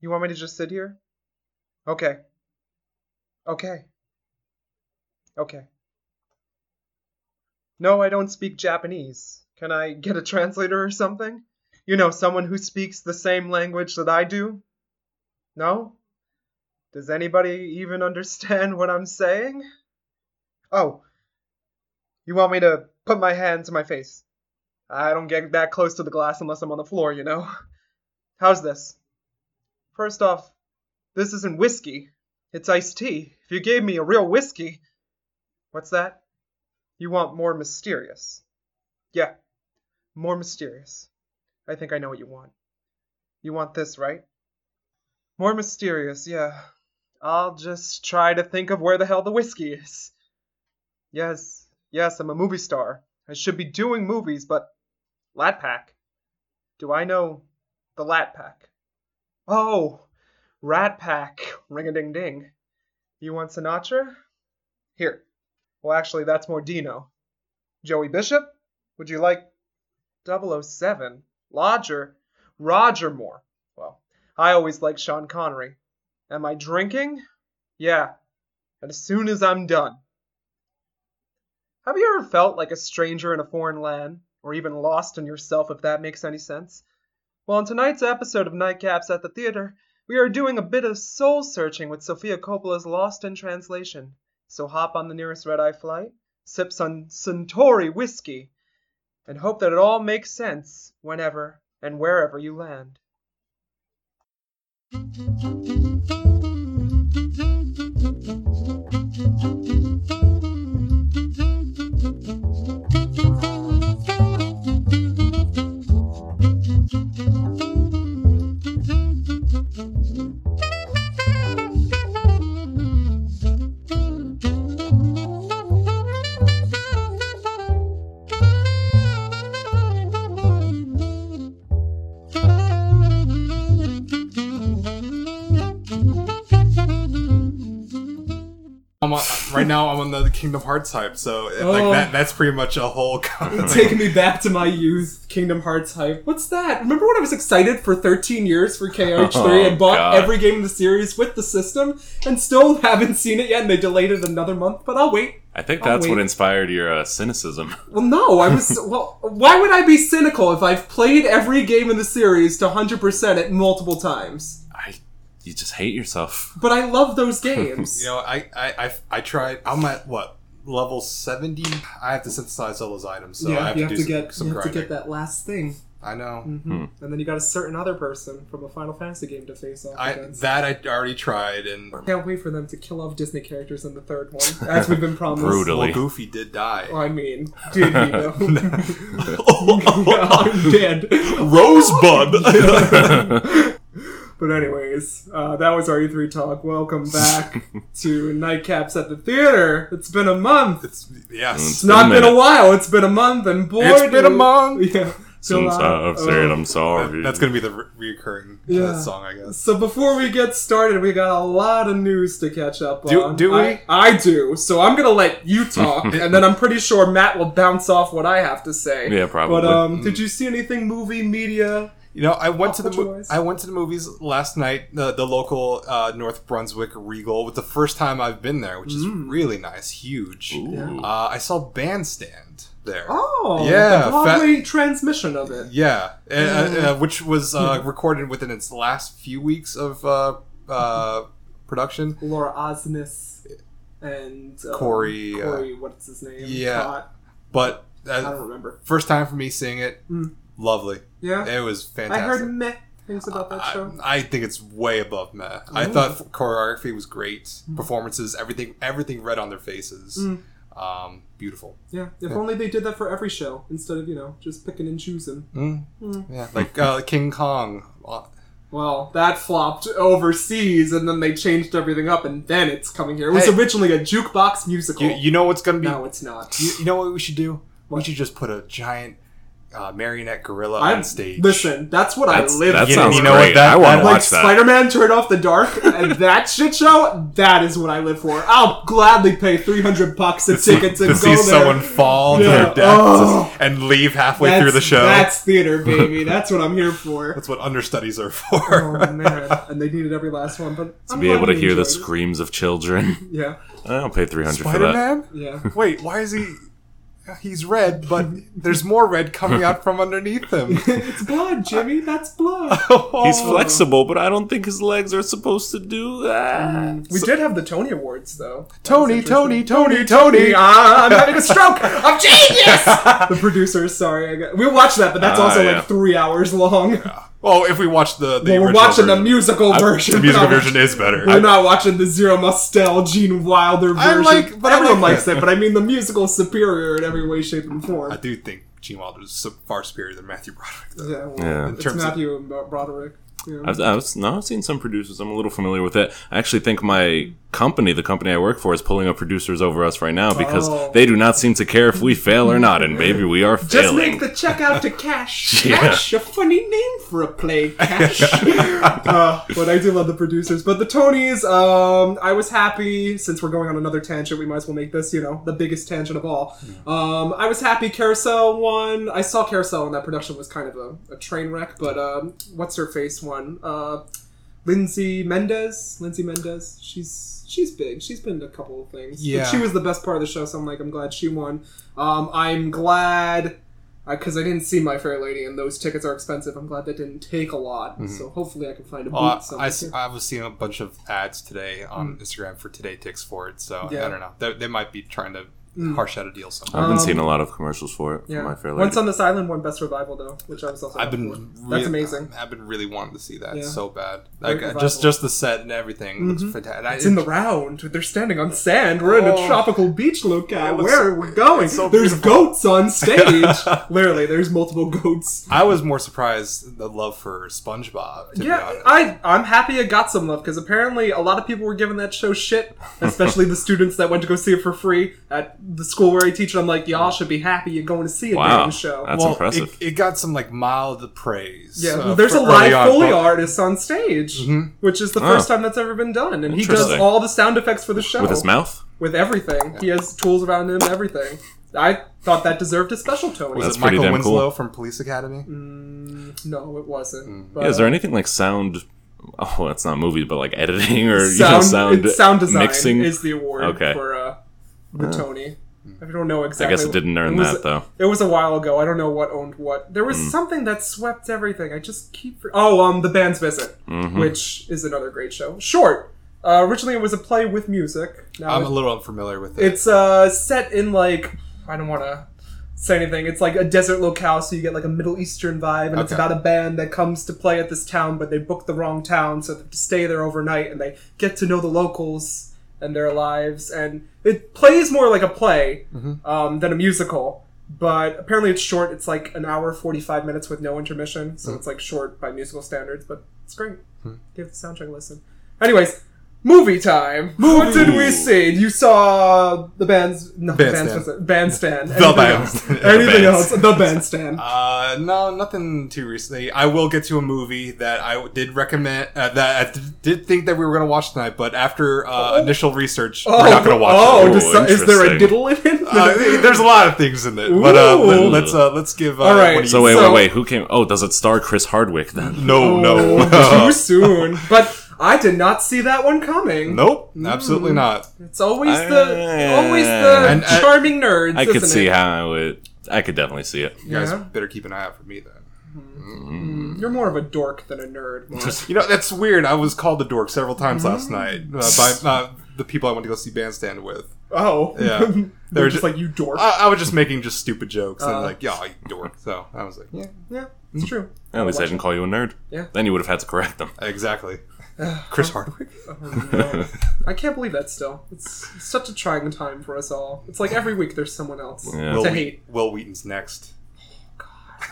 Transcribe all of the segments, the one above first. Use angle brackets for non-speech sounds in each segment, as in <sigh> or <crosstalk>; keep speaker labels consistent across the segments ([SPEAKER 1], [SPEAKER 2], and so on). [SPEAKER 1] You want me to just sit here? Okay. Okay. Okay. No, I don't speak Japanese. Can I get a translator or something? You know, someone who speaks the same language that I do? No? Does anybody even understand what I'm saying? Oh. You want me to put my hand to my face? I don't get that close to the glass unless I'm on the floor, you know? How's this? First off, this isn't whiskey. It's iced tea. If you gave me a real whiskey. What's that? You want more mysterious. Yeah, more mysterious. I think I know what you want. You want this, right? More mysterious, yeah. I'll just try to think of where the hell the whiskey is. Yes, yes, I'm a movie star. I should be doing movies, but. Lat Pack? Do I know the Lat Pack? Oh! Rat Pack! Ring a ding ding. You want Sinatra? Here. Well, actually, that's more Dino. Joey Bishop? Would you like 007? Lodger? Roger Moore? Well, I always like Sean Connery. Am I drinking? Yeah. And as soon as I'm done. Have you ever felt like a stranger in a foreign land, or even lost in yourself, if that makes any sense? Well, in tonight's episode of Nightcaps at the Theater, we are doing a bit of soul searching with Sofia Coppola's Lost in Translation. So hop on the nearest red eye flight, sip some Centauri whiskey, and hope that it all makes sense whenever and wherever you land.
[SPEAKER 2] I'm on, right now I'm on the Kingdom Hearts hype, so
[SPEAKER 1] Oh.
[SPEAKER 2] like that that's pretty much a whole <laughs> con-
[SPEAKER 1] Taking me back to my youth, Kingdom Hearts hype. What's that? Remember when I was excited for 13 years for KH3 and
[SPEAKER 3] <laughs> Oh,
[SPEAKER 1] bought
[SPEAKER 3] God.
[SPEAKER 1] every game in the series with the system and still <laughs> haven't seen it yet and they delayed it another month, but I'll wait.
[SPEAKER 3] I think
[SPEAKER 1] I'll
[SPEAKER 3] that's what
[SPEAKER 1] wait.
[SPEAKER 3] inspired your uh, cynicism.
[SPEAKER 1] Well, no, I <laughs> was. well, why would I be cynical if I've played every game in the series to 100% it multiple times?
[SPEAKER 3] I, you just
[SPEAKER 1] <laughs>
[SPEAKER 3] hate yourself.
[SPEAKER 1] But I love those games.
[SPEAKER 2] <laughs> You know, I I, I I tried. I'm at what level seventy. I have to synthesize all those items, so
[SPEAKER 1] yeah,
[SPEAKER 2] I have
[SPEAKER 1] you have
[SPEAKER 2] to do
[SPEAKER 1] to
[SPEAKER 2] some,
[SPEAKER 1] get
[SPEAKER 2] some
[SPEAKER 1] you have to Mm-hmm.
[SPEAKER 2] grinding.
[SPEAKER 1] get that last thing,
[SPEAKER 2] I know.
[SPEAKER 1] and then you got a certain other person from a Final Fantasy game to face off
[SPEAKER 2] I
[SPEAKER 1] against.
[SPEAKER 2] that I already tried, and
[SPEAKER 1] Can't wait for them to kill off Disney characters in the third
[SPEAKER 2] <laughs>
[SPEAKER 1] one, as we've been promised.
[SPEAKER 3] Brutal.
[SPEAKER 2] well,
[SPEAKER 3] Really?
[SPEAKER 2] Goofy did die.
[SPEAKER 1] I
[SPEAKER 2] <laughs>
[SPEAKER 1] mean, did he though? <laughs> I'm dead. <laughs>
[SPEAKER 3] Rosebud.
[SPEAKER 1] But anyways, uh, that was our E3 talk. Welcome
[SPEAKER 2] <laughs>
[SPEAKER 1] back to Nightcaps at the Theater. It's been a month.
[SPEAKER 2] It's, <laughs> yes,
[SPEAKER 1] It's not
[SPEAKER 3] been a
[SPEAKER 1] been a
[SPEAKER 3] minute.
[SPEAKER 1] while. It's been a month, and boy,
[SPEAKER 2] It's been a
[SPEAKER 1] do-
[SPEAKER 2] month.
[SPEAKER 1] <laughs>
[SPEAKER 2] uh,
[SPEAKER 1] Yeah.
[SPEAKER 3] Since
[SPEAKER 1] July.
[SPEAKER 3] I've said
[SPEAKER 1] Oh.
[SPEAKER 3] I'm sorry.
[SPEAKER 2] that's gonna be the re- reoccurring uh,
[SPEAKER 1] Yeah.
[SPEAKER 2] song, I guess.
[SPEAKER 1] So before we get started, we got a lot of news to catch up
[SPEAKER 2] Do-
[SPEAKER 1] on.
[SPEAKER 2] do
[SPEAKER 1] I,
[SPEAKER 2] we?
[SPEAKER 1] I do. So I'm gonna let
[SPEAKER 2] <laughs>
[SPEAKER 1] you talk, and then I'm pretty sure Matt will bounce off what I have to say.
[SPEAKER 3] Yeah, probably.
[SPEAKER 1] But
[SPEAKER 2] Mm.
[SPEAKER 1] um, did you see anything movie media?
[SPEAKER 2] You know, I went to the mo-
[SPEAKER 1] Choice.
[SPEAKER 2] I went to the movies last night, the, the local uh, North Brunswick Regal, with the first time I've been there, which is
[SPEAKER 1] Mm.
[SPEAKER 2] really nice, huge.
[SPEAKER 3] Ooh.
[SPEAKER 2] Uh, I saw Bandstand there.
[SPEAKER 1] Oh,
[SPEAKER 2] Yeah,
[SPEAKER 1] the
[SPEAKER 2] fa-
[SPEAKER 1] Broadway transmission of it.
[SPEAKER 2] Yeah, uh, uh, uh, which was
[SPEAKER 1] <laughs>
[SPEAKER 2] uh, recorded within its last few weeks of uh, uh, production.
[SPEAKER 1] Laura Osnes and um,
[SPEAKER 2] Corey, uh,
[SPEAKER 1] Corey, what's his name?
[SPEAKER 2] yeah.
[SPEAKER 1] Todd.
[SPEAKER 2] But
[SPEAKER 1] I don't
[SPEAKER 2] uh,
[SPEAKER 1] remember.
[SPEAKER 2] first time for me seeing it,
[SPEAKER 1] Mm.
[SPEAKER 2] lovely.
[SPEAKER 1] Yeah,
[SPEAKER 2] It was
[SPEAKER 1] I
[SPEAKER 2] fantastic.
[SPEAKER 1] heard meh things about that show.
[SPEAKER 2] I, I think it's way above meh. I
[SPEAKER 1] Ooh.
[SPEAKER 2] thought choreography was great, performances, everything, everything read on their faces,
[SPEAKER 1] Mm.
[SPEAKER 2] um, beautiful.
[SPEAKER 1] Yeah, if only they did that for every show instead of you know just picking and choosing.
[SPEAKER 2] Mm.
[SPEAKER 1] Mm.
[SPEAKER 2] Yeah, like uh, King Kong. Uh,
[SPEAKER 1] Well, that flopped overseas, and then they changed everything up, and then it's coming here. It was
[SPEAKER 2] Hey.
[SPEAKER 1] originally a jukebox musical.
[SPEAKER 2] You, you know what's gonna be?
[SPEAKER 1] no, it's not.
[SPEAKER 2] You, you know what we should do?
[SPEAKER 1] What?
[SPEAKER 2] We should just put a giant uh, marionette gorilla
[SPEAKER 1] I
[SPEAKER 2] on stage.
[SPEAKER 1] listen. That's what
[SPEAKER 3] That's,
[SPEAKER 1] I live.
[SPEAKER 3] that
[SPEAKER 1] for.
[SPEAKER 4] You-
[SPEAKER 3] sounds
[SPEAKER 4] you know what
[SPEAKER 3] great.
[SPEAKER 4] that-
[SPEAKER 3] I want
[SPEAKER 4] that-
[SPEAKER 3] to
[SPEAKER 1] like
[SPEAKER 3] watch that.
[SPEAKER 1] Spider-Man Turn Off the Dark
[SPEAKER 2] <laughs>
[SPEAKER 1] and that shit show. That is what I live for. I'll gladly pay three hundred bucks a ticket to,
[SPEAKER 2] to
[SPEAKER 1] go
[SPEAKER 2] see
[SPEAKER 1] there.
[SPEAKER 2] someone fall to
[SPEAKER 1] Yeah.
[SPEAKER 2] their death
[SPEAKER 1] Oh.
[SPEAKER 2] and leave halfway
[SPEAKER 1] that's,
[SPEAKER 2] through the show. That's,
[SPEAKER 1] That's
[SPEAKER 3] <laughs>
[SPEAKER 1] theater, baby. That's what I'm here for.
[SPEAKER 2] what understudies are
[SPEAKER 1] oh
[SPEAKER 2] for. <laughs>
[SPEAKER 1] man, and they needed every last one. But
[SPEAKER 3] to
[SPEAKER 1] I'm
[SPEAKER 3] be
[SPEAKER 1] glad
[SPEAKER 3] able to
[SPEAKER 1] you
[SPEAKER 3] hear the
[SPEAKER 1] enjoyed it.
[SPEAKER 3] screams of children. <laughs>
[SPEAKER 1] Yeah,
[SPEAKER 3] I'll pay 300 for
[SPEAKER 2] Spider
[SPEAKER 3] that.
[SPEAKER 2] Man?
[SPEAKER 1] yeah.
[SPEAKER 2] Wait, why is he? He's red, but there's more red coming out from underneath
[SPEAKER 1] <laughs>
[SPEAKER 2] him.
[SPEAKER 1] it's blood, Jimmy. That's blood.
[SPEAKER 3] He's flexible, but I don't think his legs are supposed to do that.
[SPEAKER 1] Mm.
[SPEAKER 5] We did have the Tony Awards, though.
[SPEAKER 2] Tony, Tony, Tony, Tony.
[SPEAKER 1] uh,
[SPEAKER 5] I'm having a stroke. I'm
[SPEAKER 2] <laughs>
[SPEAKER 1] the producer. Sorry, I got, we'll watch that, but that's
[SPEAKER 3] Ah,
[SPEAKER 1] also
[SPEAKER 3] yeah.
[SPEAKER 1] like three hours long.
[SPEAKER 2] Well, Oh, if we watch the, the
[SPEAKER 1] Well, we're
[SPEAKER 2] original
[SPEAKER 1] watching the
[SPEAKER 2] version.
[SPEAKER 1] musical version.
[SPEAKER 2] the musical
[SPEAKER 1] We're not-
[SPEAKER 2] version is better.
[SPEAKER 1] We're not watching the Zero Mostel Gene Wilder version.
[SPEAKER 2] I like- but I
[SPEAKER 1] everyone
[SPEAKER 2] like
[SPEAKER 1] likes that, but I mean the musical is superior in every way, shape, and form.
[SPEAKER 2] I do think Gene Wilder is so far superior than Matthew Broderick. Though.
[SPEAKER 1] yeah, well,
[SPEAKER 3] Yeah.
[SPEAKER 1] it's
[SPEAKER 2] terms of-
[SPEAKER 1] Matthew and Bro- Broderick. you know.
[SPEAKER 3] I've, I've, no, I've seen some producers. I'm a little familiar with it. I actually think my company, the company I work for, is pulling up producers over us right now because
[SPEAKER 1] Oh.
[SPEAKER 3] they do not seem to care if we fail or not, and maybe we are
[SPEAKER 1] Just
[SPEAKER 3] failing.
[SPEAKER 1] make the check out to Cash.
[SPEAKER 3] <laughs> Yeah.
[SPEAKER 1] Cash, a funny name for a play,
[SPEAKER 3] <laughs>
[SPEAKER 1] Cash. uh, but I do love the producers. But the Tonys, um, I was happy, since we're going on another tangent, we might as well make this, you know, the biggest tangent of all. Um, I was happy Carousel won. I saw Carousel and that production was kind of a, a train wreck, but um, what's her face won? Uh, Lindsay Mendez. Lindsay Mendez. She's she's big. She's been to a couple of things.
[SPEAKER 2] Yeah.
[SPEAKER 1] But she was the best part of the show, so I'm like, I'm glad she won. Um, I'm glad because I didn't see My Fair Lady, and those tickets are expensive. I'm glad that didn't take a lot. So hopefully, I can find a boot
[SPEAKER 2] Well, Mm-hmm. Oh, Uh, I,
[SPEAKER 1] somewhere.
[SPEAKER 2] I, I was seeing a bunch of ads today on Instagram for Today Ticks for it, so
[SPEAKER 1] Hmm. Yeah. Hmm.
[SPEAKER 2] I don't know. They, they might be trying to harsh out a deal
[SPEAKER 3] I
[SPEAKER 2] somehow.
[SPEAKER 3] haven't
[SPEAKER 1] Um,
[SPEAKER 3] seen a lot of commercials for it.
[SPEAKER 1] yeah.
[SPEAKER 3] For my fair lady.
[SPEAKER 1] Once on this island won best revival though, which I was also.
[SPEAKER 2] I've
[SPEAKER 1] happy
[SPEAKER 2] been
[SPEAKER 1] for.
[SPEAKER 2] really,
[SPEAKER 1] That's amazing.
[SPEAKER 2] I've been really wanting to see that
[SPEAKER 1] Yeah.
[SPEAKER 2] so bad.
[SPEAKER 1] Great
[SPEAKER 2] Like uh, just
[SPEAKER 1] revival. Mm-hmm.
[SPEAKER 2] just the set and everything looks fantastic. And I-
[SPEAKER 1] It's in the round. They're standing on sand. We're in a
[SPEAKER 2] Oh.
[SPEAKER 1] tropical beach locale.
[SPEAKER 2] It looks-
[SPEAKER 1] Where are we going?
[SPEAKER 2] it's so
[SPEAKER 1] there's
[SPEAKER 2] beautiful.
[SPEAKER 1] goats
[SPEAKER 2] <laughs>
[SPEAKER 1] on stage. Literally, there's multiple goats.
[SPEAKER 2] I was more surprised at the love for SpongeBob. To be
[SPEAKER 1] Yeah,
[SPEAKER 2] honest.
[SPEAKER 1] I I'm happy it got some love because apparently a lot of people were giving that show
[SPEAKER 3] <laughs>
[SPEAKER 1] shit, especially the students that went to go see it for free at the school where I teach. And I'm like, y'all should be happy you're going to see a
[SPEAKER 3] Wow.
[SPEAKER 1] damn show.
[SPEAKER 3] That's
[SPEAKER 2] well,
[SPEAKER 3] impressive.
[SPEAKER 2] It, it got some like mild praise.
[SPEAKER 1] yeah,
[SPEAKER 2] uh,
[SPEAKER 1] there's a
[SPEAKER 2] for
[SPEAKER 1] live
[SPEAKER 2] early on,
[SPEAKER 1] Foley
[SPEAKER 2] but-
[SPEAKER 1] artist on stage,
[SPEAKER 2] Mhm.
[SPEAKER 1] which is the
[SPEAKER 3] Oh.
[SPEAKER 1] first time that's ever been done, and he does
[SPEAKER 3] Interesting.
[SPEAKER 1] all the sound effects for the show
[SPEAKER 3] With his mouth?
[SPEAKER 1] with everything. He has tools around him, everything. I thought that deserved a special Tony.
[SPEAKER 2] Was
[SPEAKER 3] That's
[SPEAKER 2] it
[SPEAKER 3] pretty
[SPEAKER 2] Michael
[SPEAKER 3] damn cool.
[SPEAKER 2] Winslow from Police Academy?
[SPEAKER 1] Mm, no, it wasn't.
[SPEAKER 3] Yeah, Mm. is there
[SPEAKER 1] But-
[SPEAKER 3] anything like sound? Oh, that's not movies, but like editing or you know,
[SPEAKER 1] sound,
[SPEAKER 3] sound,
[SPEAKER 1] it's sound design
[SPEAKER 3] mixing.
[SPEAKER 1] is the award
[SPEAKER 3] Okay.
[SPEAKER 1] for uh, for
[SPEAKER 3] Oh.
[SPEAKER 1] Tony. I don't know
[SPEAKER 3] I
[SPEAKER 1] exactly.
[SPEAKER 3] guess it didn't earn
[SPEAKER 1] was-
[SPEAKER 3] that though. Hmm.
[SPEAKER 1] It was a while ago. I don't know what owned what. There was something that swept everything. I just keep. Oh, um, the band's visit,
[SPEAKER 3] Mhm.
[SPEAKER 1] which is another great show. Short. Uh, originally, it was a play with music. Now
[SPEAKER 2] I'm
[SPEAKER 1] it-
[SPEAKER 2] a little unfamiliar with it.
[SPEAKER 1] it's uh set in like I don't want to say anything. It's like a desert locale, so you get like a Middle Eastern vibe, and it's
[SPEAKER 2] Okay.
[SPEAKER 1] about a band that comes to play at this town, but they book the wrong town, so they have to stay there overnight, and they get to know the locals and their lives, and it plays more like a play
[SPEAKER 2] Mhm.
[SPEAKER 1] um, than a musical. But apparently, it's short. It's like an hour forty-five minutes with no intermission,
[SPEAKER 2] Hmm.
[SPEAKER 1] so it's like short by musical standards, but it's great. Give the soundtrack a listen. Anyways, movie time. What did we see? You saw the band's no, bandstand.
[SPEAKER 2] Bandstand.
[SPEAKER 1] bandstand.
[SPEAKER 2] The
[SPEAKER 1] Anything
[SPEAKER 2] bandstand.
[SPEAKER 1] Else? Anything
[SPEAKER 3] The
[SPEAKER 1] else? The bandstand.
[SPEAKER 2] Uh, no, nothing too recently. I will get to a movie that I did recommend uh, that I th- did think that we were gonna watch tonight, but after uh, initial research, we're not gonna watch
[SPEAKER 1] Oh,
[SPEAKER 2] it.
[SPEAKER 1] does- is there a
[SPEAKER 3] interesting.
[SPEAKER 1] diddle in it?
[SPEAKER 2] Uh, there's a lot of things in it, but uh,
[SPEAKER 1] Ooh.
[SPEAKER 2] let, let's uh, let's give. Uh,
[SPEAKER 1] All right.
[SPEAKER 2] what do
[SPEAKER 3] So
[SPEAKER 2] you-
[SPEAKER 3] wait,
[SPEAKER 1] So-
[SPEAKER 3] wait, wait. Who came? Oh, does it star Chris Hardwick
[SPEAKER 1] <laughs>
[SPEAKER 3] then?
[SPEAKER 2] no,
[SPEAKER 1] Oh,
[SPEAKER 2] <laughs> no,
[SPEAKER 1] too soon. But I did not see Mm. that one coming.
[SPEAKER 2] nope, absolutely not.
[SPEAKER 1] It's always
[SPEAKER 3] I-
[SPEAKER 1] the always the
[SPEAKER 2] And uh, I-
[SPEAKER 1] charming nerds.
[SPEAKER 3] I could
[SPEAKER 1] isn't
[SPEAKER 3] see
[SPEAKER 1] it?
[SPEAKER 3] how it. I could definitely see it.
[SPEAKER 2] You guys
[SPEAKER 1] Yeah.
[SPEAKER 2] better keep an eye out for me then. <laughs>
[SPEAKER 1] You're more of a dork than a nerd. Mark.
[SPEAKER 2] You know, that's weird. I was called a dork several times last night
[SPEAKER 1] Mm-hmm.
[SPEAKER 2] uh, by uh, the people I went to go see Bandstand with.
[SPEAKER 1] oh, <laughs>
[SPEAKER 2] Yeah.
[SPEAKER 1] They're
[SPEAKER 2] They're
[SPEAKER 1] just
[SPEAKER 2] ju- Ah.
[SPEAKER 1] like you dork.
[SPEAKER 2] I, I was just making just stupid jokes
[SPEAKER 1] Uh.
[SPEAKER 2] and like, yeah, you dork. So I was like, yeah,
[SPEAKER 1] yeah, it's true.
[SPEAKER 3] At least I didn't call you a nerd.
[SPEAKER 1] Yeah.
[SPEAKER 3] Then you would have had to correct them.
[SPEAKER 2] <laughs> exactly.
[SPEAKER 1] Uh, <laughs>
[SPEAKER 2] Chris Hardwick.
[SPEAKER 1] Oh, no. I can't believe that still. It's such a trying time for us all. It's like every week there's someone else
[SPEAKER 3] Yeah.
[SPEAKER 1] to
[SPEAKER 2] Will, <laughs>
[SPEAKER 1] hate.
[SPEAKER 2] Will Wheaton's next.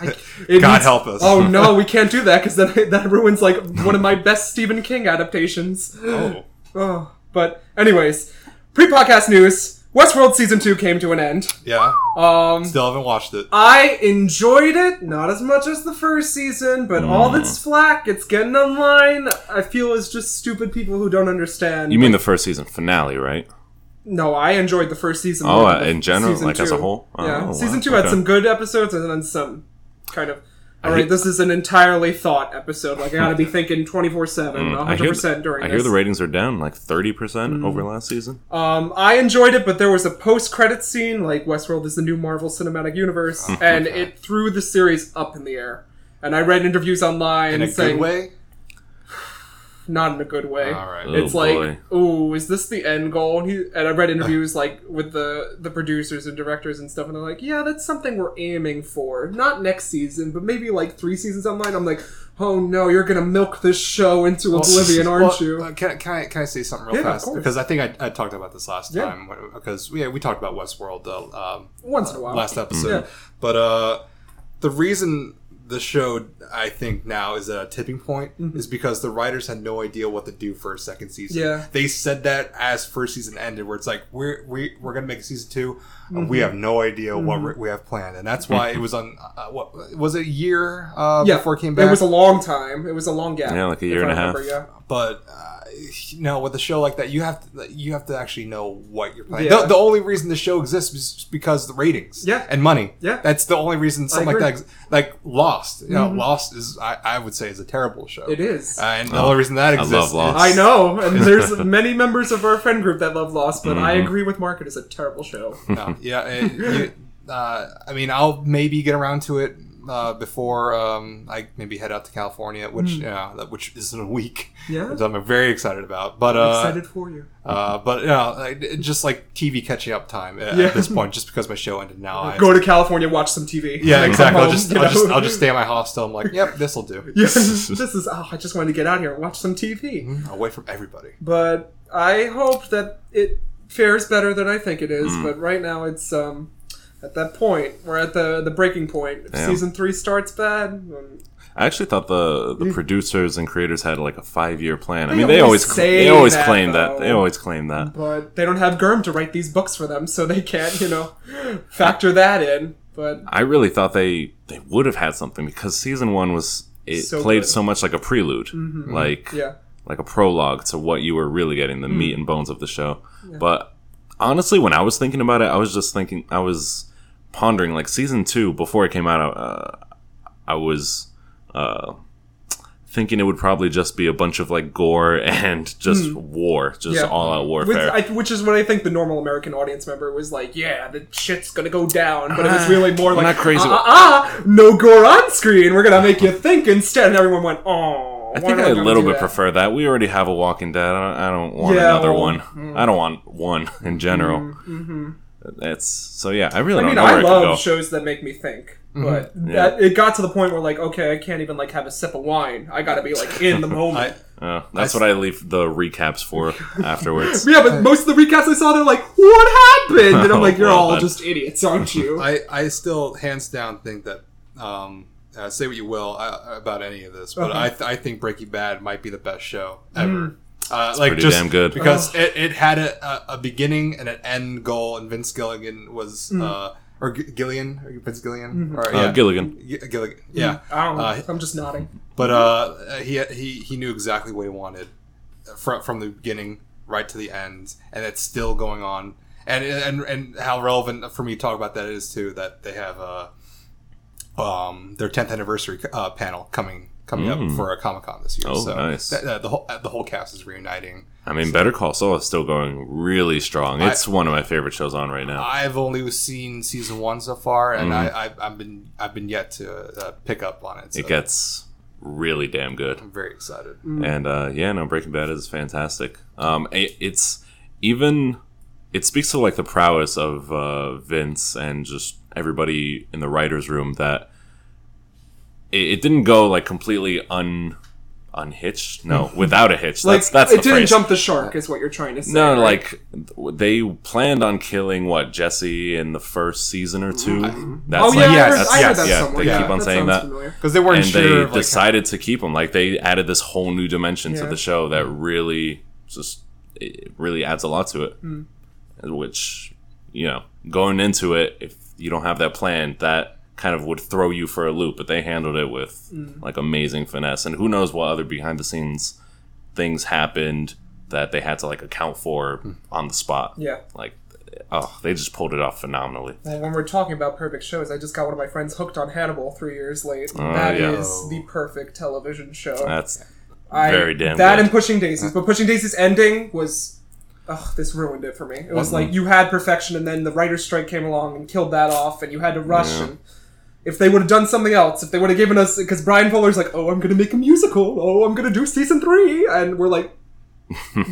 [SPEAKER 1] I, it
[SPEAKER 2] God help us.
[SPEAKER 1] Oh no,
[SPEAKER 2] <laughs>
[SPEAKER 1] we can't do that because <laughs> that, that ruins like one of my best Stephen
[SPEAKER 2] <gasps>
[SPEAKER 1] King adaptations.
[SPEAKER 2] Oh,
[SPEAKER 1] Oh, but anyways, pre-podcast news. Westworld season two came to an end.
[SPEAKER 2] Yeah.
[SPEAKER 1] Um,
[SPEAKER 2] Still haven't watched it.
[SPEAKER 1] I enjoyed it, not as much as the first season, but all
[SPEAKER 3] Hmm.
[SPEAKER 1] that's flack, it's getting online. I feel is just stupid people who don't understand.
[SPEAKER 3] <laughs> You mean the first season finale, right?
[SPEAKER 1] No, I enjoyed the first season.
[SPEAKER 3] Oh,
[SPEAKER 1] more than
[SPEAKER 3] uh,
[SPEAKER 1] the
[SPEAKER 3] in general,
[SPEAKER 1] season
[SPEAKER 3] like as a
[SPEAKER 1] two.
[SPEAKER 3] whole? Oh,
[SPEAKER 1] yeah,
[SPEAKER 3] wow,
[SPEAKER 1] season two
[SPEAKER 3] okay.
[SPEAKER 1] had some good episodes and then some kind of. All
[SPEAKER 3] hear-
[SPEAKER 1] right, this is an entirely thought episode. Like I gotta be thinking twenty four seven, one
[SPEAKER 3] Hmm, I
[SPEAKER 1] hundred
[SPEAKER 3] hear,
[SPEAKER 1] percent
[SPEAKER 3] the,
[SPEAKER 1] during.
[SPEAKER 3] I hear
[SPEAKER 1] this. Mm.
[SPEAKER 3] the ratings are down like 30% over last season.
[SPEAKER 1] Um, I enjoyed it, but there was a post-credit scene, like Westworld is the new Marvel Cinematic
[SPEAKER 3] <laughs>
[SPEAKER 1] Universe, and it threw the series up in the air. And I read interviews online
[SPEAKER 2] In a
[SPEAKER 1] saying,
[SPEAKER 2] good way?
[SPEAKER 1] not in a good way.
[SPEAKER 2] All right.
[SPEAKER 3] Oh,
[SPEAKER 1] Uh, It's
[SPEAKER 3] boy.
[SPEAKER 1] like, ooh, is this the end goal? And, he, and I
[SPEAKER 3] <laughs>
[SPEAKER 1] read interviews like with the the producers and directors and stuff, and they're like, yeah, that's something we're aiming for. Not next season, but maybe like three seasons online. I'm like, oh no, you're gonna milk this show into oblivion, aren't
[SPEAKER 2] Well,
[SPEAKER 1] you?
[SPEAKER 2] uh, can, can, I, can I say something real
[SPEAKER 1] Yeah, of
[SPEAKER 2] fast?
[SPEAKER 1] course.
[SPEAKER 2] Because I think I, I talked about this last
[SPEAKER 1] Yeah.
[SPEAKER 2] time. Because yeah, we talked about Westworld uh, um,
[SPEAKER 1] Once in a while.
[SPEAKER 2] last episode.
[SPEAKER 1] Yeah.
[SPEAKER 2] But uh, the reason the show I think now is at a tipping point
[SPEAKER 1] Mm-hmm.
[SPEAKER 2] is because the writers had no idea what to do for a second season.
[SPEAKER 1] Yeah.
[SPEAKER 2] they said that as first season ended, where it's like we're we, we're gonna make a season 2 and
[SPEAKER 1] Mm-hmm.
[SPEAKER 2] we have no idea what we- we have planned, and that's why it was on. Uh, what was it? A year uh,
[SPEAKER 1] yeah,
[SPEAKER 2] before it came back.
[SPEAKER 1] It was a long time. It was a long gap.
[SPEAKER 3] Yeah, like a
[SPEAKER 1] if
[SPEAKER 3] year
[SPEAKER 1] I
[SPEAKER 3] and a half.
[SPEAKER 1] remember, yeah.
[SPEAKER 2] but uh, you know, with a show like that, you have to you have to actually know what you're playing.
[SPEAKER 1] Yeah.
[SPEAKER 2] The, the only reason the show exists is because the ratings,
[SPEAKER 1] Yeah.
[SPEAKER 2] and money,
[SPEAKER 1] Yeah.
[SPEAKER 2] That's the only reason something like
[SPEAKER 1] agree. Mm-hmm.
[SPEAKER 2] that, ex- like Lost, you know, Lost is I, I would say is a terrible show.
[SPEAKER 1] It is.
[SPEAKER 2] Uh, and the only reason that
[SPEAKER 3] Oh, love
[SPEAKER 2] exists,
[SPEAKER 3] Lost.
[SPEAKER 1] I know, and there's many members of our friend group that love Lost, but I
[SPEAKER 2] Mm-hmm.
[SPEAKER 1] agree with Mark. It is a terrible show.
[SPEAKER 2] Is, <laughs> no, yeah, it- you- uh, I mean, I'll maybe get around to it uh, before um, I maybe head out to California, which yeah, that- which is in a week.
[SPEAKER 1] Mm. Yeah.
[SPEAKER 2] <laughs> which I'm very excited about. But uh,
[SPEAKER 1] Excited for you.
[SPEAKER 2] Uh, but you know, like, it- just like TV catching up time at,
[SPEAKER 1] Yeah.
[SPEAKER 2] at this point, just because my show ended now. <laughs> I,
[SPEAKER 1] Go to California, watch some TV.
[SPEAKER 2] yeah,
[SPEAKER 1] Like,
[SPEAKER 2] exactly.
[SPEAKER 1] come
[SPEAKER 2] I'll just,
[SPEAKER 1] home,
[SPEAKER 2] I'll
[SPEAKER 1] you
[SPEAKER 2] just
[SPEAKER 1] know? <laughs>
[SPEAKER 2] I'll just stay at my hostel. I'm like, <laughs> yep, this will do.
[SPEAKER 1] Yeah,
[SPEAKER 2] <laughs>
[SPEAKER 1] this is. Oh, I just wanted to get out here and watch some TV.
[SPEAKER 2] Away from everybody.
[SPEAKER 1] But I hope that it fares better than I think it is.
[SPEAKER 2] Mm.
[SPEAKER 1] But right now, it's um, at that point. We're at the the breaking point. If
[SPEAKER 3] Damn.
[SPEAKER 1] season three starts bad. um,
[SPEAKER 3] I actually thought the the producers and creators had like a five year plan. I
[SPEAKER 1] Mm. They
[SPEAKER 3] mean, they
[SPEAKER 1] always
[SPEAKER 3] always cl-
[SPEAKER 1] say
[SPEAKER 3] they always
[SPEAKER 1] that,
[SPEAKER 3] claim that. They
[SPEAKER 1] though.
[SPEAKER 3] always claim that.
[SPEAKER 1] but they don't have Germ to write these books for them, so they can't, you know, <laughs> factor that in. But
[SPEAKER 3] I really thought they they would have had something because season one was it
[SPEAKER 1] So
[SPEAKER 3] played
[SPEAKER 1] good. Mm-hmm.
[SPEAKER 3] so much like a prelude, like
[SPEAKER 1] yeah, Mm.
[SPEAKER 3] like a prologue to what you were really getting the meat and bones of the show. But honestly, when I was thinking about it, I was just thinking I was pondering like season two before it came out. Uh, I was. Uh, Thinking it would probably just be a bunch of like gore <laughs> and just war,
[SPEAKER 1] Mm.
[SPEAKER 3] just
[SPEAKER 1] Yeah.
[SPEAKER 3] all out
[SPEAKER 1] which,
[SPEAKER 3] warfare.
[SPEAKER 1] I, which is what I think the normal American audience member was like. Yeah, the shit's gonna go down, but it was really more
[SPEAKER 3] Uh, we're
[SPEAKER 1] like
[SPEAKER 3] not crazy.
[SPEAKER 1] Ah, ah, ah, no gore on screen. We're gonna make you think instead, and everyone went, "Oh."
[SPEAKER 3] I think I a little bit prefer that. We already have a Walking Dead. I don't, I don't want
[SPEAKER 1] Yeah,
[SPEAKER 3] another
[SPEAKER 1] well, mm. mm-hmm.
[SPEAKER 3] one. I don't want one <laughs> in general. That's so yeah. I really
[SPEAKER 1] I
[SPEAKER 3] don't
[SPEAKER 1] mean, I
[SPEAKER 3] know where I could go.
[SPEAKER 1] love shows that make me think,
[SPEAKER 3] Mm-hmm.
[SPEAKER 1] but that, it got to the point where like, okay, I can't even like have a sip of wine. I gotta be like
[SPEAKER 3] <laughs>
[SPEAKER 1] in the moment.
[SPEAKER 2] I,
[SPEAKER 3] Uh, that's what I leave the recaps
[SPEAKER 1] <laughs>
[SPEAKER 3] for afterwards.
[SPEAKER 1] Yeah, but most of the recaps I saw, they're like, "What happened?"
[SPEAKER 3] <laughs>
[SPEAKER 1] And I'm like, "You're
[SPEAKER 3] Well,
[SPEAKER 1] all
[SPEAKER 3] then.
[SPEAKER 1] just idiots, aren't you?"
[SPEAKER 2] I I still hands down think that. Um, uh, say what you will uh, about any of this, but I, th- I think Breaking Bad might be the best show ever. Uh, like
[SPEAKER 3] pretty
[SPEAKER 2] just
[SPEAKER 3] damn good.
[SPEAKER 2] because it, it had a, a, a beginning and an end goal, and Vince Gilligan was uh, or G- Gillian or Vince Gillian or
[SPEAKER 3] Uh,
[SPEAKER 2] yeah.
[SPEAKER 3] Gilligan.
[SPEAKER 2] G- Gilligan, yeah.
[SPEAKER 1] I don't know.
[SPEAKER 2] Uh,
[SPEAKER 1] I'm just nodding.
[SPEAKER 2] But
[SPEAKER 3] Mm-hmm.
[SPEAKER 2] uh, he he he knew exactly what he wanted from from the beginning right to the end, and it's still going on. And and and how relevant for me to talk about that is too that they have uh, um their tenth anniversary uh, panel coming coming up for a Comic Con this year.
[SPEAKER 3] Mm. Oh,
[SPEAKER 2] so
[SPEAKER 3] nice.
[SPEAKER 2] that- that the whole the whole cast is reuniting.
[SPEAKER 3] I mean, Better Call Saul is still going really strong. It's one of my favorite shows on right now.
[SPEAKER 2] I've only seen season one so far, and I, I I've been I've been yet to uh, pick up on it. So
[SPEAKER 3] Mm-hmm. It gets really damn good.
[SPEAKER 2] I'm very excited.
[SPEAKER 1] Mm.
[SPEAKER 3] and uh, yeah, no, Breaking Bad is fantastic. Um, it, it's even it speaks to like the prowess of uh, Vince and just everybody in the writers' room that it, it didn't go like completely un
[SPEAKER 1] <laughs>
[SPEAKER 3] unhitched. No, without a hitch.
[SPEAKER 1] Like,
[SPEAKER 3] that's that's
[SPEAKER 1] it
[SPEAKER 3] the
[SPEAKER 1] didn't
[SPEAKER 3] phrase.
[SPEAKER 1] jump the shark, is what you're trying to say.
[SPEAKER 3] no,
[SPEAKER 1] right?
[SPEAKER 3] like they planned on killing what Jesse in the first season or two. That's
[SPEAKER 1] oh
[SPEAKER 3] like
[SPEAKER 1] yeah, I
[SPEAKER 2] yes,
[SPEAKER 1] heard, I heard
[SPEAKER 2] yes,
[SPEAKER 1] that
[SPEAKER 3] yeah,
[SPEAKER 1] somewhere.
[SPEAKER 3] they
[SPEAKER 1] yeah.
[SPEAKER 3] keep on
[SPEAKER 1] that
[SPEAKER 3] saying
[SPEAKER 1] sounds
[SPEAKER 3] that.
[SPEAKER 1] familiar.
[SPEAKER 2] Because they weren't
[SPEAKER 3] and
[SPEAKER 2] sure. of,
[SPEAKER 3] they
[SPEAKER 2] like,
[SPEAKER 3] decided to keep him. Like they added this whole new dimension to
[SPEAKER 1] Yeah.
[SPEAKER 3] the
[SPEAKER 1] Hmm.
[SPEAKER 3] show that really just it really adds a lot to it, which you know, going into it, if you don't have that plan, that kind of would throw you for a loop. But they handled it with
[SPEAKER 1] Hmm.
[SPEAKER 3] like amazing finesse, and who knows what other behind the scenes things happened that they had to like account for on the spot.
[SPEAKER 1] Hmm. Yeah.
[SPEAKER 3] Like, oh, they just pulled it off phenomenally.
[SPEAKER 1] Well, when we're talking about perfect shows, I just got one of my friends hooked on Hannibal three years late.
[SPEAKER 3] Oh,
[SPEAKER 1] That is
[SPEAKER 3] yeah.
[SPEAKER 1] the perfect television show.
[SPEAKER 3] That's
[SPEAKER 1] I,
[SPEAKER 3] very damn
[SPEAKER 1] That
[SPEAKER 3] good.
[SPEAKER 1] and Pushing Daisies, but Pushing Daisies ending was, ugh, this ruined it for me. It was like you had perfection, and then the writer's strike came along and killed that off, and you had to rush.
[SPEAKER 3] Yeah.
[SPEAKER 1] And if they would have done something else, if they would have given us, because Brian Fuller's like, oh, I'm gonna make a musical. Oh, I'm gonna do season three, and we're
[SPEAKER 3] <laughs>
[SPEAKER 1] like,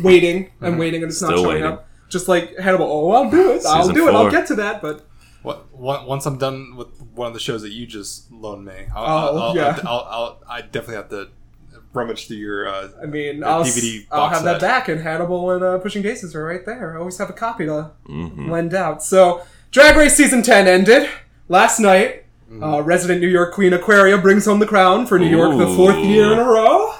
[SPEAKER 1] waiting and waiting, and it's not
[SPEAKER 3] Mm-hmm. Still
[SPEAKER 1] showing
[SPEAKER 3] waiting.
[SPEAKER 1] up. Just like Hannibal, oh, I'll do it. I'll
[SPEAKER 3] Season
[SPEAKER 1] do it. I'll
[SPEAKER 3] four.
[SPEAKER 1] get to that, but.
[SPEAKER 2] What, on- once I'm done with one of the shows that you just loaned me, I'll,
[SPEAKER 1] Oh,
[SPEAKER 2] I'll, I'll,
[SPEAKER 1] yeah.
[SPEAKER 2] I'll, I'll, i definitely have to rummage through your. Uh,
[SPEAKER 1] I mean,
[SPEAKER 2] The
[SPEAKER 1] I'll,
[SPEAKER 2] DVD
[SPEAKER 1] s- I'll
[SPEAKER 2] box
[SPEAKER 1] have that
[SPEAKER 2] set.
[SPEAKER 1] back, and Hannibal and uh, Pushing Daisies are right there. I always have a copy to
[SPEAKER 2] Mm-hmm.
[SPEAKER 3] mhm.
[SPEAKER 1] lend out. So, Drag Race Season 10 ended last night. Uh, resident New York queen Aquaria brings home the crown for New York the fourth
[SPEAKER 3] Ooh.
[SPEAKER 1] year in a row. Uh,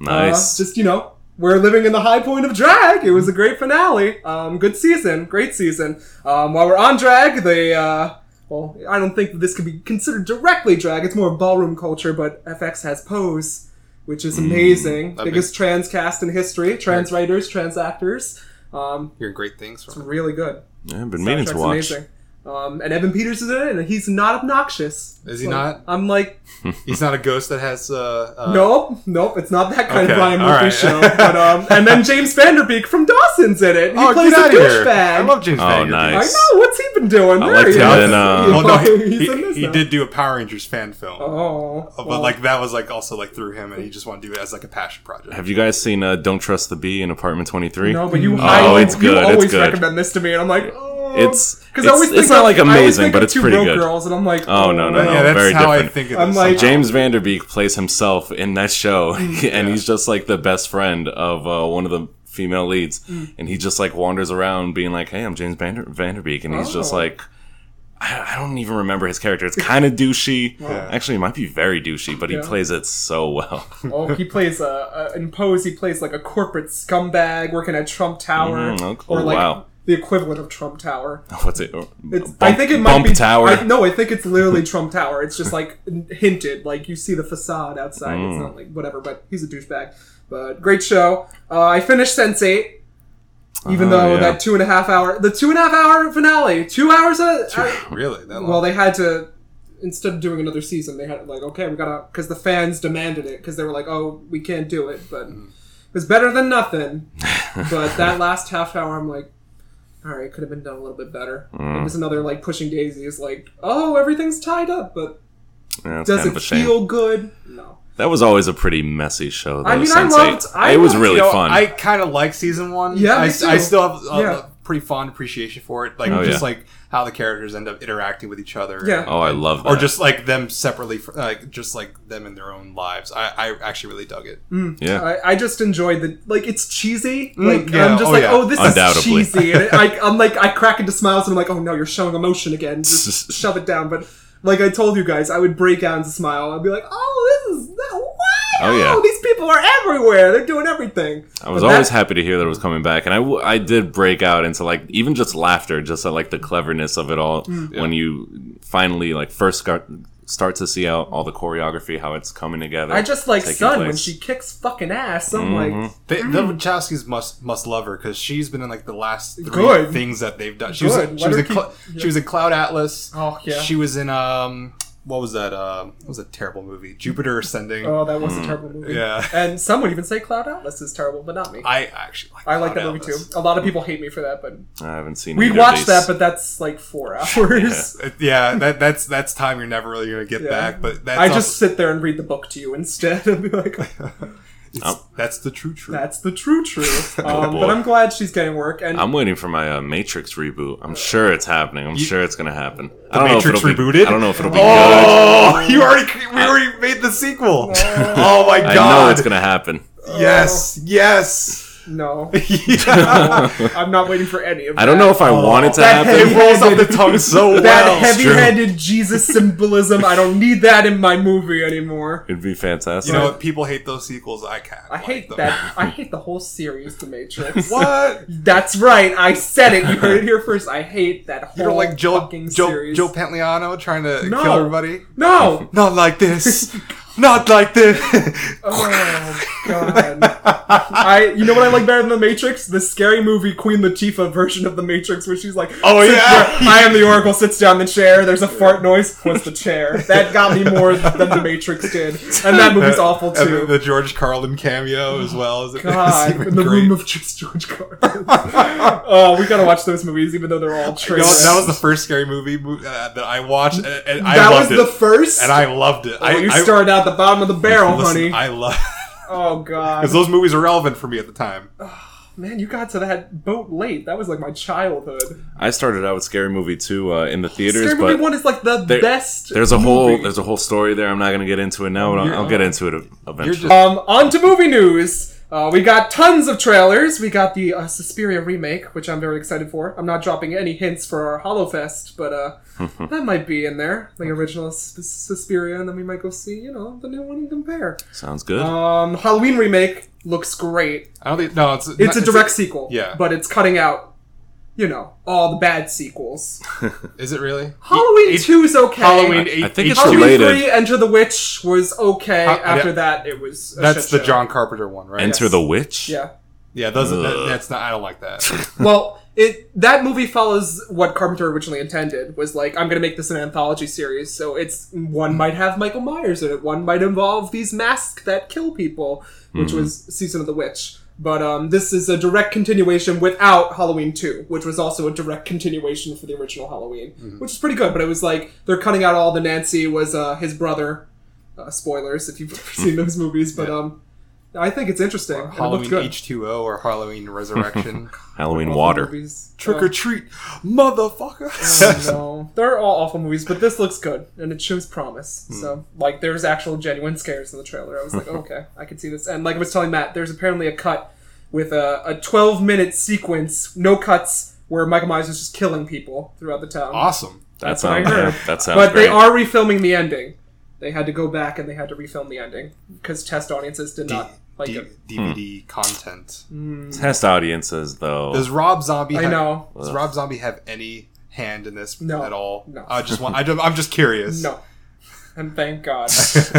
[SPEAKER 3] nice.
[SPEAKER 1] just, you know, we're living in the high point of drag. It was a great finale. Um, good season. Great season. Um, while we're on drag, they, uh, well, I don't think that this could be considered directly drag. It's more ballroom culture, but FX has Pose, which is
[SPEAKER 3] Mm,
[SPEAKER 1] amazing.
[SPEAKER 2] that
[SPEAKER 1] Biggest trans cast in history. Trans writers, trans actors. Um,
[SPEAKER 2] hearing great things
[SPEAKER 1] it's
[SPEAKER 2] from. it.
[SPEAKER 1] really good.
[SPEAKER 3] yeah, I've been meaning to
[SPEAKER 1] Soundtrack's
[SPEAKER 3] watch.
[SPEAKER 1] Amazing. Um, and Evan Peters is in it, and he's not obnoxious.
[SPEAKER 2] Is he
[SPEAKER 1] So
[SPEAKER 2] not?
[SPEAKER 1] I'm like,
[SPEAKER 2] He's not a ghost that has. Uh, uh,
[SPEAKER 1] Nope, nope, it's not that kind of
[SPEAKER 2] Okay,
[SPEAKER 1] Brian
[SPEAKER 2] all
[SPEAKER 1] Murphy
[SPEAKER 2] right.
[SPEAKER 1] show. But um, and
[SPEAKER 3] <laughs>
[SPEAKER 1] then James Vanderbeek from Dawson's in it. He
[SPEAKER 2] Oh,
[SPEAKER 1] plays
[SPEAKER 2] get
[SPEAKER 1] a
[SPEAKER 2] out of here! I
[SPEAKER 1] douchebag.
[SPEAKER 2] love James.
[SPEAKER 3] Oh,
[SPEAKER 2] Vanderbeek.
[SPEAKER 3] nice.
[SPEAKER 1] I know what's he been doing.
[SPEAKER 3] I
[SPEAKER 1] There
[SPEAKER 3] liked
[SPEAKER 1] he
[SPEAKER 3] him
[SPEAKER 1] is. <laughs>
[SPEAKER 3] in, uh,
[SPEAKER 2] Well, no, he,
[SPEAKER 1] he's in
[SPEAKER 2] he,
[SPEAKER 1] this
[SPEAKER 2] he
[SPEAKER 1] now.
[SPEAKER 2] did do a Power Rangers fan film,
[SPEAKER 1] Oh,
[SPEAKER 2] but
[SPEAKER 1] well,
[SPEAKER 2] like that was like also like through him, and he just wanted to do it as like a passion project.
[SPEAKER 3] Have you guys seen uh, "Don't Trust the Bee" in Apartment Twenty Three?
[SPEAKER 1] no,
[SPEAKER 3] <laughs>
[SPEAKER 1] but you,
[SPEAKER 3] Oh,
[SPEAKER 1] highly-
[SPEAKER 3] it's good,
[SPEAKER 1] you
[SPEAKER 3] it's
[SPEAKER 1] always
[SPEAKER 3] good.
[SPEAKER 1] recommend this to me, and I'm like, oh.
[SPEAKER 3] It's
[SPEAKER 1] because
[SPEAKER 3] it's,
[SPEAKER 1] I always think
[SPEAKER 3] it's not
[SPEAKER 1] of-
[SPEAKER 3] like
[SPEAKER 1] I always
[SPEAKER 3] amazing,
[SPEAKER 1] think
[SPEAKER 3] but
[SPEAKER 1] of
[SPEAKER 3] it's
[SPEAKER 1] two
[SPEAKER 3] pretty
[SPEAKER 1] broke
[SPEAKER 3] good.
[SPEAKER 1] girls, and I'm like,
[SPEAKER 3] Oh, no, no,
[SPEAKER 2] But
[SPEAKER 3] no.
[SPEAKER 2] yeah, that's
[SPEAKER 3] very
[SPEAKER 2] how I
[SPEAKER 3] different.
[SPEAKER 2] think of
[SPEAKER 1] I'm
[SPEAKER 2] this.
[SPEAKER 1] like-
[SPEAKER 2] somehow.
[SPEAKER 3] James Vanderbeek plays himself in that show, <laughs> and he's just like the best friend of uh, one of the female leads,
[SPEAKER 1] Mm.
[SPEAKER 3] and he just like wanders around being like, "Hey, I'm James Vander- Vanderbeek," and he's just
[SPEAKER 1] Oh.
[SPEAKER 3] like, I, I don't even remember his character. It's kind of douchey.
[SPEAKER 2] Yeah.
[SPEAKER 3] Actually, it might be very douchey, but
[SPEAKER 1] Yeah.
[SPEAKER 3] he plays it so well. <laughs>
[SPEAKER 1] Oh, he plays uh, uh, in Pose. He plays like a corporate scumbag working at Trump Tower,
[SPEAKER 3] Mhm, okay.
[SPEAKER 1] or
[SPEAKER 3] Oh,
[SPEAKER 1] like
[SPEAKER 3] wow.
[SPEAKER 1] the equivalent of Trump Tower.
[SPEAKER 3] What's it? uh,
[SPEAKER 1] It's,
[SPEAKER 3] Bump-
[SPEAKER 1] I think it might
[SPEAKER 3] Bump
[SPEAKER 1] be
[SPEAKER 3] Tower.
[SPEAKER 1] I, no, I think it's literally Trump Tower. It's just like hinted, like you see the facade outside.
[SPEAKER 3] Hmm.
[SPEAKER 1] It's not like whatever, but he's a douchebag. But great show. Uh, I finished Sense Eight, even
[SPEAKER 3] Oh,
[SPEAKER 1] though
[SPEAKER 3] yeah.
[SPEAKER 1] that two and a half hour, the two and a half hour finale, two hours. uh, A, I-
[SPEAKER 2] really that long.
[SPEAKER 1] well, they had to instead of doing another season, they had like okay, we gotta because the fans demanded it because they were like, oh, we can't do it, but
[SPEAKER 3] Mm-hmm.
[SPEAKER 1] it was better than
[SPEAKER 3] <laughs>
[SPEAKER 1] nothing. but that last half hour, I'm like, all right, could have been done a little bit better.
[SPEAKER 3] Mm.
[SPEAKER 1] It was another like pushing daisies, like, oh, everything's tied up, but
[SPEAKER 3] Yeah, it's
[SPEAKER 1] does
[SPEAKER 3] kind of
[SPEAKER 1] it
[SPEAKER 3] a shame.
[SPEAKER 1] feel good? No.
[SPEAKER 3] That was always a pretty messy show. Though,
[SPEAKER 1] I mean, I
[SPEAKER 3] Sense8.
[SPEAKER 1] loved- I
[SPEAKER 3] it was
[SPEAKER 1] loved,
[SPEAKER 3] really
[SPEAKER 2] You know,
[SPEAKER 3] fun.
[SPEAKER 2] I kind of like season one.
[SPEAKER 1] Yeah,
[SPEAKER 2] I,
[SPEAKER 1] me
[SPEAKER 2] s- I
[SPEAKER 1] too.
[SPEAKER 2] still have a,
[SPEAKER 1] Yeah.
[SPEAKER 2] a pretty fond appreciation for it. Like
[SPEAKER 3] Oh,
[SPEAKER 2] just
[SPEAKER 3] yeah.
[SPEAKER 2] like how the characters end up interacting with each other.
[SPEAKER 1] Yeah.
[SPEAKER 3] oh, I love that.
[SPEAKER 2] Or just like them separately, fr- like just like them in their own lives. I, I actually really dug it.
[SPEAKER 1] Mm.
[SPEAKER 3] yeah.
[SPEAKER 1] I, I just enjoyed the like it's cheesy.
[SPEAKER 2] Mm,
[SPEAKER 1] Like
[SPEAKER 2] yeah,
[SPEAKER 1] I'm just
[SPEAKER 2] oh,
[SPEAKER 1] like,
[SPEAKER 2] yeah.
[SPEAKER 1] oh, this is
[SPEAKER 3] Undoubtedly.
[SPEAKER 1] cheesy. And it,
[SPEAKER 3] <laughs>
[SPEAKER 1] I, I'm like, I crack into smiles and I'm like, oh no, you're showing emotion again.
[SPEAKER 3] <laughs>
[SPEAKER 1] Just shove it down. But like I told you guys, I would break out into smile. I'd be like, oh, this is wow.
[SPEAKER 3] Oh, yeah.
[SPEAKER 1] these people are everywhere. They're doing everything.
[SPEAKER 3] I was
[SPEAKER 1] But
[SPEAKER 3] always
[SPEAKER 1] that-
[SPEAKER 3] happy to hear that it was coming back, and I, w- I did break out into like even just laughter, just at like the cleverness of it all
[SPEAKER 2] Mm.
[SPEAKER 3] when you finally like first got, start to see how all the choreography, how it's coming together.
[SPEAKER 1] I just like
[SPEAKER 3] taking
[SPEAKER 1] Sun when
[SPEAKER 3] place. Mm-hmm.
[SPEAKER 1] she kicks fucking ass. I'm like,
[SPEAKER 2] They, The
[SPEAKER 1] Mm.
[SPEAKER 2] Wachowskis must must love her because she's been in like the last three
[SPEAKER 1] Good.
[SPEAKER 2] things that they've done. She
[SPEAKER 1] Good. Let
[SPEAKER 2] was she was,
[SPEAKER 1] her
[SPEAKER 2] in Cl-
[SPEAKER 1] keep-
[SPEAKER 2] she was in Cloud Atlas.
[SPEAKER 1] Oh, yeah.
[SPEAKER 2] She was in um what was that um what was that terrible movie Jupiter Ascending.
[SPEAKER 1] oh, that was a
[SPEAKER 3] Mm-hmm.
[SPEAKER 1] terrible movie.
[SPEAKER 2] Yeah.
[SPEAKER 1] And some would even say Cloud Atlas is terrible, but not me. I,
[SPEAKER 2] I actually like
[SPEAKER 1] like that
[SPEAKER 2] Cloud
[SPEAKER 1] movie
[SPEAKER 2] Atlas.
[SPEAKER 1] too. A lot of people hate me for that, but
[SPEAKER 3] I haven't seen.
[SPEAKER 1] we'd
[SPEAKER 3] either of
[SPEAKER 1] watch
[SPEAKER 3] these.
[SPEAKER 1] that, but that's like
[SPEAKER 3] <laughs>
[SPEAKER 1] four hours.
[SPEAKER 2] Uh, Yeah, that that's that's time you're never really gonna get
[SPEAKER 1] Yeah.
[SPEAKER 2] back. But that's
[SPEAKER 1] I just sit there and read the book to you instead <laughs> and be like,
[SPEAKER 2] also- that's the true truth.
[SPEAKER 1] that's the true truth. Um,
[SPEAKER 3] boy.
[SPEAKER 1] but I'm glad she's getting work. And
[SPEAKER 3] I'm waiting for my uh, Matrix reboot. I'm sure it's happening. I'm sure it's gonna happen. I don't
[SPEAKER 2] Matrix
[SPEAKER 3] know if it'll
[SPEAKER 2] rebooted?
[SPEAKER 3] Be, I don't know if it'll be
[SPEAKER 2] Oh, <laughs> you already we already made the sequel. <laughs> Oh my
[SPEAKER 3] good. I
[SPEAKER 2] god!
[SPEAKER 3] know it's gonna happen.
[SPEAKER 2] Yes, yes.
[SPEAKER 1] <laughs> No,
[SPEAKER 2] Yeah.
[SPEAKER 1] I'm not waiting for any of.
[SPEAKER 3] <laughs> I don't know if I
[SPEAKER 2] Oh,
[SPEAKER 3] want it to
[SPEAKER 1] that
[SPEAKER 3] happen.
[SPEAKER 1] heavy-
[SPEAKER 2] rolls off the tongue so
[SPEAKER 1] that,
[SPEAKER 2] well.
[SPEAKER 1] that
[SPEAKER 3] Well, it's true.
[SPEAKER 1] heavy-handed Jesus symbolism. I don't need that in my movie anymore.
[SPEAKER 3] <laughs> It'd be fantastic.
[SPEAKER 2] You know what? People hate those sequels. I can't.
[SPEAKER 1] I hate
[SPEAKER 2] them.
[SPEAKER 1] that. I hate the whole series, The Matrix.
[SPEAKER 2] <laughs> What?
[SPEAKER 1] That's right. I said it. You heard it here first. I hate that whole
[SPEAKER 2] You don't like Joe
[SPEAKER 1] fucking
[SPEAKER 2] Joe,
[SPEAKER 1] series.
[SPEAKER 2] Joe Pantliano trying to
[SPEAKER 1] No.
[SPEAKER 2] kill everybody?
[SPEAKER 1] no.
[SPEAKER 2] Not
[SPEAKER 1] <laughs>
[SPEAKER 2] like this. Not like this.
[SPEAKER 1] Oh god. I. You know what I like better than The Matrix? The scary movie Queen Latifah version of The Matrix, where she's like,
[SPEAKER 2] Oh,
[SPEAKER 1] sits
[SPEAKER 2] yeah.
[SPEAKER 1] there, I am the Oracle. Sits down in the chair. There's a fart noise. What's the chair? That got me more than The Matrix did, and that movie's awful
[SPEAKER 2] <laughs> And the,
[SPEAKER 1] too. Oh,
[SPEAKER 2] the George Carlin cameo as well. Is
[SPEAKER 1] God,
[SPEAKER 2] even
[SPEAKER 1] in the
[SPEAKER 2] great.
[SPEAKER 1] room of just George Carlin. oh, we gotta watch those movies, even though they're all
[SPEAKER 2] You
[SPEAKER 1] trash.
[SPEAKER 2] know,
[SPEAKER 1] <laughs>
[SPEAKER 2] that was the first scary movie mo- uh, that I watched, and, and I
[SPEAKER 1] That was
[SPEAKER 2] loved
[SPEAKER 1] the
[SPEAKER 2] it.
[SPEAKER 1] first.
[SPEAKER 2] and I loved it.
[SPEAKER 1] Oh,
[SPEAKER 2] I,
[SPEAKER 1] you
[SPEAKER 2] I,
[SPEAKER 1] started out the bottom of the barrel,
[SPEAKER 2] listen,
[SPEAKER 1] honey.
[SPEAKER 2] I love
[SPEAKER 1] oh
[SPEAKER 2] because
[SPEAKER 1] god,
[SPEAKER 2] those movies are relevant for me at the time.
[SPEAKER 1] man, you got to that boat late. That was like my childhood.
[SPEAKER 3] I started out with Scary Movie 2 uh, in the theaters,
[SPEAKER 1] Scary Movie
[SPEAKER 3] but
[SPEAKER 1] One is like the
[SPEAKER 3] there-
[SPEAKER 1] best.
[SPEAKER 3] there's a whole
[SPEAKER 1] movie.
[SPEAKER 3] there's a whole story there. I'm not going to get into it now, but I'll,
[SPEAKER 2] You're-
[SPEAKER 3] I'll get into it e- eventually.
[SPEAKER 2] just-
[SPEAKER 1] Um, on to movie news. Uh, we got tons of trailers. We got the uh, Suspiria remake, which I'm very excited for. I'm not dropping any hints for our Hollowfest, but
[SPEAKER 3] <laughs>
[SPEAKER 1] uh, that might be in there. The original Sus- Suspiria, and then we might go see, you know, the new one and compare.
[SPEAKER 3] Sounds good.
[SPEAKER 1] Um, Halloween remake looks great.
[SPEAKER 2] I don't think no, it's
[SPEAKER 1] It's a direct sequel,
[SPEAKER 2] yeah.
[SPEAKER 1] but it's cutting out, you know, all the bad sequels.
[SPEAKER 2] Is it really
[SPEAKER 1] Halloween
[SPEAKER 2] It-
[SPEAKER 1] 2 is okay.
[SPEAKER 2] Halloween?
[SPEAKER 3] I think
[SPEAKER 2] eight-
[SPEAKER 3] it's
[SPEAKER 2] eight-
[SPEAKER 1] Halloween
[SPEAKER 3] related.
[SPEAKER 1] 3, Enter the Witch, was okay.
[SPEAKER 2] How-
[SPEAKER 1] After
[SPEAKER 2] yeah.
[SPEAKER 1] that, it was. A
[SPEAKER 2] That's
[SPEAKER 1] shit
[SPEAKER 2] the
[SPEAKER 1] show.
[SPEAKER 2] John Carpenter one, right?
[SPEAKER 3] Enter the Witch.
[SPEAKER 1] Yeah.
[SPEAKER 2] Yeah, those, that,
[SPEAKER 3] Ugh.
[SPEAKER 2] that's not. I don't like
[SPEAKER 3] <laughs>
[SPEAKER 2] that.
[SPEAKER 1] Well, it that movie follows what Carpenter originally intended was like I'm going to make this an anthology series. So it's one might have Michael Myers in it, one might involve these masks that kill people, which
[SPEAKER 2] Mm-hmm.
[SPEAKER 1] was Season of the Witch. But um, this is a direct continuation without Halloween 2, which was also a direct continuation for the original Halloween,
[SPEAKER 2] Mm-hmm.
[SPEAKER 1] which is pretty good. But it was like they're cutting out all the Nancy was uh, his brother. Uh, spoilers if you've <laughs> ever seen those movies, but um, I think it's interesting. and it looked
[SPEAKER 2] Halloween
[SPEAKER 1] good.
[SPEAKER 2] H two O or
[SPEAKER 3] <laughs>
[SPEAKER 1] <laughs>
[SPEAKER 2] Halloween Resurrection.
[SPEAKER 3] Halloween
[SPEAKER 1] Awful
[SPEAKER 3] Water.
[SPEAKER 1] movies.
[SPEAKER 2] Trick
[SPEAKER 1] Uh,
[SPEAKER 2] or treat, motherfucker. <laughs>
[SPEAKER 1] Oh, no. They're all awful movies, but this looks good and it shows promise. So, like, there's actual genuine scares in the trailer. I was like, okay, I can see this. And like I was telling Matt, there's apparently a cut with a, a 12 minute sequence, no cuts, where Michael Myers is just killing people throughout the town.
[SPEAKER 2] awesome.
[SPEAKER 3] That
[SPEAKER 1] That's what I
[SPEAKER 3] sounds yeah,
[SPEAKER 1] heard.
[SPEAKER 3] that sounds
[SPEAKER 1] But
[SPEAKER 3] great.
[SPEAKER 1] they are refilming the ending. They had to go back and they had to refilm the ending because test audiences did
[SPEAKER 2] D-
[SPEAKER 1] not like
[SPEAKER 2] D-
[SPEAKER 1] it.
[SPEAKER 2] DVD content.
[SPEAKER 3] Test audiences though.
[SPEAKER 2] Does Rob Zombie?
[SPEAKER 1] I
[SPEAKER 2] have,
[SPEAKER 1] know.
[SPEAKER 2] Does Rob Zombie have any hand in this
[SPEAKER 1] No.
[SPEAKER 2] at all?
[SPEAKER 1] No.
[SPEAKER 2] I just want. I just, I'm just curious.
[SPEAKER 1] No. And thank God.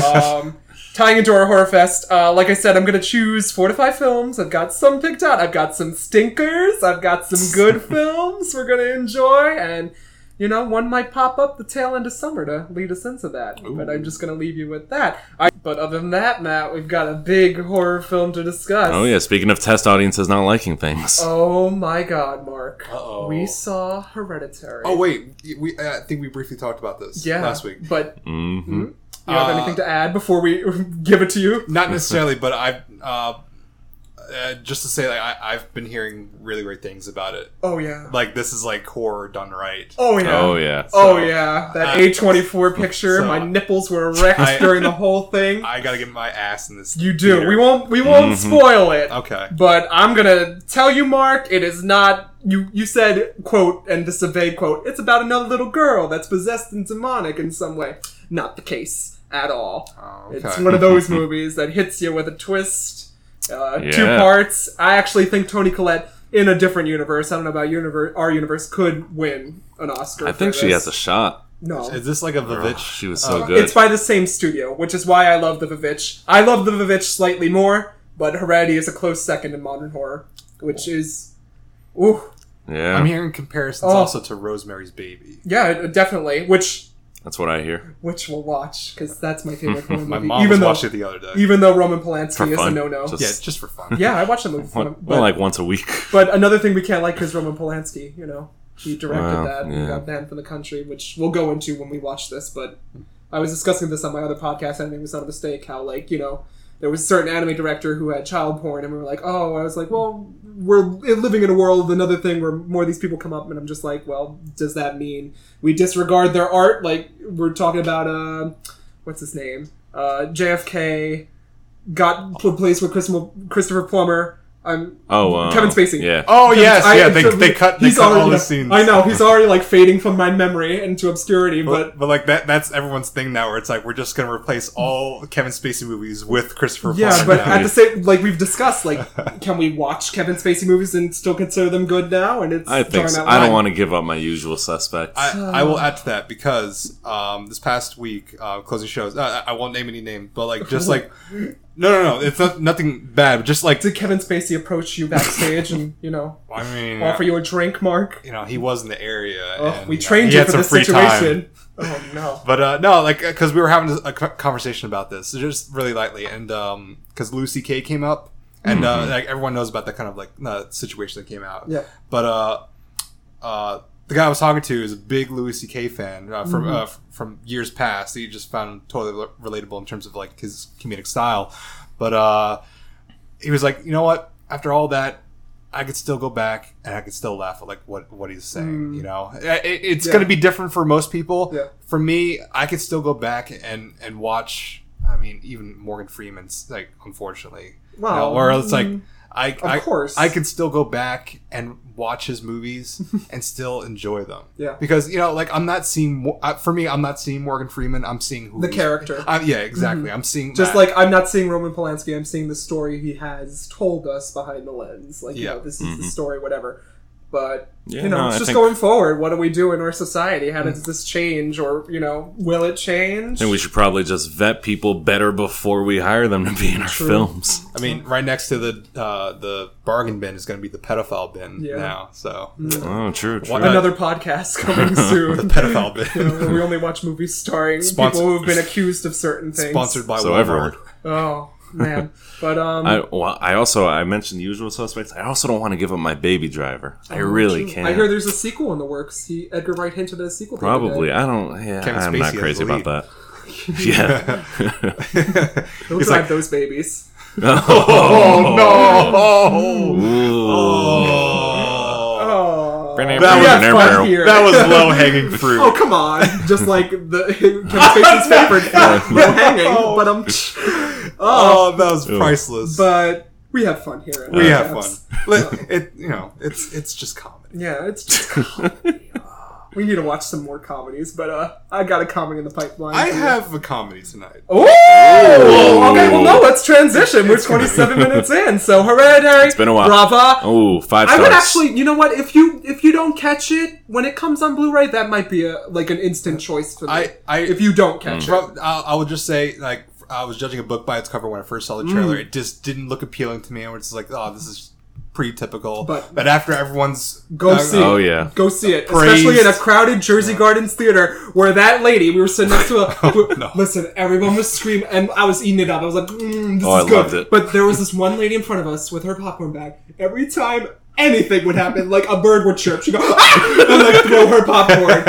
[SPEAKER 1] um, tying into our horror fest, uh, like I said, I'm gonna choose four to five films. I've got some picked out. I've got some stinkers. I've got some
[SPEAKER 2] <laughs>
[SPEAKER 1] good films we're gonna enjoy, and you know, one might pop up the tail end of summer to lead us into that. But I'm just gonna leave you with that. I, but other than that, Matt, we've got a big horror film to discuss.
[SPEAKER 3] oh yeah, speaking of test audiences not liking things.
[SPEAKER 1] Oh my God, Mark.
[SPEAKER 2] Uh-oh.
[SPEAKER 1] We saw Hereditary.
[SPEAKER 2] Oh wait, we I think we briefly talked about this
[SPEAKER 1] yeah,
[SPEAKER 2] last week.
[SPEAKER 1] But
[SPEAKER 3] hmm
[SPEAKER 1] you have
[SPEAKER 2] Uh,
[SPEAKER 1] anything to add before we <laughs> give it to you?
[SPEAKER 2] Not necessarily, but I've uh, uh, just to say like, I, I've been hearing really great things about it.
[SPEAKER 1] Oh yeah.
[SPEAKER 2] Like this is like horror done right.
[SPEAKER 1] Oh yeah.
[SPEAKER 3] Oh yeah.
[SPEAKER 1] Oh
[SPEAKER 2] So,
[SPEAKER 1] yeah, that
[SPEAKER 2] uh,
[SPEAKER 1] A twenty four picture.
[SPEAKER 2] so-
[SPEAKER 1] my nipples were erect
[SPEAKER 2] I-
[SPEAKER 1] during the whole thing.
[SPEAKER 2] <laughs> I gotta get my ass in this.
[SPEAKER 1] you do.
[SPEAKER 2] theater.
[SPEAKER 1] We won't. We won't
[SPEAKER 3] Mhm.
[SPEAKER 1] spoil it.
[SPEAKER 2] Okay.
[SPEAKER 1] But I'm gonna tell you, Mark. It is not. You you said quote and this is a vague quote. It's about another little girl that's possessed and demonic in some way. Not the case at all.
[SPEAKER 2] Oh,
[SPEAKER 1] It's
[SPEAKER 2] okay.
[SPEAKER 1] one of those movies that hits you with a twist. Uh, Two
[SPEAKER 3] Yeah.
[SPEAKER 1] parts. I actually think Tony Collette in a different universe. I don't know about universe. Our universe could win an Oscar.
[SPEAKER 3] I think
[SPEAKER 1] for
[SPEAKER 3] she
[SPEAKER 1] this.
[SPEAKER 3] has a shot.
[SPEAKER 1] no.
[SPEAKER 2] Is this like a
[SPEAKER 3] Ugh,
[SPEAKER 2] Vivitch?
[SPEAKER 3] she was so
[SPEAKER 2] uh,
[SPEAKER 3] good.
[SPEAKER 1] It's by the same studio, which is why I love the Vivitch. I love the Vivitch slightly more, but Heredity is a close second in modern horror, which is, ooh,
[SPEAKER 3] yeah,
[SPEAKER 2] I'm hearing comparisons
[SPEAKER 1] Oh.
[SPEAKER 2] also to Rosemary's Baby.
[SPEAKER 1] yeah, it- definitely. Which
[SPEAKER 3] that's what I hear.
[SPEAKER 1] which we'll watch because that's my favorite
[SPEAKER 3] <laughs>
[SPEAKER 1] horror movie.
[SPEAKER 2] My mom
[SPEAKER 1] even
[SPEAKER 2] was
[SPEAKER 1] though
[SPEAKER 2] watched it the other day.
[SPEAKER 1] even though Roman
[SPEAKER 3] For
[SPEAKER 1] Polanski is a
[SPEAKER 3] fun.
[SPEAKER 1] no no.
[SPEAKER 3] Just-
[SPEAKER 2] yeah, just for fun.
[SPEAKER 1] Yeah, I watched the
[SPEAKER 3] <laughs>
[SPEAKER 1] movie. for
[SPEAKER 3] One,
[SPEAKER 1] him,
[SPEAKER 3] well,
[SPEAKER 1] but,
[SPEAKER 3] like once a week. <laughs>
[SPEAKER 1] but another thing we can't like is Roman Polanski. You know, he directed
[SPEAKER 3] Wow,
[SPEAKER 1] that. and
[SPEAKER 3] yeah.
[SPEAKER 1] got banned from the country, which we'll go into when we watch this. But I was discussing this on my other podcast, and I think it was not a mistake how, like, you know, there was a certain anime director who had child porn, and we were like, oh, I was like, well, we're living in a world, another thing where more of these people come up, and I'm just like, well, does that mean we disregard their art? Like, we're talking about, uh, what's his name? Uh, JFK got pl- placed with Chris- Christopher Plummer. I'm
[SPEAKER 3] Oh, uh,
[SPEAKER 1] Kevin Spacey.
[SPEAKER 3] Yeah.
[SPEAKER 2] Oh
[SPEAKER 1] Kevin-
[SPEAKER 2] yes,
[SPEAKER 1] I-
[SPEAKER 2] yeah. They,
[SPEAKER 1] so
[SPEAKER 2] they cut they
[SPEAKER 1] he's
[SPEAKER 2] cut
[SPEAKER 1] already-
[SPEAKER 2] all the scenes.
[SPEAKER 1] I know he's already like fading from my memory into obscurity, but
[SPEAKER 2] But, but like that that's everyone's thing now where it's like we're just gonna replace all Kevin Spacey movies with Christopher
[SPEAKER 1] Yeah,
[SPEAKER 2] Plummer
[SPEAKER 1] but
[SPEAKER 2] now.
[SPEAKER 1] at the same, like we've discussed, like can we watch Kevin Spacey movies and still consider them good now? And it's
[SPEAKER 3] I think
[SPEAKER 1] drawing
[SPEAKER 3] so.
[SPEAKER 1] that
[SPEAKER 3] I don't
[SPEAKER 1] line.
[SPEAKER 3] want to give up my usual suspects.
[SPEAKER 2] I, I will add to that because um, this past week, uh, closing shows, uh, I I won't name any names, but like just
[SPEAKER 1] <laughs>
[SPEAKER 2] like, no, no, no, it's not nothing bad. but Just like,
[SPEAKER 1] Did Kevin Spacey approach you backstage and you
[SPEAKER 3] <laughs>
[SPEAKER 1] know
[SPEAKER 2] I mean,
[SPEAKER 1] offer you a drink, Mark?
[SPEAKER 2] you know, he was in the area.
[SPEAKER 1] Oh,
[SPEAKER 2] and,
[SPEAKER 1] we
[SPEAKER 2] you know,
[SPEAKER 1] trained
[SPEAKER 2] he
[SPEAKER 1] you
[SPEAKER 2] had
[SPEAKER 1] for
[SPEAKER 2] some
[SPEAKER 1] this
[SPEAKER 2] free time.
[SPEAKER 1] situation. Oh no.
[SPEAKER 2] But uh, no, like because we were having a co- conversation about this just really lightly, and um, because Lucy K came up, and uh, like everyone knows about that kind of like uh, situation that came out.
[SPEAKER 1] Mm-hmm. Yeah.
[SPEAKER 2] But uh, uh, the guy I was talking to is a big Louis C.K. fan uh,
[SPEAKER 1] Mm-hmm.
[SPEAKER 2] from uh, f- from years past. He just found totally rel- relatable in terms of like his comedic style. But uh, he was like, you know what? After all that, I could still go back and I could still laugh at like what what he's saying. You know, I- it, it's
[SPEAKER 1] Mm. Yeah.
[SPEAKER 2] going to be different for most people.
[SPEAKER 1] Yeah.
[SPEAKER 2] For me, I could still go back and and watch. I mean, even Morgan Freeman's like, unfortunately, you know,
[SPEAKER 1] Well,
[SPEAKER 2] or it's like.
[SPEAKER 1] mm,
[SPEAKER 2] I,
[SPEAKER 1] of
[SPEAKER 2] I,
[SPEAKER 1] course.
[SPEAKER 2] I can still go back and watch his
[SPEAKER 1] <laughs>
[SPEAKER 2] movies and still enjoy them.
[SPEAKER 1] Yeah.
[SPEAKER 2] Because you know, like I'm not seeing Mo- I- for me, I'm not seeing Morgan Freeman. I'm seeing who
[SPEAKER 1] The
[SPEAKER 2] he's-
[SPEAKER 1] character. Mm-hmm.
[SPEAKER 2] I, yeah, exactly. I'm seeing
[SPEAKER 1] Just
[SPEAKER 2] that.
[SPEAKER 1] like I'm not seeing Roman Polanski, I'm seeing the story he has told us behind the lens. Like, you
[SPEAKER 2] Yeah.
[SPEAKER 1] know, this is the
[SPEAKER 3] Mhm.
[SPEAKER 1] story, whatever. But
[SPEAKER 3] yeah,
[SPEAKER 1] you know,
[SPEAKER 3] no,
[SPEAKER 1] it's
[SPEAKER 3] I
[SPEAKER 1] just
[SPEAKER 3] think,
[SPEAKER 1] going forward. What do we do in our society? How does this change, or you know, will it change?
[SPEAKER 3] I think we should probably just vet people better before we hire them to be in our
[SPEAKER 1] True.
[SPEAKER 3] films.
[SPEAKER 2] I mean, right next to the uh, the bargain bin is going to be the pedophile bin
[SPEAKER 1] Yeah. Mm.
[SPEAKER 2] now. So
[SPEAKER 3] Oh, true, true.
[SPEAKER 2] What- uh,
[SPEAKER 1] another
[SPEAKER 3] <laughs>
[SPEAKER 1] podcast coming
[SPEAKER 2] the
[SPEAKER 1] soon.
[SPEAKER 2] pedophile
[SPEAKER 1] <laughs> You know, where
[SPEAKER 2] bin
[SPEAKER 1] we only watch movies starring
[SPEAKER 2] Sponsored-
[SPEAKER 1] people who've been accused of certain things.
[SPEAKER 2] <laughs> sponsored by
[SPEAKER 3] So
[SPEAKER 2] Walmart. <laughs>
[SPEAKER 3] everyone.
[SPEAKER 1] Oh man, but um,
[SPEAKER 3] <laughs> I, well, I also I mentioned the usual suspects. I also don't want to give up my baby driver. I really can't.
[SPEAKER 1] Oh, I hear there's a sequel in the works. He Edgar Wright hinted at a sequel. the other
[SPEAKER 3] Probably.
[SPEAKER 1] day.
[SPEAKER 3] I don't. Yeah,
[SPEAKER 2] Kevin
[SPEAKER 3] I'm not
[SPEAKER 2] Spacey as
[SPEAKER 3] crazy
[SPEAKER 2] the
[SPEAKER 3] about that. <laughs> yeah.
[SPEAKER 1] <laughs> He'll
[SPEAKER 2] He's
[SPEAKER 1] drive
[SPEAKER 2] like,
[SPEAKER 1] those babies.
[SPEAKER 2] oh no!
[SPEAKER 3] Ooh. <laughs>
[SPEAKER 2] Oh.
[SPEAKER 1] Oh,
[SPEAKER 3] That
[SPEAKER 1] we
[SPEAKER 2] was
[SPEAKER 1] had
[SPEAKER 2] an
[SPEAKER 3] air
[SPEAKER 1] fun
[SPEAKER 3] barrel.
[SPEAKER 1] here.
[SPEAKER 2] That was low hanging fruit.
[SPEAKER 1] Oh come on! Just like the <laughs> Kevin
[SPEAKER 2] <laughs>
[SPEAKER 1] Spacey's favorite, no hanging. But um, oh,
[SPEAKER 2] Oh, that was priceless.
[SPEAKER 1] but we have fun here.
[SPEAKER 2] we have
[SPEAKER 1] Perhaps.
[SPEAKER 2] fun. Let- it you know it's it's just comedy.
[SPEAKER 1] Yeah, it's just we need to watch some more comedies, but uh, I got a comedy in the pipeline.
[SPEAKER 2] I
[SPEAKER 1] for you.
[SPEAKER 2] have a comedy tonight.
[SPEAKER 1] Oh, okay. Well, no, let's transition. We're
[SPEAKER 2] <laughs>
[SPEAKER 1] 27 minutes in, so hereditary. It's
[SPEAKER 3] been a while. Oh,
[SPEAKER 1] Brava.
[SPEAKER 3] Ooh, five
[SPEAKER 1] I
[SPEAKER 3] stars.
[SPEAKER 1] would actually, you know what? If you if you don't catch it when it comes on Blu-ray, that might be a like an instant choice for me.
[SPEAKER 2] I I
[SPEAKER 1] if you don't catch it,
[SPEAKER 2] from, I, I would just say like I was judging a book by its cover when I first saw the trailer. It just didn't look appealing to me. I was just like, oh, this is pretty typical.
[SPEAKER 1] But-
[SPEAKER 2] But, after everyone's
[SPEAKER 1] Go see
[SPEAKER 3] Oh yeah.
[SPEAKER 1] Go see it,
[SPEAKER 2] Praised.
[SPEAKER 1] especially in a crowded Jersey Gardens theater where that lady we were sitting next to. A,
[SPEAKER 3] <laughs> Oh,
[SPEAKER 2] no.
[SPEAKER 1] Listen, everyone was screaming, and I was eating it up. I was like, mm, "This
[SPEAKER 3] Oh,
[SPEAKER 1] is
[SPEAKER 3] I
[SPEAKER 1] good."
[SPEAKER 3] loved it.
[SPEAKER 1] But there was this one lady in front of us with her popcorn bag. Every time anything would happen, like a bird would chirp, she'd go ah! and like throw her
[SPEAKER 3] <laughs>
[SPEAKER 1] popcorn.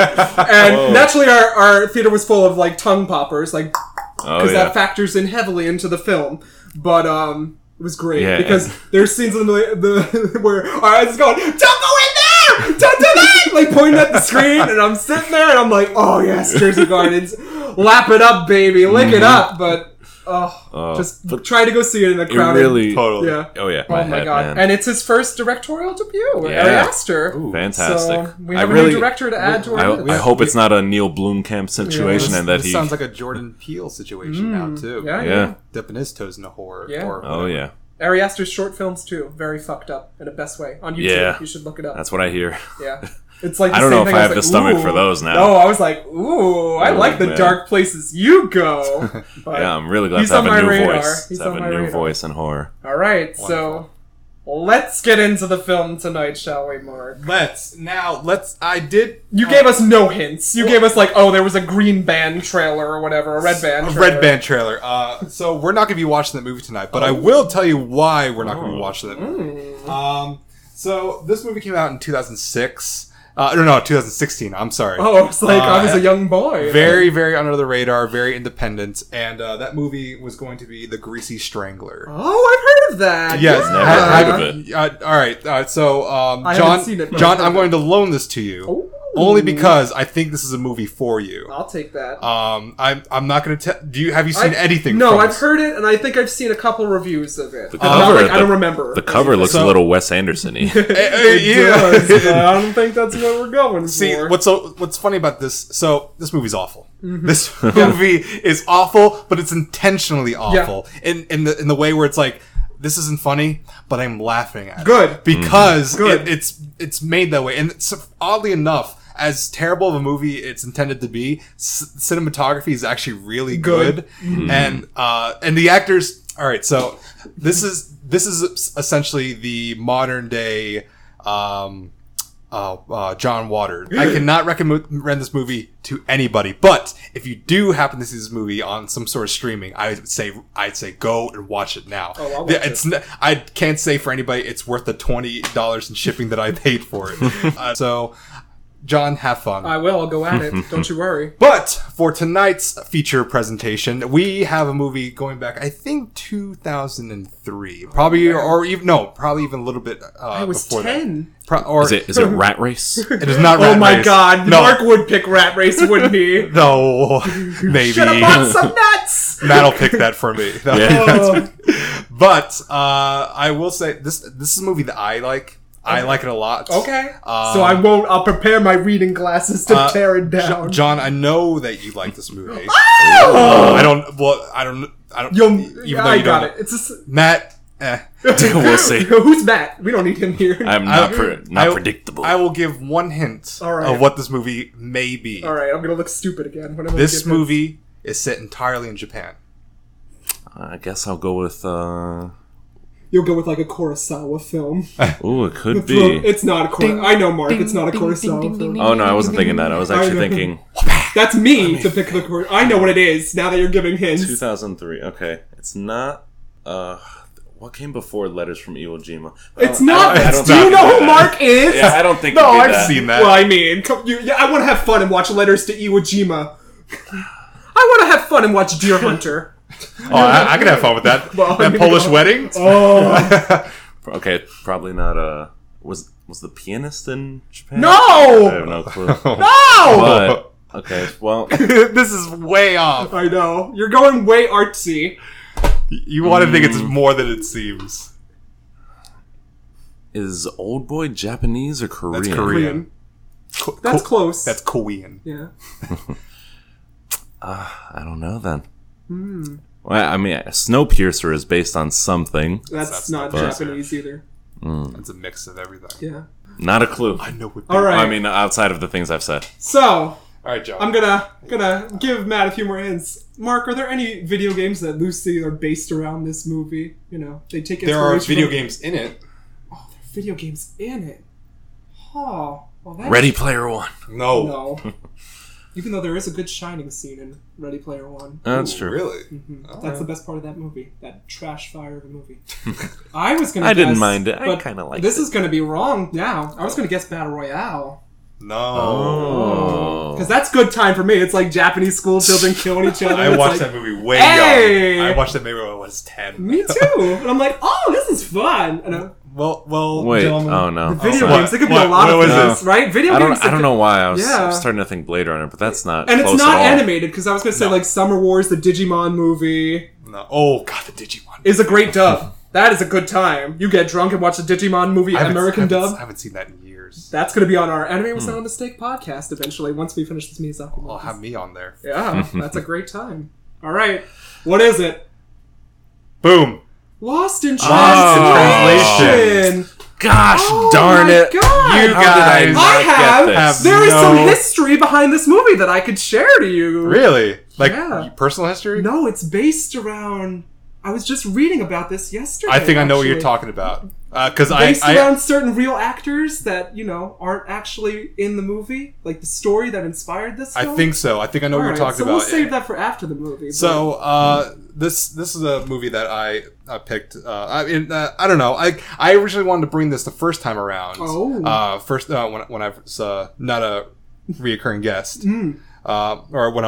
[SPEAKER 1] And naturally, our, our theater was full of like tongue poppers, like
[SPEAKER 3] Oh
[SPEAKER 1] because
[SPEAKER 3] yeah.
[SPEAKER 1] that factors in heavily into the film. But um, it was great
[SPEAKER 3] Yeah,
[SPEAKER 1] because
[SPEAKER 3] and-
[SPEAKER 1] there's scenes in the, the <laughs> where our eyes going, "Don't go in there! Don't do that!" like pointing at the screen, and I'm sitting there and I'm like, "Oh yes, Jersey Gardens, lap it up, baby, lick it up." But oh,
[SPEAKER 3] Mm-hmm. Oh,
[SPEAKER 1] just
[SPEAKER 3] but
[SPEAKER 1] try to go see it in the
[SPEAKER 3] it
[SPEAKER 1] crowd.
[SPEAKER 3] really.
[SPEAKER 2] totally.
[SPEAKER 1] yeah.
[SPEAKER 3] Oh yeah.
[SPEAKER 1] Oh my
[SPEAKER 3] My head,
[SPEAKER 1] god!
[SPEAKER 3] man.
[SPEAKER 1] And it's his first directorial debut. Yeah.
[SPEAKER 3] Yeah.
[SPEAKER 1] Aster.
[SPEAKER 3] Oh,
[SPEAKER 2] Ooh.
[SPEAKER 3] Fantastic.
[SPEAKER 1] So we
[SPEAKER 3] I
[SPEAKER 1] have a
[SPEAKER 3] really.
[SPEAKER 1] new director to add to our
[SPEAKER 3] I,
[SPEAKER 1] list.
[SPEAKER 3] I hope it's not a Neil Blomkamp situation
[SPEAKER 2] This,
[SPEAKER 3] and that
[SPEAKER 2] this
[SPEAKER 3] he.
[SPEAKER 2] sounds like a Jordan Peele situation now too.
[SPEAKER 1] Yeah, yeah.
[SPEAKER 3] yeah.
[SPEAKER 2] dipping his toes in the horror.
[SPEAKER 1] Yeah.
[SPEAKER 2] Or
[SPEAKER 3] Oh yeah.
[SPEAKER 1] Ari Aster's short films too, very fucked up in the best way on YouTube.
[SPEAKER 3] Yeah.
[SPEAKER 1] You should look it up.
[SPEAKER 3] That's what I hear.
[SPEAKER 1] Yeah. It's like
[SPEAKER 3] I
[SPEAKER 1] the
[SPEAKER 3] don't
[SPEAKER 1] same
[SPEAKER 3] know if
[SPEAKER 1] thing.
[SPEAKER 3] I
[SPEAKER 1] was
[SPEAKER 3] have
[SPEAKER 1] like,
[SPEAKER 3] the stomach for
[SPEAKER 1] "Ooh."
[SPEAKER 3] those now.
[SPEAKER 1] No, I was like, ooh, I
[SPEAKER 3] Ooh,
[SPEAKER 1] like the
[SPEAKER 3] man.
[SPEAKER 1] dark places you
[SPEAKER 3] <laughs>
[SPEAKER 1] go. But,
[SPEAKER 3] Yeah, I'm really glad
[SPEAKER 1] He's
[SPEAKER 3] to have
[SPEAKER 1] on my
[SPEAKER 3] a new
[SPEAKER 1] radar.
[SPEAKER 3] voice.
[SPEAKER 1] He's
[SPEAKER 3] to have
[SPEAKER 1] on
[SPEAKER 3] a
[SPEAKER 1] my
[SPEAKER 3] new
[SPEAKER 1] radar.
[SPEAKER 3] voice in horror.
[SPEAKER 1] All right, so let's get into the film tonight, shall we, Mark?
[SPEAKER 2] Let's now let's. I did
[SPEAKER 1] You
[SPEAKER 3] Uh,
[SPEAKER 1] gave us no hints. You gave us like, oh, there was a green band trailer or whatever, a red band.
[SPEAKER 2] A
[SPEAKER 1] Trailer. Oh.
[SPEAKER 2] Red Band trailer. Uh, so we're not going to be watching that movie tonight, but I will tell you why we're not going to be watching that movie.
[SPEAKER 1] Mm.
[SPEAKER 2] Um, so this movie came out in 2006. Uh, no, no, 2016. I'm sorry.
[SPEAKER 1] Oh, it's like I
[SPEAKER 2] Uh,
[SPEAKER 1] was a young boy.
[SPEAKER 2] Very, very under the radar, very independent, and uh, that movie was going to be The Greasy Strangler.
[SPEAKER 1] Oh, I've heard of that.
[SPEAKER 2] Yes,
[SPEAKER 1] yeah.
[SPEAKER 3] never
[SPEAKER 2] ha-
[SPEAKER 3] heard
[SPEAKER 2] ha-
[SPEAKER 3] of
[SPEAKER 2] uh, all right, all right. So, um,
[SPEAKER 1] I haven't
[SPEAKER 2] John,
[SPEAKER 1] seen it, Oh. but
[SPEAKER 2] John,
[SPEAKER 1] I've heard
[SPEAKER 2] I'm
[SPEAKER 1] of
[SPEAKER 2] going to loan this to you. only because I think this is a movie for you.
[SPEAKER 1] I'll take that.
[SPEAKER 2] Um, I'm I'm not gonna tell. Do you have you seen
[SPEAKER 1] I've-
[SPEAKER 2] anything?
[SPEAKER 1] No,
[SPEAKER 2] from
[SPEAKER 1] I've
[SPEAKER 2] this?
[SPEAKER 1] heard it, and I think I've seen a couple reviews of it.
[SPEAKER 3] The
[SPEAKER 1] I'm not,
[SPEAKER 3] cover-
[SPEAKER 1] like, I don't
[SPEAKER 3] the-
[SPEAKER 1] remember.
[SPEAKER 3] The
[SPEAKER 2] <laughs>
[SPEAKER 3] cover looks
[SPEAKER 2] So-
[SPEAKER 3] a little Wes
[SPEAKER 1] <laughs>
[SPEAKER 3] Anderson-y.
[SPEAKER 2] Eh, eh,
[SPEAKER 1] It
[SPEAKER 2] yeah.
[SPEAKER 1] does, but I don't think that's what we're going
[SPEAKER 2] See
[SPEAKER 1] for.
[SPEAKER 2] what's so what's funny about this? So this movie's awful.
[SPEAKER 1] Mm-hmm.
[SPEAKER 2] This <laughs> movie is awful, but it's intentionally awful in in the in the way where it's like this isn't funny, but I'm laughing at it.
[SPEAKER 1] Good.
[SPEAKER 2] because
[SPEAKER 1] Good.
[SPEAKER 2] It, it's it's made that way. And it's, oddly enough, as terrible of a movie it's intended to be, c- cinematography is actually really
[SPEAKER 1] Good.
[SPEAKER 2] good, and uh, and the actors. All right, so this is this is essentially the modern day. Um, uh, uh, John Waters. I cannot recommend this movie to anybody, but if you do happen to see this movie on some sort of streaming, I would say I'd say go and watch it now.
[SPEAKER 1] Oh, I'll watch
[SPEAKER 2] Yeah, it's n- I can't say for anybody it's worth the twenty dollars in shipping that I paid
[SPEAKER 1] <laughs>
[SPEAKER 2] for it. uh, so, John, have fun.
[SPEAKER 1] I will. I'll go at it.
[SPEAKER 2] <laughs>
[SPEAKER 1] don't you worry.
[SPEAKER 2] But for tonight's feature presentation, we have a movie going back, I think, 2003. Probably, or even, no, probably even a little bit uh,
[SPEAKER 1] Oh, I was
[SPEAKER 2] before that.
[SPEAKER 1] ten.
[SPEAKER 2] Pro- or,
[SPEAKER 3] Is it is it Rat Race?
[SPEAKER 2] it is not Rat
[SPEAKER 1] oh my
[SPEAKER 2] Race.
[SPEAKER 1] god,
[SPEAKER 2] No.
[SPEAKER 1] Mark would pick Rat Race, wouldn't he? <laughs>
[SPEAKER 2] No. <laughs> Maybe.
[SPEAKER 1] Should have
[SPEAKER 2] <laughs>
[SPEAKER 1] bought some Uh, nuts.
[SPEAKER 2] Matt'll pick that for me. <laughs> No.
[SPEAKER 3] Yeah.
[SPEAKER 2] But uh, I will say this this is a movie that I like. I like it a lot.
[SPEAKER 1] Okay.
[SPEAKER 2] Um,
[SPEAKER 1] so I won't. I'll prepare my reading glasses to
[SPEAKER 2] Uh,
[SPEAKER 1] tear it
[SPEAKER 2] Jo-
[SPEAKER 1] down.
[SPEAKER 2] John, I know that you like
[SPEAKER 1] <gasps>
[SPEAKER 2] this movie.
[SPEAKER 1] Oh!
[SPEAKER 2] I don't. Well, I don't. I don't.
[SPEAKER 1] Yo,
[SPEAKER 2] even though
[SPEAKER 1] I
[SPEAKER 2] you
[SPEAKER 1] got
[SPEAKER 2] don't,
[SPEAKER 1] it. It's just,
[SPEAKER 2] Matt. Eh.
[SPEAKER 3] <laughs>
[SPEAKER 2] <laughs>
[SPEAKER 3] We'll
[SPEAKER 1] <laughs>
[SPEAKER 3] see.
[SPEAKER 1] Who's Matt? We don't need him here.
[SPEAKER 3] I'm
[SPEAKER 2] I-
[SPEAKER 3] not pre- not
[SPEAKER 2] I-
[SPEAKER 3] predictable.
[SPEAKER 2] I will give one hint
[SPEAKER 1] All right.
[SPEAKER 2] of what this movie may be.
[SPEAKER 1] All right, I'm gonna look stupid again. When I look at
[SPEAKER 2] This movie is set entirely
[SPEAKER 1] <laughs>
[SPEAKER 2] in Japan.
[SPEAKER 3] I guess I'll go with. uh
[SPEAKER 1] you'll go with like a Kurosawa film.
[SPEAKER 3] Ooh, it could
[SPEAKER 1] Well,
[SPEAKER 3] be.
[SPEAKER 1] it's not a Kurosawa. I know, Mark. it's not a Kurosawa film.
[SPEAKER 3] Oh no, I wasn't thinking that. I was actually
[SPEAKER 1] I know. <laughs>
[SPEAKER 3] thinking
[SPEAKER 1] That's me to pick the Kurosawa. I know what it is now that you're giving hints.
[SPEAKER 3] 2003. Okay, it's not. uh What came before Letters from Iwo Jima?
[SPEAKER 1] It's
[SPEAKER 3] I don't-
[SPEAKER 1] not.
[SPEAKER 3] I
[SPEAKER 1] do
[SPEAKER 3] don't think
[SPEAKER 1] you know
[SPEAKER 3] it'd
[SPEAKER 1] who
[SPEAKER 3] be that.
[SPEAKER 1] Mark is?
[SPEAKER 3] Yeah, I
[SPEAKER 1] <laughs>
[SPEAKER 3] don't think.
[SPEAKER 2] No,
[SPEAKER 3] it'd be
[SPEAKER 2] I've
[SPEAKER 3] that.
[SPEAKER 2] seen that.
[SPEAKER 1] Well, I mean, come, you, yeah, I want to have fun and watch Letters to Iwo Jima. I want to have fun and watch Deer
[SPEAKER 3] <laughs>
[SPEAKER 1] Hunter.
[SPEAKER 2] Oh, I, I can have fun with
[SPEAKER 1] <laughs>
[SPEAKER 2] that.
[SPEAKER 1] Well,
[SPEAKER 2] that
[SPEAKER 1] you
[SPEAKER 2] Polish
[SPEAKER 1] know.
[SPEAKER 2] wedding.
[SPEAKER 1] Oh
[SPEAKER 2] <laughs>
[SPEAKER 3] Okay, probably not. Uh, was was the pianist in Japan? I have
[SPEAKER 1] no!
[SPEAKER 3] no clue.
[SPEAKER 2] <laughs>
[SPEAKER 1] No!
[SPEAKER 3] But okay, well,
[SPEAKER 2] this is way off.
[SPEAKER 1] I know you're going way artsy.
[SPEAKER 2] You want to think it's
[SPEAKER 3] Mm.
[SPEAKER 2] more than it seems.
[SPEAKER 3] is Old Boy Japanese or Korean?
[SPEAKER 2] That's
[SPEAKER 1] Korean.
[SPEAKER 2] Korean. Co-
[SPEAKER 1] That's
[SPEAKER 2] co-
[SPEAKER 1] close.
[SPEAKER 2] That's Korean.
[SPEAKER 1] yeah.
[SPEAKER 3] I don't know then.
[SPEAKER 1] Hmm.
[SPEAKER 3] Well, I mean, Snowpiercer is based on something.
[SPEAKER 1] That's,
[SPEAKER 2] That's
[SPEAKER 1] not
[SPEAKER 2] close.
[SPEAKER 1] Japanese either.
[SPEAKER 2] That's a mix of everything.
[SPEAKER 1] Yeah.
[SPEAKER 3] Not a clue.
[SPEAKER 2] I know what.
[SPEAKER 1] All right.
[SPEAKER 3] I mean, outside of the things I've said.
[SPEAKER 1] So
[SPEAKER 2] All right, Joe.
[SPEAKER 1] I'm gonna gonna give Matt a few more hints. Mark, are there any video games that loosely are based around this movie? You know, they take
[SPEAKER 2] there are
[SPEAKER 1] inspiration
[SPEAKER 2] video
[SPEAKER 1] from-
[SPEAKER 2] games in it.
[SPEAKER 1] Oh, there are video games in it. Huh. Well, that's
[SPEAKER 3] Ready Player One.
[SPEAKER 2] No.
[SPEAKER 1] No. <laughs> Even though there is a good Shining scene in Ready Player One.
[SPEAKER 3] That's
[SPEAKER 2] Ooh,
[SPEAKER 3] true.
[SPEAKER 2] Really?
[SPEAKER 3] Uh,
[SPEAKER 1] That's the best part of that movie. That trash fire of a movie. I was gonna.
[SPEAKER 3] I didn't
[SPEAKER 1] guess,
[SPEAKER 3] mind it. I
[SPEAKER 1] but
[SPEAKER 3] kinda liked
[SPEAKER 1] This
[SPEAKER 3] it.
[SPEAKER 1] is gonna be wrong now. I was gonna guess Battle Royale.
[SPEAKER 2] No.
[SPEAKER 1] Oh.
[SPEAKER 3] Oh.
[SPEAKER 1] Because that's good time for me. It's like Japanese school children killing
[SPEAKER 3] <laughs>
[SPEAKER 1] each other.
[SPEAKER 2] I
[SPEAKER 1] It's
[SPEAKER 2] watched
[SPEAKER 1] like,
[SPEAKER 2] that movie way
[SPEAKER 1] Hey!
[SPEAKER 2] young. I watched that movie when I was ten.
[SPEAKER 1] Me too. And I'm like, oh, this is fun. And uh,
[SPEAKER 2] Well, well.
[SPEAKER 3] Wait.
[SPEAKER 2] gentlemen,
[SPEAKER 3] Oh no.
[SPEAKER 1] video
[SPEAKER 2] what-
[SPEAKER 1] games, it could be
[SPEAKER 2] what-
[SPEAKER 1] a lot
[SPEAKER 2] what
[SPEAKER 1] of
[SPEAKER 2] was
[SPEAKER 1] things,
[SPEAKER 3] this?
[SPEAKER 1] right? Video
[SPEAKER 3] I
[SPEAKER 1] games.
[SPEAKER 3] don't. I
[SPEAKER 1] it
[SPEAKER 3] don't
[SPEAKER 1] could-
[SPEAKER 3] know why I was
[SPEAKER 1] Yeah.
[SPEAKER 3] I'm starting to think Blade Runner, but that's not.
[SPEAKER 1] And it's
[SPEAKER 3] close
[SPEAKER 1] not
[SPEAKER 3] at all.
[SPEAKER 1] animated because I was gonna say like Summer Wars, the Digimon movie,
[SPEAKER 2] No. Oh God, the Digimon.
[SPEAKER 1] is a great
[SPEAKER 3] <laughs>
[SPEAKER 1] dub. That is a good time. You get drunk and watch the Digimon movie,
[SPEAKER 2] I haven't-
[SPEAKER 1] American
[SPEAKER 2] I haven't-
[SPEAKER 1] dub.
[SPEAKER 2] I haven't seen that in years.
[SPEAKER 1] That's gonna be on our Anime
[SPEAKER 3] Hmm.
[SPEAKER 1] Was Not a Mistake podcast eventually once we finish this Miyazaki.
[SPEAKER 2] I'll
[SPEAKER 3] Oh,
[SPEAKER 1] movie.
[SPEAKER 2] have me on there.
[SPEAKER 3] <laughs>
[SPEAKER 1] Yeah, that's a great time. All right, what is it?
[SPEAKER 2] Boom.
[SPEAKER 1] Lost
[SPEAKER 3] Oh,
[SPEAKER 1] in
[SPEAKER 3] Ah,
[SPEAKER 1] Translation.
[SPEAKER 3] Gosh
[SPEAKER 1] Oh
[SPEAKER 3] darn
[SPEAKER 1] my God.
[SPEAKER 3] it! You
[SPEAKER 2] How
[SPEAKER 3] guys,
[SPEAKER 2] did I
[SPEAKER 1] I have.
[SPEAKER 3] Get this.
[SPEAKER 2] have-
[SPEAKER 1] There is some
[SPEAKER 2] No.
[SPEAKER 1] history behind this movie that I could share to you.
[SPEAKER 2] Really? Like
[SPEAKER 1] Yeah.
[SPEAKER 2] personal history?
[SPEAKER 1] No, it's based around. I was just reading about this yesterday.
[SPEAKER 2] I think I know what you're
[SPEAKER 1] actually.
[SPEAKER 2] talking about. Because I,
[SPEAKER 1] based
[SPEAKER 2] I
[SPEAKER 1] around certain real actors that you know aren't actually in the movie, like the story that inspired this.
[SPEAKER 2] I
[SPEAKER 1] film?
[SPEAKER 2] think so. I think I know what you're
[SPEAKER 1] Alright,
[SPEAKER 2] talking
[SPEAKER 1] so
[SPEAKER 2] about.
[SPEAKER 1] We'll save that for after the movie. but-
[SPEAKER 2] So uh, this this is a movie that I uh, picked. Uh, I mean, uh, I don't know. I I originally wanted to bring this the first time around.
[SPEAKER 1] Oh. Hmm.
[SPEAKER 2] Uh, first uh, when when I was uh, not a reoccurring guest. uh, or when I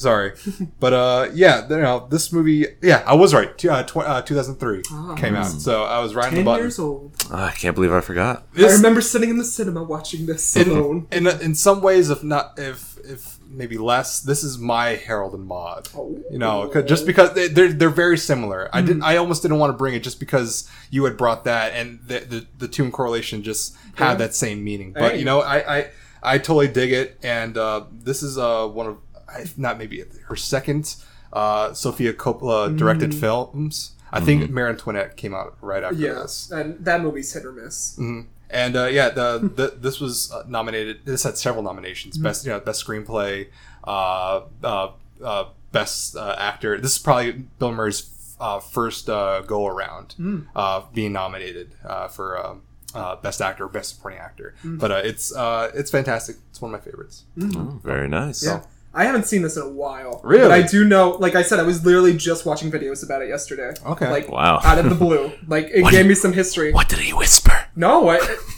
[SPEAKER 1] <laughs>
[SPEAKER 2] Sorry, but uh, yeah, you know, this movie. Yeah, I was right. Two- Uh, tw- uh, 2003
[SPEAKER 1] Ah.
[SPEAKER 2] came out, so I was right on the
[SPEAKER 1] Ten
[SPEAKER 2] button.
[SPEAKER 1] years old.
[SPEAKER 3] Ah, I can't believe I forgot.
[SPEAKER 1] I
[SPEAKER 2] This-
[SPEAKER 1] remember sitting in the cinema watching this alone.
[SPEAKER 2] in in some ways, if not if if maybe less, this is my Harold and Maude.
[SPEAKER 1] Oh. Hmm.
[SPEAKER 2] You know, 'cause- just because they, they're they're very similar. I didn't. I almost didn't want to bring it just because you had brought that, and the the, the tune correlation just had that same meaning. But
[SPEAKER 5] Hey.
[SPEAKER 2] you know, I I, I totally dig it, and uh, this is uh one of if not maybe her second uh Sophia Coppola directed
[SPEAKER 1] Hmm.
[SPEAKER 2] films. I think Mary Antoinette came out right after this.
[SPEAKER 1] Yes, and that movie's hit or miss.
[SPEAKER 2] Mhm. And uh, yeah, the, the this was uh, nominated. This had several nominations:
[SPEAKER 1] Mm-hmm.
[SPEAKER 2] best, you know, best screenplay, uh, uh, uh, best uh, actor. This is probably Bill Murray's uh, first uh, go around
[SPEAKER 1] Mm.
[SPEAKER 2] uh, being nominated uh, for um, uh, best actor, best supporting actor.
[SPEAKER 1] Mm.
[SPEAKER 2] But uh, it's uh, it's fantastic. It's one of my favorites.
[SPEAKER 3] Oh, very nice.
[SPEAKER 1] Hmm. Yeah. I haven't seen this in a while.
[SPEAKER 2] Really?
[SPEAKER 1] But I do know, like I said, I was literally just watching videos about it yesterday.
[SPEAKER 2] Okay.
[SPEAKER 1] Like,
[SPEAKER 3] Wow.
[SPEAKER 1] out of the
[SPEAKER 3] <laughs>
[SPEAKER 1] blue. Like, it
[SPEAKER 3] What-
[SPEAKER 1] gave me some history.
[SPEAKER 3] What did he whisper?
[SPEAKER 1] No, I,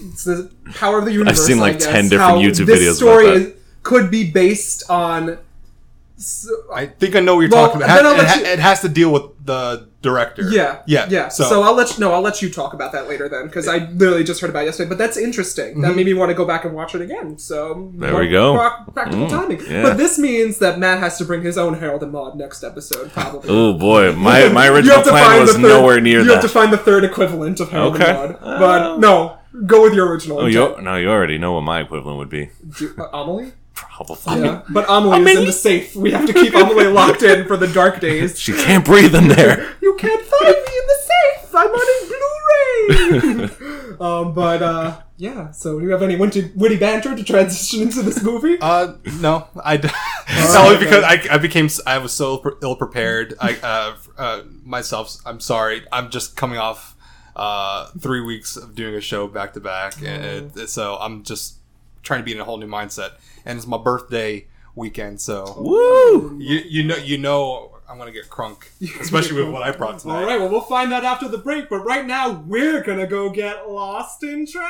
[SPEAKER 1] it's the power of the universe.
[SPEAKER 3] seen, like,
[SPEAKER 1] I guess,
[SPEAKER 3] 10 different
[SPEAKER 1] how
[SPEAKER 3] YouTube
[SPEAKER 1] this
[SPEAKER 3] videos about
[SPEAKER 1] story
[SPEAKER 3] that.
[SPEAKER 1] is- could be based on. s-
[SPEAKER 2] I think I know what you're
[SPEAKER 1] Well,
[SPEAKER 2] talking about.
[SPEAKER 1] then I'll
[SPEAKER 2] It,
[SPEAKER 1] let
[SPEAKER 2] ha-
[SPEAKER 1] you-
[SPEAKER 2] it has to deal with the director.
[SPEAKER 1] Yeah,
[SPEAKER 2] yeah,
[SPEAKER 1] yeah. So,
[SPEAKER 2] So,
[SPEAKER 1] I'll let you, no, I'll let you talk about that later then, because I literally just heard about it yesterday. But that's interesting.
[SPEAKER 2] Mm-hmm.
[SPEAKER 1] That made me want to go back and watch it again. So
[SPEAKER 3] There we go.
[SPEAKER 1] pra- practical
[SPEAKER 3] Mm,
[SPEAKER 1] timing.
[SPEAKER 3] yeah.
[SPEAKER 1] But this means that Matt has to bring his own Harold and Maude next episode, probably.
[SPEAKER 3] Oh boy, my
[SPEAKER 1] <laughs>
[SPEAKER 3] my
[SPEAKER 1] You
[SPEAKER 3] original
[SPEAKER 1] have to
[SPEAKER 3] plan
[SPEAKER 1] find
[SPEAKER 3] was
[SPEAKER 1] the third-
[SPEAKER 3] nowhere near
[SPEAKER 1] You
[SPEAKER 3] that.
[SPEAKER 1] have to find the third equivalent of Harold
[SPEAKER 3] Okay.
[SPEAKER 1] and Maude. But no, go with your original.
[SPEAKER 3] oh, you no, you already know what my equivalent would be.
[SPEAKER 1] Do- uh, Amelie?
[SPEAKER 3] Probably.
[SPEAKER 1] Yeah. But Amelie is in the safe. We have to keep Amelie locked in for the dark days.
[SPEAKER 3] She can't breathe in there.
[SPEAKER 1] <laughs> You can't find me in the safe. I'm on a Blu-ray. <laughs> um, but uh, yeah. So do you have any witty, witty banter to transition into this movie?
[SPEAKER 2] Uh, no, I d- <laughs>
[SPEAKER 1] right,
[SPEAKER 2] only
[SPEAKER 1] okay.
[SPEAKER 2] because I, I became s- I was so ill prepared. I uh, f- uh, myself. I'm sorry. I'm just coming off uh three weeks of doing a show back to back,
[SPEAKER 1] Oh.
[SPEAKER 2] and it- so I'm just trying to be in a whole new mindset. And it's my birthday weekend, so
[SPEAKER 3] Woo!
[SPEAKER 2] you you know you know I'm gonna get crunk, especially with what I brought
[SPEAKER 1] <laughs> <laughs>
[SPEAKER 2] tonight.
[SPEAKER 1] All right. Well, we'll find that after the break. But right now, we're gonna go get lost in translation.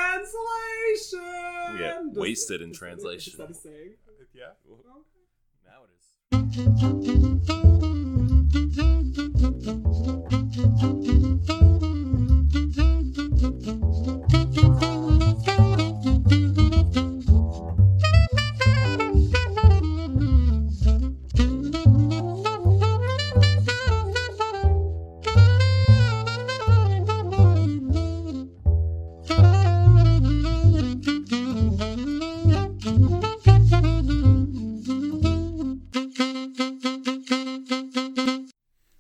[SPEAKER 3] Yeah,
[SPEAKER 1] Does-
[SPEAKER 3] wasted in
[SPEAKER 1] is that a-
[SPEAKER 3] translation.
[SPEAKER 1] Is that a saying?
[SPEAKER 2] Yeah.
[SPEAKER 3] Now it is.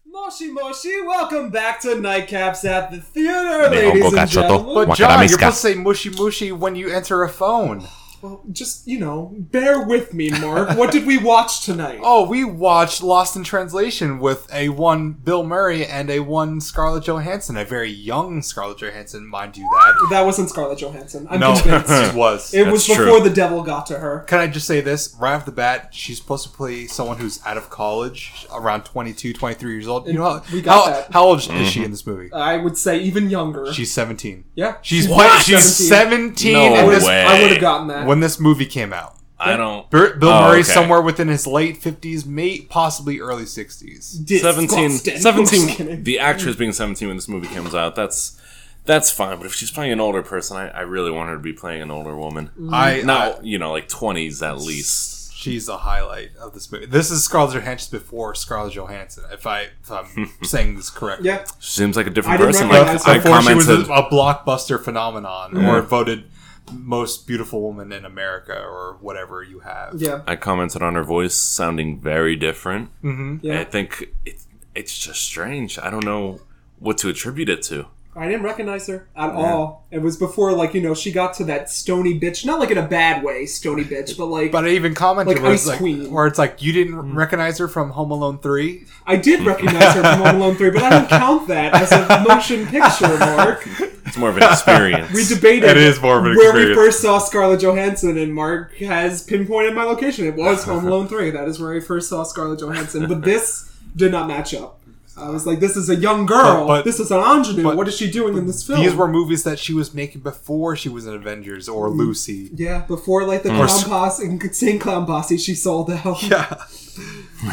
[SPEAKER 1] Moshi Moshi, welcome back to Nightcaps at the Theater,
[SPEAKER 3] Me
[SPEAKER 1] ladies
[SPEAKER 3] hongo
[SPEAKER 1] and
[SPEAKER 3] gachoto.
[SPEAKER 1] gentlemen.
[SPEAKER 2] But
[SPEAKER 3] Wakadamiska.
[SPEAKER 2] John, you're supposed to say mushy mushy when you enter a phone.
[SPEAKER 1] Well, just, you know, bear with me, Mark. What did we watch
[SPEAKER 3] <laughs>
[SPEAKER 1] tonight?
[SPEAKER 2] Oh, we watched Lost in Translation with a one Bill Murray and a one Scarlett Johansson, a very young Scarlett Johansson, mind you
[SPEAKER 1] <laughs>
[SPEAKER 2] that.
[SPEAKER 1] That wasn't Scarlett Johansson. I'm
[SPEAKER 2] No,
[SPEAKER 3] <laughs>
[SPEAKER 1] convinced.
[SPEAKER 2] it was.
[SPEAKER 1] It was
[SPEAKER 3] That's true.
[SPEAKER 1] before the devil got to her.
[SPEAKER 2] Can I just say this? Right off the bat, she's supposed to play someone who's out of college, around 22, 23 years old. You know how,
[SPEAKER 1] We got
[SPEAKER 2] how,
[SPEAKER 1] that.
[SPEAKER 2] how old is
[SPEAKER 3] Mm-hmm.
[SPEAKER 2] she in this movie?
[SPEAKER 1] I would say even younger.
[SPEAKER 2] She's 17.
[SPEAKER 1] yeah.
[SPEAKER 2] She's
[SPEAKER 1] What?
[SPEAKER 2] what? She's 17,
[SPEAKER 3] No
[SPEAKER 2] in this,
[SPEAKER 3] way.
[SPEAKER 1] I would have gotten that.
[SPEAKER 2] when this movie came out.
[SPEAKER 3] I don't.
[SPEAKER 2] Bir- Bill
[SPEAKER 3] Oh,
[SPEAKER 2] Murray's
[SPEAKER 3] okay. <laughs>
[SPEAKER 2] somewhere within his late 50s, may, possibly early 60s.
[SPEAKER 1] Disgusting. <laughs>
[SPEAKER 3] 17,
[SPEAKER 1] Just kidding.
[SPEAKER 3] 17 the actress being 17 when this movie comes out that's that's fine but if she's playing an older person i, I really want her to be playing an older woman
[SPEAKER 2] Mm. I, I-
[SPEAKER 3] not you know like 20s at least
[SPEAKER 2] She's a highlight of this movie. This is Scarlett Johansson before Scarlett Johansson, if, I, if
[SPEAKER 3] <laughs>
[SPEAKER 2] I'm saying this correctly.
[SPEAKER 1] Yeah.
[SPEAKER 3] she seems like a
[SPEAKER 1] I
[SPEAKER 3] different
[SPEAKER 1] didn't
[SPEAKER 3] person like
[SPEAKER 1] recognize
[SPEAKER 3] i
[SPEAKER 2] Before she was a,
[SPEAKER 3] commented
[SPEAKER 2] a blockbuster phenomenon or voted most beautiful woman in America or whatever you have.
[SPEAKER 1] Yeah.
[SPEAKER 3] i commented on her voice sounding very different
[SPEAKER 2] hmm
[SPEAKER 1] Yeah.
[SPEAKER 3] i think it, it's just strange i don't know what to attribute it to
[SPEAKER 1] I didn't recognize her at all. It was before, like, you know, she got to that stony bitch. Not like in a bad way, stony bitch, but like,
[SPEAKER 2] But I even commented
[SPEAKER 1] Like
[SPEAKER 2] where, it's
[SPEAKER 1] Ice
[SPEAKER 2] like,
[SPEAKER 1] Queen.
[SPEAKER 2] where it's like, you didn't
[SPEAKER 3] Mm.
[SPEAKER 2] recognize her from Home Alone 3?
[SPEAKER 1] I did recognize her from Home Alone 3, but I don't count that as a motion picture, Mark.
[SPEAKER 3] it's more of an experience
[SPEAKER 1] We debated
[SPEAKER 2] It is more of an
[SPEAKER 1] where we
[SPEAKER 2] experience.
[SPEAKER 1] first saw Scarlett Johansson, and Mark has pinpointed my location. It was Home Alone 3. That is where I first saw Scarlett Johansson, but this did not match up. I was like, this is a young girl.
[SPEAKER 2] But- but-
[SPEAKER 1] this is an ingenue.
[SPEAKER 2] but-
[SPEAKER 1] What is she doing in this film?
[SPEAKER 2] These were movies that she was making before she was in Avengers or
[SPEAKER 1] Mm.
[SPEAKER 2] Lucy.
[SPEAKER 1] yeah, before like the clown posse, insane clown posse, she sold out.
[SPEAKER 2] <laughs> Yeah.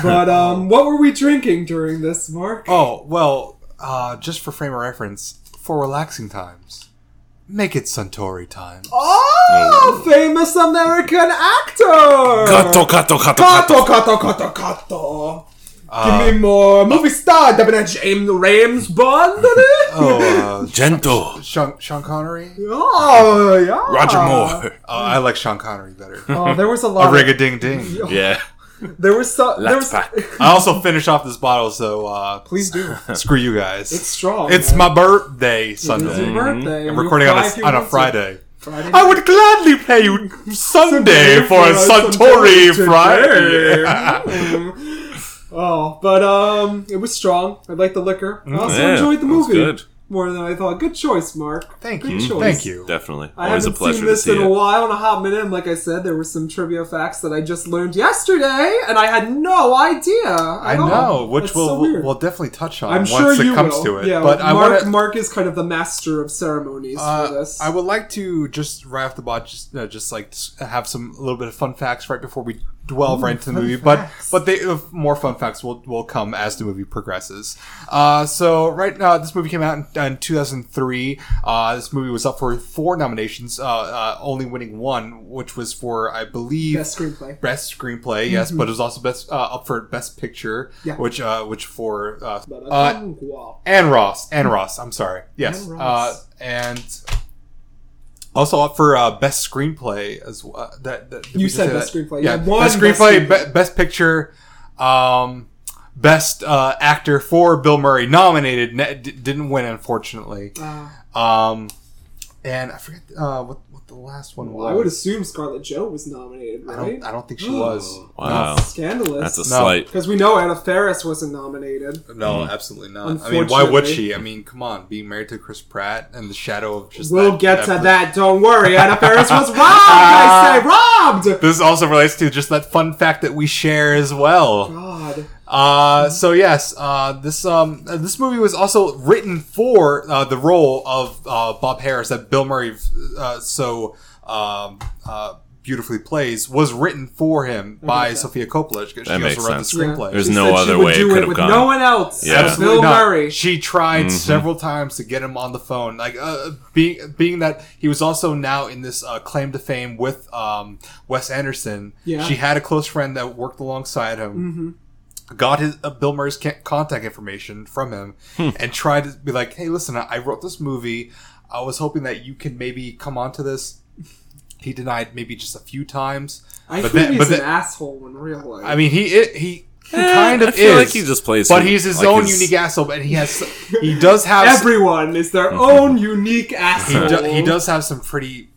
[SPEAKER 1] But um, what were we drinking during this, Mark?
[SPEAKER 2] Oh, well, uh, just for frame of reference, for relaxing times, make it Suntory time.
[SPEAKER 1] Oh, famous American actor!
[SPEAKER 3] Kato, kato, kato,
[SPEAKER 1] Kato, kato,
[SPEAKER 3] kato.
[SPEAKER 1] kato, kato.
[SPEAKER 2] Ah.
[SPEAKER 1] Give me more movie star that been James Rames
[SPEAKER 2] <laughs>
[SPEAKER 1] Bond.
[SPEAKER 2] Oh, uh,
[SPEAKER 1] <laughs>
[SPEAKER 3] Gentle.
[SPEAKER 2] Sean, Sean Connery?
[SPEAKER 1] Oh, yeah.
[SPEAKER 3] Roger Moore.
[SPEAKER 2] Oh, I like Sean Connery better.
[SPEAKER 1] Oh, there was a lot.
[SPEAKER 2] A
[SPEAKER 1] of-
[SPEAKER 2] rig a ding <laughs> ding.
[SPEAKER 3] <laughs> Yeah.
[SPEAKER 1] there was some. There was,
[SPEAKER 3] Let's pack.
[SPEAKER 2] I also finished off this bottle, so uh,
[SPEAKER 1] please do.
[SPEAKER 2] screw you guys.
[SPEAKER 1] It's strong.
[SPEAKER 2] It's
[SPEAKER 1] man.
[SPEAKER 2] my birthday
[SPEAKER 1] It is your
[SPEAKER 2] Sunday. Mm-hmm.
[SPEAKER 1] birthday.
[SPEAKER 2] I'm
[SPEAKER 1] You
[SPEAKER 2] recording on
[SPEAKER 1] cry if you
[SPEAKER 2] a, on a
[SPEAKER 1] want to.
[SPEAKER 2] Friday.
[SPEAKER 1] Friday.
[SPEAKER 2] I would gladly pay you Sunday for a Suntory Friday.
[SPEAKER 1] <laughs>
[SPEAKER 2] <laughs>
[SPEAKER 1] Mm. oh, but um, it was strong. I liked the liquor.
[SPEAKER 2] Mm,
[SPEAKER 1] I also
[SPEAKER 3] yeah,
[SPEAKER 1] enjoyed the
[SPEAKER 3] that was
[SPEAKER 1] movie
[SPEAKER 3] good.
[SPEAKER 1] more than I thought. Good choice, Mark.
[SPEAKER 2] Thank
[SPEAKER 1] Good
[SPEAKER 2] you.
[SPEAKER 1] choice.
[SPEAKER 2] Thank you.
[SPEAKER 3] Definitely.
[SPEAKER 1] I
[SPEAKER 3] Always a
[SPEAKER 1] haven't
[SPEAKER 3] pleasure
[SPEAKER 1] seen
[SPEAKER 3] to
[SPEAKER 1] this
[SPEAKER 3] see
[SPEAKER 1] in a
[SPEAKER 3] it.
[SPEAKER 1] while, in a hot minute. And like I said, there were some trivia facts that I just learned yesterday, and I had no idea.
[SPEAKER 2] I know, which
[SPEAKER 1] That's
[SPEAKER 2] we'll,
[SPEAKER 1] so
[SPEAKER 2] we'll
[SPEAKER 1] weird.
[SPEAKER 2] we'll definitely touch on
[SPEAKER 1] I'm
[SPEAKER 2] once
[SPEAKER 1] sure
[SPEAKER 2] it
[SPEAKER 1] you
[SPEAKER 2] comes
[SPEAKER 1] will.
[SPEAKER 2] to it.
[SPEAKER 1] Yeah,
[SPEAKER 2] but I
[SPEAKER 1] Mark,
[SPEAKER 2] want to.
[SPEAKER 1] Mark is kind of the master of ceremonies for
[SPEAKER 2] Uh,
[SPEAKER 1] this.
[SPEAKER 2] I would like to just right off the bat, just uh, just like s- have some a little bit of fun facts right before we dwell right into the
[SPEAKER 1] fun
[SPEAKER 2] movie.
[SPEAKER 1] facts.
[SPEAKER 2] But but they uh, more fun facts will will come as the movie progresses. Uh, so right now, this movie came out in, in 2003. Uh, this movie was up for four nominations, uh, uh, only winning one, which was for I believe
[SPEAKER 1] Best screenplay.
[SPEAKER 2] best screenplay, yes, but it was also best uh, up for best picture,
[SPEAKER 1] Yeah.
[SPEAKER 2] which uh, which for uh, uh,
[SPEAKER 1] Guau.
[SPEAKER 2] Anne Ross, Anne Ross. I'm sorry, yes,
[SPEAKER 1] Anne Ross.
[SPEAKER 2] Uh, and also up for uh, best screenplay as well. That, that, did
[SPEAKER 1] You
[SPEAKER 2] we just
[SPEAKER 1] said
[SPEAKER 2] say
[SPEAKER 1] best
[SPEAKER 2] that?
[SPEAKER 1] screenplay.
[SPEAKER 2] yeah,
[SPEAKER 1] You had one
[SPEAKER 2] best
[SPEAKER 1] best
[SPEAKER 2] screenplay,
[SPEAKER 1] screenplay.
[SPEAKER 2] be- best picture, um, best uh, actor for Bill Murray, nominated, ne- d- didn't win unfortunately.
[SPEAKER 1] Ah.
[SPEAKER 2] Um, and I forget uh, what what the last one
[SPEAKER 1] Well,
[SPEAKER 2] was.
[SPEAKER 1] I would assume Scarlett Joe was nominated,
[SPEAKER 2] uh, I
[SPEAKER 1] right?
[SPEAKER 2] don't, I don't think she was.
[SPEAKER 3] Wow.
[SPEAKER 1] Scandalous.
[SPEAKER 3] That's a
[SPEAKER 2] No.
[SPEAKER 3] slight.
[SPEAKER 1] Because we know Anna Ferris wasn't nominated.
[SPEAKER 2] No, absolutely not. I mean, why would she? I mean, come on, being married to Chris Pratt and the shadow of just
[SPEAKER 1] We'll
[SPEAKER 2] that-
[SPEAKER 1] get to
[SPEAKER 2] per-
[SPEAKER 1] that. Don't worry. Anna Ferris was robbed. I say robbed.
[SPEAKER 2] This also relates to just that fun fact that we share as well.
[SPEAKER 1] God.
[SPEAKER 2] Uh, so yes, uh, this um, uh, this movie was also written for uh, the role of uh, Bob Harris that Bill Murray uh, so um, uh, beautifully plays was written for him by
[SPEAKER 1] that.
[SPEAKER 2] Sophia Coppola. She
[SPEAKER 3] That makes
[SPEAKER 2] also wrote the
[SPEAKER 3] sense.
[SPEAKER 2] screenplay.
[SPEAKER 3] There's
[SPEAKER 1] She
[SPEAKER 3] no
[SPEAKER 1] said
[SPEAKER 3] other
[SPEAKER 1] she would
[SPEAKER 3] way it
[SPEAKER 1] do
[SPEAKER 3] could
[SPEAKER 1] it
[SPEAKER 3] have
[SPEAKER 1] with
[SPEAKER 3] gone.
[SPEAKER 1] No one else.
[SPEAKER 3] Yeah.
[SPEAKER 2] Absolutely
[SPEAKER 1] Bill
[SPEAKER 2] not.
[SPEAKER 1] Murray.
[SPEAKER 2] She tried
[SPEAKER 3] Mm-hmm.
[SPEAKER 2] several times to get him on the phone. Like uh, being being that he was also now in this uh, claim to fame with um, Wes Anderson.
[SPEAKER 1] Yeah.
[SPEAKER 2] She had a close friend that worked alongside him.
[SPEAKER 1] Mm-hmm.
[SPEAKER 2] Got his uh, Bill Murray's ca- contact information from him
[SPEAKER 3] Hmm.
[SPEAKER 2] and tried to be like, "Hey, listen, I I wrote this movie. I was hoping that you can maybe come onto this." He denied maybe just a few times.
[SPEAKER 1] I
[SPEAKER 2] but
[SPEAKER 1] think
[SPEAKER 2] then-
[SPEAKER 1] he's
[SPEAKER 2] but
[SPEAKER 1] an
[SPEAKER 2] then-
[SPEAKER 1] asshole in real life.
[SPEAKER 2] I mean, he it, he kind of
[SPEAKER 3] Eh, I feel
[SPEAKER 2] is.
[SPEAKER 3] like he just plays
[SPEAKER 2] but
[SPEAKER 3] him-
[SPEAKER 2] he's his
[SPEAKER 3] like
[SPEAKER 2] own
[SPEAKER 3] his-
[SPEAKER 2] unique asshole, and he has he does have
[SPEAKER 1] Everyone is their own unique asshole.
[SPEAKER 2] Mhm. he, do- he does have some pretty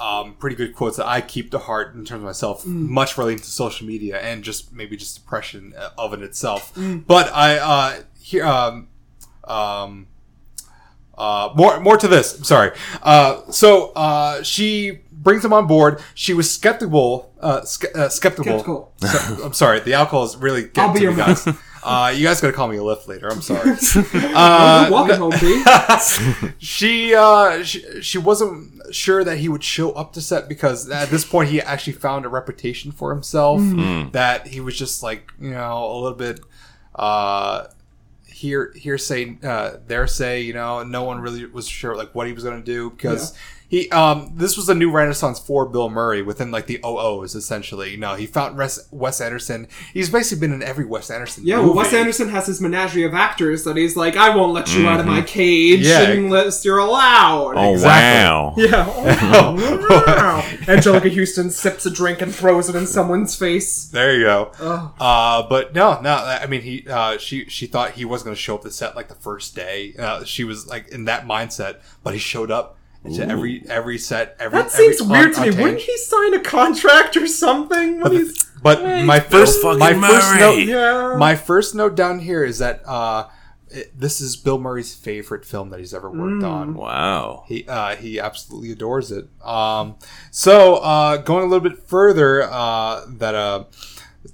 [SPEAKER 2] um, pretty good quotes that I keep to heart in terms of myself, much relating to social media and just maybe just depression uh, of it itself. But I uh, here um, um, uh, more more to this. I'm sorry. Uh, so uh, she brings him on board. She was skeptical. Uh, ske- uh, skeptical.
[SPEAKER 1] <laughs> <laughs> Skeptical.
[SPEAKER 2] So- I'm sorry. The alcohol is really getting
[SPEAKER 1] I'll be
[SPEAKER 2] to
[SPEAKER 1] your
[SPEAKER 2] you guys. Uh, you guys gotta call me a lift later. I'm
[SPEAKER 1] <laughs>
[SPEAKER 2] sorry.
[SPEAKER 1] Oh,
[SPEAKER 2] Uh,
[SPEAKER 1] you're walking
[SPEAKER 2] <laughs>
[SPEAKER 1] home, B.
[SPEAKER 2] she uh she, she wasn't sure that he would show up to set because at this point he actually found a reputation for himself
[SPEAKER 1] Mm-hmm.
[SPEAKER 2] that he was just like you know a little bit uh hear hearsay uh say you know and no one really was sure like what he was gonna do because He, um, this was a new renaissance for Bill Murray within like the OOs essentially. You know, he found Wes, Wes Anderson. He's basically been in every Wes Anderson.
[SPEAKER 1] Yeah, well,
[SPEAKER 2] movie.
[SPEAKER 1] Wes
[SPEAKER 2] <laughs>
[SPEAKER 1] Anderson has his menagerie of actors that he's like, I won't let you out of my cage
[SPEAKER 2] Mm-hmm. Yeah.
[SPEAKER 1] unless you're allowed.
[SPEAKER 3] Oh,
[SPEAKER 2] Exactly.
[SPEAKER 3] wow.
[SPEAKER 1] <laughs> Yeah.
[SPEAKER 2] <laughs>
[SPEAKER 1] Oh, Angelica Houston sips a drink and throws it in someone's face.
[SPEAKER 2] There you go.
[SPEAKER 1] Ugh.
[SPEAKER 2] Uh, but no, no. I mean, he, uh, she, she thought he was going to show up to set like the first day. Uh, she was like in that mindset, but he showed up to every every set. Every
[SPEAKER 1] That
[SPEAKER 2] every-
[SPEAKER 1] seems
[SPEAKER 2] on-
[SPEAKER 1] weird to
[SPEAKER 2] on
[SPEAKER 1] me.
[SPEAKER 2] Tange.
[SPEAKER 1] Wouldn't he sign a contract or something when he's.
[SPEAKER 2] But my first,
[SPEAKER 3] fucking
[SPEAKER 2] my first
[SPEAKER 3] Murray.
[SPEAKER 2] note,
[SPEAKER 1] Yeah.
[SPEAKER 2] my first note down here is that uh, it- this is Bill Murray's favorite film that he's ever
[SPEAKER 1] Hmm.
[SPEAKER 2] worked on.
[SPEAKER 3] Wow.
[SPEAKER 2] He uh, he absolutely adores it. Um, so uh, going a little bit further, uh, that uh,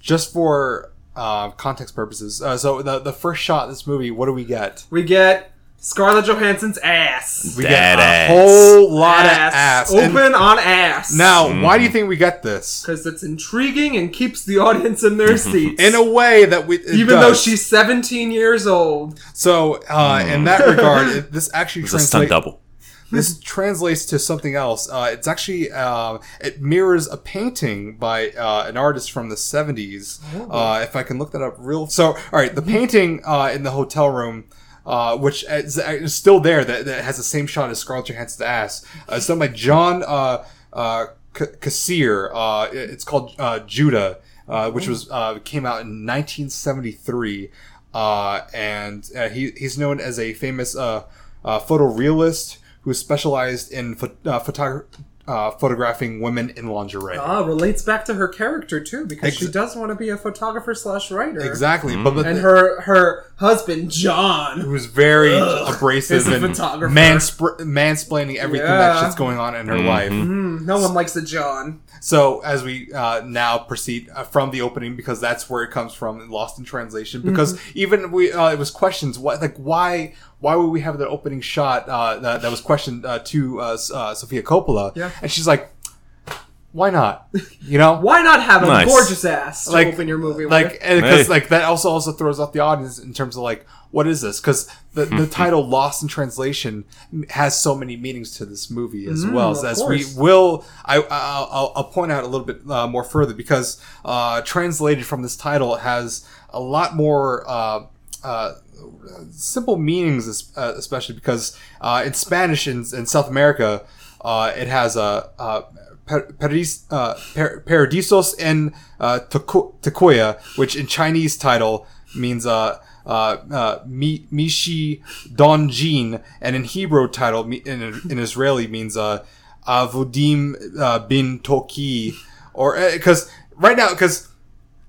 [SPEAKER 2] just for uh, context purposes. Uh, so the the first shot of this movie, what do we get?
[SPEAKER 1] We get Scarlett Johansson's ass.
[SPEAKER 2] We
[SPEAKER 3] That
[SPEAKER 2] get a
[SPEAKER 3] ass.
[SPEAKER 2] whole lot of ass. And
[SPEAKER 1] Open on ass.
[SPEAKER 2] now, why do you think we got this?
[SPEAKER 1] Because it's intriguing and keeps the audience in their seats.
[SPEAKER 2] <laughs> In a way that we, it
[SPEAKER 1] even though
[SPEAKER 2] does.
[SPEAKER 1] she's 17 years old.
[SPEAKER 2] so uh, in that regard, it, this actually
[SPEAKER 3] It's a stunt
[SPEAKER 2] translates.
[SPEAKER 3] double.
[SPEAKER 2] this translates to something else. Uh, it's actually uh, it mirrors a painting by uh, an artist from the '70s. Uh, if I can look that up real. So, all right, the painting uh, in the hotel room. Uh, which is, is still there that, that has the same shot as Scarlett Johansson's ass. Uh, it's done by John uh, uh, K- Kassir. Uh, it- it's called uh, Judah, uh, which was uh, came out in 1973, uh, and uh, he, he's known as a famous uh, uh, photorealist who specialized in pho- uh, photogra- uh, photographing women in lingerie.
[SPEAKER 1] Ah, relates back to her character too, because
[SPEAKER 2] Ex-
[SPEAKER 1] she does want to be a photographer slash writer.
[SPEAKER 2] Exactly, but, but
[SPEAKER 1] And her her husband John.
[SPEAKER 2] who's very
[SPEAKER 1] Ugh, is
[SPEAKER 2] abrasive
[SPEAKER 1] a
[SPEAKER 2] and
[SPEAKER 1] photographer.
[SPEAKER 2] manspr- mansplaining everything that
[SPEAKER 1] Yeah.
[SPEAKER 2] shit's going on in her life.
[SPEAKER 1] Hmm, no one likes a John.
[SPEAKER 2] So as we uh, now proceed uh, from the opening, because that's where it comes from, lost in translation. Because even we, uh, it was questions. What like why why would we have that opening shot uh, that, that was questioned uh, to uh, S- uh, Sophia Coppola?
[SPEAKER 1] Yeah.
[SPEAKER 2] and she's like, why not? You know,
[SPEAKER 1] Why not have a
[SPEAKER 3] Nice.
[SPEAKER 1] gorgeous ass to
[SPEAKER 2] Like-
[SPEAKER 1] open your movie
[SPEAKER 2] like
[SPEAKER 1] with?
[SPEAKER 2] because
[SPEAKER 3] Hey.
[SPEAKER 2] like that also also throws off the audience in terms of like what is this because the, the title lost in translation has so many meanings to this movie as
[SPEAKER 1] Mm,
[SPEAKER 2] well
[SPEAKER 1] of
[SPEAKER 2] so as
[SPEAKER 1] course.
[SPEAKER 2] we will I, I'll, I'll- I'll point out a little bit uh, more further because uh, translated from this title it has a lot more uh, uh, simple meanings es- uh, especially because uh, in Spanish in, in South America uh, it has a uh, par- Paradis, uh, par- Paradisos en uh, Teco- Tecoya, which in Chinese title means uh, uh, uh, Mi- Mishi Donjin, and in Hebrew title me- in, in Israeli means uh, Avodim uh, bin Toki, or because right now because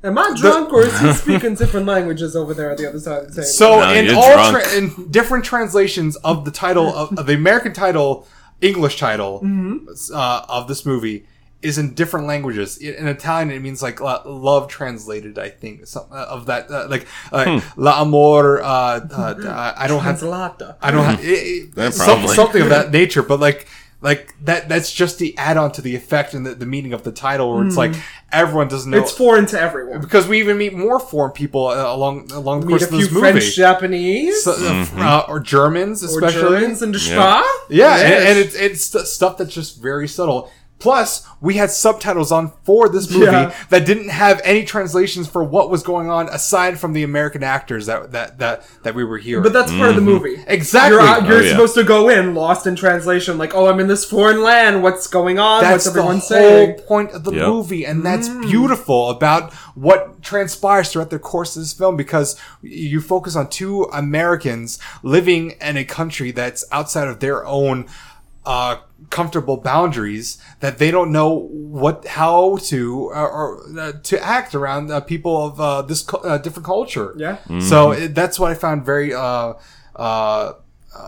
[SPEAKER 1] Am I drunk or
[SPEAKER 2] <laughs>
[SPEAKER 1] is he speaking different languages over there at the other side of the table?
[SPEAKER 2] so
[SPEAKER 3] No,
[SPEAKER 2] in
[SPEAKER 3] you're
[SPEAKER 2] all
[SPEAKER 3] drunk.
[SPEAKER 2] tra- in different translations of the title of, of the American title, English title
[SPEAKER 1] Mm-hmm.
[SPEAKER 2] uh, of this movie is in different languages. In, in Italian, it means like lo- love translated. I think some uh, of that uh, like uh,
[SPEAKER 3] Hmm.
[SPEAKER 2] la amor. Uh,
[SPEAKER 1] Mm-hmm.
[SPEAKER 2] uh, I don't have.
[SPEAKER 1] Translata.
[SPEAKER 2] I don't have it, it-
[SPEAKER 3] Hmm. Yeah,
[SPEAKER 2] some-
[SPEAKER 3] probably.
[SPEAKER 2] something of that nature, but like like that that's just the add-on to the effect and the, the meaning of the title where it's like everyone doesn't know
[SPEAKER 1] Hmm. It's foreign to everyone.
[SPEAKER 2] because we even meet more foreign people uh, along along the
[SPEAKER 1] Meet
[SPEAKER 2] course
[SPEAKER 1] a
[SPEAKER 2] of
[SPEAKER 1] few
[SPEAKER 2] this
[SPEAKER 1] French,
[SPEAKER 2] movie.
[SPEAKER 1] Japanese,
[SPEAKER 2] So, uh, uh, or Germans,
[SPEAKER 1] or
[SPEAKER 2] especially.
[SPEAKER 1] Germans, and
[SPEAKER 3] Yeah.
[SPEAKER 1] Spa.
[SPEAKER 2] Yeah, and, and it's it's stu- stuff that's just very subtle. Plus, we had subtitles on for this movie
[SPEAKER 1] Yeah.
[SPEAKER 2] that didn't have any translations for what was going on aside from the American actors that that that, that we were hearing.
[SPEAKER 1] but that's part of the movie.
[SPEAKER 2] Mm-hmm. exactly.
[SPEAKER 1] You're, out- you're
[SPEAKER 3] Oh, yeah.
[SPEAKER 1] supposed to go in lost in translation, like, oh, I'm in this foreign land. What's going on? What's
[SPEAKER 2] that's
[SPEAKER 1] everyone
[SPEAKER 2] the
[SPEAKER 1] saying?
[SPEAKER 2] whole point of the
[SPEAKER 3] Yep.
[SPEAKER 2] movie, and that's beautiful about what transpires throughout the course of this film because you focus on two Americans living in a country that's outside of their own uh, comfortable boundaries that they don't know what how to or, or uh, to act around uh, people of uh, this cu- uh, different culture.
[SPEAKER 1] Yeah.
[SPEAKER 2] So it, that's what I found very. Uh, uh, uh,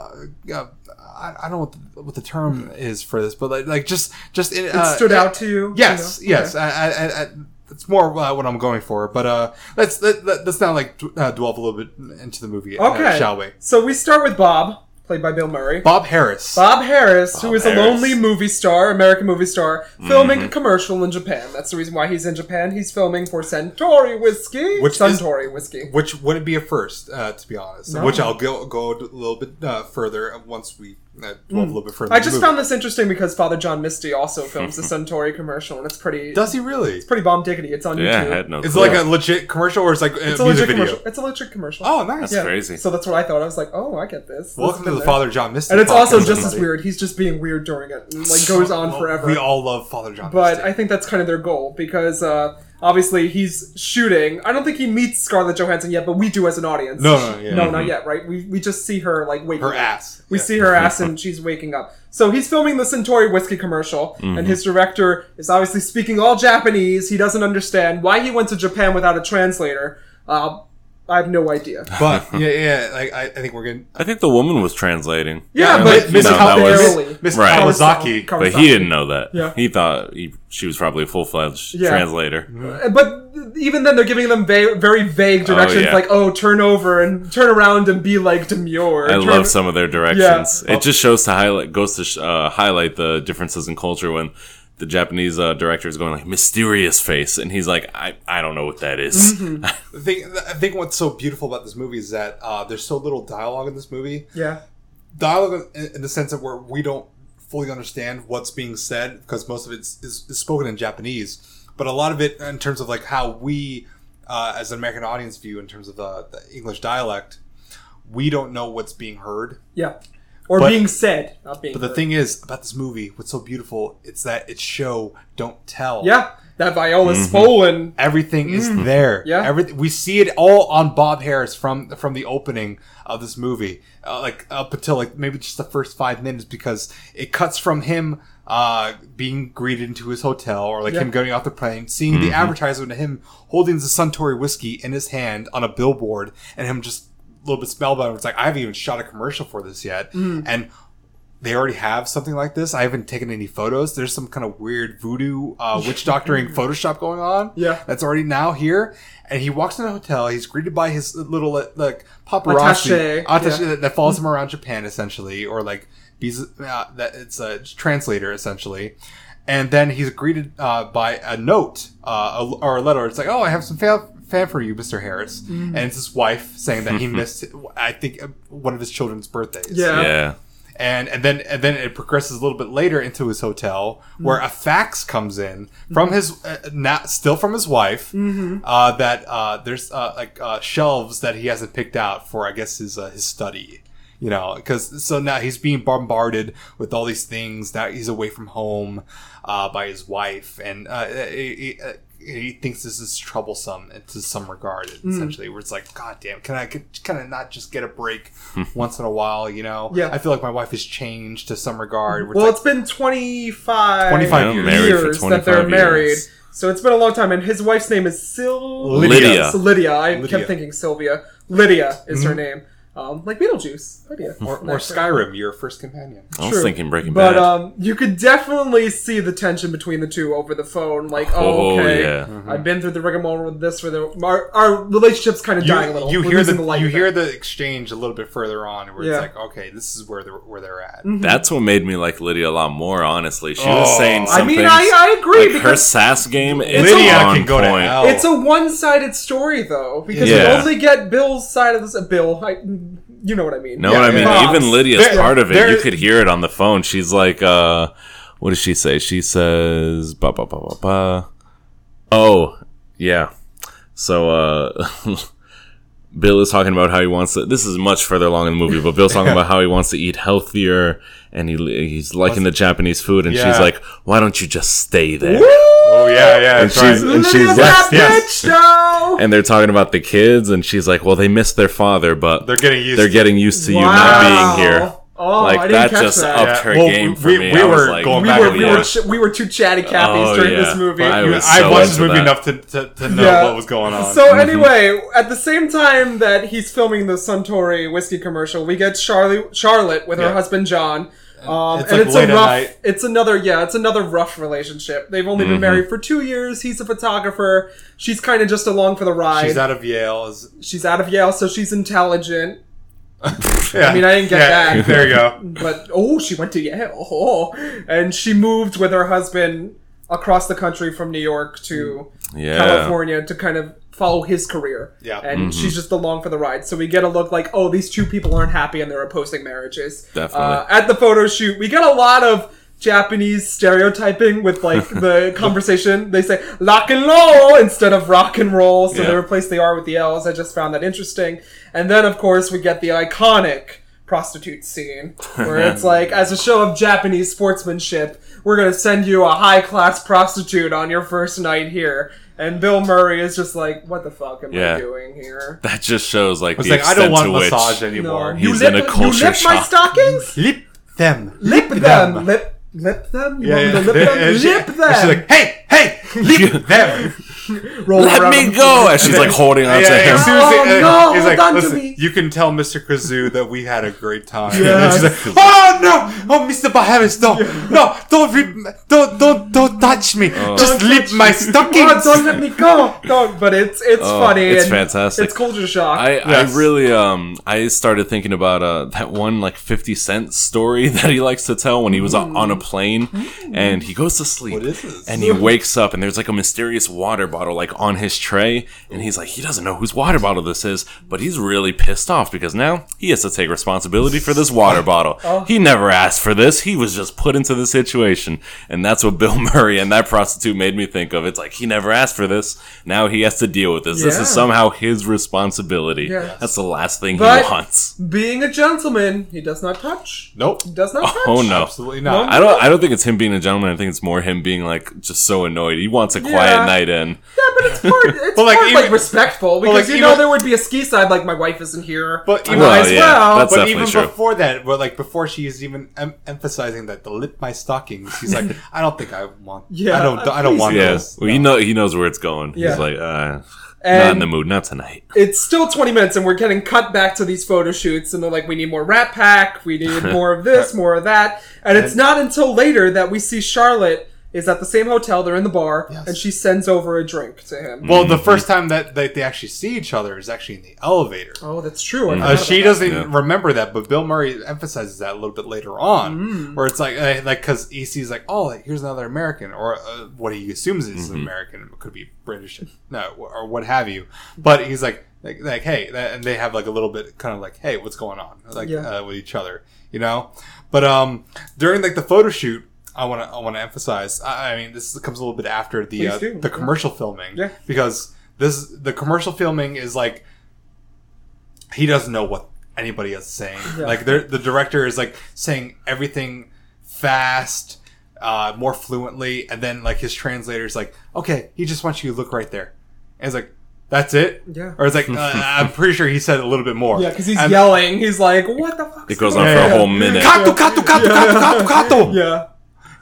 [SPEAKER 2] uh, I, I don't know what the, what the term is for this, but like, like just just in,
[SPEAKER 1] It
[SPEAKER 2] uh,
[SPEAKER 1] stood
[SPEAKER 2] uh,
[SPEAKER 1] out to you.
[SPEAKER 2] Yes,
[SPEAKER 1] you know?
[SPEAKER 2] yes. I, I, I, I, it's more uh, what I'm going for, but uh, let's let, let, let's not like d- uh, dwell a little bit into the movie, uh,
[SPEAKER 1] Okay.
[SPEAKER 2] shall we?
[SPEAKER 1] So we start with Bob, played by Bill Murray.
[SPEAKER 2] Bob Harris.
[SPEAKER 1] Bob Harris, who
[SPEAKER 3] Bob
[SPEAKER 1] is a
[SPEAKER 3] Harris. Mm-hmm.
[SPEAKER 1] lonely movie star, American movie star, filming a commercial in Japan. That's the reason why he's in Japan. He's filming for Centauri Whiskey.
[SPEAKER 2] Which is-
[SPEAKER 1] Suntory Whiskey.
[SPEAKER 2] which wouldn't be a first, uh, to be honest.
[SPEAKER 1] No.
[SPEAKER 2] Which I'll go go a little bit uh, further once we uh, dwell a little bit further.
[SPEAKER 1] Mm. I
[SPEAKER 2] in the
[SPEAKER 1] just
[SPEAKER 2] movie.
[SPEAKER 1] found this interesting because Father John Misty
[SPEAKER 2] <laughs>
[SPEAKER 1] also films the Suntory commercial, and it's pretty.
[SPEAKER 2] Does he really?
[SPEAKER 1] it's pretty bomb diggity. It's on
[SPEAKER 3] Yeah, I
[SPEAKER 1] YouTube.
[SPEAKER 3] had no.
[SPEAKER 2] Is it
[SPEAKER 3] clue.
[SPEAKER 2] like a legit commercial or is like
[SPEAKER 1] it's
[SPEAKER 2] it's
[SPEAKER 1] a legit
[SPEAKER 2] a music video?
[SPEAKER 1] commercial. It's a legit commercial.
[SPEAKER 2] Oh, nice.
[SPEAKER 3] That's crazy.
[SPEAKER 1] So that's what I thought. I was like, oh, I get this. This
[SPEAKER 2] Welcome
[SPEAKER 1] has
[SPEAKER 2] to
[SPEAKER 1] been
[SPEAKER 2] the
[SPEAKER 1] there.
[SPEAKER 2] Father John Mystery.
[SPEAKER 1] And it's also
[SPEAKER 2] podcast,
[SPEAKER 1] just as
[SPEAKER 2] everybody.
[SPEAKER 1] weird. He's just being weird during it, and, like goes on
[SPEAKER 2] Well,
[SPEAKER 1] forever.
[SPEAKER 2] We all love Father John.
[SPEAKER 1] but
[SPEAKER 2] Mystic.
[SPEAKER 1] I think that's kind of their goal because uh, obviously he's shooting. I don't think he meets Scarlett Johansson yet, but we do as an audience.
[SPEAKER 2] No, no, yeah.
[SPEAKER 1] no,
[SPEAKER 2] Mhm.
[SPEAKER 1] not yet, right? We, we just see her like waking
[SPEAKER 2] her
[SPEAKER 1] up.
[SPEAKER 2] ass.
[SPEAKER 1] We
[SPEAKER 2] Yeah.
[SPEAKER 1] <laughs> see her ass and she's waking up. So he's filming the Centauri whiskey commercial,
[SPEAKER 3] Mm-hmm.
[SPEAKER 1] and his director is obviously speaking all Japanese. He doesn't understand why he went to Japan without a translator. Uh, I have no
[SPEAKER 3] <laughs>
[SPEAKER 1] idea.
[SPEAKER 2] But yeah, yeah, like I, I think we're gonna
[SPEAKER 3] I think the woman was translating.
[SPEAKER 1] Yeah,
[SPEAKER 3] No,
[SPEAKER 1] but
[SPEAKER 3] that-
[SPEAKER 2] Miss
[SPEAKER 3] no,
[SPEAKER 2] Kawa-
[SPEAKER 3] that was-
[SPEAKER 1] barely.
[SPEAKER 2] Miss
[SPEAKER 3] Right.
[SPEAKER 2] Kawasaki.
[SPEAKER 3] But he didn't know that.
[SPEAKER 1] Yeah.
[SPEAKER 3] He thought he, she was probably a full fledged
[SPEAKER 1] Yeah.
[SPEAKER 3] translator.
[SPEAKER 1] But even then, they're giving them va- very vague directions,
[SPEAKER 3] yeah.
[SPEAKER 1] like "oh, turn over and turn around and be like demure."
[SPEAKER 3] I
[SPEAKER 1] Turn-
[SPEAKER 3] love some of their directions. It just shows to highlight goes to sh- uh, highlight the differences in culture when the Japanese uh, director is going like mysterious face, and he's like, I, I don't know what that is."
[SPEAKER 1] Mm-hmm.
[SPEAKER 3] <laughs>
[SPEAKER 2] I think, I think what's so beautiful about this movie is that uh, there's so little dialogue in this movie.
[SPEAKER 1] Yeah,
[SPEAKER 2] Dialogue in, in the sense that we're, we don't fully understand what's being said because most of it is, is, spoken in Japanese, but a lot of it in terms of like how we, uh, as an American audience view in terms of the, the English dialect, we don't know what's being heard.
[SPEAKER 1] yeah. Or
[SPEAKER 2] But-
[SPEAKER 1] being said,
[SPEAKER 3] Oh.
[SPEAKER 1] not being.
[SPEAKER 2] But the
[SPEAKER 1] heard.
[SPEAKER 2] thing is about this movie, what's so beautiful, it's that it's show don't tell.
[SPEAKER 1] yeah, that Viola
[SPEAKER 3] Mm-hmm.
[SPEAKER 1] Spolin.
[SPEAKER 2] Everything is there.
[SPEAKER 1] Yeah.
[SPEAKER 2] Everything we see it all on Bob Harris from from the opening of this movie, uh, like up until like maybe just the first five minutes because it cuts from him uh, being greeted into his hotel or like him going off the plane, seeing the advertisement of him holding the Suntory whiskey in his hand on a billboard, and him just a little bit spellbound. It's like I haven't even shot a commercial for this yet, and they already have something like this. I haven't taken any photos. There's some kind of weird voodoo
[SPEAKER 1] <laughs>
[SPEAKER 2] uh, witch doctoring Photoshop going on.
[SPEAKER 1] Yeah.
[SPEAKER 2] that's already now here. And he walks in a hotel. He's greeted by his little uh, like
[SPEAKER 1] Attaché,
[SPEAKER 2] paparazzi attaché
[SPEAKER 1] yeah. Mm-hmm.
[SPEAKER 2] that, that follows him around Japan essentially, or like he's uh, that it's a translator essentially. And then he's greeted uh, by a note uh, a, or a letter. It's like, oh, I have some fan, fan for you, Mr. Harris.
[SPEAKER 1] Mm-hmm.
[SPEAKER 2] And it's his wife
[SPEAKER 1] <laughs>
[SPEAKER 2] saying that he missed, I think, uh, one of his children's birthdays
[SPEAKER 1] Yeah.
[SPEAKER 3] yeah.
[SPEAKER 2] and and then and then it progresses a little bit later into his hotel where a fax comes in from his uh, not still from his wife uh, that uh, there's uh, like uh, shelves that he hasn't picked out for I guess his uh, his study you know because so now he's being bombarded with all these things that he's away from home uh, by his wife and uh, he, he- uh, he thinks this is troublesome to some regard essentially where it's like god damn can i can i not just get a break once in a while you know
[SPEAKER 1] Yeah.
[SPEAKER 2] i feel like my wife has changed to some regard where it's
[SPEAKER 1] Well,
[SPEAKER 2] like,
[SPEAKER 1] it's been 25,
[SPEAKER 2] 25
[SPEAKER 3] Yeah,
[SPEAKER 2] years.
[SPEAKER 3] married for
[SPEAKER 1] years that they're
[SPEAKER 3] 25
[SPEAKER 1] married.
[SPEAKER 3] years.
[SPEAKER 1] So it's been a long time, and his wife's name is Sil.
[SPEAKER 2] Lydia.
[SPEAKER 3] Lydia.
[SPEAKER 1] So Lydia. I kept
[SPEAKER 2] Lydia.
[SPEAKER 1] thinking Sylvia. Lydia is her name. Um, like Beetlejuice. Lydia.
[SPEAKER 2] or, or skyrim your first companion
[SPEAKER 3] I was
[SPEAKER 1] True.
[SPEAKER 3] thinking Breaking
[SPEAKER 1] But
[SPEAKER 3] Bad.
[SPEAKER 1] um, you could definitely see the tension between the two over the phone. Like, oh,
[SPEAKER 3] Oh,
[SPEAKER 1] okay,
[SPEAKER 3] yeah.
[SPEAKER 1] I've been through the rigmarole with this. For the our, our relationship's kind of dying a little.
[SPEAKER 2] you
[SPEAKER 1] We're
[SPEAKER 2] hear the,
[SPEAKER 1] losing light
[SPEAKER 2] you
[SPEAKER 1] of
[SPEAKER 2] hear
[SPEAKER 1] it.
[SPEAKER 2] the exchange a little bit further on where
[SPEAKER 1] Yeah.
[SPEAKER 2] it's like okay this is where they're where they're at
[SPEAKER 3] That's what made me like Lydia a lot more. Honestly, she was
[SPEAKER 2] Oh.
[SPEAKER 3] saying
[SPEAKER 1] I
[SPEAKER 3] something.
[SPEAKER 1] mean, I, I agree
[SPEAKER 3] like her
[SPEAKER 1] because
[SPEAKER 3] sass game. It's
[SPEAKER 2] lydia
[SPEAKER 3] on
[SPEAKER 2] can go
[SPEAKER 3] point.
[SPEAKER 2] to hell
[SPEAKER 1] it's a one-sided story though. Because
[SPEAKER 3] Oh. Yeah.
[SPEAKER 1] we only get Bill's side of this. uh, Bill, I, you know what I mean?
[SPEAKER 3] Know what I mean?
[SPEAKER 1] Bob's.
[SPEAKER 3] Even Lydia's
[SPEAKER 2] There-
[SPEAKER 3] part of it.
[SPEAKER 2] there-
[SPEAKER 3] you could hear it on the phone. She's like, uh, what does she say? She says, ba ba ba ba ba. Oh, yeah. So, uh, <laughs> Bill is talking about how he wants to. This is much further along in the movie, but Bill's talking about how he wants to eat healthier and he, he's liking the Japanese food. And she's
[SPEAKER 2] Yeah.
[SPEAKER 3] like, why don't you just stay there?
[SPEAKER 2] oh yeah yeah
[SPEAKER 3] And
[SPEAKER 2] that's right.
[SPEAKER 3] she's, and
[SPEAKER 1] Lydia's
[SPEAKER 3] she's
[SPEAKER 1] that
[SPEAKER 3] like,
[SPEAKER 2] yes.
[SPEAKER 1] bitch though.
[SPEAKER 3] and they're talking about the kids, and she's like, well, they missed their father, but
[SPEAKER 2] they're getting used
[SPEAKER 3] they're
[SPEAKER 2] to
[SPEAKER 3] getting used to you not being here.
[SPEAKER 1] Wow. Oh, I
[SPEAKER 3] like
[SPEAKER 1] didn't
[SPEAKER 3] that
[SPEAKER 1] catch
[SPEAKER 3] just
[SPEAKER 1] that.
[SPEAKER 3] upped her
[SPEAKER 2] Well,
[SPEAKER 3] game for
[SPEAKER 2] we-
[SPEAKER 3] me.
[SPEAKER 2] we
[SPEAKER 3] I was
[SPEAKER 2] were
[SPEAKER 3] like,
[SPEAKER 2] going
[SPEAKER 1] we
[SPEAKER 2] back
[SPEAKER 1] were
[SPEAKER 2] and
[SPEAKER 1] we were,
[SPEAKER 2] forth.
[SPEAKER 1] ch- we were two chatty Cathy's
[SPEAKER 3] Oh,
[SPEAKER 1] during
[SPEAKER 3] yeah.
[SPEAKER 1] this movie.
[SPEAKER 3] I
[SPEAKER 2] You-
[SPEAKER 3] was
[SPEAKER 2] I
[SPEAKER 3] so
[SPEAKER 2] watched this
[SPEAKER 3] into
[SPEAKER 2] movie
[SPEAKER 3] that.
[SPEAKER 2] enough to, to, to know
[SPEAKER 1] Yeah.
[SPEAKER 2] what was going on. Mm-hmm.
[SPEAKER 1] So anyway, at the same time that he's filming the Suntory whiskey commercial, we get Charlie Charlotte with her
[SPEAKER 2] Yeah.
[SPEAKER 1] husband John. Um,
[SPEAKER 2] It's
[SPEAKER 1] and
[SPEAKER 2] like
[SPEAKER 1] it's
[SPEAKER 2] late
[SPEAKER 1] a
[SPEAKER 2] at
[SPEAKER 1] rough.
[SPEAKER 2] night. Mm-hmm.
[SPEAKER 1] It's another yeah. It's another rough relationship. They've only been married for two years. He's a photographer. She's kind of just along for the ride.
[SPEAKER 2] she's out of Yale. is-
[SPEAKER 1] She's out of Yale, so she's intelligent.
[SPEAKER 2] <laughs> Yeah.
[SPEAKER 1] mean, I didn't get
[SPEAKER 2] Yeah,
[SPEAKER 3] <laughs>
[SPEAKER 1] that.
[SPEAKER 2] There you go.
[SPEAKER 1] But oh, she went to Yale, <laughs> oh, and she moved with her husband across the country from New York to
[SPEAKER 3] Mm, Yeah. Mm-hmm.
[SPEAKER 1] California to kind of follow his career.
[SPEAKER 2] Yeah.
[SPEAKER 1] and she's just along for the ride. So we get a look like, oh, these two people aren't happy and they're opposing marriages.
[SPEAKER 3] Definitely.
[SPEAKER 1] Uh, at the photo shoot, we get a lot of. Japanese stereotyping with
[SPEAKER 3] <laughs>
[SPEAKER 1] like the conversation. They say lock and roll instead of rock and roll, so they
[SPEAKER 3] Yeah.
[SPEAKER 1] replace the R with the L's. I just found that interesting. And then, of course, we get the iconic prostitute
[SPEAKER 3] <laughs>
[SPEAKER 1] scene where it's like, as a show of Japanese sportsmanship, we're going to send you a high class prostitute on your first night here. And Bill Murray is just like, what the fuck am I
[SPEAKER 3] Yeah.
[SPEAKER 1] doing here?
[SPEAKER 3] That just shows like
[SPEAKER 2] It's
[SPEAKER 3] the
[SPEAKER 2] like I
[SPEAKER 3] extent
[SPEAKER 2] don't want
[SPEAKER 3] to which
[SPEAKER 2] massage anymore.
[SPEAKER 1] you
[SPEAKER 3] He's
[SPEAKER 1] lip,
[SPEAKER 3] in a
[SPEAKER 1] you
[SPEAKER 3] culture
[SPEAKER 1] lip my
[SPEAKER 3] shock.
[SPEAKER 1] stockings?
[SPEAKER 2] Lip them.
[SPEAKER 1] Lip them. Lip Lip them? You want
[SPEAKER 2] Yeah,
[SPEAKER 1] me to
[SPEAKER 2] yeah.
[SPEAKER 1] lip them?
[SPEAKER 2] <laughs> And she-
[SPEAKER 1] Lip
[SPEAKER 2] and
[SPEAKER 1] them!
[SPEAKER 2] She's like, hey, hey, <laughs> leave them.
[SPEAKER 1] Roll
[SPEAKER 3] Let
[SPEAKER 1] around
[SPEAKER 3] me
[SPEAKER 1] them.
[SPEAKER 3] go! And she's like holding on to him.
[SPEAKER 2] as soon as they-
[SPEAKER 1] Oh, no,
[SPEAKER 2] he's
[SPEAKER 1] hold
[SPEAKER 2] like,
[SPEAKER 1] on to
[SPEAKER 2] "Listen,
[SPEAKER 1] me."
[SPEAKER 2] you can tell Mr. Kazoo that we had a great time.
[SPEAKER 1] Yes.
[SPEAKER 2] And then she's like, oh no, oh Mr. Bahamas, no, no, don't, re- don't, don't, don't touch me. Just
[SPEAKER 1] Don't
[SPEAKER 2] leave
[SPEAKER 1] touch
[SPEAKER 2] my
[SPEAKER 1] me. Oh,
[SPEAKER 2] stockings.
[SPEAKER 1] don't let me
[SPEAKER 3] <laughs>
[SPEAKER 1] go! Don't, but it's it's
[SPEAKER 3] Oh,
[SPEAKER 1] funny.
[SPEAKER 3] it's
[SPEAKER 1] and
[SPEAKER 3] fantastic.
[SPEAKER 1] It's culture shock.
[SPEAKER 3] I,
[SPEAKER 2] Yes.
[SPEAKER 3] I really um I started thinking about uh that one like 50 cent story <laughs> that he likes to tell when he was on on a plane and he goes to sleep
[SPEAKER 2] What is this?
[SPEAKER 3] and he wakes up and there's like a mysterious water bottle like on his tray and he's like he doesn't know whose water bottle this is but he's really pissed off because now he has to take responsibility for this water bottle. He never asked for this. He was just put into the situation and that's what Bill <laughs> Murray and that prostitute made me think of. It's like he never asked for this. Now he has to deal with this. This
[SPEAKER 1] Yeah.
[SPEAKER 3] is some somehow his responsibility.
[SPEAKER 1] Yes.
[SPEAKER 3] That's the last thing
[SPEAKER 1] But-
[SPEAKER 3] he wants.
[SPEAKER 1] Being a gentleman, he does not touch.
[SPEAKER 2] Nope.
[SPEAKER 1] He does not touch.
[SPEAKER 3] Oh no.
[SPEAKER 2] Absolutely not.
[SPEAKER 3] I don't I don't think it's him being a gentleman. I think it's more him being like just so annoyed. He wants a quiet
[SPEAKER 1] Yeah.
[SPEAKER 3] night in.
[SPEAKER 1] Yeah, but it's more, it's
[SPEAKER 2] <laughs> Well, like,
[SPEAKER 1] more,
[SPEAKER 2] even-
[SPEAKER 1] like, respectful
[SPEAKER 2] well,
[SPEAKER 1] because
[SPEAKER 2] like,
[SPEAKER 1] you
[SPEAKER 2] even-
[SPEAKER 1] know there would be a ski side like my wife isn't here.
[SPEAKER 2] But
[SPEAKER 1] I
[SPEAKER 2] even-
[SPEAKER 1] might
[SPEAKER 2] Well,
[SPEAKER 1] as
[SPEAKER 3] yeah,
[SPEAKER 1] well.
[SPEAKER 3] that's-
[SPEAKER 2] but
[SPEAKER 3] definitely
[SPEAKER 2] even
[SPEAKER 3] true.
[SPEAKER 2] before that, well, like before she is even em- emphasizing that to lip my stockings, she's <laughs> like, "I don't think I want.
[SPEAKER 1] Yeah,
[SPEAKER 2] I don't. I don't
[SPEAKER 1] please,
[SPEAKER 2] want
[SPEAKER 3] Yeah.
[SPEAKER 2] this.
[SPEAKER 3] Well, you know he knows where it's going.
[SPEAKER 1] Yeah.
[SPEAKER 3] He's like, uh not in
[SPEAKER 1] and
[SPEAKER 3] the mood, not tonight.
[SPEAKER 1] it's still 20 minutes and we're getting cut back to these photo shoots and they're like we need more rat pack we
[SPEAKER 3] <laughs>
[SPEAKER 1] need more of this more of that and it's not until later that we see charlotte is at the same hotel they're in the bar
[SPEAKER 2] Yes.
[SPEAKER 1] and she sends over a drink to him
[SPEAKER 2] Well,
[SPEAKER 3] Mm-hmm.
[SPEAKER 2] the first time that they, they actually see each other is actually in the elevator.
[SPEAKER 1] oh that's
[SPEAKER 3] Mm.
[SPEAKER 1] true I forgot
[SPEAKER 2] Uh,
[SPEAKER 1] about
[SPEAKER 2] she
[SPEAKER 1] that.
[SPEAKER 2] doesn't
[SPEAKER 3] Yeah.
[SPEAKER 2] remember that, but Bill Murray emphasizes that a little bit later on,
[SPEAKER 1] Mm.
[SPEAKER 2] where it's like, uh, like because EC's like, oh, like, here's another American, or uh, what he assumes is an American, it could be British, no, or what have you. But he's like, like, like hey, that, and they have like a little bit, kind of like, hey, what's going on, like
[SPEAKER 1] Yeah.
[SPEAKER 2] uh, with each other, you know. But um, during like the photo shoot. I want to. I want to emphasize. I, I mean, this comes a little bit after the
[SPEAKER 1] Please
[SPEAKER 2] uh,
[SPEAKER 1] do.
[SPEAKER 2] the commercial filming,
[SPEAKER 1] Yeah.
[SPEAKER 2] because this the commercial filming is like he doesn't know what anybody is saying.
[SPEAKER 1] Yeah.
[SPEAKER 2] Like they're- the director is like saying everything fast, uh, more fluently, and then like his translator is like, "Okay, he just wants you to look right there," and it's like, "That's it."
[SPEAKER 1] Yeah.
[SPEAKER 2] Or it's like, uh, I'm pretty sure he said a little bit more.
[SPEAKER 1] yeah because he's
[SPEAKER 2] And-
[SPEAKER 1] yelling he's like what the fuck
[SPEAKER 3] It goes on for
[SPEAKER 2] Yeah.
[SPEAKER 3] a whole minute.
[SPEAKER 2] Kato, kato, kato, kato, kato, kato.
[SPEAKER 1] yeah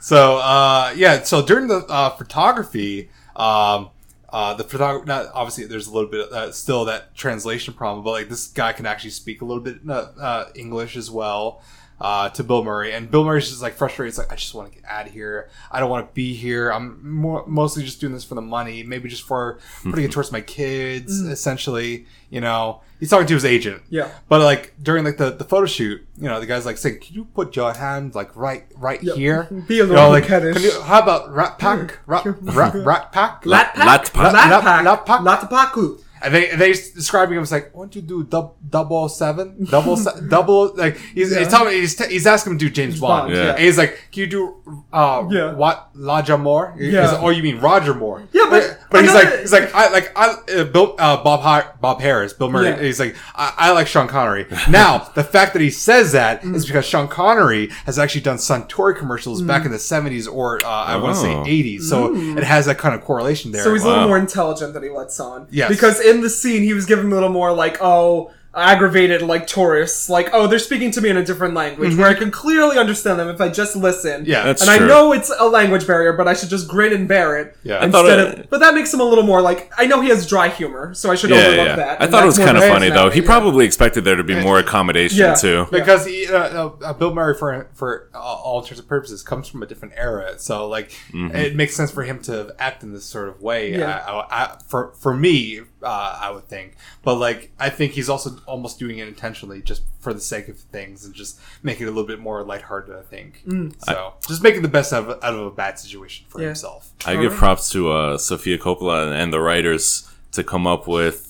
[SPEAKER 2] So uh, yeah, so during the uh, photography, um, uh, the photography. Not obviously, there's a little bit of, uh, still that translation problem, but like this guy can actually speak a little bit uh, uh, English as well uh, to Bill Murray, and Bill Murray's just like frustrated. It's like I just want to get out of here. I don't want to be here. I'm more, mostly just doing this for the money, maybe just for putting it towards my kids. Essentially, you know, he's talking to his agent.
[SPEAKER 1] yeah
[SPEAKER 2] <laughs> But like during like the, the photo shoot, you know, the guy's like saying, "Can you put your hand like right right
[SPEAKER 1] Yep.
[SPEAKER 2] here?"
[SPEAKER 1] Be a
[SPEAKER 2] You know,
[SPEAKER 1] little
[SPEAKER 2] like,
[SPEAKER 1] coquettish.
[SPEAKER 2] "Can you- how about rat pack, rat rat rat
[SPEAKER 1] <laughs>
[SPEAKER 2] pack,
[SPEAKER 1] Lat
[SPEAKER 3] Lat
[SPEAKER 1] pack,
[SPEAKER 2] Lat-
[SPEAKER 3] pack.
[SPEAKER 1] lat pack,
[SPEAKER 2] lat pack.
[SPEAKER 1] lat paku.
[SPEAKER 2] And they and they describing him as like, "Why don't you do dub, double oh seven, double se- <laughs> double?" Like he's
[SPEAKER 1] Yeah.
[SPEAKER 2] he's, telling, he's, t- he's asking him to do James Bond.
[SPEAKER 1] Bond,
[SPEAKER 3] Yeah. yeah.
[SPEAKER 2] And he's like, "Can you do uh,
[SPEAKER 1] Yeah.
[SPEAKER 2] what Roger Moore?" He's
[SPEAKER 1] Yeah.
[SPEAKER 2] like, "Oh, you mean Roger Moore?"
[SPEAKER 1] Yeah, but-
[SPEAKER 2] but he's like
[SPEAKER 1] another-
[SPEAKER 2] he's like I like I uh, Bill uh, Bob Har- Bob Harris Bill Murray.
[SPEAKER 1] Yeah.
[SPEAKER 2] He's like I, I like Sean Connery.
[SPEAKER 1] <laughs>
[SPEAKER 2] Now the fact that he says that
[SPEAKER 1] Mm.
[SPEAKER 2] is because Sean Connery has actually done Suntory commercials back
[SPEAKER 1] Mm.
[SPEAKER 2] in the seventies or uh, I want to say
[SPEAKER 3] Oh.
[SPEAKER 2] eighties. So it has that kind of correlation there.
[SPEAKER 1] So he's a little
[SPEAKER 3] Wow.
[SPEAKER 1] more intelligent than he lets on.
[SPEAKER 2] Yes.
[SPEAKER 1] Because in the scene, he was giving a little more like, oh, aggravated, like tourists, like, oh, they're speaking to me in a different language where I can clearly understand them if I just listen.
[SPEAKER 2] Mhm. yeah,
[SPEAKER 3] That's
[SPEAKER 1] and
[SPEAKER 3] true.
[SPEAKER 1] I know it's a language barrier, but I should just grin and bear it.
[SPEAKER 2] Yeah. I
[SPEAKER 3] thought
[SPEAKER 1] instead
[SPEAKER 3] it-
[SPEAKER 1] of, but that makes him a little more like I know he has dry humor, so I should
[SPEAKER 3] Yeah,
[SPEAKER 1] overlook
[SPEAKER 3] yeah.
[SPEAKER 1] that.
[SPEAKER 3] I
[SPEAKER 1] And that's
[SPEAKER 3] thought it was
[SPEAKER 1] more
[SPEAKER 3] kind of
[SPEAKER 1] his
[SPEAKER 3] funny though.
[SPEAKER 1] now,
[SPEAKER 3] He
[SPEAKER 1] yeah.
[SPEAKER 3] probably expected there to be more accommodation
[SPEAKER 1] Yeah.
[SPEAKER 3] too.
[SPEAKER 2] because he, uh, uh, uh, Bill Murray, for for all- all intents and purposes, comes from a different era. So like, it makes sense for him to act in this sort of way.
[SPEAKER 1] Mm-hmm. Yeah.
[SPEAKER 2] I, I, I, for for me, uh, I would think, but like, I think he's also almost doing it intentionally, just for the sake of things, and just making it a little bit more lighthearted. I think. So just making the best out of, out of a bad situation for
[SPEAKER 1] Mm. Yeah.
[SPEAKER 2] himself.
[SPEAKER 3] I give props to uh, Sophia Coppola and the writers to come up with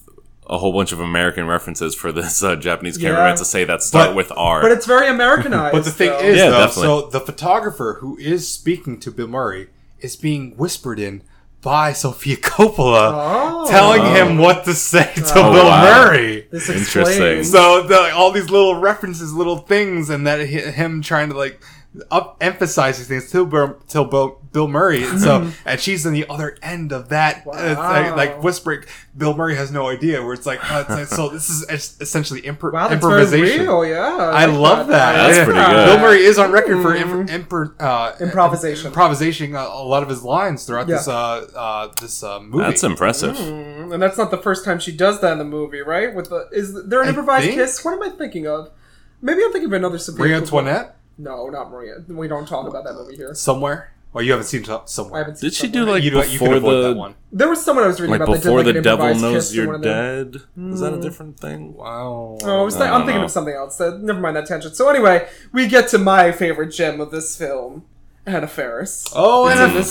[SPEAKER 3] a whole bunch of American references for this uh, Japanese
[SPEAKER 1] Yeah.
[SPEAKER 3] cameraman to say that start
[SPEAKER 2] But-
[SPEAKER 3] with R.
[SPEAKER 1] But it's very Americanized.
[SPEAKER 2] <laughs> But the thing
[SPEAKER 1] though.
[SPEAKER 2] is,
[SPEAKER 3] Yeah,
[SPEAKER 2] though,
[SPEAKER 3] definitely.
[SPEAKER 2] so the photographer who is speaking to Bill Murray is being whispered in by Sophia <laughs> Coppola,
[SPEAKER 1] Oh.
[SPEAKER 2] telling him what to say to
[SPEAKER 1] Oh,
[SPEAKER 2] Bill
[SPEAKER 3] wow.
[SPEAKER 2] Murray.
[SPEAKER 1] this
[SPEAKER 3] Interesting.
[SPEAKER 1] explains.
[SPEAKER 2] So the, all these little references, little things, and that hi- him trying to like up emphasizes things till Bill, till Bill, Bill Murray,
[SPEAKER 1] <laughs>
[SPEAKER 2] and so and she's on the other end of that, uh, it's like,
[SPEAKER 1] Wow.
[SPEAKER 2] like whispering. Bill Murray has no idea where it's like, uh, it's like, so this is es- essentially impro-
[SPEAKER 1] Wow, that's very
[SPEAKER 2] improvisation.
[SPEAKER 1] real. Yeah,
[SPEAKER 2] I love that.
[SPEAKER 3] That's
[SPEAKER 2] Yeah.
[SPEAKER 3] pretty good.
[SPEAKER 2] Bill Murray is on record for imp- impro- uh,
[SPEAKER 1] Hmm. Improvisation.
[SPEAKER 2] improvisation a, a lot of his lines throughout
[SPEAKER 1] Yeah.
[SPEAKER 2] this uh, uh, this uh, movie.
[SPEAKER 3] That's impressive.
[SPEAKER 1] Mm, and that's not the first time she does that in the movie, right? With the is there an
[SPEAKER 2] I
[SPEAKER 1] improvised
[SPEAKER 2] think-
[SPEAKER 1] kiss? What am I thinking of? Maybe I'm thinking of another Sophia.
[SPEAKER 2] Marie
[SPEAKER 1] Cooper-
[SPEAKER 2] Antoinette
[SPEAKER 1] No, not Maria. We don't talk about that movie here.
[SPEAKER 2] somewhere. Well, you haven't seen so-
[SPEAKER 1] I
[SPEAKER 2] somewhere.
[SPEAKER 1] haven't. seen
[SPEAKER 3] Did she
[SPEAKER 1] that
[SPEAKER 3] do
[SPEAKER 1] one.
[SPEAKER 3] like
[SPEAKER 2] you, don't- you can
[SPEAKER 3] before
[SPEAKER 2] avoid that
[SPEAKER 3] the
[SPEAKER 2] one.
[SPEAKER 1] There was someone I was reading
[SPEAKER 3] like
[SPEAKER 1] about. that did,
[SPEAKER 3] before
[SPEAKER 1] like,
[SPEAKER 3] the
[SPEAKER 1] an
[SPEAKER 3] devil
[SPEAKER 1] improvised
[SPEAKER 3] knows
[SPEAKER 1] kiss in one
[SPEAKER 3] you're
[SPEAKER 1] of their-
[SPEAKER 3] dead? Is that a different thing?
[SPEAKER 2] Hmm. Wow.
[SPEAKER 1] Oh, I was
[SPEAKER 3] I
[SPEAKER 1] thi- I'm
[SPEAKER 3] don't
[SPEAKER 1] thinking
[SPEAKER 3] know.
[SPEAKER 1] of something else. That, never mind that tangent. So anyway, we get to my favorite gem of this film, Anna Faris.
[SPEAKER 2] Oh, Anna
[SPEAKER 1] This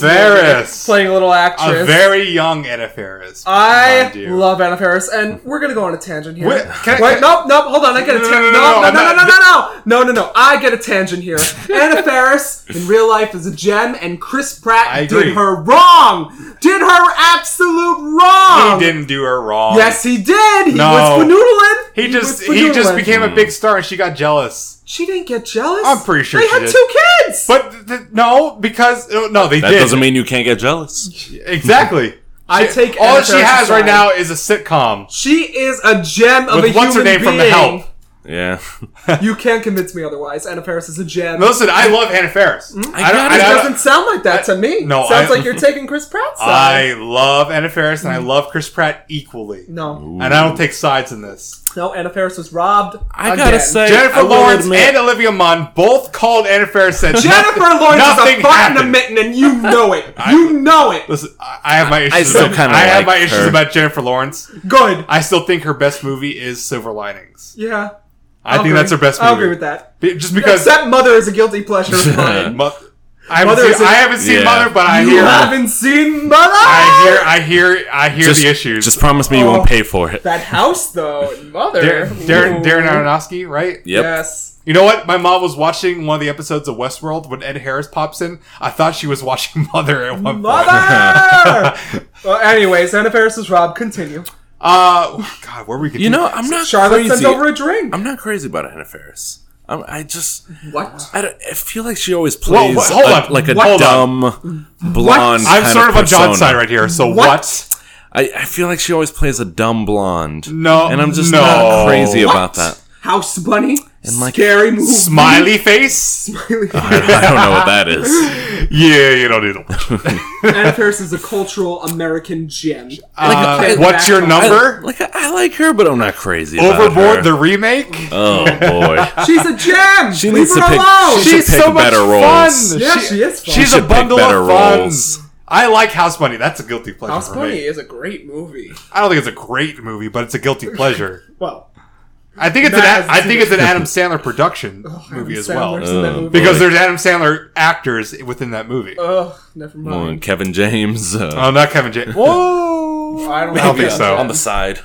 [SPEAKER 1] movie,
[SPEAKER 2] Faris.
[SPEAKER 1] playing a little actress.
[SPEAKER 2] a very young Anna Faris.
[SPEAKER 1] I
[SPEAKER 2] mind you.
[SPEAKER 1] love Anna Faris, and we're gonna go on a tangent here.
[SPEAKER 2] Wait, can I-
[SPEAKER 1] Wait,
[SPEAKER 2] can-
[SPEAKER 1] nope, nope, hold on, I get a
[SPEAKER 2] No, no,
[SPEAKER 1] tangent.
[SPEAKER 2] no,
[SPEAKER 1] No,
[SPEAKER 2] no,
[SPEAKER 1] no, no, no,
[SPEAKER 2] I'm
[SPEAKER 1] no,
[SPEAKER 2] not-
[SPEAKER 1] no, no, no, no, I get a tangent
[SPEAKER 2] <laughs>
[SPEAKER 1] here. Anna Faris in real life is a gem, and Chris
[SPEAKER 2] I
[SPEAKER 1] Pratt
[SPEAKER 2] agree.
[SPEAKER 1] did her wrong, did her absolute wrong.
[SPEAKER 2] He didn't do her wrong.
[SPEAKER 1] Yes, he did. He
[SPEAKER 2] No.
[SPEAKER 1] was fanoodling.
[SPEAKER 2] He just
[SPEAKER 1] was
[SPEAKER 2] he just
[SPEAKER 1] fanoodling.
[SPEAKER 2] became
[SPEAKER 3] Hmm.
[SPEAKER 2] a big star and she got jealous.
[SPEAKER 1] She didn't get jealous.
[SPEAKER 2] I'm pretty sure
[SPEAKER 1] they
[SPEAKER 2] she
[SPEAKER 1] had
[SPEAKER 2] did.
[SPEAKER 1] two kids.
[SPEAKER 2] But th- th- no, because oh, no, they
[SPEAKER 3] That
[SPEAKER 2] did.
[SPEAKER 3] doesn't mean you can't get
[SPEAKER 1] <laughs>
[SPEAKER 3] jealous.
[SPEAKER 2] exactly.
[SPEAKER 1] I
[SPEAKER 2] She-
[SPEAKER 1] take
[SPEAKER 2] all
[SPEAKER 1] Anna
[SPEAKER 2] she
[SPEAKER 1] Faris
[SPEAKER 2] has right
[SPEAKER 1] aside.
[SPEAKER 2] now is a sitcom
[SPEAKER 1] she is a gem of a
[SPEAKER 2] with what's her
[SPEAKER 1] human
[SPEAKER 2] name
[SPEAKER 1] being.
[SPEAKER 2] from The Help.
[SPEAKER 3] Yeah.
[SPEAKER 1] You can't convince me otherwise. Anna Faris is a gem.
[SPEAKER 2] Listen, I love Anna Faris.
[SPEAKER 1] Mm-hmm.
[SPEAKER 2] I, don't,
[SPEAKER 3] got
[SPEAKER 2] I,
[SPEAKER 1] It
[SPEAKER 3] it.
[SPEAKER 2] don't-
[SPEAKER 1] doesn't sound like that to me.
[SPEAKER 2] No,
[SPEAKER 1] sounds
[SPEAKER 2] I-
[SPEAKER 1] like you're taking Chris Pratt's side. Mm-hmm.
[SPEAKER 2] I love Anna Faris and I love Chris Pratt equally.
[SPEAKER 1] no,
[SPEAKER 2] And I don't take sides in this.
[SPEAKER 1] no, Anna Faris was robbed.
[SPEAKER 3] I
[SPEAKER 1] again.
[SPEAKER 3] gotta say,
[SPEAKER 2] Jennifer
[SPEAKER 3] I will
[SPEAKER 2] Lawrence
[SPEAKER 3] admit-
[SPEAKER 2] and Olivia Munn both called Anna Faris said
[SPEAKER 1] Jennifer Lawrence
[SPEAKER 2] nothing
[SPEAKER 1] is a fucking
[SPEAKER 2] happened.
[SPEAKER 1] mitten, and you know <laughs> it. You know it.
[SPEAKER 2] Listen, I I have my issues.
[SPEAKER 3] still
[SPEAKER 2] about-
[SPEAKER 3] kinda
[SPEAKER 2] I have
[SPEAKER 3] like
[SPEAKER 2] my issues
[SPEAKER 3] her.
[SPEAKER 2] about Jennifer Lawrence.
[SPEAKER 1] Good.
[SPEAKER 2] I still think her best movie is Silver Linings.
[SPEAKER 1] Yeah,
[SPEAKER 2] I think that's her best movie.
[SPEAKER 1] I agree with that.
[SPEAKER 2] Be- Just because
[SPEAKER 1] Except Mother is a guilty <laughs> pleasure.
[SPEAKER 3] <laughs>
[SPEAKER 1] Fine.
[SPEAKER 2] Mo- I haven't
[SPEAKER 1] Mother
[SPEAKER 2] seen,
[SPEAKER 1] is a-
[SPEAKER 2] I haven't seen
[SPEAKER 3] Yeah.
[SPEAKER 2] Mother, but I
[SPEAKER 1] you
[SPEAKER 2] hear,
[SPEAKER 1] haven't seen Mother.
[SPEAKER 2] I hear, I hear, I hear
[SPEAKER 3] just,
[SPEAKER 2] the issues.
[SPEAKER 3] Just promise me you
[SPEAKER 1] Oh.
[SPEAKER 3] won't pay for it.
[SPEAKER 1] that house though, in Mother. <laughs>
[SPEAKER 2] Darren, Darren,
[SPEAKER 1] Ooh.
[SPEAKER 2] Darren Aronofsky, right?
[SPEAKER 3] Yep.
[SPEAKER 1] Yes.
[SPEAKER 2] You know what? My mom was watching one of the episodes of Westworld when Ed Harris pops in. I thought she was watching <laughs> Mother at one point.
[SPEAKER 1] Mother. <laughs> well, anyways, Anna Faris was robbed. Continue.
[SPEAKER 2] Uh, God, where we?
[SPEAKER 3] You know, I'm not
[SPEAKER 1] Charlotte
[SPEAKER 3] crazy.
[SPEAKER 1] sends over a drink.
[SPEAKER 3] I'm not crazy about Anna Faris. I'm, I just,
[SPEAKER 1] what?
[SPEAKER 3] I, don't- I feel like she always plays
[SPEAKER 2] what- hold
[SPEAKER 3] a-
[SPEAKER 2] on.
[SPEAKER 3] like a
[SPEAKER 2] What- hold
[SPEAKER 3] dumb blonde.
[SPEAKER 2] I'm
[SPEAKER 3] kind
[SPEAKER 2] sort of on
[SPEAKER 3] persona.
[SPEAKER 2] John's side right here. So what?
[SPEAKER 1] What?
[SPEAKER 3] I, I feel like she always plays a dumb blonde.
[SPEAKER 2] No,
[SPEAKER 3] and I'm just
[SPEAKER 2] no.
[SPEAKER 3] not crazy
[SPEAKER 2] What?
[SPEAKER 3] about that.
[SPEAKER 1] House bunny.
[SPEAKER 3] And like,
[SPEAKER 1] Scary movie. <laughs>
[SPEAKER 2] Smiley face?
[SPEAKER 3] I, I don't know what that
[SPEAKER 2] <laughs>
[SPEAKER 3] is.
[SPEAKER 2] yeah, you don't need to watch Uh, it.
[SPEAKER 1] Anna Faris is a cultural American gem.
[SPEAKER 2] Uh,
[SPEAKER 3] I-
[SPEAKER 2] what's your
[SPEAKER 3] I,
[SPEAKER 2] number?
[SPEAKER 3] like I, I like her, but I'm not crazy. about her.
[SPEAKER 2] Overboard the remake?
[SPEAKER 3] oh
[SPEAKER 2] <laughs>
[SPEAKER 3] boy,
[SPEAKER 1] She's a gem.
[SPEAKER 3] She
[SPEAKER 1] Leave
[SPEAKER 3] needs
[SPEAKER 1] her
[SPEAKER 3] to pick-
[SPEAKER 1] alone.
[SPEAKER 3] she- should
[SPEAKER 2] She's
[SPEAKER 3] pick
[SPEAKER 2] so much
[SPEAKER 3] better
[SPEAKER 2] fun.
[SPEAKER 3] roles.
[SPEAKER 1] Yeah, she is fun.
[SPEAKER 2] She's
[SPEAKER 3] She
[SPEAKER 2] a
[SPEAKER 3] should pick
[SPEAKER 2] bundle
[SPEAKER 3] better
[SPEAKER 2] of fun.
[SPEAKER 3] roles.
[SPEAKER 2] I like House Money. That's a guilty pleasure
[SPEAKER 1] House
[SPEAKER 2] for
[SPEAKER 1] Bunny
[SPEAKER 2] me.
[SPEAKER 1] is a great movie.
[SPEAKER 2] I don't think it's a great movie, but it's a guilty pleasure.
[SPEAKER 1] Well,
[SPEAKER 2] I think it's
[SPEAKER 1] That has
[SPEAKER 2] an Ad- I
[SPEAKER 1] to
[SPEAKER 2] think
[SPEAKER 1] be-
[SPEAKER 2] it's an Adam
[SPEAKER 1] <laughs>
[SPEAKER 2] Sandler production
[SPEAKER 1] Adam
[SPEAKER 2] movie
[SPEAKER 1] Sandler's
[SPEAKER 2] as well.
[SPEAKER 1] in that
[SPEAKER 3] Uh,
[SPEAKER 1] movie.
[SPEAKER 2] Because
[SPEAKER 3] Boy.
[SPEAKER 2] there's Adam Sandler actors within that movie.
[SPEAKER 1] Ugh, never
[SPEAKER 3] Come on,
[SPEAKER 1] mind.
[SPEAKER 3] Kevin James uh,
[SPEAKER 2] oh, not Kevin
[SPEAKER 1] <laughs>
[SPEAKER 2] James. Whoa.
[SPEAKER 1] I don't
[SPEAKER 2] I don't
[SPEAKER 1] know.
[SPEAKER 2] think so.
[SPEAKER 3] on the side.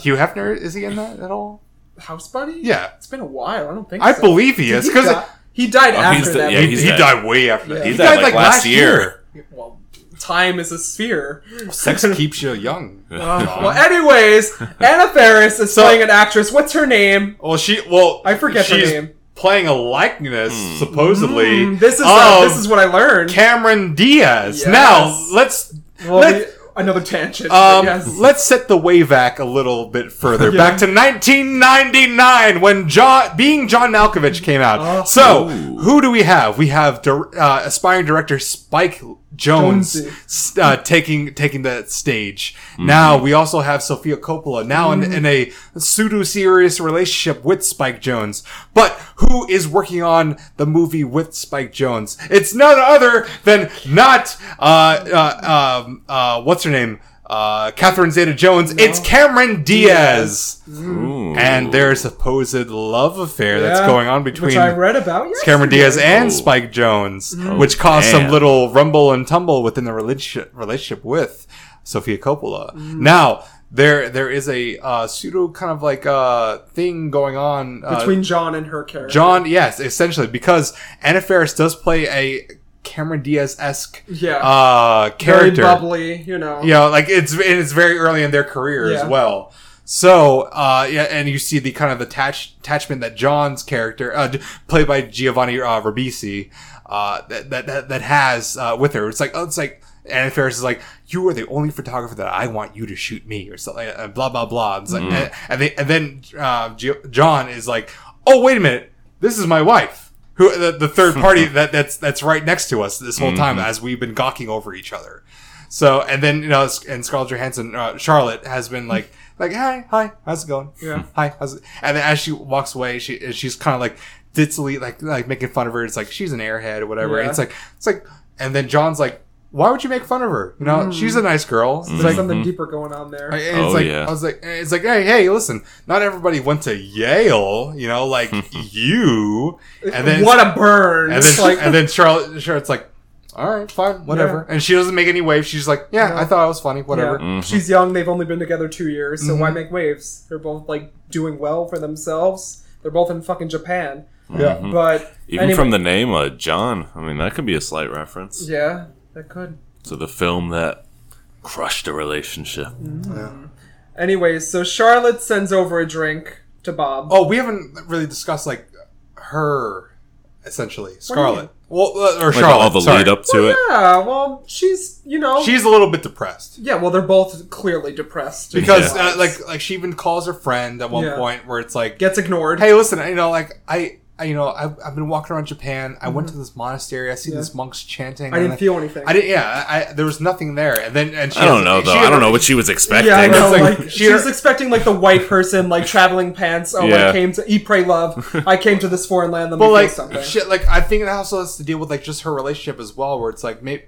[SPEAKER 2] Hugh Hefner is he in that at all?
[SPEAKER 1] House Bunny?
[SPEAKER 2] Yeah.
[SPEAKER 1] It's been a while. I don't think
[SPEAKER 2] I
[SPEAKER 1] so.
[SPEAKER 2] believe he is
[SPEAKER 1] He,
[SPEAKER 2] because
[SPEAKER 1] di- he died
[SPEAKER 3] Oh,
[SPEAKER 1] after
[SPEAKER 3] he's the-
[SPEAKER 1] that.
[SPEAKER 3] yeah,
[SPEAKER 2] he,
[SPEAKER 1] movie.
[SPEAKER 3] he's
[SPEAKER 2] he
[SPEAKER 3] dead.
[SPEAKER 2] died way after that.
[SPEAKER 3] He
[SPEAKER 2] He
[SPEAKER 3] died, like, last year.
[SPEAKER 1] Well, time is a sphere. Uh,
[SPEAKER 2] Sex keeps you young.
[SPEAKER 1] Well, anyways, Anna Faris is playing an actress. What's her name?
[SPEAKER 2] <laughs> Well, she well
[SPEAKER 1] I forget her
[SPEAKER 2] she's
[SPEAKER 1] name.
[SPEAKER 2] Playing a likeness, supposedly.
[SPEAKER 1] Mm, This is uh,
[SPEAKER 2] of
[SPEAKER 1] this is what I learned.
[SPEAKER 2] Cameron Diaz.
[SPEAKER 1] Yes.
[SPEAKER 2] Now let's
[SPEAKER 1] Well, we-
[SPEAKER 2] let-
[SPEAKER 1] another tangent. but
[SPEAKER 2] <laughs> um,
[SPEAKER 1] yes.
[SPEAKER 2] let's set the way back a little bit further, back to 1999 when John, being John Malkovich came out. so who do we have? We have dir- uh, aspiring director Spike Jones
[SPEAKER 1] Jonesy.
[SPEAKER 2] s- uh, taking taking the stage. Now we also have Sophia Coppola now
[SPEAKER 1] Mm-hmm.
[SPEAKER 2] in, in a pseudo serious relationship with Spike Jones. But who is working on the movie with Spike Jones? It's none other than not uh, uh, um, uh, what's her name. Uh, Catherine Zeta-Jones. It's Cameron Diaz,
[SPEAKER 3] Ooh.
[SPEAKER 2] and their supposed love affair that's
[SPEAKER 1] Yeah,
[SPEAKER 2] going on
[SPEAKER 1] which
[SPEAKER 2] between
[SPEAKER 1] I read about.
[SPEAKER 2] Cameron
[SPEAKER 1] yesterday.
[SPEAKER 2] Diaz and
[SPEAKER 3] Oh.
[SPEAKER 2] Spike Jones,
[SPEAKER 1] Oh,
[SPEAKER 2] which caused some
[SPEAKER 3] damn.
[SPEAKER 2] little rumble and tumble within the relationship relationship with Sofia Coppola.
[SPEAKER 1] Mm.
[SPEAKER 2] Now there there is a uh, pseudo kind of like uh, thing going on uh,
[SPEAKER 1] between John and her character.
[SPEAKER 2] John. Yes, essentially because Anna Faris does play a Cameron Diaz esque
[SPEAKER 1] Yeah.
[SPEAKER 2] uh,
[SPEAKER 1] very
[SPEAKER 2] character.
[SPEAKER 1] bubbly, you know.
[SPEAKER 2] You know, like it's and it's very early in their career as
[SPEAKER 1] Yeah.
[SPEAKER 2] well. So, uh, yeah, and you see the kind of attach, attachment that John's character, uh, d- played by Giovanni uh, Ribisi, uh, that, that, that, that has, uh, with her. It's like, oh, it's like, Anna Ferris is like, you are the only photographer that I want you to shoot me, or something, uh, blah, blah, blah. It's like, and, and, they, and then, uh, Gio- John is like, oh, wait a minute, this is my wife. Who, the, the third party that, that's, that's right next to us this whole time as we've been gawking over each other. So, and then, you know, and Scarlett Johansson, uh, Charlotte has been like, like, hi, hi, how's it going?
[SPEAKER 1] Yeah.
[SPEAKER 2] Hi, how's it? And then as she walks away, she, she's kind of like, ditzily, like, like making fun of her. It's like, she's an airhead or whatever.
[SPEAKER 1] Yeah.
[SPEAKER 2] And it's like, it's like, and then John's like, why would you make fun of her? You know,
[SPEAKER 1] Mm.
[SPEAKER 2] she's a nice girl. It's
[SPEAKER 1] There's
[SPEAKER 2] like, mm-hmm.
[SPEAKER 1] something deeper going on there.
[SPEAKER 2] I- and it's
[SPEAKER 3] Mm. Oh,
[SPEAKER 2] like
[SPEAKER 3] yeah.
[SPEAKER 2] I was like, and it's like, hey, hey, listen, not everybody went to Yale, you know,
[SPEAKER 3] <laughs>
[SPEAKER 2] like you. And then,
[SPEAKER 1] what a burn!
[SPEAKER 2] and
[SPEAKER 1] It's
[SPEAKER 2] then,
[SPEAKER 1] like,
[SPEAKER 2] and then Charlotte, Charlotte's like, all right, fine, whatever. And she doesn't make any waves. She's like, yeah,
[SPEAKER 1] No.
[SPEAKER 2] I thought it was funny, whatever.
[SPEAKER 1] Yeah.
[SPEAKER 3] Mm-hmm.
[SPEAKER 1] She's young. They've only been together two years, so why
[SPEAKER 2] Mhm.
[SPEAKER 1] make waves? They're both like doing well for themselves. They're both in fucking Japan.
[SPEAKER 3] Mm-hmm.
[SPEAKER 2] Yeah.
[SPEAKER 1] But
[SPEAKER 3] Even
[SPEAKER 1] anyway-
[SPEAKER 3] from the name uh, John, I mean that could be a slight reference
[SPEAKER 1] yeah, that could.
[SPEAKER 3] to the film that crushed a relationship.
[SPEAKER 1] Anyways, so Charlotte sends over a drink to Bob.
[SPEAKER 2] Oh, we haven't really discussed like her, essentially Scarlet. Well, uh, or
[SPEAKER 3] Like
[SPEAKER 2] Charlotte.
[SPEAKER 3] all the
[SPEAKER 2] sorry.
[SPEAKER 3] lead up to it.
[SPEAKER 1] Yeah, well, she's you know
[SPEAKER 2] She's a little bit depressed
[SPEAKER 1] yeah. Well, they're both clearly depressed
[SPEAKER 2] because
[SPEAKER 1] Yeah.
[SPEAKER 2] uh, like like she even calls her friend at one
[SPEAKER 1] Yeah.
[SPEAKER 2] point where it's like,
[SPEAKER 1] gets ignored.
[SPEAKER 2] hey, listen, you know, like I. I, you know, I've, I've been walking around Japan. I went to this monastery. I see
[SPEAKER 1] Mm-hmm. Yeah.
[SPEAKER 2] these monks chanting.
[SPEAKER 1] I
[SPEAKER 2] and
[SPEAKER 1] didn't feel anything.
[SPEAKER 2] I didn't. Yeah, I, I- there was nothing there. And then, and she
[SPEAKER 3] I
[SPEAKER 2] has-
[SPEAKER 3] don't know
[SPEAKER 2] she
[SPEAKER 3] though.
[SPEAKER 2] had
[SPEAKER 3] I don't
[SPEAKER 2] a-
[SPEAKER 3] know what she was expecting.
[SPEAKER 1] Yeah, I know,
[SPEAKER 2] That's
[SPEAKER 1] like,
[SPEAKER 2] like-
[SPEAKER 1] she was expecting like the white person, like traveling pants. Oh, I
[SPEAKER 3] Yeah.
[SPEAKER 1] came to eat, pray,
[SPEAKER 3] <laughs>
[SPEAKER 1] love. I came to this foreign land. Let me
[SPEAKER 2] But
[SPEAKER 1] feel
[SPEAKER 2] like,
[SPEAKER 1] something.
[SPEAKER 2] shit, like I think it also has to deal with like just her relationship as well, where it's like maybe.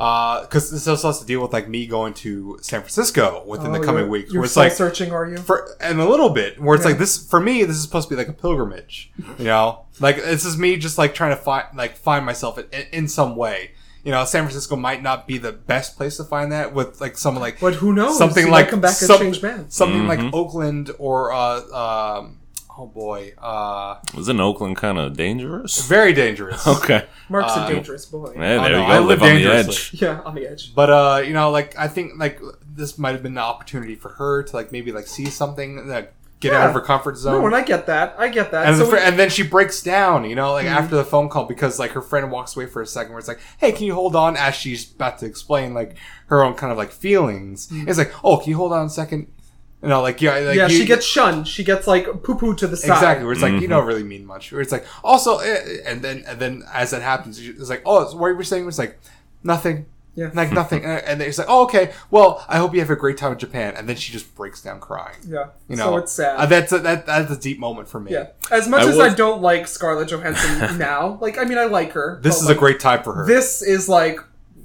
[SPEAKER 2] Because this also has to deal with like me going to San Francisco within
[SPEAKER 1] Oh,
[SPEAKER 2] the coming
[SPEAKER 1] you're-
[SPEAKER 2] weeks,
[SPEAKER 1] you're
[SPEAKER 2] where it's like
[SPEAKER 1] searching. Are you?
[SPEAKER 2] for and a little bit where it's
[SPEAKER 1] Yeah.
[SPEAKER 2] like this for me this is supposed to be like a pilgrimage you know like this is me just like trying to find like find myself in, in some way you know san francisco might not be the best place to find that with like someone like
[SPEAKER 1] But who knows?
[SPEAKER 2] something
[SPEAKER 1] You might
[SPEAKER 2] like
[SPEAKER 1] come back
[SPEAKER 2] some-
[SPEAKER 1] and change bands.
[SPEAKER 2] something like
[SPEAKER 3] Mhm.
[SPEAKER 2] oakland or uh um oh boy uh
[SPEAKER 3] Wasn't Oakland kind
[SPEAKER 2] <laughs>
[SPEAKER 3] of dangerous?
[SPEAKER 2] very dangerous
[SPEAKER 3] Okay.
[SPEAKER 1] Mark's
[SPEAKER 2] Uh,
[SPEAKER 1] a dangerous boy.
[SPEAKER 3] <laughs> Yeah, there
[SPEAKER 2] Oh,
[SPEAKER 3] you
[SPEAKER 2] no,
[SPEAKER 3] go.
[SPEAKER 2] I live
[SPEAKER 3] live on the edge.
[SPEAKER 2] dangerously.
[SPEAKER 1] Yeah, on the edge.
[SPEAKER 2] But uh, you know, like I think like this might have been an opportunity for her to like maybe like see something like get out
[SPEAKER 1] Yeah.
[SPEAKER 2] of her comfort
[SPEAKER 1] No,
[SPEAKER 2] zone.
[SPEAKER 1] and I get that. I get that.
[SPEAKER 2] and,
[SPEAKER 1] so
[SPEAKER 2] the fr-
[SPEAKER 1] we- Mm-hmm.
[SPEAKER 2] and then she breaks down, you know, like after the phone call because like her friend walks away for a second where it's like, "Hey, can you hold on?" as she's about to explain like her own kind of like feelings. It's like, "Oh, can you hold on a second? You know, like yeah, like,
[SPEAKER 1] Mm-hmm. yeah,
[SPEAKER 2] you-
[SPEAKER 1] she gets shunned. She gets like poo poo to the side.
[SPEAKER 2] Exactly, where it's like you don't really mean much. Where it's like also, eh, and then and then as that happens, it's like oh, it's what you were saying was like nothing,
[SPEAKER 1] Yeah.
[SPEAKER 2] like
[SPEAKER 1] <laughs>
[SPEAKER 2] nothing, and and it's like oh, okay, well, I hope you have a great time in Japan, and then she just breaks down crying.
[SPEAKER 1] Yeah.
[SPEAKER 2] You know,
[SPEAKER 1] so it's sad.
[SPEAKER 2] Uh, that's a, that that's a deep moment for me.
[SPEAKER 1] yeah. As much
[SPEAKER 3] I
[SPEAKER 1] as
[SPEAKER 3] was-
[SPEAKER 1] I don't like Scarlett Johansson <laughs> now, like I mean, I like her.
[SPEAKER 2] This
[SPEAKER 1] but,
[SPEAKER 2] is
[SPEAKER 1] Oh, like,
[SPEAKER 2] a great time for her.
[SPEAKER 1] This is like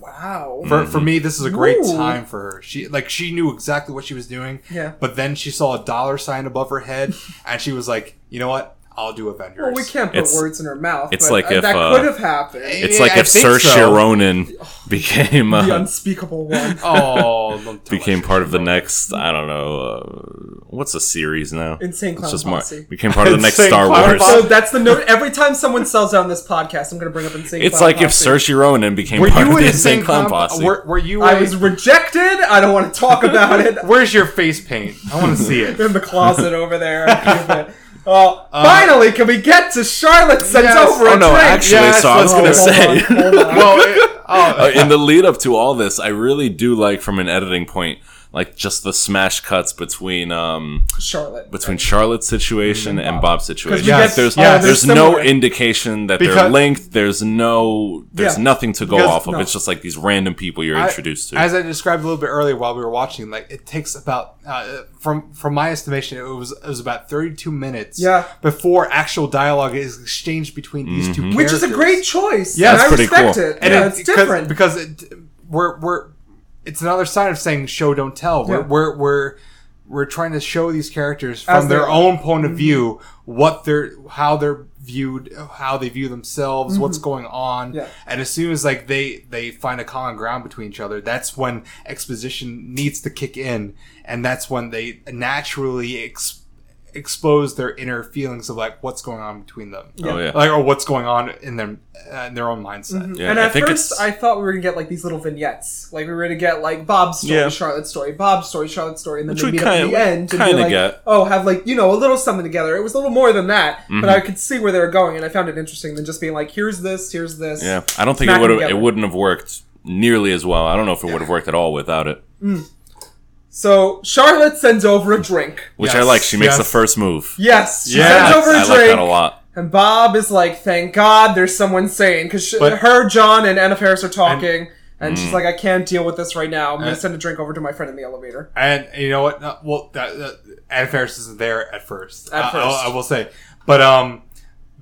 [SPEAKER 1] wow.
[SPEAKER 2] for, for me, this is a great
[SPEAKER 1] Ooh.
[SPEAKER 2] time for her. She like she knew exactly what she was doing.
[SPEAKER 1] Yeah.
[SPEAKER 2] But then she saw a dollar sign above her
[SPEAKER 1] <laughs>
[SPEAKER 2] head, and she was like, you know what? I'll do Avengers.
[SPEAKER 1] well, we can't put
[SPEAKER 3] It's-
[SPEAKER 1] words in her mouth.
[SPEAKER 3] it's
[SPEAKER 1] but
[SPEAKER 3] like
[SPEAKER 1] uh,
[SPEAKER 3] if,
[SPEAKER 1] that
[SPEAKER 3] uh,
[SPEAKER 1] could have happened.
[SPEAKER 3] It's
[SPEAKER 2] Yeah,
[SPEAKER 3] like
[SPEAKER 2] I
[SPEAKER 3] if
[SPEAKER 2] think
[SPEAKER 3] Saoirse
[SPEAKER 2] so.
[SPEAKER 3] Ronan became <laughs> uh,
[SPEAKER 1] The unspeakable one.
[SPEAKER 2] Oh, don't tell
[SPEAKER 3] became
[SPEAKER 2] us.
[SPEAKER 3] part of the next. I don't know. Uh, what's a series now?
[SPEAKER 1] Insane
[SPEAKER 3] It's
[SPEAKER 1] clown
[SPEAKER 3] just Mar-
[SPEAKER 1] posse.
[SPEAKER 3] became part of the next
[SPEAKER 2] Insane
[SPEAKER 3] Star
[SPEAKER 2] Clown
[SPEAKER 3] Wars.
[SPEAKER 1] so that's the note. Every time someone sells out on this podcast, I'm going to bring up insane.
[SPEAKER 3] It's
[SPEAKER 1] clown
[SPEAKER 3] like if
[SPEAKER 1] posse.
[SPEAKER 3] Saoirse Ronan became
[SPEAKER 2] Were
[SPEAKER 3] part
[SPEAKER 2] you
[SPEAKER 3] of
[SPEAKER 2] in
[SPEAKER 3] the
[SPEAKER 2] the same
[SPEAKER 3] Insane Clown
[SPEAKER 2] comp-
[SPEAKER 3] Posse.
[SPEAKER 2] Were, were you?
[SPEAKER 1] I
[SPEAKER 2] a-
[SPEAKER 1] was rejected. I don't want to talk about
[SPEAKER 3] <laughs>
[SPEAKER 1] it.
[SPEAKER 2] Where's your face paint? I want to see
[SPEAKER 1] <laughs>
[SPEAKER 2] it.
[SPEAKER 1] in the closet over there.
[SPEAKER 3] <laughs>
[SPEAKER 1] Oh, finally, can we get to Charlotte? Sends
[SPEAKER 2] yes.
[SPEAKER 1] over
[SPEAKER 3] oh
[SPEAKER 1] a
[SPEAKER 3] no,
[SPEAKER 1] drink.
[SPEAKER 3] actually,
[SPEAKER 2] yes,
[SPEAKER 3] so I was
[SPEAKER 2] oh,
[SPEAKER 3] gonna
[SPEAKER 2] hold
[SPEAKER 3] say.
[SPEAKER 1] on, hold on.
[SPEAKER 3] <laughs>
[SPEAKER 2] well, it-
[SPEAKER 3] Uh,
[SPEAKER 2] oh,
[SPEAKER 3] in the lead up to all this, I really do like from an editing point, like just the smash cuts between um
[SPEAKER 1] Charlotte.
[SPEAKER 3] between Charlotte's situation and Bob's
[SPEAKER 1] Mm-hmm.
[SPEAKER 3] situation.
[SPEAKER 1] we
[SPEAKER 2] Yes,
[SPEAKER 3] Like, there's
[SPEAKER 2] yes.
[SPEAKER 1] they're
[SPEAKER 3] there's no
[SPEAKER 1] similar.
[SPEAKER 3] indication that they're
[SPEAKER 2] Because-
[SPEAKER 3] linked. There's no there's
[SPEAKER 1] Yeah.
[SPEAKER 3] nothing to go
[SPEAKER 2] Because-
[SPEAKER 3] off of.
[SPEAKER 1] no.
[SPEAKER 3] It's just like these random people you're
[SPEAKER 2] I-
[SPEAKER 3] introduced to.
[SPEAKER 2] As I described a little bit earlier while we were watching, like it takes about uh, from from my estimation, it was it was about thirty two minutes.
[SPEAKER 1] Yeah.
[SPEAKER 2] Before actual dialogue is exchanged between these
[SPEAKER 3] Mm-hmm.
[SPEAKER 2] two,
[SPEAKER 1] Which is a
[SPEAKER 2] characters.
[SPEAKER 1] great choice.
[SPEAKER 2] Yeah,
[SPEAKER 1] and
[SPEAKER 2] that's
[SPEAKER 1] I
[SPEAKER 3] pretty
[SPEAKER 1] respect
[SPEAKER 3] cool.
[SPEAKER 1] it.
[SPEAKER 2] and
[SPEAKER 1] yeah,
[SPEAKER 2] it-
[SPEAKER 1] it's different.
[SPEAKER 2] because it, we're we're it's another side of saying show don't tell. We're
[SPEAKER 1] Yeah.
[SPEAKER 2] we're, we're we're trying to show these characters
[SPEAKER 1] As Mm-hmm.
[SPEAKER 2] from their
[SPEAKER 1] they are.
[SPEAKER 2] own point of view what they're how they're viewed, how they view themselves, what's going on.
[SPEAKER 1] Mm-hmm. Yeah.
[SPEAKER 2] And as soon as like they they find a common ground between each other, that's when exposition needs to kick in, and that's when they naturally ex- expose their inner feelings of like what's going on between them,
[SPEAKER 3] Oh yeah.
[SPEAKER 2] like or what's going on in their uh, in their own mindset.
[SPEAKER 3] Yeah,
[SPEAKER 1] and
[SPEAKER 3] I
[SPEAKER 1] at
[SPEAKER 3] think
[SPEAKER 1] first,
[SPEAKER 3] it's-
[SPEAKER 1] I thought we were gonna get like these little vignettes, like we were gonna get like Bob's story,
[SPEAKER 3] Yeah.
[SPEAKER 1] Charlotte's story, Bob's story, Charlotte's story, and then
[SPEAKER 3] Which
[SPEAKER 1] they
[SPEAKER 3] we
[SPEAKER 1] meet up at the
[SPEAKER 3] kinda-
[SPEAKER 1] end and be
[SPEAKER 3] kinda
[SPEAKER 1] like,
[SPEAKER 3] get.
[SPEAKER 1] oh, have like you know a little something together. It was a little more than that, but
[SPEAKER 3] Mm-hmm.
[SPEAKER 1] I could see where they were going, and I found it interesting than just being like, here's this, here's this.
[SPEAKER 3] Yeah, I don't think
[SPEAKER 1] Smack
[SPEAKER 3] it would have.
[SPEAKER 1] together.
[SPEAKER 3] It wouldn't have worked nearly as well. I don't know if it would have worked at all without it.
[SPEAKER 1] So Charlotte sends over a drink.
[SPEAKER 3] Which I
[SPEAKER 2] Yes,
[SPEAKER 3] like. She makes the
[SPEAKER 2] yes.
[SPEAKER 3] first move.
[SPEAKER 1] Yes, she
[SPEAKER 2] Yeah,
[SPEAKER 1] sends over a
[SPEAKER 3] I like
[SPEAKER 1] drink,
[SPEAKER 3] that a lot.
[SPEAKER 1] and Bob is like, thank God, there's someone sane because
[SPEAKER 2] But-
[SPEAKER 1] her, John, and Anna Faris are talking. And,
[SPEAKER 3] Mm.
[SPEAKER 1] she's like, I can't deal with this right now. I'm gonna
[SPEAKER 2] And-
[SPEAKER 1] send a drink over to my friend in the elevator.
[SPEAKER 2] And you know what? No, well, that, that, Anna Faris isn't there at first.
[SPEAKER 1] At
[SPEAKER 2] I- I-
[SPEAKER 1] first.
[SPEAKER 2] I, will say, but um,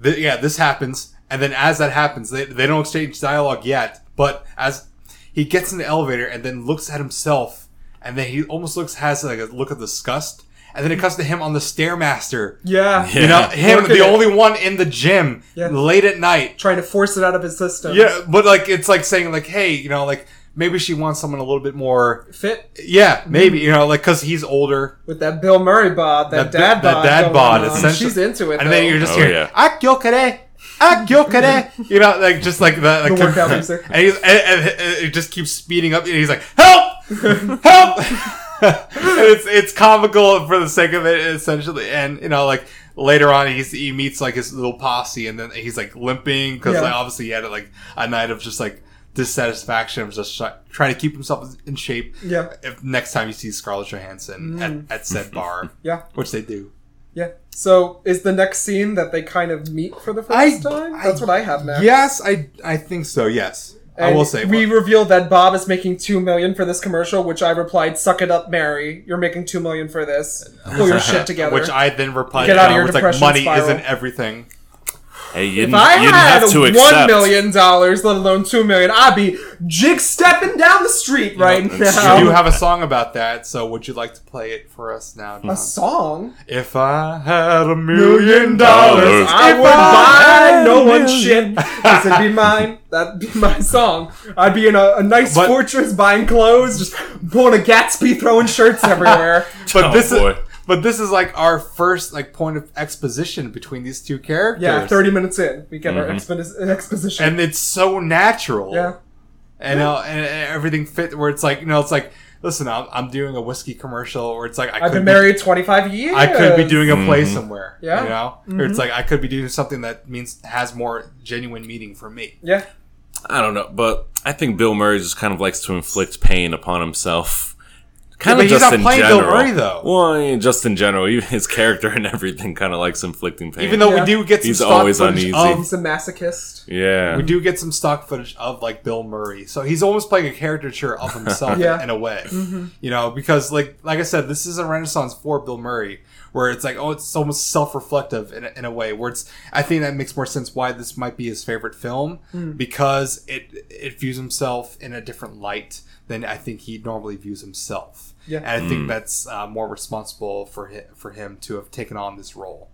[SPEAKER 2] th- yeah, this happens, and then as that happens, they, they don't exchange dialogue yet. But as he gets in the elevator and then looks at himself, and then he almost looks has like a look of disgust, and then it cuts to him on the stairmaster.
[SPEAKER 1] Yeah.
[SPEAKER 3] Yeah.
[SPEAKER 2] You know, him,
[SPEAKER 1] Look at
[SPEAKER 2] the
[SPEAKER 1] it.
[SPEAKER 2] only one in the gym,
[SPEAKER 1] Yeah.
[SPEAKER 2] late at night.
[SPEAKER 1] Trying to force it out of his system.
[SPEAKER 2] Yeah, but like it's like saying like, hey, you know, like maybe she wants someone a little bit more.
[SPEAKER 1] Fit
[SPEAKER 2] Yeah, maybe you know, like because he's older.
[SPEAKER 1] with that Bill Murray bod, that,
[SPEAKER 2] That-
[SPEAKER 1] dad
[SPEAKER 2] that
[SPEAKER 1] bod.
[SPEAKER 2] dad
[SPEAKER 1] going
[SPEAKER 2] bod,
[SPEAKER 1] on.
[SPEAKER 2] essentially.
[SPEAKER 1] She's into it.
[SPEAKER 2] and then
[SPEAKER 1] though.
[SPEAKER 2] you're just
[SPEAKER 3] Oh,
[SPEAKER 2] hearing
[SPEAKER 3] yeah.
[SPEAKER 2] "Akyokere, Akyokere," you know, like just like that, like
[SPEAKER 1] The
[SPEAKER 2] <laughs>
[SPEAKER 1] workout music.
[SPEAKER 2] and, he's, and, and it it just keeps speeding up, and he's like,
[SPEAKER 1] <laughs>
[SPEAKER 2] "Help, help!" <laughs> And it's it's comical for the sake of it, essentially, and you know, like later on, he's, he meets like his little posse, and then he's like limping because
[SPEAKER 1] Yeah.
[SPEAKER 2] like, obviously he had like a night of just like dissatisfaction of just try- trying to keep himself in shape.
[SPEAKER 1] Yeah.
[SPEAKER 2] If next time you see Scarlett Johansson
[SPEAKER 1] Mm.
[SPEAKER 2] at, at said bar,
[SPEAKER 1] Yeah.
[SPEAKER 2] which they do.
[SPEAKER 1] yeah. So is the next scene that they kind of meet for the first
[SPEAKER 2] I-
[SPEAKER 1] time?
[SPEAKER 2] I-
[SPEAKER 1] That's what I have now.
[SPEAKER 2] Yes, I I think so. Yes, I
[SPEAKER 1] Uh, And
[SPEAKER 2] will say
[SPEAKER 1] we
[SPEAKER 2] but-
[SPEAKER 1] revealed that Bob is making two million for this commercial, which I replied, "Suck it up, Mary. You're making two million for this. Pull
[SPEAKER 2] <laughs>
[SPEAKER 1] your shit together."
[SPEAKER 2] which I then replied
[SPEAKER 1] Get
[SPEAKER 2] to
[SPEAKER 1] out of
[SPEAKER 2] John,
[SPEAKER 1] your
[SPEAKER 2] was like
[SPEAKER 1] depression
[SPEAKER 2] money
[SPEAKER 1] spiral."
[SPEAKER 2] isn't
[SPEAKER 1] <laughs>
[SPEAKER 2] everything.
[SPEAKER 3] Hey, you
[SPEAKER 1] if
[SPEAKER 3] didn't,
[SPEAKER 1] I
[SPEAKER 3] you didn't
[SPEAKER 1] had
[SPEAKER 3] have to
[SPEAKER 1] one
[SPEAKER 3] accept.
[SPEAKER 1] million dollars, let alone two million, I'd be jig stepping down the street right
[SPEAKER 3] that's
[SPEAKER 1] now.
[SPEAKER 2] we do have a song about that, so would you like to play it for us now, John?
[SPEAKER 1] a song.
[SPEAKER 2] If I had a million dollars,
[SPEAKER 3] Dollars.
[SPEAKER 1] I
[SPEAKER 2] if
[SPEAKER 1] would buy
[SPEAKER 2] had
[SPEAKER 1] no
[SPEAKER 2] a
[SPEAKER 1] one
[SPEAKER 2] million-
[SPEAKER 1] shit. <laughs> This would be mine. That'd be my song. I'd be in a, a nice
[SPEAKER 2] But-
[SPEAKER 1] fortress buying clothes, just pulling a Gatsby, throwing
[SPEAKER 2] <laughs>
[SPEAKER 1] shirts everywhere.
[SPEAKER 2] But
[SPEAKER 3] Oh,
[SPEAKER 2] this
[SPEAKER 3] boy.
[SPEAKER 2] is but this is like our first like point of exposition between these two characters.
[SPEAKER 1] Yeah, 30 minutes in, we get our expo- exposition.
[SPEAKER 2] and it's so natural.
[SPEAKER 1] yeah.
[SPEAKER 2] and uh, and, and everything fit where it's like you know it's like listen I'm, I'm doing a whiskey commercial where it's like I
[SPEAKER 1] I've
[SPEAKER 2] could
[SPEAKER 1] been
[SPEAKER 2] be-
[SPEAKER 1] married 25 years.
[SPEAKER 2] I could be doing a play
[SPEAKER 3] Mm-hmm.
[SPEAKER 2] somewhere
[SPEAKER 1] Yeah. Mm-hmm.
[SPEAKER 2] you know or it's like I could be doing something that means has more genuine meaning for me
[SPEAKER 1] Yeah.
[SPEAKER 3] I don't know, but I think Bill Murray just kind of likes to inflict pain upon himself. Kind
[SPEAKER 2] but
[SPEAKER 3] of
[SPEAKER 2] he's
[SPEAKER 3] just
[SPEAKER 2] not
[SPEAKER 3] in
[SPEAKER 2] playing Bill
[SPEAKER 3] general.
[SPEAKER 2] Murray, though.
[SPEAKER 3] Well, yeah, just in general, even his character and everything kind of likes inflicting pain.
[SPEAKER 2] even though
[SPEAKER 1] Yeah.
[SPEAKER 2] we do get some
[SPEAKER 3] He's
[SPEAKER 2] stock
[SPEAKER 3] always
[SPEAKER 2] footage
[SPEAKER 3] uneasy.
[SPEAKER 2] of-
[SPEAKER 1] He's a masochist.
[SPEAKER 3] yeah,
[SPEAKER 2] we do get some stock footage of like Bill Murray so he's almost playing a caricature of himself
[SPEAKER 1] Yeah.
[SPEAKER 2] in a way you know because like like I said this is a renaissance for Bill Murray where it's like oh it's almost self-reflective in a, in a way where it's I think that makes more sense why this might be his favorite film because it it views himself in a different light than I think he normally views himself
[SPEAKER 1] Yeah.
[SPEAKER 2] and I think that's uh, more responsible for him, for him to have taken on this role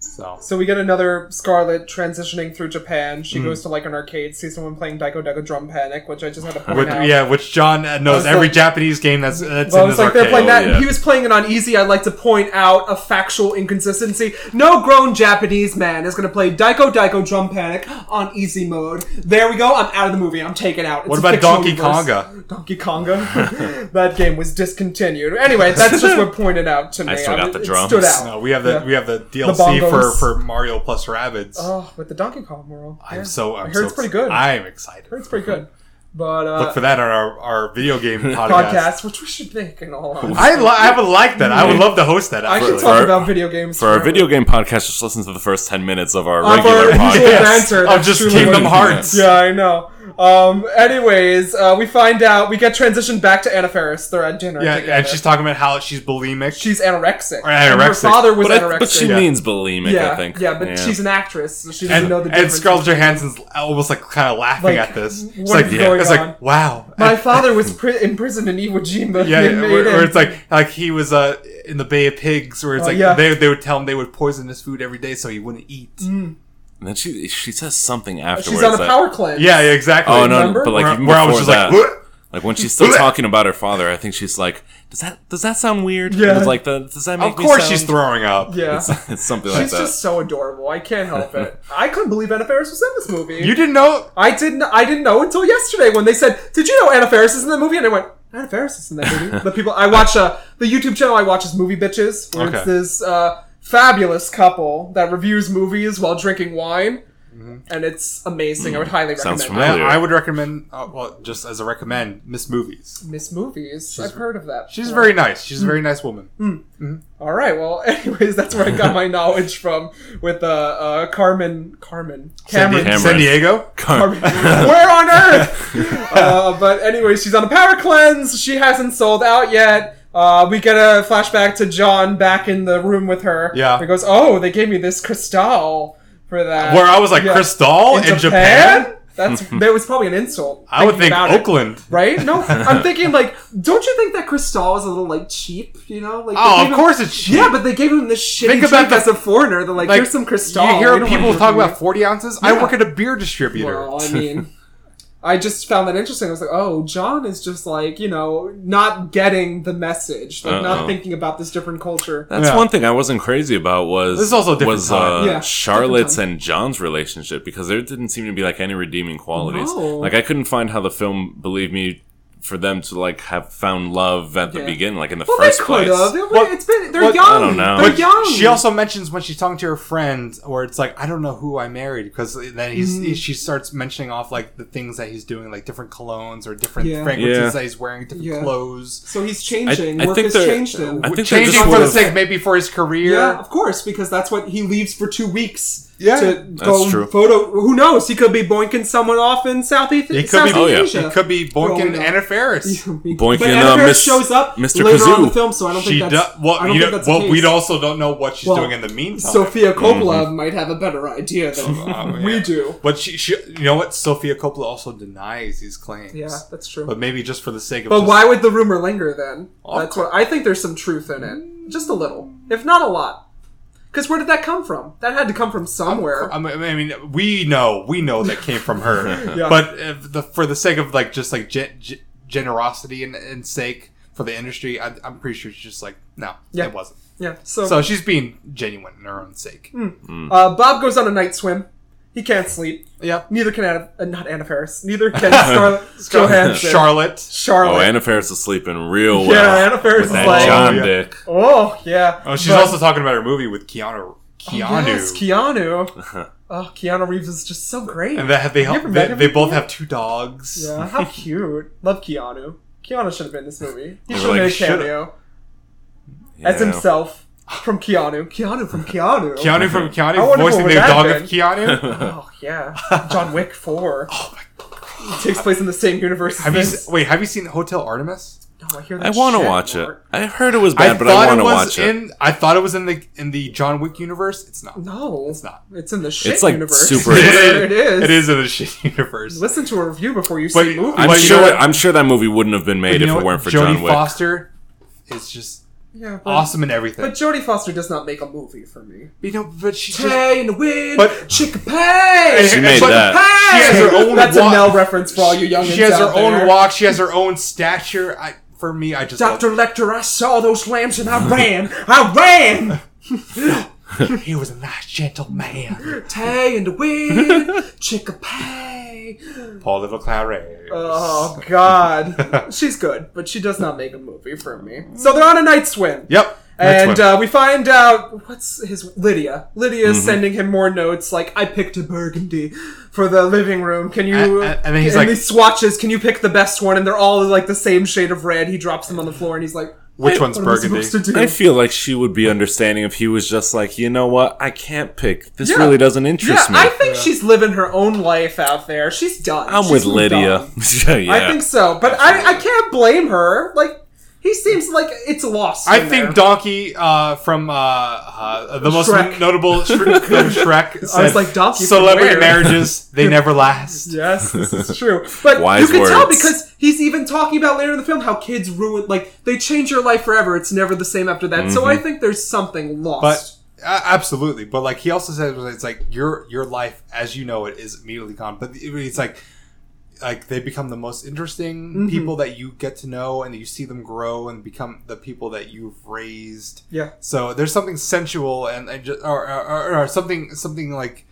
[SPEAKER 2] so
[SPEAKER 1] So we get another Scarlet transitioning through Japan.
[SPEAKER 2] Mm.
[SPEAKER 1] She goes to like an arcade, sees someone playing Daiko Daiko Drum Panic, which I just had to point
[SPEAKER 2] Which,
[SPEAKER 1] out.
[SPEAKER 2] yeah, which John uh,
[SPEAKER 1] I
[SPEAKER 2] knows
[SPEAKER 1] was
[SPEAKER 2] every
[SPEAKER 1] like-
[SPEAKER 2] Japanese game that's that's
[SPEAKER 1] Well,
[SPEAKER 2] in
[SPEAKER 1] it's
[SPEAKER 2] his
[SPEAKER 1] like they're
[SPEAKER 2] arcade.
[SPEAKER 1] playing that.
[SPEAKER 3] Oh,
[SPEAKER 1] and
[SPEAKER 3] yeah.
[SPEAKER 1] He was playing it on easy. I'd like to point out a factual inconsistency. No grown Japanese man is going to play Daiko Daiko Drum Panic on easy mode. There we go. I'm out of the movie. I'm taken out. It's
[SPEAKER 2] What
[SPEAKER 1] a
[SPEAKER 2] about
[SPEAKER 1] fictional
[SPEAKER 2] Donkey
[SPEAKER 1] universe.
[SPEAKER 2] Konga?
[SPEAKER 1] Donkey Konga. <laughs> that game was discontinued. Anyway, that's just what pointed out to me.
[SPEAKER 3] still got
[SPEAKER 1] mean,
[SPEAKER 3] the
[SPEAKER 1] it
[SPEAKER 3] drums.
[SPEAKER 1] stood out.
[SPEAKER 2] No, we have the
[SPEAKER 1] Yeah.
[SPEAKER 2] we have the DLC for,
[SPEAKER 1] bongos.
[SPEAKER 2] for Mario plus Rabbids.
[SPEAKER 1] Oh, with the Donkey Kong world.
[SPEAKER 2] I'm
[SPEAKER 1] Yeah.
[SPEAKER 2] so I'm
[SPEAKER 1] I heard
[SPEAKER 2] so
[SPEAKER 1] it's pretty
[SPEAKER 2] exci-
[SPEAKER 1] good. I
[SPEAKER 2] I am excited.
[SPEAKER 1] heard it's pretty good. But uh,
[SPEAKER 2] Look for that on our, our video game podcast.
[SPEAKER 1] podcast, which we should make in all honesty.
[SPEAKER 2] I li- I would like that. I would love to host that.
[SPEAKER 1] I should
[SPEAKER 2] actually.
[SPEAKER 3] For
[SPEAKER 1] talk
[SPEAKER 3] our-
[SPEAKER 1] about video games
[SPEAKER 3] for our
[SPEAKER 1] forever.
[SPEAKER 3] video game podcast, just listen to the first ten minutes of our
[SPEAKER 1] Of our
[SPEAKER 3] regular podcast.
[SPEAKER 1] usual
[SPEAKER 2] <laughs> Yes.
[SPEAKER 1] banter.
[SPEAKER 2] Of
[SPEAKER 1] that's
[SPEAKER 2] just
[SPEAKER 1] truly
[SPEAKER 2] Kingdom
[SPEAKER 1] what-
[SPEAKER 2] Hearts.
[SPEAKER 1] Yeah, I know. Um, anyways, uh, we find out we get transitioned back to Anna Ferris. They're at dinner.
[SPEAKER 2] yeah,
[SPEAKER 1] together.
[SPEAKER 2] and she's talking about how she's bulimic.
[SPEAKER 1] she's anorexic.
[SPEAKER 2] Or
[SPEAKER 1] And her
[SPEAKER 2] anorexic.
[SPEAKER 1] father was
[SPEAKER 3] But, I-
[SPEAKER 1] anorexic.
[SPEAKER 3] but she
[SPEAKER 2] Yeah.
[SPEAKER 3] means bulimic,
[SPEAKER 1] yeah,
[SPEAKER 3] I think.
[SPEAKER 1] yeah, but she's an actress, so she doesn't
[SPEAKER 2] and,
[SPEAKER 1] know the
[SPEAKER 2] and
[SPEAKER 1] difference.
[SPEAKER 2] Scarlett Johansson's almost like kind of laughing
[SPEAKER 1] Like,
[SPEAKER 2] at this.
[SPEAKER 1] what
[SPEAKER 2] It's like
[SPEAKER 1] is going
[SPEAKER 2] it's
[SPEAKER 1] on?
[SPEAKER 2] like wow. <laughs>
[SPEAKER 1] My father was pri- imprisoned in Iwo Jima.
[SPEAKER 2] yeah,
[SPEAKER 1] They
[SPEAKER 2] yeah,
[SPEAKER 1] made
[SPEAKER 2] where, where
[SPEAKER 1] him-
[SPEAKER 2] it's like like he was uh in the Bay of Pigs, where it's
[SPEAKER 1] Oh,
[SPEAKER 2] like
[SPEAKER 1] yeah.
[SPEAKER 2] they they would tell him they would poison his food every day so he wouldn't eat.
[SPEAKER 1] Mm.
[SPEAKER 3] and then she she says something afterwards.
[SPEAKER 1] she's on a
[SPEAKER 3] that-
[SPEAKER 1] power cleanse.
[SPEAKER 2] Yeah, yeah, exactly.
[SPEAKER 3] Oh no,
[SPEAKER 1] Remember?
[SPEAKER 3] but like
[SPEAKER 2] where,
[SPEAKER 3] even
[SPEAKER 2] where I was
[SPEAKER 3] before
[SPEAKER 2] just
[SPEAKER 3] that,
[SPEAKER 2] like, "What?"
[SPEAKER 3] Like when she's
[SPEAKER 2] <laughs>
[SPEAKER 3] still talking about her father, I think she's like, "Does that does that sound weird?"
[SPEAKER 1] Yeah.
[SPEAKER 3] It's like the does that make
[SPEAKER 2] Of
[SPEAKER 3] me
[SPEAKER 2] course,
[SPEAKER 3] sound- <laughs>
[SPEAKER 2] she's throwing up.
[SPEAKER 1] Yeah.
[SPEAKER 3] It's, it's something like
[SPEAKER 1] She's
[SPEAKER 3] that.
[SPEAKER 1] just so adorable. I can't help
[SPEAKER 2] <laughs>
[SPEAKER 1] it. I couldn't believe Anna Faris was in this movie.
[SPEAKER 2] You didn't know?
[SPEAKER 1] I didn't. I didn't know until yesterday when they said, "Did you know Anna Faris is in the movie?" And I went, "Anna Faris is in that movie." the people I watch uh, the YouTube channel I watch is Movie Bitches, where it's
[SPEAKER 2] Okay.
[SPEAKER 1] this uh, fabulous couple that reviews movies while drinking wine,
[SPEAKER 2] Mm-hmm.
[SPEAKER 1] and it's amazing.
[SPEAKER 2] Mm.
[SPEAKER 1] I would highly
[SPEAKER 3] Sounds
[SPEAKER 1] recommend.
[SPEAKER 3] familiar.
[SPEAKER 1] that.
[SPEAKER 2] I, I would recommend, uh, well, just as a recommend, Miss Movies.
[SPEAKER 1] Miss Movies. I've heard of that.
[SPEAKER 2] She's
[SPEAKER 1] before.
[SPEAKER 2] very nice. She's a
[SPEAKER 1] Mm.
[SPEAKER 2] very nice woman.
[SPEAKER 1] All right. Well, <laughs> anyways, that's where I got my knowledge from with uh, uh, Carmen. Carmen.
[SPEAKER 2] San Di-
[SPEAKER 1] Cameron.
[SPEAKER 3] Cameron.
[SPEAKER 2] San Diego?
[SPEAKER 3] <laughs> Car-
[SPEAKER 1] Carmen. <laughs> Where on
[SPEAKER 2] <laughs>
[SPEAKER 1] earth? uh, but anyway, she's on a power cleanse. She hasn't sold out yet. Uh, we get a flashback to John back in the room with her.
[SPEAKER 2] Yeah.
[SPEAKER 1] He goes, "Oh, they gave me this crystal for that."
[SPEAKER 2] Where I was like,
[SPEAKER 1] Yeah.
[SPEAKER 2] Cristal in, Japan? <laughs>
[SPEAKER 1] That's that was probably an insult.
[SPEAKER 2] I would
[SPEAKER 1] thinking
[SPEAKER 2] think
[SPEAKER 1] about it.
[SPEAKER 2] Oakland.
[SPEAKER 1] Right? No,
[SPEAKER 2] <laughs>
[SPEAKER 1] I'm thinking like, don't you think that Cristal is a little like cheap? You know, like they
[SPEAKER 2] Oh,
[SPEAKER 1] gave
[SPEAKER 2] of
[SPEAKER 1] him-
[SPEAKER 2] course it's cheap.
[SPEAKER 1] Yeah, but they gave him this shitty
[SPEAKER 2] Think
[SPEAKER 1] drink
[SPEAKER 2] about the-
[SPEAKER 1] as a foreigner. They're like,
[SPEAKER 2] Like,
[SPEAKER 1] here's some Cristal.
[SPEAKER 2] You
[SPEAKER 1] We
[SPEAKER 2] hear
[SPEAKER 1] don't
[SPEAKER 2] people
[SPEAKER 1] want
[SPEAKER 2] talk
[SPEAKER 1] you.
[SPEAKER 2] about 40 ounces? I
[SPEAKER 1] Yeah.
[SPEAKER 2] work at a beer distributor.
[SPEAKER 1] Well,
[SPEAKER 3] <laughs>
[SPEAKER 1] I mean, I just found that interesting. I was like, oh, John is just like, you know, not getting the message, like not
[SPEAKER 3] Uh-oh.
[SPEAKER 1] thinking about this different culture.
[SPEAKER 3] <laughs> That's
[SPEAKER 2] Yeah.
[SPEAKER 3] one thing I wasn't crazy about was
[SPEAKER 2] This is also a different
[SPEAKER 3] was
[SPEAKER 2] time.
[SPEAKER 3] uh,
[SPEAKER 1] Yeah,
[SPEAKER 3] Charlotte's
[SPEAKER 1] different
[SPEAKER 3] and John's relationship because there didn't seem to be like any redeeming qualities.
[SPEAKER 1] No.
[SPEAKER 3] Like I couldn't find how the film, believe me, for them to like have found love at the
[SPEAKER 1] Yeah.
[SPEAKER 3] beginning, like in the
[SPEAKER 1] Well,
[SPEAKER 3] first
[SPEAKER 1] they could
[SPEAKER 3] place.
[SPEAKER 1] have. It-
[SPEAKER 2] What-
[SPEAKER 1] It's been they're
[SPEAKER 2] what-
[SPEAKER 1] young.
[SPEAKER 3] I don't know.
[SPEAKER 1] They're
[SPEAKER 2] But
[SPEAKER 1] young.
[SPEAKER 2] she also mentions when she's talking to her friend, or it's like I don't know who I married, because then he's, he, she starts mentioning off like the things that he's doing, like different colognes or different
[SPEAKER 1] Yeah.
[SPEAKER 2] fragrances
[SPEAKER 3] Yeah.
[SPEAKER 2] that he's wearing, different
[SPEAKER 1] Yeah.
[SPEAKER 2] clothes,
[SPEAKER 1] so he's changing.
[SPEAKER 3] I- I
[SPEAKER 1] Work
[SPEAKER 3] think
[SPEAKER 1] has
[SPEAKER 3] they're-
[SPEAKER 1] changed him.
[SPEAKER 3] I think they're
[SPEAKER 2] changing
[SPEAKER 3] just
[SPEAKER 2] for the
[SPEAKER 3] sort of-
[SPEAKER 2] sake maybe for his career.
[SPEAKER 1] Yeah, of course, because that's what he leaves for two weeks
[SPEAKER 2] Yeah.
[SPEAKER 1] to go
[SPEAKER 3] true.
[SPEAKER 1] photo. Who knows? He could be boinking someone off in Southeast,
[SPEAKER 2] It could be,
[SPEAKER 1] Southeast
[SPEAKER 3] Oh, yeah.
[SPEAKER 1] Asia.
[SPEAKER 2] it could be Boinkin
[SPEAKER 1] Growing
[SPEAKER 2] and
[SPEAKER 1] up.
[SPEAKER 2] Anna Faris.
[SPEAKER 3] Boinking,
[SPEAKER 1] <laughs> but Anna
[SPEAKER 3] uh,
[SPEAKER 1] Faris
[SPEAKER 3] Miss-
[SPEAKER 1] shows up
[SPEAKER 3] Mr.
[SPEAKER 1] later on in the
[SPEAKER 3] Kazoo.
[SPEAKER 1] film, so I don't
[SPEAKER 2] She
[SPEAKER 1] think
[SPEAKER 2] do,
[SPEAKER 1] that's.
[SPEAKER 2] well,
[SPEAKER 1] I don't
[SPEAKER 2] you
[SPEAKER 1] think
[SPEAKER 2] know,
[SPEAKER 1] that's the
[SPEAKER 2] well we
[SPEAKER 1] case.
[SPEAKER 2] also don't know what she's
[SPEAKER 1] Well,
[SPEAKER 2] doing in the
[SPEAKER 1] <laughs>
[SPEAKER 2] meantime.
[SPEAKER 1] Sophia Coppola might have a better idea
[SPEAKER 2] <laughs>
[SPEAKER 1] than
[SPEAKER 3] Oh,
[SPEAKER 2] Um,
[SPEAKER 1] we
[SPEAKER 2] Mhm. yeah.
[SPEAKER 1] do.
[SPEAKER 2] but she, she, you know what? Sophia Coppola also denies these claims.
[SPEAKER 1] Yeah, that's true.
[SPEAKER 2] but
[SPEAKER 1] But,
[SPEAKER 2] maybe just for the sake of. just-
[SPEAKER 1] why would the rumor linger then?
[SPEAKER 2] Of
[SPEAKER 1] That's what I think. There's some truth in it, just a little, if not a lot. Because where did that come from? That had to come from somewhere.
[SPEAKER 2] I mean, I mean, we know, we know that came from her.
[SPEAKER 1] <laughs> Yeah.
[SPEAKER 2] But if the, for the sake of like just like gen- gen- generosity and, and sake for the industry, I, I'm pretty sure she's just like, no,
[SPEAKER 1] Yeah.
[SPEAKER 2] it wasn't.
[SPEAKER 1] yeah. So,
[SPEAKER 2] So she's being genuine in her own sake.
[SPEAKER 1] uh, Bob goes on a night swim. He can't sleep.
[SPEAKER 2] Yeah.
[SPEAKER 1] Neither can Anna, uh, not Anna Faris.
[SPEAKER 2] <laughs>
[SPEAKER 1] Neither can Scarlett Johansson.
[SPEAKER 2] Charlotte.
[SPEAKER 1] Charlotte.
[SPEAKER 3] Oh, Anna Faris is sleeping real
[SPEAKER 1] yeah,
[SPEAKER 3] well.
[SPEAKER 1] Anna Faris
[SPEAKER 3] with
[SPEAKER 1] is
[SPEAKER 3] that
[SPEAKER 1] like,
[SPEAKER 3] John
[SPEAKER 2] yeah.
[SPEAKER 3] Dick.
[SPEAKER 1] oh yeah.
[SPEAKER 2] Oh, she's
[SPEAKER 1] But- Oh,
[SPEAKER 2] also talking about her movie with Keanu. Keanu.
[SPEAKER 1] Yes,
[SPEAKER 2] <laughs>
[SPEAKER 1] Keanu. oh, Keanu Reeves is just so great.
[SPEAKER 2] and that, they,
[SPEAKER 1] You ever
[SPEAKER 2] they,
[SPEAKER 1] met him
[SPEAKER 2] they
[SPEAKER 1] before?
[SPEAKER 2] both have two dogs.
[SPEAKER 1] Yeah, <laughs> how cute. Love Keanu. Keanu should have been in this movie. He
[SPEAKER 3] They
[SPEAKER 1] should have
[SPEAKER 3] were like,
[SPEAKER 1] made a
[SPEAKER 2] "Should've."
[SPEAKER 1] cameo as
[SPEAKER 3] Yeah. <laughs>
[SPEAKER 1] himself from Keanu. Keanu from Keanu.
[SPEAKER 2] Keanu from Keanu
[SPEAKER 1] I wonder
[SPEAKER 2] voicing
[SPEAKER 1] what would
[SPEAKER 2] the
[SPEAKER 1] that
[SPEAKER 2] dog
[SPEAKER 1] been. <laughs>
[SPEAKER 2] of Keanu.
[SPEAKER 1] Oh yeah, John Wick Four. Oh my god. It takes place in the same universe.
[SPEAKER 2] have you
[SPEAKER 1] as
[SPEAKER 2] se- wait? Have you seen Hotel Artemis?
[SPEAKER 1] this. No, I hear that
[SPEAKER 3] I want to
[SPEAKER 1] shit,
[SPEAKER 3] watch it.
[SPEAKER 1] Mark.
[SPEAKER 3] I heard it was bad, but I want
[SPEAKER 2] it
[SPEAKER 3] to
[SPEAKER 2] was
[SPEAKER 3] watch it.
[SPEAKER 2] in. I thought it was in the in the John Wick universe. It's not.
[SPEAKER 1] No,
[SPEAKER 2] It's not.
[SPEAKER 1] It's in the shit
[SPEAKER 3] like
[SPEAKER 1] universe. <laughs>
[SPEAKER 3] super-
[SPEAKER 1] There <laughs> it is.
[SPEAKER 2] It is in the <laughs> shit universe.
[SPEAKER 1] Listen to a review before you
[SPEAKER 2] But-
[SPEAKER 1] see movies.
[SPEAKER 3] I'm
[SPEAKER 2] Well, you
[SPEAKER 3] sure.
[SPEAKER 2] know what?
[SPEAKER 3] I'm sure that movie wouldn't have been made
[SPEAKER 2] You
[SPEAKER 3] if
[SPEAKER 2] know
[SPEAKER 3] it
[SPEAKER 2] what?
[SPEAKER 3] weren't for
[SPEAKER 2] Jodie
[SPEAKER 3] John Wick.
[SPEAKER 2] Foster is just
[SPEAKER 1] yeah, but,
[SPEAKER 2] awesome in everything.
[SPEAKER 1] But Jodie Foster does not make a movie for me.
[SPEAKER 2] you know, but she just
[SPEAKER 1] Tay in the wind,
[SPEAKER 2] But-
[SPEAKER 1] Chickapay.
[SPEAKER 3] She made
[SPEAKER 2] But-
[SPEAKER 3] that.
[SPEAKER 2] She has her own
[SPEAKER 1] That's
[SPEAKER 2] walk.
[SPEAKER 1] a Mel reference for all you youngins
[SPEAKER 2] She has her
[SPEAKER 1] out there.
[SPEAKER 2] own walk. She has her own stature. I, for me, I just
[SPEAKER 1] Doctor Lecter, I saw those lambs and I ran. I ran.
[SPEAKER 2] love- He was a nice,
[SPEAKER 1] <laughs>
[SPEAKER 2] gentle man.
[SPEAKER 1] Tay in the wind, Chickapay.
[SPEAKER 2] Paul Little Claret.
[SPEAKER 1] Oh <laughs> God, she's good, but she does not make a movie for me. So they're on a night swim.
[SPEAKER 2] Yep.
[SPEAKER 1] And
[SPEAKER 2] Next one.
[SPEAKER 1] uh, we find out what's his Lydia. Lydia
[SPEAKER 2] Mm-hmm.
[SPEAKER 1] is sending him more notes like I picked a burgundy for the living room. Can you?
[SPEAKER 2] And- and- and then he's like-
[SPEAKER 1] these swatches. Can you pick the best one? And they're all like the same shade of red. He drops them on the floor and he's like,
[SPEAKER 2] Which
[SPEAKER 1] "Wait,
[SPEAKER 2] one's
[SPEAKER 1] what am I
[SPEAKER 2] burgundy?"
[SPEAKER 1] supposed to do?"
[SPEAKER 3] I feel like she would be understanding if he was just like, you know what, I can't pick. This
[SPEAKER 1] Yeah.
[SPEAKER 3] really doesn't
[SPEAKER 1] yeah,
[SPEAKER 3] interest me.
[SPEAKER 1] I think she's living her own life out there. She's done.
[SPEAKER 3] I'm
[SPEAKER 1] She's
[SPEAKER 3] with
[SPEAKER 1] moved
[SPEAKER 3] Lydia.
[SPEAKER 1] on.
[SPEAKER 3] <laughs> yeah,
[SPEAKER 1] I think so, but I, I can't blame her. Like he seems like it's lost.
[SPEAKER 2] I
[SPEAKER 1] in
[SPEAKER 2] think
[SPEAKER 1] there.
[SPEAKER 2] Donkey uh, from uh, uh, the most
[SPEAKER 1] Shrek. <laughs>
[SPEAKER 2] notable Shrek, from Shrek.
[SPEAKER 1] I was
[SPEAKER 2] said,
[SPEAKER 1] like, Donkey from
[SPEAKER 2] Celebrity
[SPEAKER 1] where?" <laughs>
[SPEAKER 2] marriages, they never last.
[SPEAKER 1] Yes, this is
[SPEAKER 3] <laughs>
[SPEAKER 1] true. But
[SPEAKER 3] Wise
[SPEAKER 1] you can tell
[SPEAKER 3] words.
[SPEAKER 1] because he's even talking about later in the film how kids ruin, like, they change your life forever. It's never the same after that. So I
[SPEAKER 3] Mm-hmm.
[SPEAKER 1] think there's something
[SPEAKER 2] But
[SPEAKER 1] lost.
[SPEAKER 2] uh, absolutely, but like he also says, it's like your your life as you know it is immediately gone. But it- it's like like they become the most interesting
[SPEAKER 1] Mm-hmm.
[SPEAKER 2] people that you get to know and you see them grow and become the people that you've raised
[SPEAKER 1] Yeah.
[SPEAKER 2] so there's something sensual and, and just, or, or, or something something like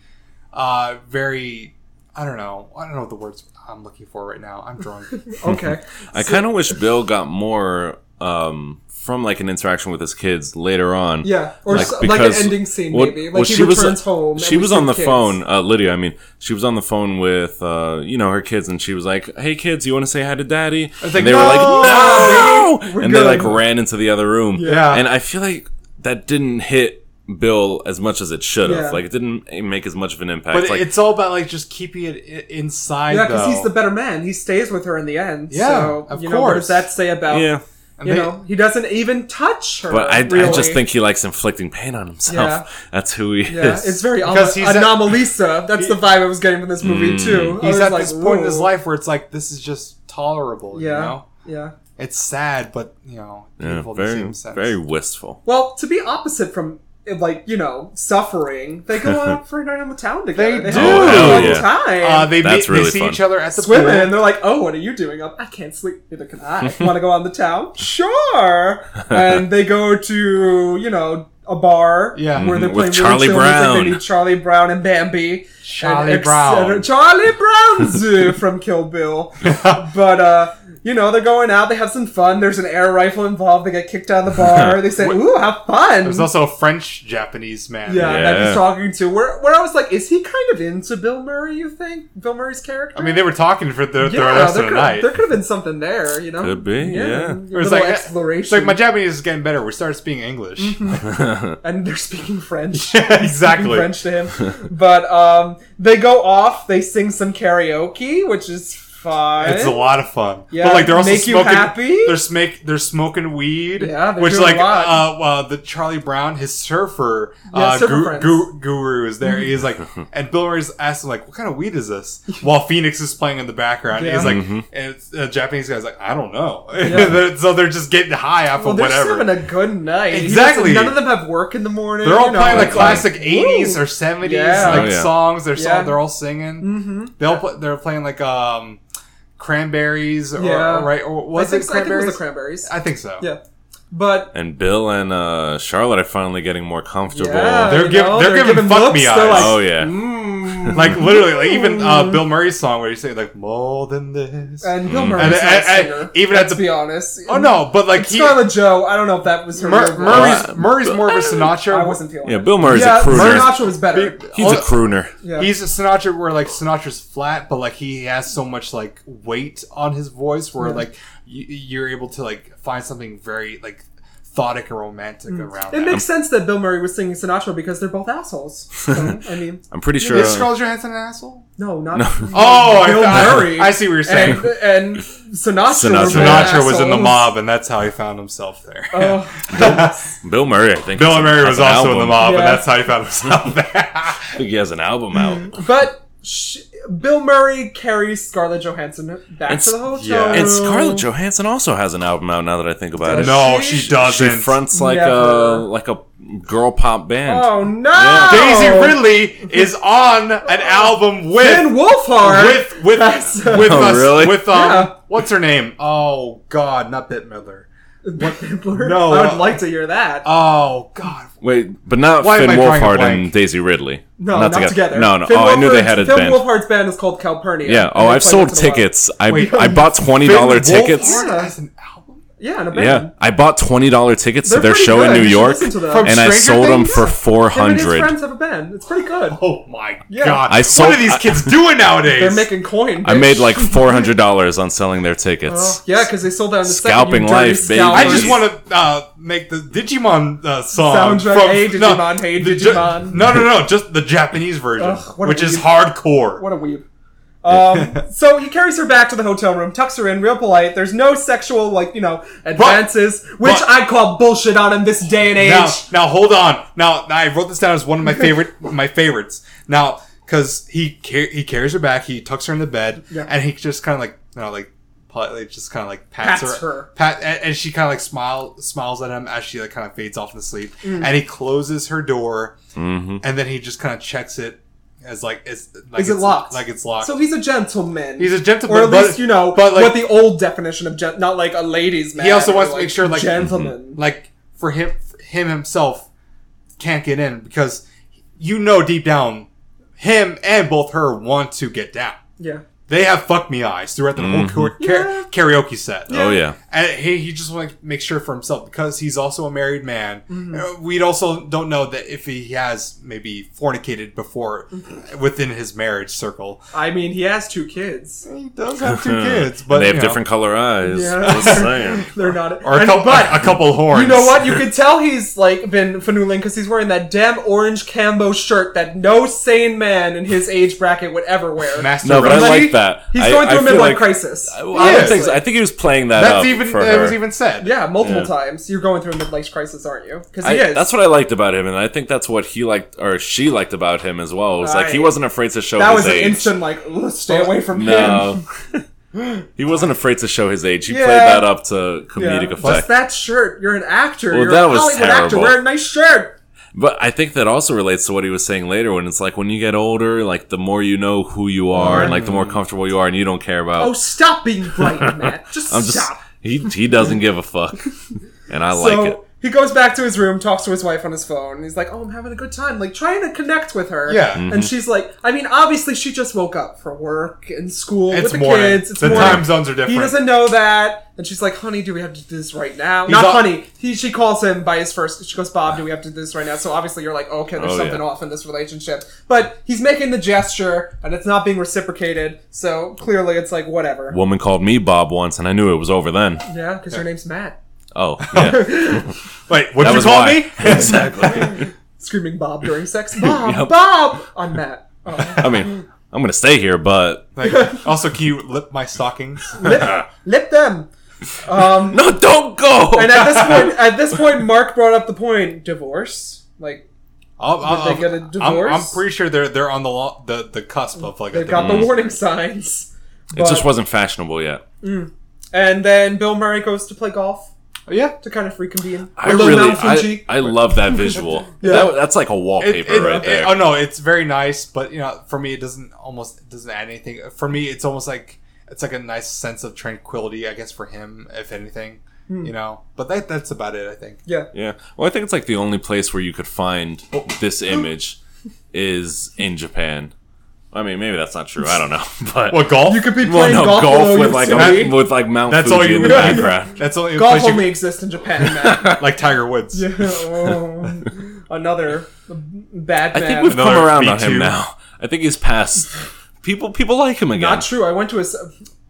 [SPEAKER 2] uh very i don't know i don't know what the words i'm looking for right now
[SPEAKER 1] <laughs>
[SPEAKER 2] i'm drunk
[SPEAKER 1] <laughs>
[SPEAKER 3] <laughs>
[SPEAKER 1] Okay.
[SPEAKER 3] I kind of wish Bill got more um, from like an interaction with his kids later on.
[SPEAKER 1] Yeah, or
[SPEAKER 3] Like,
[SPEAKER 1] like, like an
[SPEAKER 3] because-
[SPEAKER 1] ending scene
[SPEAKER 3] well-
[SPEAKER 1] maybe. Like
[SPEAKER 3] well,
[SPEAKER 1] he
[SPEAKER 3] she was-
[SPEAKER 1] returns home. and
[SPEAKER 3] She
[SPEAKER 1] we
[SPEAKER 3] was
[SPEAKER 1] see
[SPEAKER 3] on the
[SPEAKER 1] kids.
[SPEAKER 3] phone, uh, Lydia. I mean, she was on the phone with uh, you know her kids, and she was like, "Hey kids, you want to say hi to daddy?" And
[SPEAKER 2] like,
[SPEAKER 3] they were like,
[SPEAKER 2] "No,
[SPEAKER 3] "No!"
[SPEAKER 1] we're
[SPEAKER 3] and they like
[SPEAKER 1] good.
[SPEAKER 3] ran into the other room.
[SPEAKER 2] Yeah.
[SPEAKER 3] and I feel like that didn't hit Bill as much as it should have.
[SPEAKER 1] Yeah.
[SPEAKER 3] Like it didn't make as much of an impact.
[SPEAKER 2] but
[SPEAKER 3] like,
[SPEAKER 2] it's all about like just keeping it i- inside
[SPEAKER 1] Yeah, because
[SPEAKER 2] though.
[SPEAKER 1] he's the better man. He stays with her in the end.
[SPEAKER 2] Yeah,
[SPEAKER 1] so,
[SPEAKER 2] of
[SPEAKER 1] you know, what does
[SPEAKER 2] course.
[SPEAKER 1] that say
[SPEAKER 2] uh,
[SPEAKER 1] about?
[SPEAKER 3] yeah,
[SPEAKER 2] And
[SPEAKER 1] You
[SPEAKER 2] they-
[SPEAKER 1] know, he doesn't even touch her.
[SPEAKER 3] but I, I
[SPEAKER 1] really.
[SPEAKER 3] just think he likes inflicting pain on himself.
[SPEAKER 1] Yeah.
[SPEAKER 3] <laughs> That's who he
[SPEAKER 1] Yeah,
[SPEAKER 3] is.
[SPEAKER 1] it's very because
[SPEAKER 2] Because he's at-
[SPEAKER 1] anomalisa. That's the vibe I was getting from this movie
[SPEAKER 3] Mm.
[SPEAKER 1] too. I
[SPEAKER 2] he's
[SPEAKER 1] was
[SPEAKER 2] at
[SPEAKER 1] like,
[SPEAKER 2] this point in his
[SPEAKER 1] "Whoa."
[SPEAKER 2] life where it's like this is just tolerable you
[SPEAKER 1] Yeah.
[SPEAKER 2] know
[SPEAKER 1] Yeah.
[SPEAKER 2] it's sad but you know
[SPEAKER 3] Yeah,
[SPEAKER 2] painful in
[SPEAKER 3] very
[SPEAKER 2] the same sense
[SPEAKER 3] very wistful.
[SPEAKER 1] Well, to be opposite from like you know suffering, they go
[SPEAKER 2] <laughs>
[SPEAKER 1] out for a night on the town together.
[SPEAKER 2] They
[SPEAKER 1] have
[SPEAKER 2] do.
[SPEAKER 1] a
[SPEAKER 3] Oh,
[SPEAKER 1] good
[SPEAKER 3] yeah.
[SPEAKER 1] time.
[SPEAKER 2] uh, they, meet,
[SPEAKER 3] That's really
[SPEAKER 2] they see
[SPEAKER 3] fun.
[SPEAKER 2] each other at the
[SPEAKER 1] swimming.
[SPEAKER 2] pool.
[SPEAKER 1] And they're like, "Oh, what are you doing up? I can't sleep. Neither can
[SPEAKER 2] <laughs>
[SPEAKER 1] I. Want to go on the town? Sure." and they go to you know a bar.
[SPEAKER 2] Yeah.
[SPEAKER 1] where they're
[SPEAKER 3] Mhm,
[SPEAKER 1] playing
[SPEAKER 3] with
[SPEAKER 1] really
[SPEAKER 3] Charlie
[SPEAKER 1] chill music.
[SPEAKER 3] Brown.
[SPEAKER 1] They meet Charlie Brown and Bambi.
[SPEAKER 2] Charlie
[SPEAKER 1] and et
[SPEAKER 2] Brown.
[SPEAKER 1] cetera. Charlie Brown
[SPEAKER 2] <laughs>
[SPEAKER 1] Zoo from Kill Bill. but uh, you know they're going out. They have some fun. There's an air rifle involved. They get kicked out of the
[SPEAKER 2] <laughs>
[SPEAKER 1] bar. They say, "Ooh, have fun."
[SPEAKER 2] There's also a French Japanese man.
[SPEAKER 1] yeah, that
[SPEAKER 3] Yeah.
[SPEAKER 1] he's talking to. Where, where I was like, is he kind of into Bill Murray? You think Bill Murray's character?
[SPEAKER 2] I mean, they were talking for the, the
[SPEAKER 1] Yeah,
[SPEAKER 2] rest
[SPEAKER 1] there
[SPEAKER 2] of
[SPEAKER 1] could-
[SPEAKER 2] the night.
[SPEAKER 1] There could have been something there, you know.
[SPEAKER 3] Could be, yeah.
[SPEAKER 1] and
[SPEAKER 2] It was
[SPEAKER 1] little
[SPEAKER 2] like, eh,
[SPEAKER 1] exploration.
[SPEAKER 2] It's like my Japanese is getting better. We started speaking English.
[SPEAKER 1] and they're speaking
[SPEAKER 2] <laughs>
[SPEAKER 1] French.
[SPEAKER 2] Yeah,
[SPEAKER 1] Speaking
[SPEAKER 2] <laughs> exactly.
[SPEAKER 1] French to
[SPEAKER 2] <laughs>
[SPEAKER 1] him, but um, they go off. They sing some karaoke, which is fun.
[SPEAKER 2] It's a lot of fun.
[SPEAKER 1] Yeah,
[SPEAKER 2] but like they're also
[SPEAKER 1] make you
[SPEAKER 2] smoking.
[SPEAKER 1] happy?
[SPEAKER 2] They're smoke. They're smoking weed.
[SPEAKER 1] Yeah, they're
[SPEAKER 2] which
[SPEAKER 1] doing a
[SPEAKER 2] like
[SPEAKER 1] lot.
[SPEAKER 2] uh, uh, the Charlie Brown, his surfer,
[SPEAKER 1] Yeah,
[SPEAKER 2] uh,
[SPEAKER 1] surfer
[SPEAKER 2] gu-
[SPEAKER 1] friends.
[SPEAKER 2] gu- guru is there. He's
[SPEAKER 3] <laughs>
[SPEAKER 2] like, and Bill Murray's asking like, "What kind of weed is this?" While Phoenix is playing in the background,
[SPEAKER 1] Yeah.
[SPEAKER 2] he's like,
[SPEAKER 3] Mm-hmm.
[SPEAKER 2] and it's, uh, Japanese guy's like, "I don't know." <laughs> They're- so they're just getting high off
[SPEAKER 1] Well,
[SPEAKER 2] of
[SPEAKER 1] they're just
[SPEAKER 2] whatever.
[SPEAKER 1] having a good night. He
[SPEAKER 2] Exactly.
[SPEAKER 1] doesn't- None of them have work in the morning.
[SPEAKER 2] They're all
[SPEAKER 1] you know,
[SPEAKER 2] playing like
[SPEAKER 1] it's
[SPEAKER 2] classic '80s
[SPEAKER 1] woo.
[SPEAKER 2] or '70s
[SPEAKER 1] Yeah.
[SPEAKER 2] like
[SPEAKER 3] Oh, yeah.
[SPEAKER 2] songs. They're
[SPEAKER 1] Yeah.
[SPEAKER 2] song, they're all singing.
[SPEAKER 1] mm-hmm.
[SPEAKER 2] They all play, they're playing like um, cranberries or,
[SPEAKER 1] Yeah.
[SPEAKER 2] or right or was
[SPEAKER 1] I
[SPEAKER 2] it
[SPEAKER 1] think, I think it was
[SPEAKER 2] cranberries?
[SPEAKER 1] the cranberries.
[SPEAKER 2] I think so.
[SPEAKER 1] yeah, but
[SPEAKER 3] And Bill and uh, Charlotte are finally getting more comfortable.
[SPEAKER 1] yeah,
[SPEAKER 2] They're
[SPEAKER 1] you
[SPEAKER 2] giv-
[SPEAKER 1] know,
[SPEAKER 2] they're giving fuck
[SPEAKER 1] looks,
[SPEAKER 2] me
[SPEAKER 1] they're
[SPEAKER 2] eyes.
[SPEAKER 1] like,
[SPEAKER 3] Oh yeah.
[SPEAKER 1] "Mm."
[SPEAKER 2] Like literally, like even uh, Bill Murray's song where he saying like more than this.
[SPEAKER 1] And Bill
[SPEAKER 2] Mm. And-
[SPEAKER 1] Murray's not
[SPEAKER 2] and-
[SPEAKER 1] a
[SPEAKER 2] and
[SPEAKER 1] singer.
[SPEAKER 2] even at
[SPEAKER 1] let's
[SPEAKER 2] the-
[SPEAKER 1] be honest.
[SPEAKER 2] oh no, but like
[SPEAKER 1] And
[SPEAKER 2] he,
[SPEAKER 1] Scarlett Joe. I don't know if that was her.
[SPEAKER 2] Mur-
[SPEAKER 1] real voice.
[SPEAKER 2] Murray's
[SPEAKER 3] Uh,
[SPEAKER 2] Murray's more of a
[SPEAKER 1] I
[SPEAKER 2] Sinatra.
[SPEAKER 1] wasn't feeling.
[SPEAKER 3] Yeah,
[SPEAKER 1] it.
[SPEAKER 3] Bill Murray's
[SPEAKER 1] yeah,
[SPEAKER 3] a crooner.
[SPEAKER 1] Sinatra was better.
[SPEAKER 2] Big-
[SPEAKER 3] He's a crooner.
[SPEAKER 1] Yeah.
[SPEAKER 2] He's a Sinatra where like Sinatra's flat, but like he has so much like weight on his voice where like you, you're able to like find something very like thoughtic and romantic around
[SPEAKER 1] it
[SPEAKER 2] that.
[SPEAKER 3] Um,
[SPEAKER 1] makes sense that Bill Murray was singing Sinatra because they're both
[SPEAKER 3] <laughs>
[SPEAKER 1] assholes. So, I mean,
[SPEAKER 3] I'm pretty sure.
[SPEAKER 2] Is
[SPEAKER 3] uh,
[SPEAKER 2] Scarlett Johansson an asshole?
[SPEAKER 1] no, not
[SPEAKER 2] Oh,
[SPEAKER 1] Bill
[SPEAKER 2] I,
[SPEAKER 1] Murray.
[SPEAKER 2] I, I see what you're saying. Uh,
[SPEAKER 1] and, and Sinatra.
[SPEAKER 3] Sinatra.
[SPEAKER 1] were both
[SPEAKER 2] Sinatra was in the
[SPEAKER 1] assholes.
[SPEAKER 2] mob, and that's how he found himself there.
[SPEAKER 1] Oh, <laughs>
[SPEAKER 3] Bill Murray, I
[SPEAKER 2] <laughs>
[SPEAKER 3] think.
[SPEAKER 2] Bill
[SPEAKER 3] has a-
[SPEAKER 2] Murray
[SPEAKER 3] has
[SPEAKER 2] was
[SPEAKER 3] an
[SPEAKER 2] also in
[SPEAKER 3] album.
[SPEAKER 2] the mob, and
[SPEAKER 1] Yeah.
[SPEAKER 2] that's how he found himself <laughs> there.
[SPEAKER 3] I think he has an album out.
[SPEAKER 1] but sh- Bill Murray carries Scarlett Johansson back
[SPEAKER 3] And
[SPEAKER 1] to the
[SPEAKER 3] s-
[SPEAKER 1] hotel.
[SPEAKER 2] yeah.
[SPEAKER 3] And Scarlett Johansson also has an album out. Now that I think about it,
[SPEAKER 1] Does
[SPEAKER 2] no, she
[SPEAKER 1] She
[SPEAKER 3] she
[SPEAKER 2] doesn't.
[SPEAKER 3] fronts like a
[SPEAKER 1] Never.
[SPEAKER 3] like a girl pop band.
[SPEAKER 1] Oh no!
[SPEAKER 2] Daisy
[SPEAKER 1] Oh.
[SPEAKER 2] Ridley is on an album <laughs> with
[SPEAKER 1] Ben Wolfhard.
[SPEAKER 2] with with
[SPEAKER 1] That's- <laughs>
[SPEAKER 2] <laughs> with
[SPEAKER 3] Oh,
[SPEAKER 2] us
[SPEAKER 3] really?
[SPEAKER 2] with um
[SPEAKER 1] Yeah.
[SPEAKER 2] what's her name? Oh God, not Bette Midler. No,
[SPEAKER 1] no, I would
[SPEAKER 2] uh,
[SPEAKER 1] like to hear that.
[SPEAKER 2] Oh God,
[SPEAKER 3] Wait, but not
[SPEAKER 2] Why am
[SPEAKER 3] Finn
[SPEAKER 2] I drawing a
[SPEAKER 3] Wolfhard
[SPEAKER 2] blank?
[SPEAKER 3] and Daisy Ridley.
[SPEAKER 1] No, not, together.
[SPEAKER 3] No, no.
[SPEAKER 1] Finn
[SPEAKER 3] oh, I knew they had a
[SPEAKER 1] Wolfhard's- Finn
[SPEAKER 3] band.
[SPEAKER 1] Wolfhard's band is called Calpurnia.
[SPEAKER 3] Yeah. Oh,
[SPEAKER 1] And they
[SPEAKER 3] I've
[SPEAKER 1] play
[SPEAKER 3] sold
[SPEAKER 1] once in a while.
[SPEAKER 3] tickets. I
[SPEAKER 1] <laughs>
[SPEAKER 2] Wait,
[SPEAKER 3] I bought twenty dollar
[SPEAKER 2] Finn
[SPEAKER 3] tickets.
[SPEAKER 2] Wolfhard has an album
[SPEAKER 1] Yeah, in a band.
[SPEAKER 3] Yeah, I bought twenty dollar tickets
[SPEAKER 1] They're
[SPEAKER 3] to their
[SPEAKER 1] pretty
[SPEAKER 3] show in
[SPEAKER 1] good.
[SPEAKER 3] New
[SPEAKER 1] You should
[SPEAKER 3] York,
[SPEAKER 1] listen to them.
[SPEAKER 3] and I
[SPEAKER 2] Stranger
[SPEAKER 3] sold them
[SPEAKER 2] Things?
[SPEAKER 3] for
[SPEAKER 1] Him
[SPEAKER 3] four
[SPEAKER 1] and his
[SPEAKER 3] hundred.
[SPEAKER 1] friends have a band. It's pretty good.
[SPEAKER 2] Oh my
[SPEAKER 1] Yeah.
[SPEAKER 2] God,
[SPEAKER 3] I sold-
[SPEAKER 2] what are these
[SPEAKER 3] I-
[SPEAKER 2] kids doing nowadays?
[SPEAKER 1] They're making coin.
[SPEAKER 3] I
[SPEAKER 1] bitch.
[SPEAKER 3] made <laughs> like four hundred dollars on selling their tickets.
[SPEAKER 1] <laughs> Oh, yeah, because they sold out in the
[SPEAKER 3] Scalping
[SPEAKER 1] second. you dirty
[SPEAKER 3] life, baby.
[SPEAKER 1] scalper.
[SPEAKER 2] I just
[SPEAKER 3] Jeez.
[SPEAKER 2] want to uh, make the Digimon uh, song
[SPEAKER 1] Soundtrack, hey,
[SPEAKER 2] <laughs> no,
[SPEAKER 1] Digimon, hey,
[SPEAKER 2] the
[SPEAKER 1] Digimon.
[SPEAKER 2] no, no, no, just the Japanese version,
[SPEAKER 1] Ugh, what a
[SPEAKER 2] which is
[SPEAKER 1] weeb.
[SPEAKER 2] hardcore.
[SPEAKER 1] What a
[SPEAKER 2] <laughs>
[SPEAKER 1] weeb. Um, so he carries her back to the hotel room, tucks her in, real polite. There's no sexual, like, you know, advances, which
[SPEAKER 2] But-
[SPEAKER 1] I call bullshit on in this day and age.
[SPEAKER 2] Now, now hold on. Now, now, I wrote this down as one of my favorite <laughs> my favorites. Now, because he car- he carries her back, he tucks her in the bed,
[SPEAKER 1] Yeah.
[SPEAKER 2] and he just kind of like you know like politely just kind of like pats,
[SPEAKER 1] Pats
[SPEAKER 2] her,
[SPEAKER 1] her.
[SPEAKER 2] pat, and, and she kind of like smile smiles at him as she like
[SPEAKER 1] Mm.
[SPEAKER 2] kind of fades off into sleep, and he closes her door,
[SPEAKER 3] Mhm.
[SPEAKER 2] and then he just kind of checks it. as like it's like
[SPEAKER 1] Is it
[SPEAKER 2] it's,
[SPEAKER 1] locked?
[SPEAKER 2] Like it's locked.
[SPEAKER 1] So he's a gentleman.
[SPEAKER 2] He's a gentleman,
[SPEAKER 1] or at
[SPEAKER 2] but-
[SPEAKER 1] least you know
[SPEAKER 2] but, like-
[SPEAKER 1] what the old definition of gent, not like a ladies' man.
[SPEAKER 2] also wants
[SPEAKER 1] or,
[SPEAKER 2] to make sure, like- Mhm.
[SPEAKER 1] gentleman.
[SPEAKER 2] like for him, for him himself can't get in because you know deep down, him and both her want to get down.
[SPEAKER 1] yeah,
[SPEAKER 2] They have fuck me eyes throughout the
[SPEAKER 3] Mm-hmm.
[SPEAKER 2] whole karaoke-
[SPEAKER 1] Yeah.
[SPEAKER 2] karaoke set.
[SPEAKER 3] Oh yeah.
[SPEAKER 2] And he, he just want to make sure for himself because he's also a married man. Uh, We also don't know that if he has maybe fornicated <laughs> before within his marriage circle.
[SPEAKER 1] I mean he has two kids.
[SPEAKER 2] He does have
[SPEAKER 3] <laughs>
[SPEAKER 2] two kids, but
[SPEAKER 3] And they
[SPEAKER 2] you
[SPEAKER 3] have
[SPEAKER 2] know,
[SPEAKER 3] different color eyes.
[SPEAKER 1] Yeah.
[SPEAKER 3] Just saying.
[SPEAKER 1] They're not.
[SPEAKER 2] or a,
[SPEAKER 1] and-
[SPEAKER 2] couple,
[SPEAKER 1] but
[SPEAKER 2] a <laughs> couple horns.
[SPEAKER 1] you know what? You can tell he's like been fanoodling because he's wearing that damn orange Cambo shirt that no sane man in his age bracket would ever wear.
[SPEAKER 2] Master
[SPEAKER 3] <laughs> No, but I
[SPEAKER 2] Roshi.
[SPEAKER 1] Like,
[SPEAKER 3] like that.
[SPEAKER 1] He's
[SPEAKER 3] I-
[SPEAKER 1] going
[SPEAKER 3] I
[SPEAKER 1] through a
[SPEAKER 3] feel
[SPEAKER 1] midlife
[SPEAKER 3] like-
[SPEAKER 1] crisis.
[SPEAKER 3] I, I don't
[SPEAKER 2] is.
[SPEAKER 3] think so. I think he was playing that
[SPEAKER 2] That's
[SPEAKER 3] up
[SPEAKER 2] even
[SPEAKER 3] for
[SPEAKER 2] that
[SPEAKER 3] her.
[SPEAKER 2] was even said.
[SPEAKER 1] Yeah, multiple
[SPEAKER 3] Yeah.
[SPEAKER 1] times. You're going through a midlife crisis, aren't you? Because he
[SPEAKER 3] I,
[SPEAKER 1] is.
[SPEAKER 3] that's what I liked about him, and I think that's what he liked or she liked about him as well. It was like he
[SPEAKER 1] Right.
[SPEAKER 3] wasn't afraid to show
[SPEAKER 1] that was
[SPEAKER 3] his
[SPEAKER 1] an
[SPEAKER 3] age.
[SPEAKER 1] instant like, "Ugh,
[SPEAKER 2] Oh,
[SPEAKER 1] stay away from him.
[SPEAKER 3] no, <laughs> he wasn't afraid to show his age. He played
[SPEAKER 1] Yeah.
[SPEAKER 3] that up to
[SPEAKER 1] Yeah.
[SPEAKER 3] comedic
[SPEAKER 1] Plus
[SPEAKER 3] effect.
[SPEAKER 1] that shirt. You're an actor.
[SPEAKER 3] Well,
[SPEAKER 1] You're
[SPEAKER 3] that
[SPEAKER 1] a
[SPEAKER 3] was
[SPEAKER 1] Hollywood actor.
[SPEAKER 3] terrible.
[SPEAKER 1] Wear a nice shirt.
[SPEAKER 3] But I think that also relates to what he was saying later when it's like when you get older, like the more you know who you are and like the more comfortable you are and you don't care about
[SPEAKER 1] Mm. Oh, stop being
[SPEAKER 3] <laughs>
[SPEAKER 1] bright, Matt. Just
[SPEAKER 3] I'm just
[SPEAKER 1] stop.
[SPEAKER 3] he he doesn't give
[SPEAKER 1] <laughs>
[SPEAKER 3] a fuck. And I
[SPEAKER 1] so
[SPEAKER 3] like it.
[SPEAKER 1] he goes back to his room, talks to his wife on his phone. He's like, "Oh, I'm having a good time, like trying to connect with her."
[SPEAKER 2] Yeah.
[SPEAKER 3] Mm-hmm.
[SPEAKER 1] and she's like, "I mean, obviously, she just woke up for work and school with
[SPEAKER 2] It's
[SPEAKER 1] the
[SPEAKER 2] morning.
[SPEAKER 1] kids. It's
[SPEAKER 2] the
[SPEAKER 1] morning.
[SPEAKER 2] time zones are different.
[SPEAKER 1] He doesn't know that. And she's like, honey, do we have to do this right now?
[SPEAKER 2] He's
[SPEAKER 1] Not
[SPEAKER 2] all-
[SPEAKER 1] honey. He, she calls him by his first. She goes, Bob, do we have to do this right now? So obviously you're like, okay, there's
[SPEAKER 3] Oh,
[SPEAKER 1] something
[SPEAKER 3] yeah.
[SPEAKER 1] off in this relationship. But he's making the gesture and it's not being reciprocated. So clearly it's like, whatever.
[SPEAKER 3] Woman called me Bob once and I knew it was over then.
[SPEAKER 1] Yeah, because your name's Matt.
[SPEAKER 3] Oh, yeah.
[SPEAKER 1] <laughs>
[SPEAKER 2] Wait, what did
[SPEAKER 3] That
[SPEAKER 2] you
[SPEAKER 3] was
[SPEAKER 2] call
[SPEAKER 3] why. <laughs>
[SPEAKER 2] me? Exactly.
[SPEAKER 1] Screaming Bob during sex. Bob,
[SPEAKER 3] Yep.
[SPEAKER 1] Bob! I'm Matt. Oh.
[SPEAKER 3] I mean, I'm going to stay here, but
[SPEAKER 2] like, also, can you lip my stockings?
[SPEAKER 1] <laughs> lip, lip them. Um,
[SPEAKER 3] no, don't go.
[SPEAKER 1] and at this point, at this point, Mark brought up the point: divorce. Like
[SPEAKER 2] I'll, I'll,
[SPEAKER 1] Did they
[SPEAKER 2] I'll-
[SPEAKER 1] get a
[SPEAKER 2] I'm, I'm
[SPEAKER 1] divorce?
[SPEAKER 2] pretty sure they're they're on the lo- the the cusp of like a
[SPEAKER 1] they've got
[SPEAKER 2] divorce.
[SPEAKER 1] the warning signs.
[SPEAKER 3] <laughs> it
[SPEAKER 1] but-
[SPEAKER 3] just wasn't fashionable yet.
[SPEAKER 1] And then Bill Murray goes to play golf
[SPEAKER 2] yeah.
[SPEAKER 1] to kind of reconvene.
[SPEAKER 3] I
[SPEAKER 1] Although
[SPEAKER 3] really,
[SPEAKER 1] Mount
[SPEAKER 3] I,
[SPEAKER 1] Fuji-
[SPEAKER 3] I love that visual.
[SPEAKER 1] Yeah.
[SPEAKER 3] That- that's like a
[SPEAKER 2] It-
[SPEAKER 3] wallpaper
[SPEAKER 2] it-
[SPEAKER 3] right
[SPEAKER 2] it-
[SPEAKER 3] there.
[SPEAKER 2] oh no, it's very nice, but you know, for me, it doesn't almost it doesn't add anything. For me, it's almost like it's like a nice sense of tranquility, I guess, for him, if anything, you know. But that that's about it, I think.
[SPEAKER 1] Hmm. yeah,
[SPEAKER 3] yeah. Well, I think it's like the only place where you could find
[SPEAKER 2] Oh.
[SPEAKER 3] this image is in Japan. I mean, maybe that's not true. I don't know, <laughs> but
[SPEAKER 2] What golf?
[SPEAKER 1] you could be
[SPEAKER 3] well,
[SPEAKER 1] playing
[SPEAKER 3] no, golf,
[SPEAKER 1] golf, below
[SPEAKER 3] with like a,
[SPEAKER 1] Yosemite.
[SPEAKER 3] with like Mount
[SPEAKER 2] that's
[SPEAKER 3] Fuji
[SPEAKER 2] all you
[SPEAKER 3] in the
[SPEAKER 2] Yeah. <laughs>
[SPEAKER 3] background.
[SPEAKER 2] That's only
[SPEAKER 1] golf
[SPEAKER 2] place you-
[SPEAKER 1] only exists in
[SPEAKER 3] <laughs>
[SPEAKER 1] Japan. Matt.
[SPEAKER 2] <laughs> like Tiger Woods.
[SPEAKER 1] Yeah, oh, another bad
[SPEAKER 3] I
[SPEAKER 1] man.
[SPEAKER 3] think we've come
[SPEAKER 2] Another
[SPEAKER 3] around on him
[SPEAKER 2] B2.
[SPEAKER 3] now. I think
[SPEAKER 2] <laughs>
[SPEAKER 3] he's past. People, people like him again.
[SPEAKER 1] Not true. I went to a, s-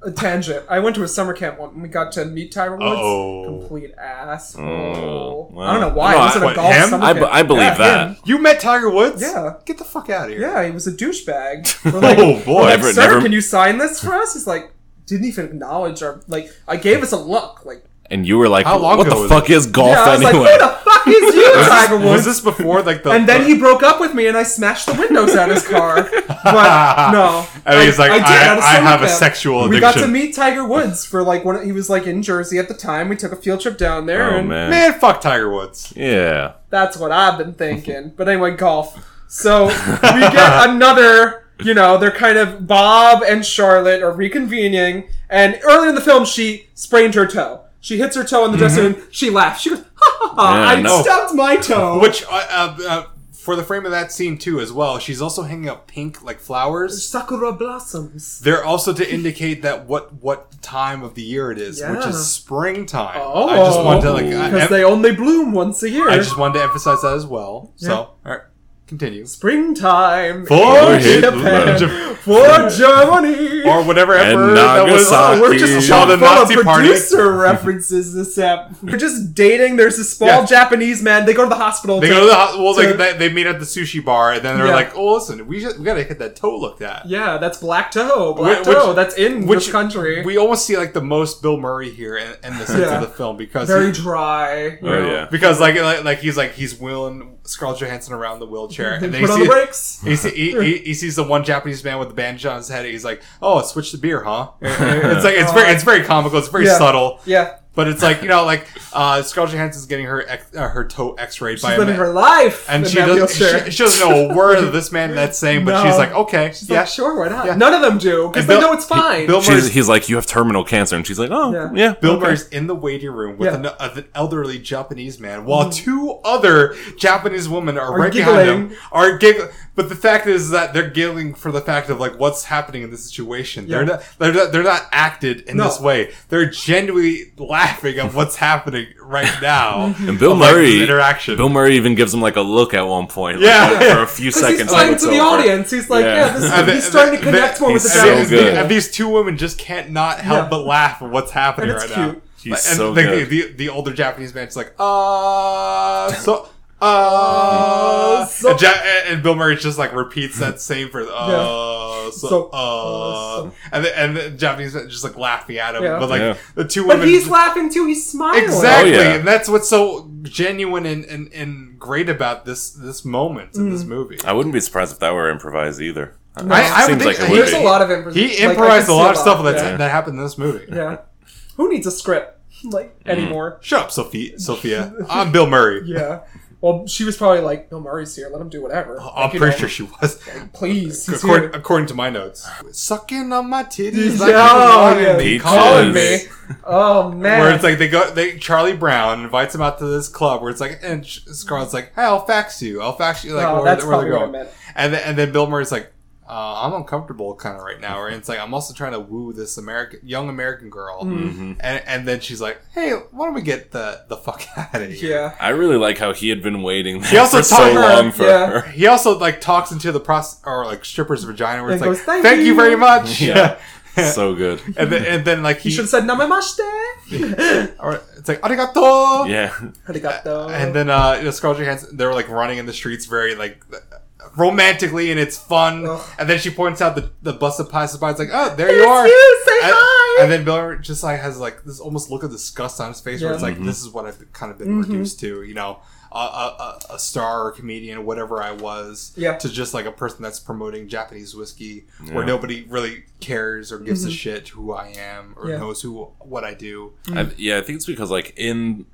[SPEAKER 1] a tangent. I went to a summer camp when we got to meet Tyron Woods.
[SPEAKER 2] Uh-oh.
[SPEAKER 1] Complete asshole.
[SPEAKER 3] Oh, well.
[SPEAKER 1] I don't know why.
[SPEAKER 3] No,
[SPEAKER 1] he was
[SPEAKER 3] I-
[SPEAKER 1] in a
[SPEAKER 2] what,
[SPEAKER 1] golf
[SPEAKER 2] him?
[SPEAKER 1] summer
[SPEAKER 3] I,
[SPEAKER 1] camp.
[SPEAKER 3] I believe
[SPEAKER 1] Yeah,
[SPEAKER 3] that.
[SPEAKER 1] him.
[SPEAKER 2] Uh, You met Tiger Woods?
[SPEAKER 1] Yeah.
[SPEAKER 2] Get the fuck out of here.
[SPEAKER 1] Yeah, he was a
[SPEAKER 3] <laughs>
[SPEAKER 1] douchebag. We're like,
[SPEAKER 2] Oh,
[SPEAKER 1] we're
[SPEAKER 2] boy.
[SPEAKER 1] like,
[SPEAKER 3] Never-
[SPEAKER 1] sir,
[SPEAKER 3] never-
[SPEAKER 1] can you sign this for us? He's like, didn't even acknowledge our like. I gave us a look. Like,
[SPEAKER 3] And you were like,
[SPEAKER 2] How long
[SPEAKER 3] "What
[SPEAKER 2] ago
[SPEAKER 3] the
[SPEAKER 2] was
[SPEAKER 3] fuck
[SPEAKER 2] it?
[SPEAKER 3] is golf
[SPEAKER 1] yeah, I was
[SPEAKER 3] anyway?"
[SPEAKER 1] like, who the fuck is you, Tiger
[SPEAKER 2] Was
[SPEAKER 1] Woods?
[SPEAKER 2] this before like the?
[SPEAKER 1] and then he broke up with me, and I smashed the windows out his car. But no,
[SPEAKER 2] And he's like, I,
[SPEAKER 1] at a
[SPEAKER 2] I,
[SPEAKER 1] summer
[SPEAKER 2] have a
[SPEAKER 1] camp.
[SPEAKER 2] sexual addiction.
[SPEAKER 1] We got to meet Tiger Woods for like when he was like in Jersey at the time. We took a field trip down there,
[SPEAKER 3] oh
[SPEAKER 1] and
[SPEAKER 3] man.
[SPEAKER 2] Man, fuck Tiger Woods.
[SPEAKER 3] <laughs> yeah.
[SPEAKER 1] That's what I've been thinking. But anyway, golf. So we get another, you know, they're kind of Bob and Charlotte are reconvening. And earlier in the film, she sprained her toe. She hits her toe in the dressing room. She laughs. She goes, ha ha ha,
[SPEAKER 3] Yeah,
[SPEAKER 1] I
[SPEAKER 3] I know.
[SPEAKER 1] stubbed my toe.
[SPEAKER 2] <laughs> Which, uh, uh, uh, for the frame of that scene too, as well, she's also hanging up pink like flowers.
[SPEAKER 1] Sakura blossoms.
[SPEAKER 2] They're also to indicate that what what time of the year it is, which
[SPEAKER 1] Yeah.
[SPEAKER 2] is springtime.
[SPEAKER 1] Oh.
[SPEAKER 2] I just wanted to like, I,
[SPEAKER 1] Because they only bloom once a year.
[SPEAKER 2] I just wanted to emphasize that as well. So, all right, continue.
[SPEAKER 1] <laughs> Springtime
[SPEAKER 2] For
[SPEAKER 1] in Japan,
[SPEAKER 2] Hitler.
[SPEAKER 1] for Germany.
[SPEAKER 2] Or whatever
[SPEAKER 3] And
[SPEAKER 2] effort that was.
[SPEAKER 3] Nagasaki.
[SPEAKER 2] we're just
[SPEAKER 3] Shall
[SPEAKER 2] the
[SPEAKER 1] full
[SPEAKER 2] Nazi
[SPEAKER 1] of
[SPEAKER 2] party.
[SPEAKER 1] producer references this app. We're just dating. There's this small
[SPEAKER 2] Yeah.
[SPEAKER 1] Japanese man. They go to the hospital.
[SPEAKER 2] They
[SPEAKER 1] to-
[SPEAKER 2] go to the hos- well,
[SPEAKER 1] to-
[SPEAKER 2] like they, they meet at the sushi bar, and then they're
[SPEAKER 1] Yeah.
[SPEAKER 2] like, "Oh, listen, we just, we gotta hit that toe looked at."
[SPEAKER 1] yeah, that's black toe. Black
[SPEAKER 2] Which-
[SPEAKER 1] toe. That's in
[SPEAKER 2] which-
[SPEAKER 1] this country.
[SPEAKER 2] We almost see like the most Bill Murray here in, in the sense
[SPEAKER 1] Yeah.
[SPEAKER 2] of the film because
[SPEAKER 1] Very
[SPEAKER 2] he-
[SPEAKER 1] dry.
[SPEAKER 3] Oh yeah.
[SPEAKER 2] because like, like like he's like he's wheeling Scarlett Johansson around the wheelchair, and then he
[SPEAKER 1] Put on the
[SPEAKER 2] sees.
[SPEAKER 1] brakes.
[SPEAKER 2] He, see, he,
[SPEAKER 1] <laughs>
[SPEAKER 2] he, he sees the one Japanese man with the
[SPEAKER 1] <laughs>
[SPEAKER 2] bandage on his head. And he's like, "Oh, switch the beer, huh?" It's like it's very it's very comical. It's very
[SPEAKER 1] oh, Yeah.
[SPEAKER 2] subtle.
[SPEAKER 1] Yeah.
[SPEAKER 2] But it's like you know, like uh, Scarlett Johansson's getting her ex- uh, her toe X-rayed by
[SPEAKER 1] She's
[SPEAKER 2] a
[SPEAKER 1] living
[SPEAKER 2] man,
[SPEAKER 1] her life,
[SPEAKER 2] and
[SPEAKER 1] in
[SPEAKER 2] she
[SPEAKER 1] that
[SPEAKER 2] doesn't,
[SPEAKER 1] wheelchair.
[SPEAKER 2] she, she doesn't know a word of this
[SPEAKER 1] <laughs>
[SPEAKER 2] man that's saying, but
[SPEAKER 1] No.
[SPEAKER 2] she's like, okay,
[SPEAKER 1] She's
[SPEAKER 2] yeah,
[SPEAKER 1] like, sure, why not?
[SPEAKER 2] Yeah.
[SPEAKER 1] None of them do because
[SPEAKER 2] And
[SPEAKER 1] they
[SPEAKER 2] Bill-
[SPEAKER 1] know it's fine.
[SPEAKER 2] Bill
[SPEAKER 3] She's,
[SPEAKER 2] Murray's,
[SPEAKER 3] he's like, you have terminal cancer, and she's like, oh
[SPEAKER 1] Yeah.
[SPEAKER 3] yeah.
[SPEAKER 2] Bill
[SPEAKER 3] okay."
[SPEAKER 2] Murray's in the waiting room with
[SPEAKER 1] Yeah. Mm.
[SPEAKER 2] an, uh, an elderly Japanese man, while two other Japanese women are,
[SPEAKER 1] Are
[SPEAKER 2] right
[SPEAKER 1] giggling.
[SPEAKER 2] behind him, are giggling. But the fact is that they're giggling for the fact of like what's happening in this situation. They're
[SPEAKER 1] Yeah.
[SPEAKER 2] not they're not, they're not acted in
[SPEAKER 1] No.
[SPEAKER 2] this way. They're genuinely laughing at what's happening
[SPEAKER 1] <laughs>
[SPEAKER 2] right now.
[SPEAKER 3] And Bill
[SPEAKER 2] of, like,
[SPEAKER 3] Murray-
[SPEAKER 2] this interaction.
[SPEAKER 3] Bill Murray even gives him like a look at one point, like,
[SPEAKER 2] Yeah.
[SPEAKER 3] for- for a few
[SPEAKER 1] 'Cause
[SPEAKER 3] seconds.
[SPEAKER 1] he's
[SPEAKER 3] like,
[SPEAKER 1] playing
[SPEAKER 3] it's
[SPEAKER 1] to the
[SPEAKER 3] over.
[SPEAKER 1] audience. He's like,
[SPEAKER 3] Yeah.
[SPEAKER 1] yeah, this
[SPEAKER 2] And
[SPEAKER 1] is,
[SPEAKER 2] the-
[SPEAKER 1] he's starting to
[SPEAKER 2] the-
[SPEAKER 1] connect more with the
[SPEAKER 3] he's
[SPEAKER 2] and
[SPEAKER 3] so
[SPEAKER 1] Japanese
[SPEAKER 2] these-
[SPEAKER 3] good.
[SPEAKER 2] and
[SPEAKER 1] people.
[SPEAKER 2] these two women just can't not help
[SPEAKER 1] Yeah.
[SPEAKER 2] but laugh at what's happening
[SPEAKER 1] And it's
[SPEAKER 2] right now.
[SPEAKER 1] cute.
[SPEAKER 3] He's
[SPEAKER 2] Like,
[SPEAKER 3] so
[SPEAKER 2] the,
[SPEAKER 3] good.
[SPEAKER 2] The, the older Japanese man's like, uh, so, uh,
[SPEAKER 1] so-
[SPEAKER 2] and, ja- and Bill Murray just like repeats that same for, uh, so,
[SPEAKER 1] So-
[SPEAKER 2] uh,
[SPEAKER 1] so.
[SPEAKER 2] and the, and the Japanese man just like laughing at him,
[SPEAKER 1] Yeah.
[SPEAKER 2] but like
[SPEAKER 3] Yeah.
[SPEAKER 2] the two women.
[SPEAKER 1] But he's laughing too. He's smiling.
[SPEAKER 2] Exactly,
[SPEAKER 3] Oh, yeah.
[SPEAKER 2] and that's what's so genuine and, and, and great about this this moment in
[SPEAKER 1] Mm.
[SPEAKER 2] this movie.
[SPEAKER 3] I wouldn't be surprised if that were improvised either.
[SPEAKER 1] No.
[SPEAKER 2] I- I would
[SPEAKER 3] Seems
[SPEAKER 2] think-
[SPEAKER 3] like it would
[SPEAKER 1] There's
[SPEAKER 3] be.
[SPEAKER 1] a lot of improv.
[SPEAKER 2] He
[SPEAKER 1] like, I
[SPEAKER 2] improvised
[SPEAKER 1] can
[SPEAKER 2] a
[SPEAKER 1] see
[SPEAKER 2] lot of stuff
[SPEAKER 1] yeah.
[SPEAKER 2] that that happened in this movie.
[SPEAKER 1] Yeah. Who needs a script <laughs> like
[SPEAKER 2] Mm.
[SPEAKER 1] anymore?
[SPEAKER 2] Shut up, Sophie, Sophia. I'm Bill Murray.
[SPEAKER 1] Yeah. Well, she was probably like, "No, Murray's here. Let him do whatever."
[SPEAKER 2] I'm
[SPEAKER 1] Like, you
[SPEAKER 2] pretty
[SPEAKER 1] know,
[SPEAKER 2] sure she was.
[SPEAKER 1] Please, he's
[SPEAKER 2] According,
[SPEAKER 1] here.
[SPEAKER 2] according to my notes, sucking on my titties
[SPEAKER 1] He's- oh,
[SPEAKER 2] like you
[SPEAKER 1] yeah.
[SPEAKER 2] wanted me,
[SPEAKER 3] Peaches.
[SPEAKER 2] calling me.
[SPEAKER 3] Yes.
[SPEAKER 1] <laughs> Oh man.
[SPEAKER 2] Where it's like they go, they Charlie Brown invites him out to this club where it's like, and Sh- Scarlett's like, "Hey, I'll fax you. I'll fax you." Like,
[SPEAKER 1] Oh,
[SPEAKER 2] where,
[SPEAKER 1] that's
[SPEAKER 2] where
[SPEAKER 1] probably
[SPEAKER 2] they're
[SPEAKER 1] what I
[SPEAKER 2] going.
[SPEAKER 1] meant.
[SPEAKER 2] And then, and then Bill Murray's like, uh, "I'm uncomfortable, kind of right now." Right? And it's like I'm also trying to woo this American young American girl,
[SPEAKER 1] Mm-hmm.
[SPEAKER 2] and and then she's like, "Hey, why don't we get the the fuck out of here?"
[SPEAKER 1] Yeah.
[SPEAKER 3] I really like how he had been waiting there
[SPEAKER 2] also
[SPEAKER 3] for so
[SPEAKER 2] taught her-
[SPEAKER 3] long for
[SPEAKER 1] yeah.
[SPEAKER 3] her.
[SPEAKER 2] He also like talks into the pros or like stripper's vagina where it's
[SPEAKER 1] And
[SPEAKER 2] like,
[SPEAKER 1] goes,
[SPEAKER 2] "Thank,
[SPEAKER 1] "Thank
[SPEAKER 2] you.
[SPEAKER 1] you."
[SPEAKER 2] very much." <laughs>
[SPEAKER 3] Yeah. <laughs> So good.
[SPEAKER 2] and then and then like
[SPEAKER 1] He
[SPEAKER 2] he,
[SPEAKER 1] should have said "Namemashite."
[SPEAKER 2] <laughs> or it's like arigato.
[SPEAKER 3] Yeah.
[SPEAKER 1] Mm. Arigato.
[SPEAKER 2] And
[SPEAKER 1] <laughs>
[SPEAKER 2] then uh, you know, Scarlett Johansson, they were like running in the streets, very like romantically, and it's fun.
[SPEAKER 1] Ugh.
[SPEAKER 2] And then she points out the the bus of passersby. It's like, oh, there
[SPEAKER 1] It's
[SPEAKER 2] you are.
[SPEAKER 1] you, say
[SPEAKER 2] and,
[SPEAKER 1] hi.
[SPEAKER 2] and then Bill Murray just like has like this almost look of disgust on his face, where
[SPEAKER 1] Yeah. Mm-hmm.
[SPEAKER 2] it's like, this is what I've kind of been reduced to, you know. A, a, a- a star or comedian, whatever I was,
[SPEAKER 1] Yeah.
[SPEAKER 2] to just like a person that's promoting Japanese whiskey, where
[SPEAKER 3] Yeah.
[SPEAKER 2] nobody really cares or gives a shit who I am or
[SPEAKER 1] Mm-hmm. Yeah.
[SPEAKER 2] knows who what I do.
[SPEAKER 3] I, yeah, I think it's because like in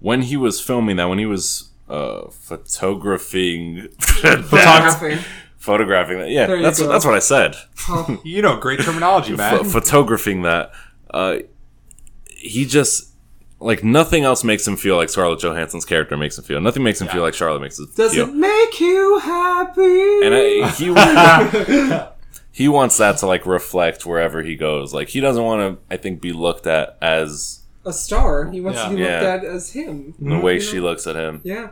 [SPEAKER 3] when he was filming that, when he was uh photographing <laughs>
[SPEAKER 1] Photographing.
[SPEAKER 3] photographing that. Yeah,
[SPEAKER 1] There you
[SPEAKER 3] that's
[SPEAKER 1] go.
[SPEAKER 3] that's what I said.
[SPEAKER 1] Oh,
[SPEAKER 2] You know, great terminology, man.
[SPEAKER 3] <laughs> Ph- photographing that, uh, he just like nothing else makes him feel like Scarlett Johansson's character makes him feel. Nothing makes him feel like Charlotte makes him
[SPEAKER 1] Does
[SPEAKER 3] feel.
[SPEAKER 1] it make you happy?
[SPEAKER 3] and I, he wa- he wants that to like reflect wherever he goes. Like he doesn't want to, I think, be looked at as
[SPEAKER 1] a star. He wants
[SPEAKER 2] Yeah.
[SPEAKER 1] to be looked
[SPEAKER 3] Yeah.
[SPEAKER 1] at as him.
[SPEAKER 3] the way
[SPEAKER 1] You
[SPEAKER 3] she
[SPEAKER 1] know?
[SPEAKER 3] looks at him.
[SPEAKER 1] Yeah.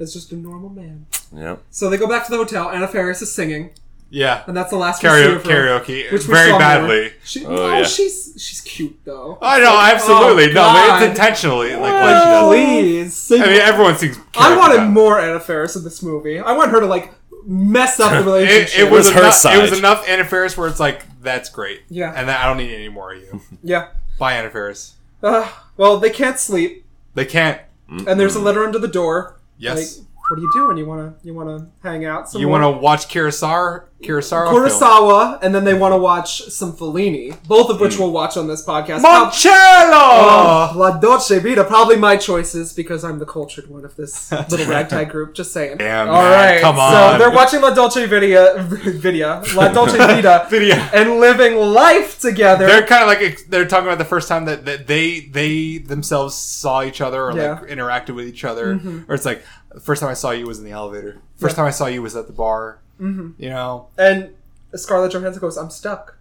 [SPEAKER 1] As just a normal man.
[SPEAKER 3] Yeah,
[SPEAKER 1] So they go back to the hotel. Anna Faris is singing,
[SPEAKER 2] yeah.
[SPEAKER 1] and that's the last we see
[SPEAKER 2] karaoke,
[SPEAKER 1] of her.
[SPEAKER 2] karaoke
[SPEAKER 1] Which we
[SPEAKER 2] very
[SPEAKER 1] saw more.
[SPEAKER 2] badly.
[SPEAKER 1] She,
[SPEAKER 3] Oh,
[SPEAKER 1] no,
[SPEAKER 3] yeah.
[SPEAKER 1] she's she's cute though.
[SPEAKER 2] I know, absolutely.
[SPEAKER 1] Oh,
[SPEAKER 2] no, but
[SPEAKER 1] God.
[SPEAKER 2] it's intentionally like what she
[SPEAKER 1] Oh,
[SPEAKER 2] does.
[SPEAKER 1] please, sing.
[SPEAKER 2] I mean, everyone sings.
[SPEAKER 1] I
[SPEAKER 2] karaoke
[SPEAKER 1] wanted
[SPEAKER 2] badly.
[SPEAKER 1] more Anna Faris in this movie. I want her to like mess up the relationship.
[SPEAKER 2] <laughs> It, it was
[SPEAKER 3] was her
[SPEAKER 2] enough,
[SPEAKER 3] side.
[SPEAKER 2] It was enough Anna Faris where it's like, that's great.
[SPEAKER 1] Yeah.
[SPEAKER 2] And that, I don't need any more of <laughs> you.
[SPEAKER 1] yeah.
[SPEAKER 2] Bye, Anna Faris.
[SPEAKER 1] Uh, well, they can't sleep,
[SPEAKER 2] They can't.
[SPEAKER 1] and there's a letter under the door.
[SPEAKER 2] Yes.
[SPEAKER 1] Like, what are you doing? You wanna you wanna hang out? Some
[SPEAKER 2] you want to watch Kurosawa? Kurosawa? film?
[SPEAKER 1] Kurosawa, and then they want to watch some Fellini, both of which
[SPEAKER 2] Mm.
[SPEAKER 1] we'll watch on this podcast. Prob-
[SPEAKER 2] Moncello!
[SPEAKER 1] Oh, La Dolce Vita, probably my choices because I'm the cultured one of
[SPEAKER 2] <laughs>
[SPEAKER 1] this little ragtag group. Just saying.
[SPEAKER 2] Damn, man, come on.
[SPEAKER 1] So they're watching La Dolce Vita, <laughs> Vita,
[SPEAKER 2] <laughs>
[SPEAKER 1] La Dolce Vita,
[SPEAKER 2] Video.
[SPEAKER 1] and living life together.
[SPEAKER 2] They're kind of like ex- they're talking about the first time that, that they they themselves saw each other or like
[SPEAKER 1] Yeah. Mm-hmm.
[SPEAKER 2] interacted with each other, or it's like the first time I saw you was in the elevator. First time I saw you was at the bar. Mm-hmm. You know,
[SPEAKER 1] and Scarlett Johansson goes, "I'm stuck.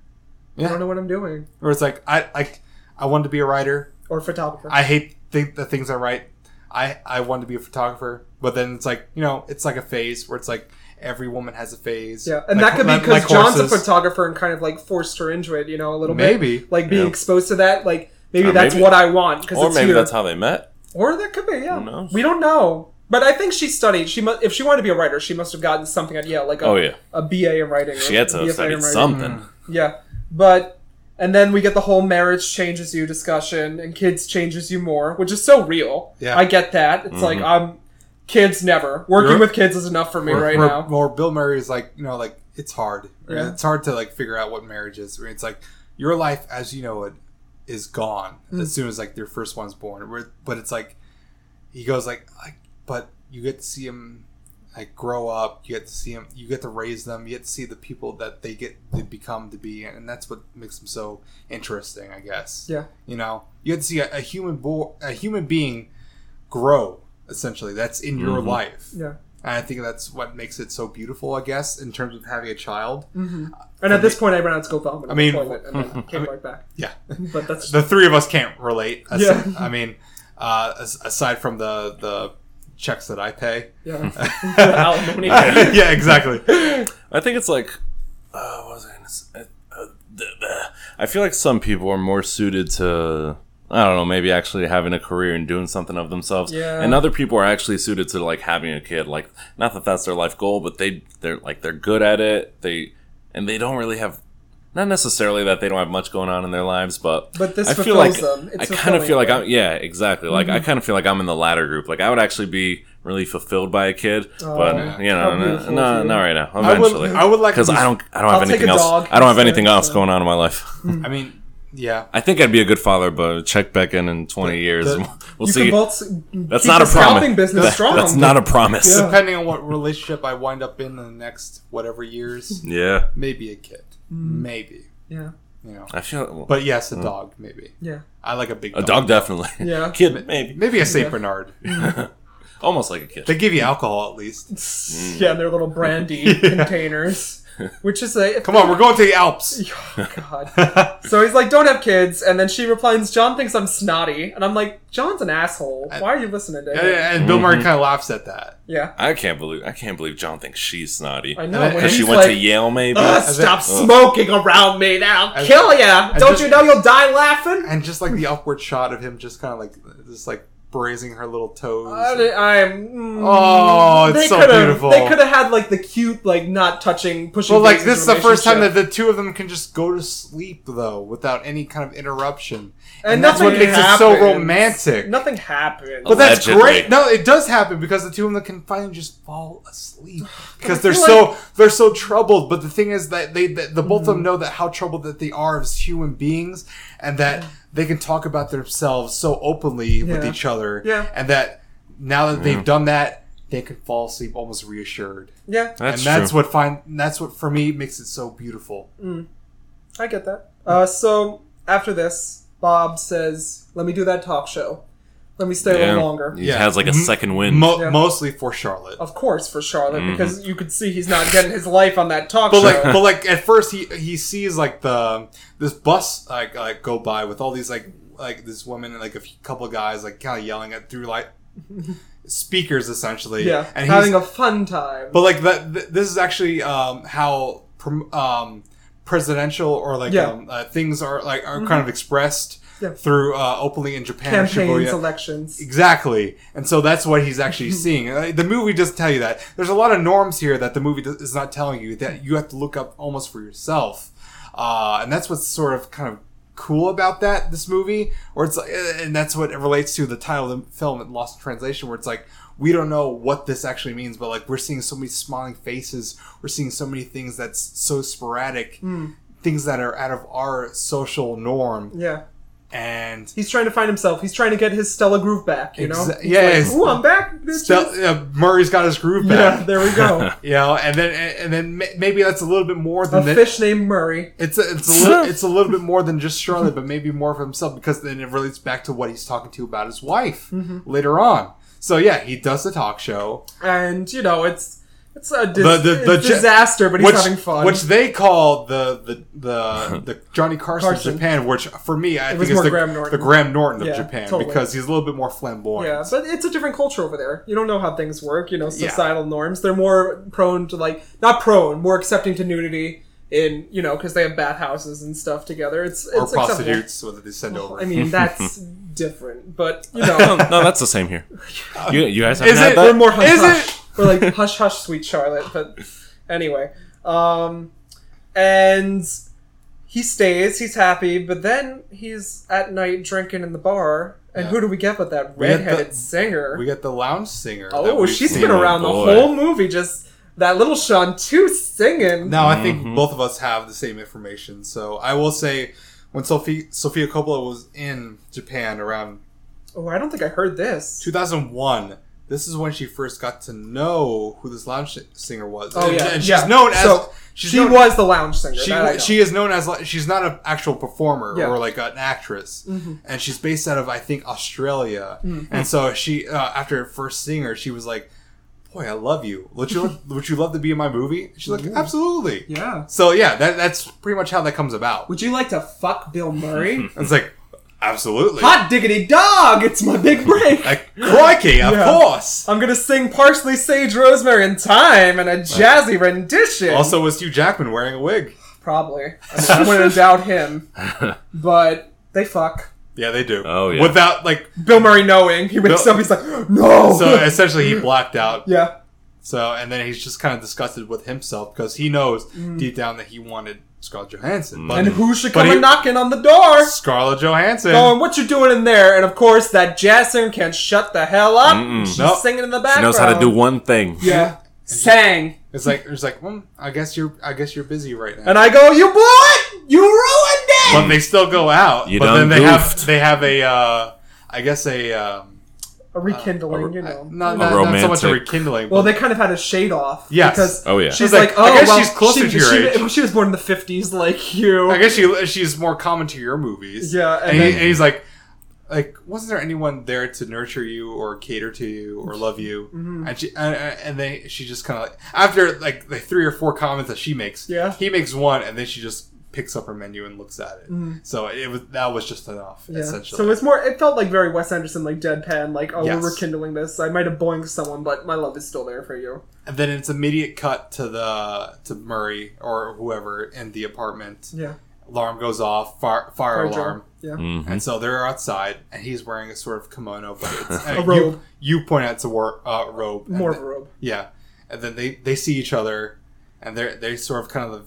[SPEAKER 1] I
[SPEAKER 2] Yeah.
[SPEAKER 1] don't know what I'm doing."
[SPEAKER 2] Where it's like I like I wanted to be a writer.
[SPEAKER 1] Or photographer.
[SPEAKER 2] I hate the, the things I write. I I wanted to be a photographer, but then it's like you know it's like a phase where it's like every woman has a phase.
[SPEAKER 1] yeah, and
[SPEAKER 2] Like-
[SPEAKER 1] that could be
[SPEAKER 2] like-
[SPEAKER 1] because
[SPEAKER 2] like
[SPEAKER 1] John's a
[SPEAKER 2] horses.
[SPEAKER 1] photographer and kind of like forced her into it, you know, a little bit.
[SPEAKER 2] Maybe.
[SPEAKER 1] like being
[SPEAKER 3] Yeah.
[SPEAKER 1] exposed to that, like maybe
[SPEAKER 3] Or
[SPEAKER 1] that's
[SPEAKER 3] maybe-
[SPEAKER 1] what I want because
[SPEAKER 3] or
[SPEAKER 1] it's
[SPEAKER 3] maybe
[SPEAKER 1] here.
[SPEAKER 3] that's how they met.
[SPEAKER 1] Or that could be, yeah.
[SPEAKER 3] Who knows?
[SPEAKER 1] We don't know. But I think she studied. She must, if she wanted to be a writer, she must have gotten something at Yale, like a,
[SPEAKER 3] Oh, yeah.
[SPEAKER 1] a BA in writing. or
[SPEAKER 3] She had
[SPEAKER 1] a
[SPEAKER 3] to
[SPEAKER 1] BFA
[SPEAKER 3] have
[SPEAKER 1] in
[SPEAKER 3] studied
[SPEAKER 1] writing.
[SPEAKER 3] something.
[SPEAKER 1] Yeah, but and then we get the whole marriage changes you discussion, and kids changes you more, which is so real.
[SPEAKER 2] Yeah.
[SPEAKER 1] I get that. It's like
[SPEAKER 3] Mm-hmm.
[SPEAKER 1] I'm kids never working
[SPEAKER 2] You're-
[SPEAKER 1] with kids is enough for me
[SPEAKER 2] Where,
[SPEAKER 1] right
[SPEAKER 2] where-
[SPEAKER 1] now.
[SPEAKER 2] where Bill Murray is like you know like it's hard. right?
[SPEAKER 1] Yeah.
[SPEAKER 2] It's hard to like figure out what marriage is. Where it's like your life as you know it is gone
[SPEAKER 1] Mm.
[SPEAKER 2] as soon as like their first one's born. Where- But it's like he goes like, I, but you get to see him like grow up. You get to see him. You get to raise them. You get to see the people that they get to become to be, and that's what makes them so interesting, I guess.
[SPEAKER 1] Yeah.
[SPEAKER 2] You know, you get to see a, a human bo- a human being grow. Essentially, that's in your
[SPEAKER 3] Mhm.
[SPEAKER 2] life.
[SPEAKER 1] Yeah.
[SPEAKER 2] And I think that's what makes it so beautiful, I guess, in terms of having a child.
[SPEAKER 1] Mm-hmm. And at this point, I ran out of school development.
[SPEAKER 2] I mean-
[SPEAKER 1] employment, and then came right back.
[SPEAKER 2] Yeah. <laughs>
[SPEAKER 1] But that's
[SPEAKER 2] the three of us can't relate. As-
[SPEAKER 1] Yeah.
[SPEAKER 2] I mean, uh, as- aside from the, the checks that
[SPEAKER 1] <laughs>
[SPEAKER 2] I pay.
[SPEAKER 1] yeah.
[SPEAKER 2] <laughs> Alimony. yeah, exactly.
[SPEAKER 3] I think it's like, uh, what was I gonna say? Uh, uh, th- uh, I feel like some people are more suited to, I don't know, maybe actually having a career and doing something of themselves,
[SPEAKER 1] Yeah.
[SPEAKER 3] and other people are actually suited to like having a kid. Like, not that that's their life goal, but they they're like they're good at it. They and they don't really have. Not necessarily that they don't have much going on in their lives, but
[SPEAKER 1] But this
[SPEAKER 3] I feel like
[SPEAKER 1] fulfills them. Mm-hmm. It's
[SPEAKER 3] I kind of
[SPEAKER 1] fulfilling.
[SPEAKER 3] feel like I'm yeah exactly like I kind of feel like I'm in the latter group. Like I would actually be really fulfilled by a kid, but you
[SPEAKER 1] how
[SPEAKER 3] know, no,
[SPEAKER 1] beautiful of
[SPEAKER 3] no,
[SPEAKER 1] you.
[SPEAKER 3] not right now.
[SPEAKER 2] I would,
[SPEAKER 3] Eventually,
[SPEAKER 2] I would like
[SPEAKER 3] because
[SPEAKER 2] to be-
[SPEAKER 3] I don't, I don't
[SPEAKER 1] I'll
[SPEAKER 3] have
[SPEAKER 1] take
[SPEAKER 3] anything
[SPEAKER 1] a
[SPEAKER 3] else.
[SPEAKER 1] dog
[SPEAKER 3] I don't have
[SPEAKER 1] instead, Mm.
[SPEAKER 3] anything else
[SPEAKER 1] so-
[SPEAKER 3] going on in my life.
[SPEAKER 2] I mean, yeah.
[SPEAKER 3] <laughs> I think I'd be a good father, but check back in in twenty years.
[SPEAKER 2] the-
[SPEAKER 3] and we'll
[SPEAKER 1] you
[SPEAKER 3] see.
[SPEAKER 1] can both.
[SPEAKER 3] That's not a
[SPEAKER 1] Scalping
[SPEAKER 3] promise.
[SPEAKER 1] business
[SPEAKER 3] That-
[SPEAKER 1] strong.
[SPEAKER 3] That's not a promise.
[SPEAKER 1] Yeah.
[SPEAKER 3] Yeah.
[SPEAKER 2] Depending on what relationship I wind up in in the next whatever years, maybe a kid.
[SPEAKER 1] Mm.
[SPEAKER 2] Maybe.
[SPEAKER 1] Yeah.
[SPEAKER 2] You know.
[SPEAKER 3] I feel
[SPEAKER 2] But yes, a dog, maybe.
[SPEAKER 1] Yeah.
[SPEAKER 2] I like a big
[SPEAKER 3] Mm. a dog definitely.
[SPEAKER 1] Yeah.
[SPEAKER 3] <laughs>
[SPEAKER 1] Mm.
[SPEAKER 3] kid maybe,
[SPEAKER 2] Maybe a St. Bernard.
[SPEAKER 3] <laughs> almost like a kid.
[SPEAKER 2] They give you alcohol at least.
[SPEAKER 1] Yeah, and their little brandy
[SPEAKER 2] <laughs>
[SPEAKER 1] containers, which is a
[SPEAKER 2] Come on, we're going to
[SPEAKER 1] <laughs>
[SPEAKER 2] the Alps.
[SPEAKER 1] Oh, God. so he's like, "Don't have kids," and then she replies, "John thinks I'm snotty," and I'm like, "John's an asshole. Why are you listening to
[SPEAKER 2] And,
[SPEAKER 1] him?"
[SPEAKER 2] and Bill
[SPEAKER 1] Mm-hmm.
[SPEAKER 2] Murray kind of laughs at that.
[SPEAKER 1] Yeah,
[SPEAKER 3] I can't believe I can't believe John thinks she's snotty
[SPEAKER 1] I know.
[SPEAKER 2] And-
[SPEAKER 1] when
[SPEAKER 3] because she
[SPEAKER 1] he's
[SPEAKER 3] went to
[SPEAKER 1] like,
[SPEAKER 3] Yale. Maybe
[SPEAKER 1] "Ugh, stop smoking around me now.
[SPEAKER 2] I-
[SPEAKER 1] Kill ya! Don't
[SPEAKER 2] just-
[SPEAKER 1] you know you'll die laughing?
[SPEAKER 2] And just like the upward shot of him, just kind of like just like braising her little toes.
[SPEAKER 1] I, am. Mm,
[SPEAKER 2] Oh, it's
[SPEAKER 1] they
[SPEAKER 2] so
[SPEAKER 1] coulda-
[SPEAKER 2] beautiful.
[SPEAKER 1] They could have had like the cute, like not touching, pushing.
[SPEAKER 2] well, like
[SPEAKER 1] faces
[SPEAKER 2] this is the first time that
[SPEAKER 1] relationship.
[SPEAKER 2] the two of them can just go to sleep though, without any kind of interruption,
[SPEAKER 1] And
[SPEAKER 2] and, that's what
[SPEAKER 1] nothing
[SPEAKER 2] makes it so
[SPEAKER 1] happens.
[SPEAKER 2] romantic.
[SPEAKER 1] nothing happened.
[SPEAKER 2] But that's
[SPEAKER 3] Allegedly.
[SPEAKER 2] great. No, it does happen because the two of them can finally just fall asleep because they're
[SPEAKER 1] feel
[SPEAKER 2] so they're so troubled. But the thing is that they that the both
[SPEAKER 1] Hmm.
[SPEAKER 2] of them know that how troubled that they are as human beings, and that they can talk about themselves so openly with
[SPEAKER 1] Yeah.
[SPEAKER 2] each other.
[SPEAKER 1] Yeah.
[SPEAKER 2] and that now that they've done that, they can fall asleep almost reassured.
[SPEAKER 1] yeah,
[SPEAKER 3] that's
[SPEAKER 2] and that's
[SPEAKER 3] true.
[SPEAKER 2] what find that's what for me makes it so beautiful.
[SPEAKER 1] Mm, I get that. Uh, so after this, Bob says, "Let me do that talk show. Let me stay a
[SPEAKER 3] Yeah.
[SPEAKER 1] little longer." Mm-hmm.
[SPEAKER 3] He
[SPEAKER 2] Yeah.
[SPEAKER 3] has like a
[SPEAKER 2] Mm.
[SPEAKER 3] second wind.
[SPEAKER 2] Mo-
[SPEAKER 1] Yeah.
[SPEAKER 2] Mostly for Charlotte.
[SPEAKER 1] Of course, for Charlotte, because you could see he's not getting his life on that talk
[SPEAKER 2] But
[SPEAKER 1] show.
[SPEAKER 2] like, but like at first he he sees like the this bus like like go by with all these like like this woman and like a few- couple guys like kind of yelling at through like speakers essentially.
[SPEAKER 1] yeah,
[SPEAKER 2] and he's
[SPEAKER 1] having a fun time.
[SPEAKER 2] but like that th- this is actually um how prom- um presidential or like
[SPEAKER 1] Yeah. Mm-hmm.
[SPEAKER 2] um, uh, things are like are kind of expressed
[SPEAKER 1] Yeah.
[SPEAKER 2] through uh, openly in Japan and
[SPEAKER 1] Campaigns,
[SPEAKER 2] Shibuya.
[SPEAKER 1] elections.
[SPEAKER 2] Exactly, and so that's what he's actually seeing. Uh, The movie doesn't tell you that. There's a lot of norms here that the movie does- is not telling you that you have to look up almost for yourself, uh, and that's what's sort of kind of cool about that this movie. Or it's like, uh, and that's what it relates to the title of the film, Lost in Translation, where it's like we don't know what this actually means, but like we're seeing so many smiling faces, we're seeing so many things that's so sporadic, things that are out of our social norm,
[SPEAKER 1] Yeah,
[SPEAKER 2] and
[SPEAKER 1] he's trying to find himself. He's trying to get his Stella groove back. You know,
[SPEAKER 2] Exa-
[SPEAKER 1] He's
[SPEAKER 2] yeah,
[SPEAKER 1] like,
[SPEAKER 2] it's-
[SPEAKER 1] Ooh, I'm back. bitches."
[SPEAKER 2] Still, uh, Murray's got his groove back.
[SPEAKER 1] yeah, there we
[SPEAKER 2] <laughs>
[SPEAKER 1] go.
[SPEAKER 2] you know, and then and then ma- maybe that's a little bit more
[SPEAKER 1] a
[SPEAKER 2] than that-
[SPEAKER 1] fish named Murray.
[SPEAKER 2] It's a, it's a
[SPEAKER 1] <laughs>
[SPEAKER 2] little it's a little bit more than just Charlotte, but maybe more of himself because then it relates back to what he's talking to about his wife
[SPEAKER 1] Mm-hmm.
[SPEAKER 2] later on. So yeah, he does the talk show,
[SPEAKER 1] and you know it's it's a dis-
[SPEAKER 2] The- the- the
[SPEAKER 1] it's
[SPEAKER 2] ja-
[SPEAKER 1] disaster, but he's
[SPEAKER 2] which
[SPEAKER 1] having fun.
[SPEAKER 2] which they call the the the, the Johnny Carson,
[SPEAKER 1] Carson.
[SPEAKER 2] of Japan, which for me I
[SPEAKER 1] was
[SPEAKER 2] think is
[SPEAKER 1] more
[SPEAKER 2] the
[SPEAKER 1] Graham Norton.
[SPEAKER 2] the Graham Norton of
[SPEAKER 1] Yeah,
[SPEAKER 2] Japan
[SPEAKER 1] totally.
[SPEAKER 2] because he's a little bit more flamboyant.
[SPEAKER 1] yeah, but it's a different culture over there. You don't know how things work. You know
[SPEAKER 2] Yeah.
[SPEAKER 1] societal norms. They're more prone to like not prone, more accepting to nudity in you know because they have bat houses and stuff together. It's
[SPEAKER 2] or
[SPEAKER 1] it's acceptable.
[SPEAKER 2] prostitutes that they send over.
[SPEAKER 1] I mean
[SPEAKER 2] <laughs>
[SPEAKER 1] that's different, but you know
[SPEAKER 3] <laughs> no, that's the same
[SPEAKER 1] <laughs>
[SPEAKER 3] here. You, you guys haven't
[SPEAKER 2] is
[SPEAKER 3] had
[SPEAKER 2] it
[SPEAKER 3] that?
[SPEAKER 1] we're more hush
[SPEAKER 2] Is
[SPEAKER 1] hush.
[SPEAKER 2] it?
[SPEAKER 1] We're like hush hush, sweet Charlotte. But anyway, um, and he stays. He's happy, but then he's at night drinking in the bar. And
[SPEAKER 2] Yeah.
[SPEAKER 1] who do we get but that
[SPEAKER 2] We get the-
[SPEAKER 1] redheaded singer?
[SPEAKER 2] we got the lounge singer. that
[SPEAKER 1] oh,
[SPEAKER 2] we've
[SPEAKER 1] she's
[SPEAKER 2] seen.
[SPEAKER 1] been around the
[SPEAKER 3] boy.
[SPEAKER 1] whole movie just that little Shantu singing.
[SPEAKER 2] Now I think both of us have the same information, so I will say when Sophie, Sophia Coppola was in Japan around
[SPEAKER 1] Oh, I don't think I heard this.
[SPEAKER 2] 2001. This is when she first got to know who this lounge si- singer was.
[SPEAKER 1] Oh,
[SPEAKER 2] and,
[SPEAKER 1] yeah.
[SPEAKER 2] and she's
[SPEAKER 1] Yeah.
[SPEAKER 2] known as
[SPEAKER 1] So,
[SPEAKER 2] she's
[SPEAKER 1] she
[SPEAKER 2] known-
[SPEAKER 1] was the lounge singer.
[SPEAKER 2] she
[SPEAKER 1] that I know.
[SPEAKER 2] she is known as like, she's not an actual performer
[SPEAKER 1] Yeah. Mm-hmm.
[SPEAKER 2] or like an actress, and she's based out of I think Australia. And so she uh, after first seeing her, she was like, "Boy, I love you. Would you would you love to be in my movie?" She's like, "Absolutely."
[SPEAKER 1] Mm-hmm. Yeah.
[SPEAKER 2] So yeah, that, that's pretty much how that comes about.
[SPEAKER 1] Would you like to fuck Bill
[SPEAKER 2] <laughs>
[SPEAKER 1] Murray?
[SPEAKER 2] It's like, absolutely.
[SPEAKER 1] Hot diggity dog! It's my big break.
[SPEAKER 2] Like crikey, of
[SPEAKER 1] Yeah.
[SPEAKER 2] course.
[SPEAKER 1] I'm gonna sing parsley, sage, rosemary, and thyme in a jazzy rendition.
[SPEAKER 2] Also, was Hugh Jackman wearing a wig?
[SPEAKER 1] probably. I, mean, I wouldn't doubt him, but they fuck.
[SPEAKER 2] Yeah, they do.
[SPEAKER 3] Oh, yeah.
[SPEAKER 2] Without like,
[SPEAKER 1] Bill Murray knowing he wakes
[SPEAKER 2] Bill-
[SPEAKER 1] up, he's like, no. <laughs>
[SPEAKER 2] so essentially he blacked out.
[SPEAKER 1] yeah,
[SPEAKER 2] So and then he's just kind of disgusted with himself because he knows deep down that he wanted Scarlett
[SPEAKER 3] Mm.
[SPEAKER 2] Johansson, but
[SPEAKER 1] Mm. and who should
[SPEAKER 2] But
[SPEAKER 1] come
[SPEAKER 2] he-
[SPEAKER 1] a knocking on the door?
[SPEAKER 2] Scarlett Johansson.
[SPEAKER 1] Going, what you doing in there? And of course, that jazz singer can't shut the hell up.
[SPEAKER 3] Mm-mm.
[SPEAKER 1] She's
[SPEAKER 2] Nope.
[SPEAKER 1] singing in the
[SPEAKER 3] She
[SPEAKER 1] background.
[SPEAKER 3] knows how to do one thing.
[SPEAKER 1] Yeah, sang.
[SPEAKER 2] It's like it's like, well, I guess you're I guess you're busy right now.
[SPEAKER 1] And I go, you blew it! You ruined it!
[SPEAKER 2] but they still go out.
[SPEAKER 3] You
[SPEAKER 2] but
[SPEAKER 3] done
[SPEAKER 2] then they have
[SPEAKER 3] goofed.
[SPEAKER 2] they have a uh, I guess a um,
[SPEAKER 1] A rekindling, you know.
[SPEAKER 2] not, not, not so
[SPEAKER 3] romantic-
[SPEAKER 2] much a rekindling.
[SPEAKER 1] well,
[SPEAKER 2] but
[SPEAKER 1] they kind of had a shade off.
[SPEAKER 2] Yes.
[SPEAKER 1] Because
[SPEAKER 3] Oh, yeah.
[SPEAKER 1] she's
[SPEAKER 2] It's like,
[SPEAKER 1] like,
[SPEAKER 2] I
[SPEAKER 1] oh,
[SPEAKER 2] guess
[SPEAKER 1] well,
[SPEAKER 2] she's closer
[SPEAKER 1] she,
[SPEAKER 2] to your
[SPEAKER 1] she,
[SPEAKER 2] age.
[SPEAKER 1] she was born in the 50s like you. <laughs>
[SPEAKER 2] I guess she she's more common to your movies.
[SPEAKER 1] Yeah,
[SPEAKER 2] and,
[SPEAKER 1] and
[SPEAKER 2] he-
[SPEAKER 1] then-
[SPEAKER 2] and he's like, like wasn't there anyone there to nurture you or cater to you or love you?
[SPEAKER 1] Mm-hmm.
[SPEAKER 2] And she and, and they she just kind of like after like the three or four comments that she makes,
[SPEAKER 1] Yeah.
[SPEAKER 2] he makes one and then she just picks up her menu and looks at it. So it was that was just enough
[SPEAKER 1] Mm-hmm. Mm, yeah.
[SPEAKER 2] essentially.
[SPEAKER 1] So it's more, it felt like very Wes Anderson, like deadpan, like, oh,
[SPEAKER 2] Yes.
[SPEAKER 1] we're rekindling this. I might have boinged someone, but my love is still there for you.
[SPEAKER 2] and then it's immediate cut to the to Murray or whoever in the apartment.
[SPEAKER 1] Yeah.
[SPEAKER 2] Alarm goes off, fire, fire
[SPEAKER 1] Virgil.
[SPEAKER 2] alarm.
[SPEAKER 1] Yeah.
[SPEAKER 3] Mhm.
[SPEAKER 2] And so they're outside, and he's wearing a sort of kimono, but
[SPEAKER 1] <laughs>
[SPEAKER 2] it's uh,
[SPEAKER 1] A robe.
[SPEAKER 2] You, you point out it's a war, uh, robe. and
[SPEAKER 1] More of
[SPEAKER 2] th-
[SPEAKER 1] a robe.
[SPEAKER 2] yeah, and then they they see each other, and they're they sort of kind of,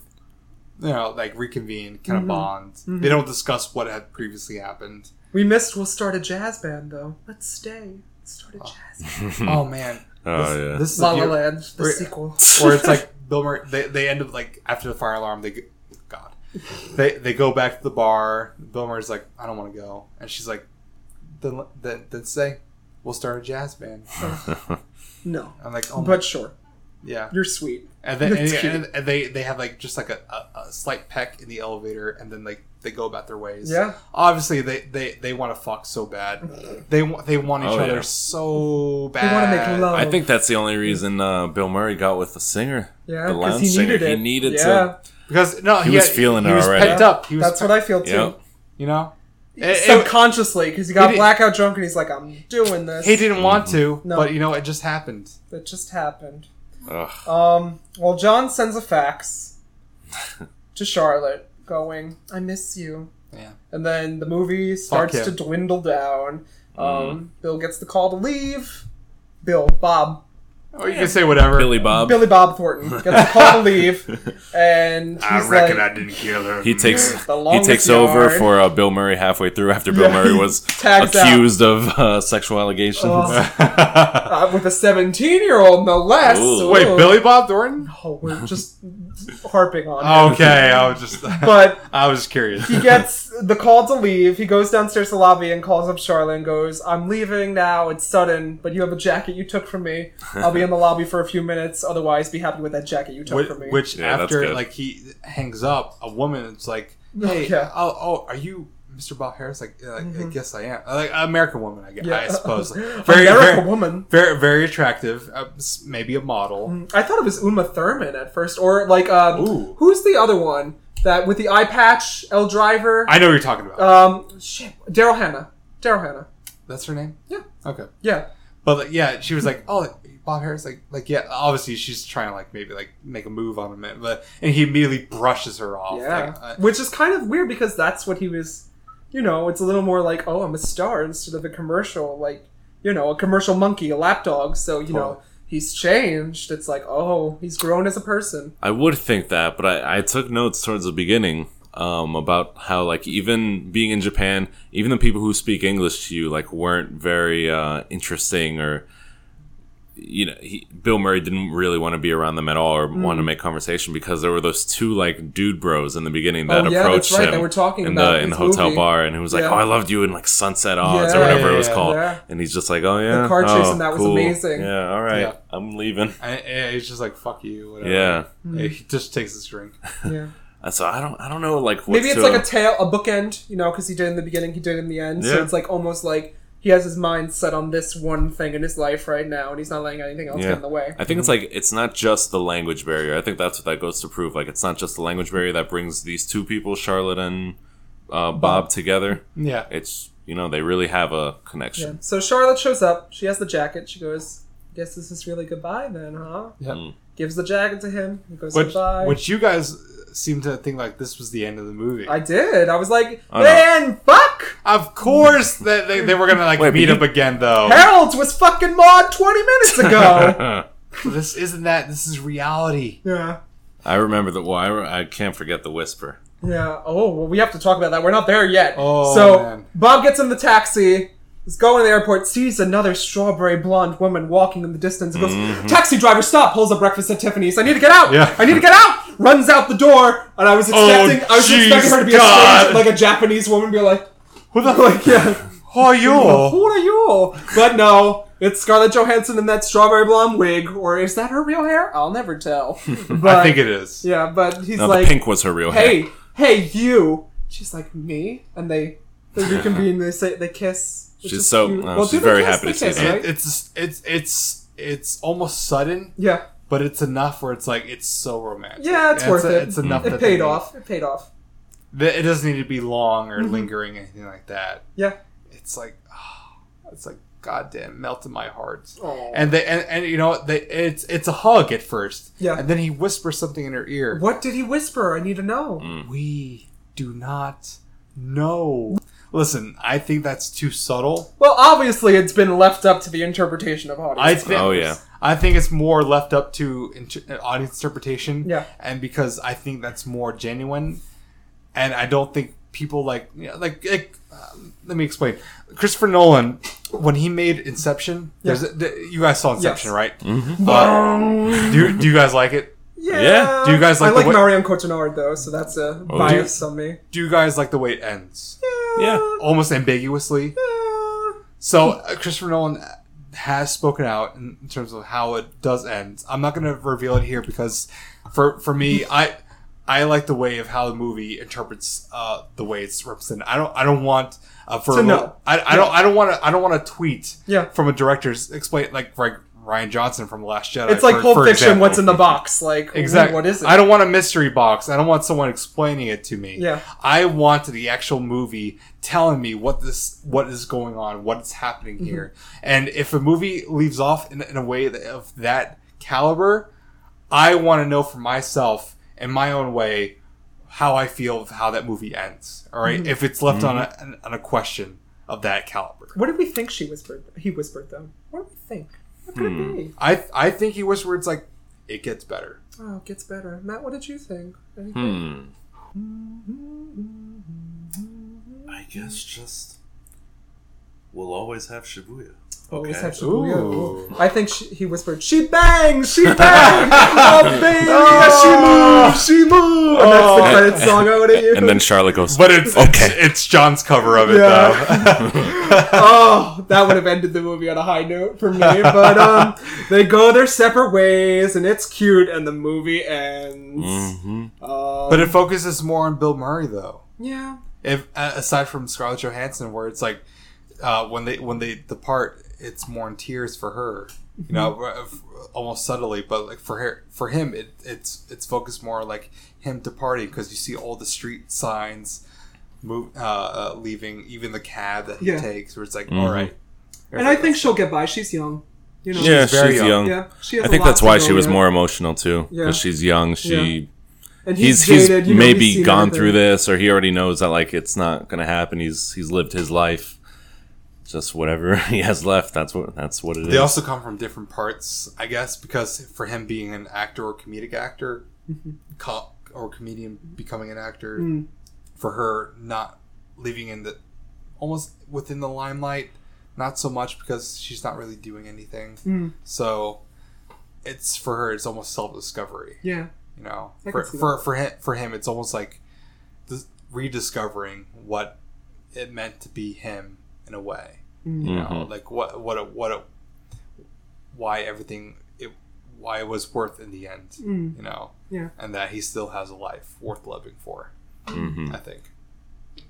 [SPEAKER 2] you know, like reconvene, kind
[SPEAKER 1] Mm-hmm.
[SPEAKER 2] of bond. They don't discuss what had previously
[SPEAKER 1] <laughs>
[SPEAKER 2] happened.
[SPEAKER 1] We missed We'll Start a Jazz Band, though. Let's stay. Let's start
[SPEAKER 2] Ah.
[SPEAKER 1] a jazz band.
[SPEAKER 2] oh man,
[SPEAKER 3] Oh,
[SPEAKER 2] this,
[SPEAKER 3] yeah.
[SPEAKER 2] this is a
[SPEAKER 1] La La
[SPEAKER 2] beaut-
[SPEAKER 1] Land, the
[SPEAKER 2] Wait.
[SPEAKER 1] sequel.
[SPEAKER 2] or it's like Bill Murray. They, they end up like after the fire alarm. They go- God, they they go back to the bar. Bill Murray's like, I don't want to go, and she's like, then then then say, we'll start a jazz band.
[SPEAKER 1] No.
[SPEAKER 2] I'm like, oh my
[SPEAKER 1] But sure.
[SPEAKER 2] Yeah,
[SPEAKER 1] You're sweet.
[SPEAKER 2] and then and,
[SPEAKER 1] That's cute.
[SPEAKER 2] and- and they they have like just like a, a, a slight peck in the elevator, and then like they go about their ways.
[SPEAKER 1] Yeah.
[SPEAKER 2] obviously they they they want to fuck so bad. They wa- they want each
[SPEAKER 3] Oh,
[SPEAKER 2] other
[SPEAKER 3] yeah.
[SPEAKER 2] so
[SPEAKER 1] They
[SPEAKER 2] bad.
[SPEAKER 1] want to make love.
[SPEAKER 3] I think that's the only reason uh, Bill Murray got with the singer.
[SPEAKER 1] Yeah,
[SPEAKER 3] the
[SPEAKER 1] 'cause
[SPEAKER 3] lounge
[SPEAKER 1] he
[SPEAKER 3] singer.
[SPEAKER 1] needed
[SPEAKER 3] He
[SPEAKER 1] it.
[SPEAKER 3] needed
[SPEAKER 1] Yeah.
[SPEAKER 3] to.
[SPEAKER 2] because no, he,
[SPEAKER 3] was
[SPEAKER 2] had-
[SPEAKER 3] feeling
[SPEAKER 2] he
[SPEAKER 3] it
[SPEAKER 2] was
[SPEAKER 3] already.
[SPEAKER 2] pegged up. He was
[SPEAKER 1] That's what I feel too.
[SPEAKER 3] Yep.
[SPEAKER 2] you know. It- it-
[SPEAKER 1] Subconsciously, because he got
[SPEAKER 2] He did-
[SPEAKER 1] blackout drunk and he's like, I'm doing this.
[SPEAKER 2] He didn't want to,
[SPEAKER 1] Mm-hmm. No.
[SPEAKER 2] but you know, it just happened.
[SPEAKER 1] It just happened.
[SPEAKER 3] Ugh.
[SPEAKER 1] Um, well, John sends a
[SPEAKER 2] <laughs>
[SPEAKER 1] fax to Charlotte going, I miss you.
[SPEAKER 2] Yeah.
[SPEAKER 1] And then the movie starts
[SPEAKER 2] him. Mm-hmm.
[SPEAKER 1] to dwindle down. Um, Bill gets the call to leave. Bill, Bob,
[SPEAKER 2] Or you can say whatever.
[SPEAKER 3] Billy Bob.
[SPEAKER 1] Billy Bob Thornton gets the call to
[SPEAKER 2] <laughs>
[SPEAKER 1] leave. And he's like,
[SPEAKER 2] didn't kill her. <laughs>
[SPEAKER 3] He takes
[SPEAKER 1] The
[SPEAKER 3] he
[SPEAKER 1] longest
[SPEAKER 3] takes over
[SPEAKER 1] yard.
[SPEAKER 3] for uh, Bill Murray halfway through after Bill
[SPEAKER 1] Yeah,
[SPEAKER 3] Murray
[SPEAKER 1] he
[SPEAKER 3] was
[SPEAKER 1] tags out. Oh,
[SPEAKER 3] accused of uh, sexual allegations.
[SPEAKER 1] <laughs> Ugh.
[SPEAKER 2] <laughs>
[SPEAKER 1] uh, with a 17 year old, no less.
[SPEAKER 3] Ooh.
[SPEAKER 2] Wait,
[SPEAKER 1] Ooh.
[SPEAKER 2] Billy
[SPEAKER 1] <laughs>
[SPEAKER 2] Bob Thornton?
[SPEAKER 1] Oh, we're just harping on
[SPEAKER 2] Oh.
[SPEAKER 1] it.
[SPEAKER 2] Okay, I was just, <laughs>
[SPEAKER 1] But
[SPEAKER 2] I was just curious.
[SPEAKER 1] he gets the call to leave. He goes downstairs to the lobby and calls up Charlotte and goes, I'm leaving now. It's sudden, but you have a jacket you took from me. I'll be in the lobby for a few minutes. Otherwise, be happy with that jacket you took
[SPEAKER 2] Which,
[SPEAKER 1] from me.
[SPEAKER 2] which
[SPEAKER 3] Yeah, that's
[SPEAKER 2] after
[SPEAKER 3] good.
[SPEAKER 2] like he hangs up, a woman is like,
[SPEAKER 1] <laughs>
[SPEAKER 2] "Hey,
[SPEAKER 1] Yeah.
[SPEAKER 2] oh, oh, are you Mr. Bob Harris?" Like, uh,
[SPEAKER 1] Mm-hmm.
[SPEAKER 2] I guess I am. Like American woman, I guess.
[SPEAKER 1] <laughs>
[SPEAKER 2] I suppose. Like, very,
[SPEAKER 1] American
[SPEAKER 2] very,
[SPEAKER 1] woman.
[SPEAKER 2] very, very attractive. Uh, s- maybe a model.
[SPEAKER 1] I thought it was Uma Thurman at first, or like, um,
[SPEAKER 2] Ooh.
[SPEAKER 1] who's the other one that with the eye patch, L Driver?
[SPEAKER 2] I know what you're talking about.
[SPEAKER 1] um, shit, Daryl Hannah. Daryl Hannah.
[SPEAKER 2] That's her name.
[SPEAKER 1] Yeah.
[SPEAKER 2] Okay.
[SPEAKER 1] Yeah.
[SPEAKER 2] But like, yeah, she was like, "Oh, Bob Harris." Like, like yeah, obviously she's trying to like maybe like make a move on him, but and he immediately brushes her off.
[SPEAKER 1] Yeah.
[SPEAKER 2] Like, uh,
[SPEAKER 1] Which is kind of weird because that's what he was, you know, it's a little more like, oh, I'm a star instead of a commercial, like, you know, a commercial monkey, a lapdog. So, you know,
[SPEAKER 2] Totally.
[SPEAKER 1] he's changed. It's like, oh, he's grown as a person.
[SPEAKER 3] I would think that, but I, I took notes towards the beginning um, about how, like, even being in Japan, even the people who speak English to you, like, weren't very uh, interesting or you know, he, Bill Murray didn't really want to be around them at all or
[SPEAKER 1] Mm.
[SPEAKER 3] want to make conversation because there were those two like dude bros in the beginning that
[SPEAKER 1] Oh, yeah,
[SPEAKER 3] approached
[SPEAKER 1] that's right,
[SPEAKER 3] him
[SPEAKER 1] that we're talking
[SPEAKER 3] in
[SPEAKER 1] about
[SPEAKER 3] the in the
[SPEAKER 1] this
[SPEAKER 3] hotel
[SPEAKER 1] movie.
[SPEAKER 3] bar, and he was like,
[SPEAKER 1] Yeah.
[SPEAKER 3] "Oh, I loved you in like Sunset Odds
[SPEAKER 1] Yeah,
[SPEAKER 3] or whatever
[SPEAKER 2] yeah,
[SPEAKER 3] it was
[SPEAKER 2] yeah,
[SPEAKER 3] called,"
[SPEAKER 1] yeah.
[SPEAKER 3] and he's just like, "Oh yeah,
[SPEAKER 1] car chase
[SPEAKER 3] oh,
[SPEAKER 1] in that was
[SPEAKER 3] cool.
[SPEAKER 1] amazing.
[SPEAKER 3] Yeah, all right,
[SPEAKER 2] Yeah.
[SPEAKER 3] I'm leaving.
[SPEAKER 2] And, and he's just like, fuck you. Whatever.
[SPEAKER 3] Yeah,
[SPEAKER 2] And He just takes his drink.
[SPEAKER 3] <laughs>
[SPEAKER 1] Yeah.
[SPEAKER 3] And Uh, so I don't I don't know like what's uh,
[SPEAKER 1] Maybe it's
[SPEAKER 3] to-
[SPEAKER 1] like a tail, a bookend, you know, because he did in the beginning, he did in the end. So
[SPEAKER 3] Yeah.
[SPEAKER 1] it's like almost like he has his mind set on this one thing in his life right now, and he's not letting anything else
[SPEAKER 3] Yeah.
[SPEAKER 1] get in the way.
[SPEAKER 3] I think it's like it's not just the language barrier. I think that's what that goes to prove. Like it's not just the language barrier that brings these two people, Charlotte and uh, Bob, together.
[SPEAKER 2] Yeah.
[SPEAKER 3] It's you know they really have a
[SPEAKER 1] Yeah.
[SPEAKER 3] connection.
[SPEAKER 1] So Charlotte shows up. She has the jacket. She goes, "Guess this is really goodbye, then, huh?"
[SPEAKER 2] Yeah.
[SPEAKER 3] Mm.
[SPEAKER 1] Gives the jacket to him. He goes,
[SPEAKER 2] Which,
[SPEAKER 1] "Goodbye."
[SPEAKER 2] which you guys seem to think like this was the end of the movie.
[SPEAKER 1] I did. I was like,
[SPEAKER 3] Oh, no.
[SPEAKER 1] "Man, fuck!
[SPEAKER 2] of course that they, they were gonna like
[SPEAKER 3] Wait, but
[SPEAKER 2] meet
[SPEAKER 3] you-
[SPEAKER 2] up again though.
[SPEAKER 1] Harold's was fucking mod twenty minutes
[SPEAKER 2] <laughs>
[SPEAKER 1] ago."
[SPEAKER 2] this isn't that. This is reality.
[SPEAKER 1] yeah.
[SPEAKER 3] <laughs> I remember that. Well, I, re- I can't forget the whisper.
[SPEAKER 1] Yeah. Oh, well, we have to talk about that. We're not there yet.
[SPEAKER 2] Oh,
[SPEAKER 1] so
[SPEAKER 2] man.
[SPEAKER 1] Bob gets in the taxi. Is going to the airport, sees another strawberry blonde woman walking in the distance, and goes, "Taxi driver, stop!" Pulls up breakfast at Tiffany's. I need to get out.
[SPEAKER 2] Mm-hmm. Yeah.
[SPEAKER 1] I need to get out. Runs out the door, and I was expecting, I was
[SPEAKER 2] jeez,
[SPEAKER 1] expecting her to be a
[SPEAKER 2] God.
[SPEAKER 1] strange, like a Japanese woman, be like,
[SPEAKER 2] Who the <laughs>
[SPEAKER 1] like, yeah,
[SPEAKER 2] Who are you?
[SPEAKER 1] who are you? But no, it's Scarlett Johansson in that strawberry blonde wig, or is that her real hair? I'll never
[SPEAKER 2] <laughs>
[SPEAKER 1] tell. But,
[SPEAKER 2] I think it is.
[SPEAKER 1] Yeah, but he's
[SPEAKER 3] No,
[SPEAKER 1] like,
[SPEAKER 3] the pink was her real hair.
[SPEAKER 1] hey, hey, you. She's like, me? And they,
[SPEAKER 2] <laughs>
[SPEAKER 1] they reconvene, they say, they kiss. which
[SPEAKER 3] She's
[SPEAKER 1] is
[SPEAKER 3] so-
[SPEAKER 1] cute.
[SPEAKER 2] uh,
[SPEAKER 3] no,
[SPEAKER 1] Well, do
[SPEAKER 3] she's
[SPEAKER 1] they
[SPEAKER 3] very
[SPEAKER 1] kiss?
[SPEAKER 3] happy
[SPEAKER 1] They
[SPEAKER 3] to see
[SPEAKER 1] kiss,
[SPEAKER 3] them.
[SPEAKER 1] right?
[SPEAKER 2] It, it's it's it's it's almost sudden,
[SPEAKER 1] Yeah,
[SPEAKER 2] but it's enough where it's like it's so romantic.
[SPEAKER 1] yeah, it's
[SPEAKER 2] And
[SPEAKER 1] worth it.
[SPEAKER 2] It's enough.
[SPEAKER 1] It
[SPEAKER 2] that
[SPEAKER 1] paid
[SPEAKER 2] they-
[SPEAKER 1] off. Mm-hmm. It paid off.
[SPEAKER 2] that It doesn't need to be long or lingering or anything like that.
[SPEAKER 1] Yeah.
[SPEAKER 2] It's like, oh, it's like goddamn melted my heart.
[SPEAKER 1] Aw.
[SPEAKER 2] And they and, and you know what, they it's it's a hug at first.
[SPEAKER 1] Yeah.
[SPEAKER 2] And then he whispers something in her ear.
[SPEAKER 1] What did he whisper? I need to know.
[SPEAKER 2] Mm. We do not know. Listen, I think that's too subtle.
[SPEAKER 1] Well, obviously, it's been left up to the interpretation of audience.
[SPEAKER 2] I think.
[SPEAKER 3] Oh, yeah.
[SPEAKER 2] I think it's more left up to inter- audience interpretation.
[SPEAKER 1] Yeah.
[SPEAKER 2] And because I think that's more genuine, and I don't think people like you know, like, like um, let me explain. Christopher Nolan, when he made Inception, there's a, th- you guys saw Inception,
[SPEAKER 1] Yes.
[SPEAKER 2] right? Mm-hmm. do do you guys like it?
[SPEAKER 1] Yeah.
[SPEAKER 3] Yeah.
[SPEAKER 2] Do you guys like
[SPEAKER 1] I
[SPEAKER 2] the
[SPEAKER 1] like
[SPEAKER 2] way-
[SPEAKER 1] Marion Cotillard though, so that's a
[SPEAKER 3] Oh,
[SPEAKER 1] bias on me.
[SPEAKER 2] Do you guys like the way it ends?
[SPEAKER 3] Yeah.
[SPEAKER 2] Almost ambiguously. So uh, Christopher Nolan has spoken out in in terms of how it does end. I'm not going to reveal it here because, for for me, I I like the way of how the movie interprets uh, the way it's represented. I don't I don't want a verbal.
[SPEAKER 1] know.
[SPEAKER 2] I, I don't I don't want to I don't want to tweet
[SPEAKER 1] Yeah.
[SPEAKER 2] from a director's explain like like Ryan Johnson from The Last Jedi.
[SPEAKER 1] It's like
[SPEAKER 2] for-
[SPEAKER 1] Pulp
[SPEAKER 2] for
[SPEAKER 1] Fiction.
[SPEAKER 2] example.
[SPEAKER 1] What's in the
[SPEAKER 2] <laughs>
[SPEAKER 1] box? Like
[SPEAKER 2] Exactly.
[SPEAKER 1] What is it?
[SPEAKER 2] I don't want a mystery box. I don't want someone explaining it to me.
[SPEAKER 1] Yeah.
[SPEAKER 2] I want the actual movie telling me what this, what is going on, what's happening
[SPEAKER 1] Mm-hmm.
[SPEAKER 2] here. And if a movie leaves off in, in a way that, of that caliber, I want to know for myself in my own way how I feel of how that movie ends. All
[SPEAKER 1] Mm-hmm.
[SPEAKER 2] right? If it's left on a on a question of that caliber.
[SPEAKER 1] What did we think she whispered? He whispered though. What did we think? What could
[SPEAKER 2] Hmm.
[SPEAKER 1] it be?
[SPEAKER 2] I I think he whispered, "It's like it gets better."
[SPEAKER 1] Oh, it gets better. Matt, what did you think? Anything?
[SPEAKER 3] Hmm. I guess just we'll always have Shibuya.
[SPEAKER 1] Always
[SPEAKER 3] Okay.
[SPEAKER 1] have Shibuya.
[SPEAKER 2] Ooh.
[SPEAKER 1] I think she, he whispered, "She bangs, she bangs, <laughs> oh baby, she moves, she moves." <gasps> And that's the
[SPEAKER 2] Oh.
[SPEAKER 1] credit song I would have used.
[SPEAKER 3] And then Charlotte goes,
[SPEAKER 2] But it's
[SPEAKER 3] Okay.
[SPEAKER 2] it's, it's John's cover of
[SPEAKER 1] <laughs>
[SPEAKER 2] it though.
[SPEAKER 1] <laughs> oh, that would have ended the movie on a high note for me. But um, they go their separate ways, and it's cute, and the movie ends.
[SPEAKER 3] hmm
[SPEAKER 1] Um,
[SPEAKER 2] but it focuses more on Bill Murray though.
[SPEAKER 1] yeah,
[SPEAKER 2] If uh, aside from Scarlett Johansson, where it's like uh, when they when they depart, it's more in tears for her. You know,
[SPEAKER 1] Mm-hmm.
[SPEAKER 2] uh, f- almost subtly, but like for her, for him, it, it's it's focused more like him departing because you see all the street signs, move, uh, uh, leaving even the cab that he
[SPEAKER 1] Yeah.
[SPEAKER 2] takes, where it's like,
[SPEAKER 3] Mhm.
[SPEAKER 2] all right.
[SPEAKER 1] and I think she'll get by. She's young, you know.
[SPEAKER 3] Yeah,
[SPEAKER 2] very
[SPEAKER 3] she's
[SPEAKER 2] young.
[SPEAKER 3] young.
[SPEAKER 1] yeah. She has
[SPEAKER 3] I
[SPEAKER 1] a
[SPEAKER 3] think
[SPEAKER 1] lot
[SPEAKER 3] that's
[SPEAKER 1] to
[SPEAKER 3] why
[SPEAKER 1] go
[SPEAKER 3] she was
[SPEAKER 1] yet.
[SPEAKER 3] more emotional too, because
[SPEAKER 1] Yeah.
[SPEAKER 3] she's young. She
[SPEAKER 1] And
[SPEAKER 3] he's he's,
[SPEAKER 1] jaded, you know,
[SPEAKER 3] maybe
[SPEAKER 1] he's seen
[SPEAKER 3] gone
[SPEAKER 1] everything.
[SPEAKER 3] through this, or he already knows that like it's not gonna happen. He's he's lived his life. Just whatever <laughs> he has left, that's what that's what it is.
[SPEAKER 2] They also come from different parts, I guess, because for him being an actor or comedic actor, co- or comedian becoming an actor,
[SPEAKER 1] Mm.
[SPEAKER 2] for her not living in the almost within the limelight, not so much because she's not really doing anything.
[SPEAKER 1] Mm.
[SPEAKER 2] So it's for her. It's almost self discovery.
[SPEAKER 1] Yeah.
[SPEAKER 2] You know,
[SPEAKER 1] I
[SPEAKER 2] for
[SPEAKER 1] can see
[SPEAKER 2] for for him, for him, it's almost like dis- rediscovering what it meant to be him in a way.
[SPEAKER 1] Mm-hmm.
[SPEAKER 2] You
[SPEAKER 3] Mhm.
[SPEAKER 2] know, like what what it, what it, why everything it why it was worth in the end.
[SPEAKER 1] Mm.
[SPEAKER 2] You know.
[SPEAKER 1] Yeah.
[SPEAKER 2] And that he still has a life worth living for.
[SPEAKER 3] Mhm.
[SPEAKER 2] I think.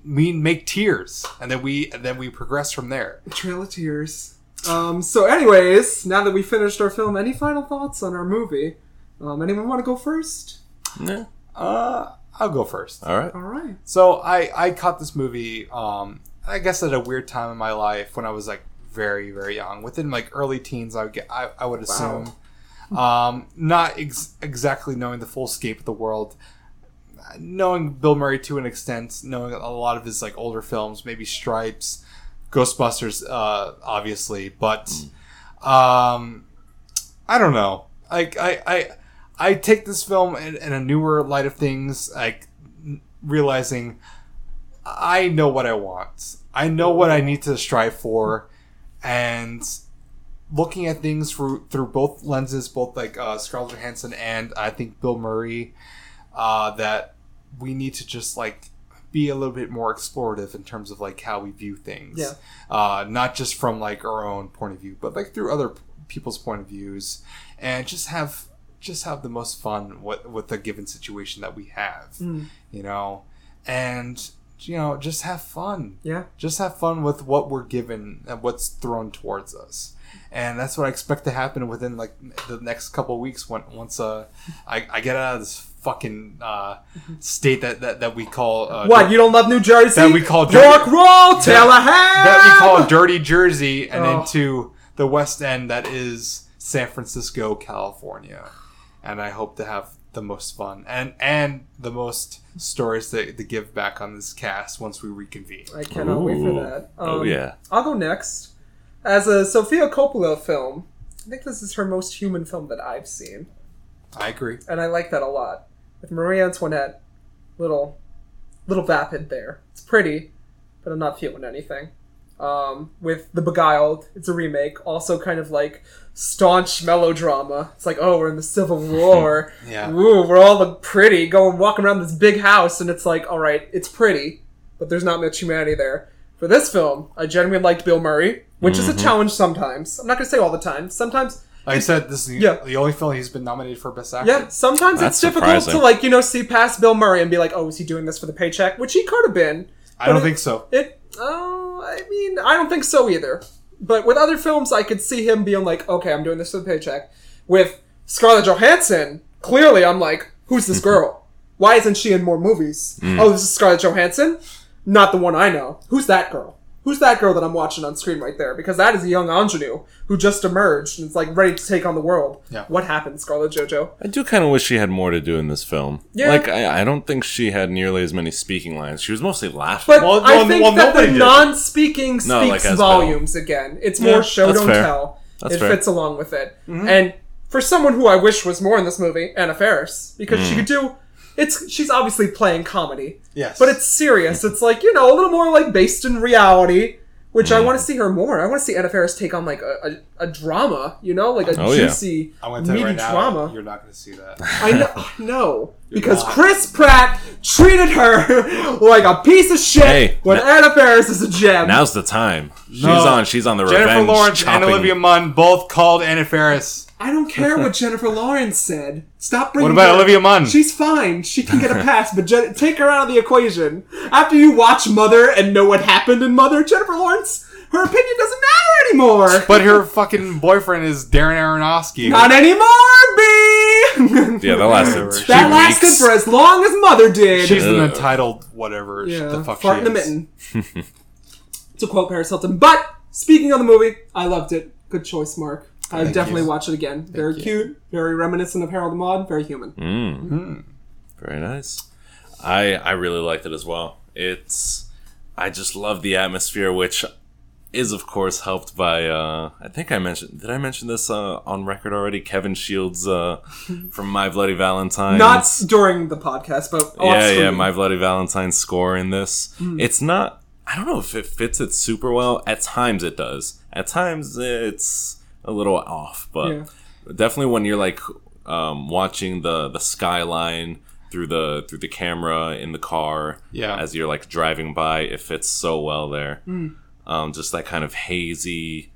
[SPEAKER 2] We make tears, and then we and then we progress from there.
[SPEAKER 1] Trail of Tears. Um, so, anyways, now that we finished our film, any final thoughts on our movie? Um, anyone want to go first?
[SPEAKER 3] Yeah.
[SPEAKER 2] Uh, I'll go first.
[SPEAKER 3] All right.
[SPEAKER 1] All right.
[SPEAKER 2] So I I caught this movie. Um, I guess at a weird time in my life when I was like very very young, within like early teens. I would get I, I would assume, um, not ex- exactly knowing the full scape of the world, knowing Bill Murray to an extent, knowing a lot of his like older films, maybe Stripes, Ghostbusters, uh, obviously, but. Um, I don't know. Like I, I, I take this film in, in a newer light of things. Like n- realizing, I know what I want. I know what I need to strive for, and looking at things through through both lenses, both like uh, Scarlett Johansson and I think Bill Murray, uh, that we need to just like be a little bit more explorative in terms of like how we view things
[SPEAKER 1] Yeah.
[SPEAKER 2] uh, not just from like our own point of view, but like through other p- people's point of views, and just have just have the most fun with with the given situation that we have,
[SPEAKER 1] Mm.
[SPEAKER 2] you know, and you know just have fun,
[SPEAKER 1] Yeah.
[SPEAKER 2] just have fun with what we're given and what's thrown towards us. And that's what I expect to happen within like the next couple of weeks. When, once uh, I, I get out of this fucking uh, state that, that, that we call uh,
[SPEAKER 1] What? You don't love New Jersey?
[SPEAKER 2] That we call Jer-
[SPEAKER 1] York Roll, Tallahassee.
[SPEAKER 2] that
[SPEAKER 1] <laughs>
[SPEAKER 2] we call Dirty Jersey and
[SPEAKER 1] Ah! Oh.
[SPEAKER 2] into the West End that is San Francisco, California. And I hope to have the most fun and and the most stories to, to give back on this cast once we reconvene.
[SPEAKER 1] I cannot wait
[SPEAKER 3] Ooh.
[SPEAKER 1] for that. Um,
[SPEAKER 3] Oh, yeah.
[SPEAKER 1] I'll go next. As a Sofia Coppola film, I think this is her most human film that I've seen,
[SPEAKER 2] I agree.
[SPEAKER 1] and I like that a lot. With Marie Antoinette, little, little vapid there. It's pretty, but I'm not feeling anything. Um, with The Beguiled, it's a remake, also kind of like staunch melodrama. It's like, oh, we're in the Civil War.
[SPEAKER 2] Yeah.
[SPEAKER 1] Ooh, we're all look pretty, going walking around this big house, and it's like, all right, it's pretty, but there's not much humanity there. For this film, I genuinely liked Bill Murray, which is a challenge sometimes. I'm not gonna say all the time. Sometimes,
[SPEAKER 2] Like I said, this is the,
[SPEAKER 1] Yeah.
[SPEAKER 2] the only film he's been nominated for Best Actor.
[SPEAKER 1] yeah, sometimes
[SPEAKER 3] That's
[SPEAKER 1] it's difficult
[SPEAKER 3] surprising.
[SPEAKER 1] to like you know see past Bill Murray and be like, oh, is he doing this for the paycheck? Which he could have been.
[SPEAKER 2] I don't
[SPEAKER 1] but it-
[SPEAKER 2] think so.
[SPEAKER 1] It. Oh, I mean, I don't think so either. But with other films, I could see him being like, okay, I'm doing this for the paycheck. With Scarlett Johansson, clearly, I'm like, who's this
[SPEAKER 3] <laughs>
[SPEAKER 1] girl? Why isn't she in more movies?
[SPEAKER 3] Mm.
[SPEAKER 1] Oh, this is Scarlett Johansson? Not the one I know. Who's that girl? Who's that girl that I'm watching on screen right there? Because that is a young ingenue who just emerged and is like ready to take on the world.
[SPEAKER 2] Yeah.
[SPEAKER 1] What happened, Scarlett Jojo?
[SPEAKER 3] I do kind of wish she had more to do in this film.
[SPEAKER 1] Yeah.
[SPEAKER 3] Like, I, I don't think she had nearly as many speaking lines. She was mostly laughing.
[SPEAKER 1] But
[SPEAKER 2] Well,
[SPEAKER 1] I
[SPEAKER 2] well,
[SPEAKER 1] think
[SPEAKER 2] well,
[SPEAKER 1] that the
[SPEAKER 2] nobody did.
[SPEAKER 1] non-speaking
[SPEAKER 3] No, like
[SPEAKER 1] speaks
[SPEAKER 3] as
[SPEAKER 1] volumes again. It's more
[SPEAKER 3] Yeah,
[SPEAKER 1] show
[SPEAKER 3] that's
[SPEAKER 1] don't
[SPEAKER 3] fair.
[SPEAKER 1] tell.
[SPEAKER 3] That's
[SPEAKER 1] it
[SPEAKER 3] fair. Mm-hmm.
[SPEAKER 1] fits along with it. And for someone who I wish was more in this movie, Anna Faris, because
[SPEAKER 3] Mm.
[SPEAKER 1] she could do. It's she's obviously playing comedy,
[SPEAKER 2] Yes.
[SPEAKER 1] but it's serious. It's like you know a little more like based in reality, which
[SPEAKER 3] Mm.
[SPEAKER 1] I want to see her more. I want to see Anna Faris take on like a, a, a drama, you know, like a
[SPEAKER 3] Oh, yeah.
[SPEAKER 1] juicy,
[SPEAKER 2] I'm going to tell
[SPEAKER 1] meaty
[SPEAKER 2] you right now,
[SPEAKER 1] drama.
[SPEAKER 2] you're not going to see
[SPEAKER 3] <laughs>
[SPEAKER 2] that.
[SPEAKER 1] I
[SPEAKER 2] <laughs>
[SPEAKER 1] know, I know because
[SPEAKER 2] not.
[SPEAKER 1] Chris Pratt treated her <laughs> like a piece of shit
[SPEAKER 3] Hey,
[SPEAKER 1] when
[SPEAKER 3] no-
[SPEAKER 1] Anna Faris is a gem.
[SPEAKER 3] Now's the time. She's
[SPEAKER 2] No.
[SPEAKER 3] on. She's on the
[SPEAKER 2] Jennifer
[SPEAKER 3] revenge.
[SPEAKER 2] Lawrence
[SPEAKER 3] chopping.
[SPEAKER 2] and Olivia Munn both called Anna Faris.
[SPEAKER 1] I don't care
[SPEAKER 2] <laughs>
[SPEAKER 1] what Jennifer Lawrence said. Stop bringing.
[SPEAKER 2] What about
[SPEAKER 1] her-
[SPEAKER 2] Olivia Munn?
[SPEAKER 1] She's fine. She can
[SPEAKER 2] <laughs>
[SPEAKER 1] get a pass, but Jen- take her out of the equation. After you watch Mother and know what happened in Mother, Jennifer Lawrence, her opinion doesn't matter anymore.
[SPEAKER 2] but her fucking boyfriend is Darren Aronofsky.
[SPEAKER 1] Not <laughs> anymore, B.
[SPEAKER 3] Yeah, that lasted. two
[SPEAKER 1] that lasted
[SPEAKER 3] weeks.
[SPEAKER 1] for as long as Mother did.
[SPEAKER 2] She's an
[SPEAKER 3] Ugh.
[SPEAKER 2] entitled whatever sh- the fuck
[SPEAKER 1] fart
[SPEAKER 2] she
[SPEAKER 1] in a
[SPEAKER 2] is.
[SPEAKER 1] mitten. <laughs> to quote Paris Hilton. But speaking of the movie, I loved it. Good choice, Mark. I would
[SPEAKER 2] Thank
[SPEAKER 1] definitely
[SPEAKER 2] you.
[SPEAKER 1] watch it again. very
[SPEAKER 2] you. Mm.
[SPEAKER 1] cute, very reminiscent of Harold and Maude, very human.
[SPEAKER 3] Very nice. I I really liked it as well. It's I just love the atmosphere, which is of course helped by uh, I think I mentioned did I mention this uh, on record already? Kevin Shields uh, from My Bloody Valentine.
[SPEAKER 1] Not during the podcast, but off
[SPEAKER 3] yeah, yeah,
[SPEAKER 1] screen.
[SPEAKER 3] My Bloody Valentine score in this. It's not. I don't know if it fits it super well. At times it does. At times it's a little off, but
[SPEAKER 1] Yeah.
[SPEAKER 3] definitely when you're like um, watching the the skyline through the through the camera in the car,
[SPEAKER 2] Yeah.
[SPEAKER 3] as you're like driving by, it fits so well there. Um, just that kind of hazy,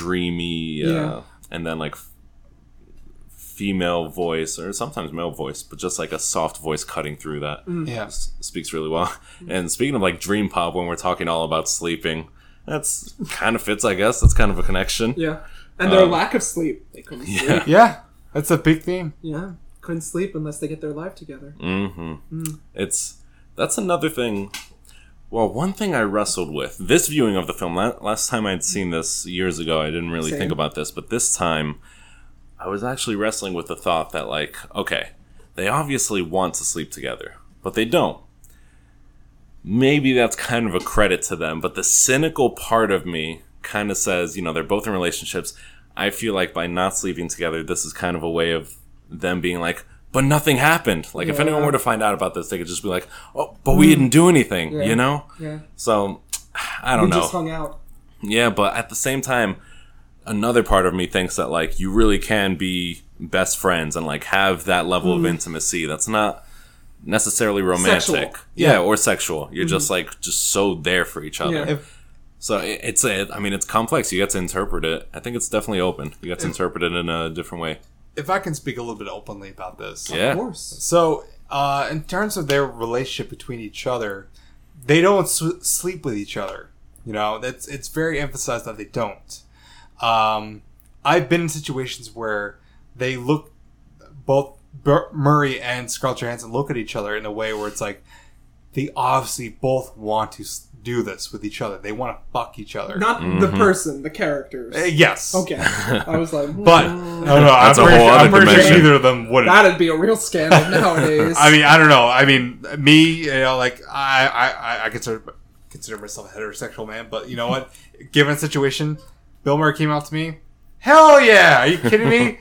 [SPEAKER 3] dreamy,
[SPEAKER 1] Yeah.
[SPEAKER 3] uh, and then like f- female voice or sometimes male voice, but just like a soft voice cutting through that
[SPEAKER 2] Yeah.
[SPEAKER 3] s- speaks really well. And speaking of like dream pop, when we're talking all about sleeping, that's kind of fits, I guess. That's kind of a connection.
[SPEAKER 1] Yeah. And their
[SPEAKER 3] Um,
[SPEAKER 1] lack of sleep. They couldn't
[SPEAKER 3] <laughs> Yeah.
[SPEAKER 1] sleep.
[SPEAKER 2] <laughs> Yeah. That's a big theme.
[SPEAKER 1] Yeah. Couldn't sleep unless they get their life together.
[SPEAKER 2] Mm.
[SPEAKER 3] hmm It's that's another thing. Well, one thing I wrestled with this viewing of the film la- last time I'd seen this years ago, I didn't really
[SPEAKER 1] Same.
[SPEAKER 3] think about this, but this time I was actually wrestling with the thought that like, okay, they obviously want to sleep together, but they don't. Maybe that's kind of a credit to them, but the cynical part of me kind of says, you know, they're both in relationships. I feel like by not sleeping together, this is kind of a way of them being like, but nothing happened. Like, if
[SPEAKER 1] Yeah.
[SPEAKER 3] anyone were to find out about this, they could just be like, oh, but we didn't do anything,
[SPEAKER 1] Yeah.
[SPEAKER 3] you know?
[SPEAKER 1] Yeah.
[SPEAKER 3] So, I don't
[SPEAKER 1] we
[SPEAKER 3] know.
[SPEAKER 1] just hung out.
[SPEAKER 3] Yeah, but at the same time, another part of me thinks that like you really can be best friends and like have that level of intimacy that's not necessarily romantic.
[SPEAKER 1] Mm. Sexual. Mm-hmm.
[SPEAKER 3] Yeah, or sexual. You're just like just so there for each other.
[SPEAKER 1] Yeah.
[SPEAKER 2] If-
[SPEAKER 3] So it, it's a, I mean, it's complex. You get to interpret it. I think it's definitely open. You get to interpret it in a different way.
[SPEAKER 2] If I can speak a little bit openly about this.
[SPEAKER 1] Of
[SPEAKER 3] Yeah.
[SPEAKER 1] course.
[SPEAKER 2] So, uh, in terms of their relationship between each other, they don't s- sleep with each other. You know, that's it's very emphasized that they don't. Um, I've been in situations where they look both Bur- Murray and Scarlett Johansson look at each other in a way where it's like they obviously both want to s- do this with each other. They want to fuck each other.
[SPEAKER 1] Not the
[SPEAKER 2] Mm-hmm.
[SPEAKER 1] person, the characters.
[SPEAKER 2] Uh, yes.
[SPEAKER 1] Okay. I was like, hmm,
[SPEAKER 2] <laughs> But no, no,
[SPEAKER 3] That's
[SPEAKER 2] I'm
[SPEAKER 3] a
[SPEAKER 2] pretty
[SPEAKER 3] whole
[SPEAKER 2] sure-
[SPEAKER 3] other
[SPEAKER 2] I'm pretty sure
[SPEAKER 3] dimension.
[SPEAKER 2] either of them wouldn't.
[SPEAKER 1] that'd be a real
[SPEAKER 2] <laughs>
[SPEAKER 1] scandal nowadays.
[SPEAKER 2] I mean, I don't know. I mean, me, you know, like I, I, I- I consider consider myself a heterosexual man, but you know what?
[SPEAKER 1] <laughs>
[SPEAKER 2] Given the situation, Bill Murray came out to me. Hell yeah! Are you
[SPEAKER 1] <laughs>
[SPEAKER 2] kidding me?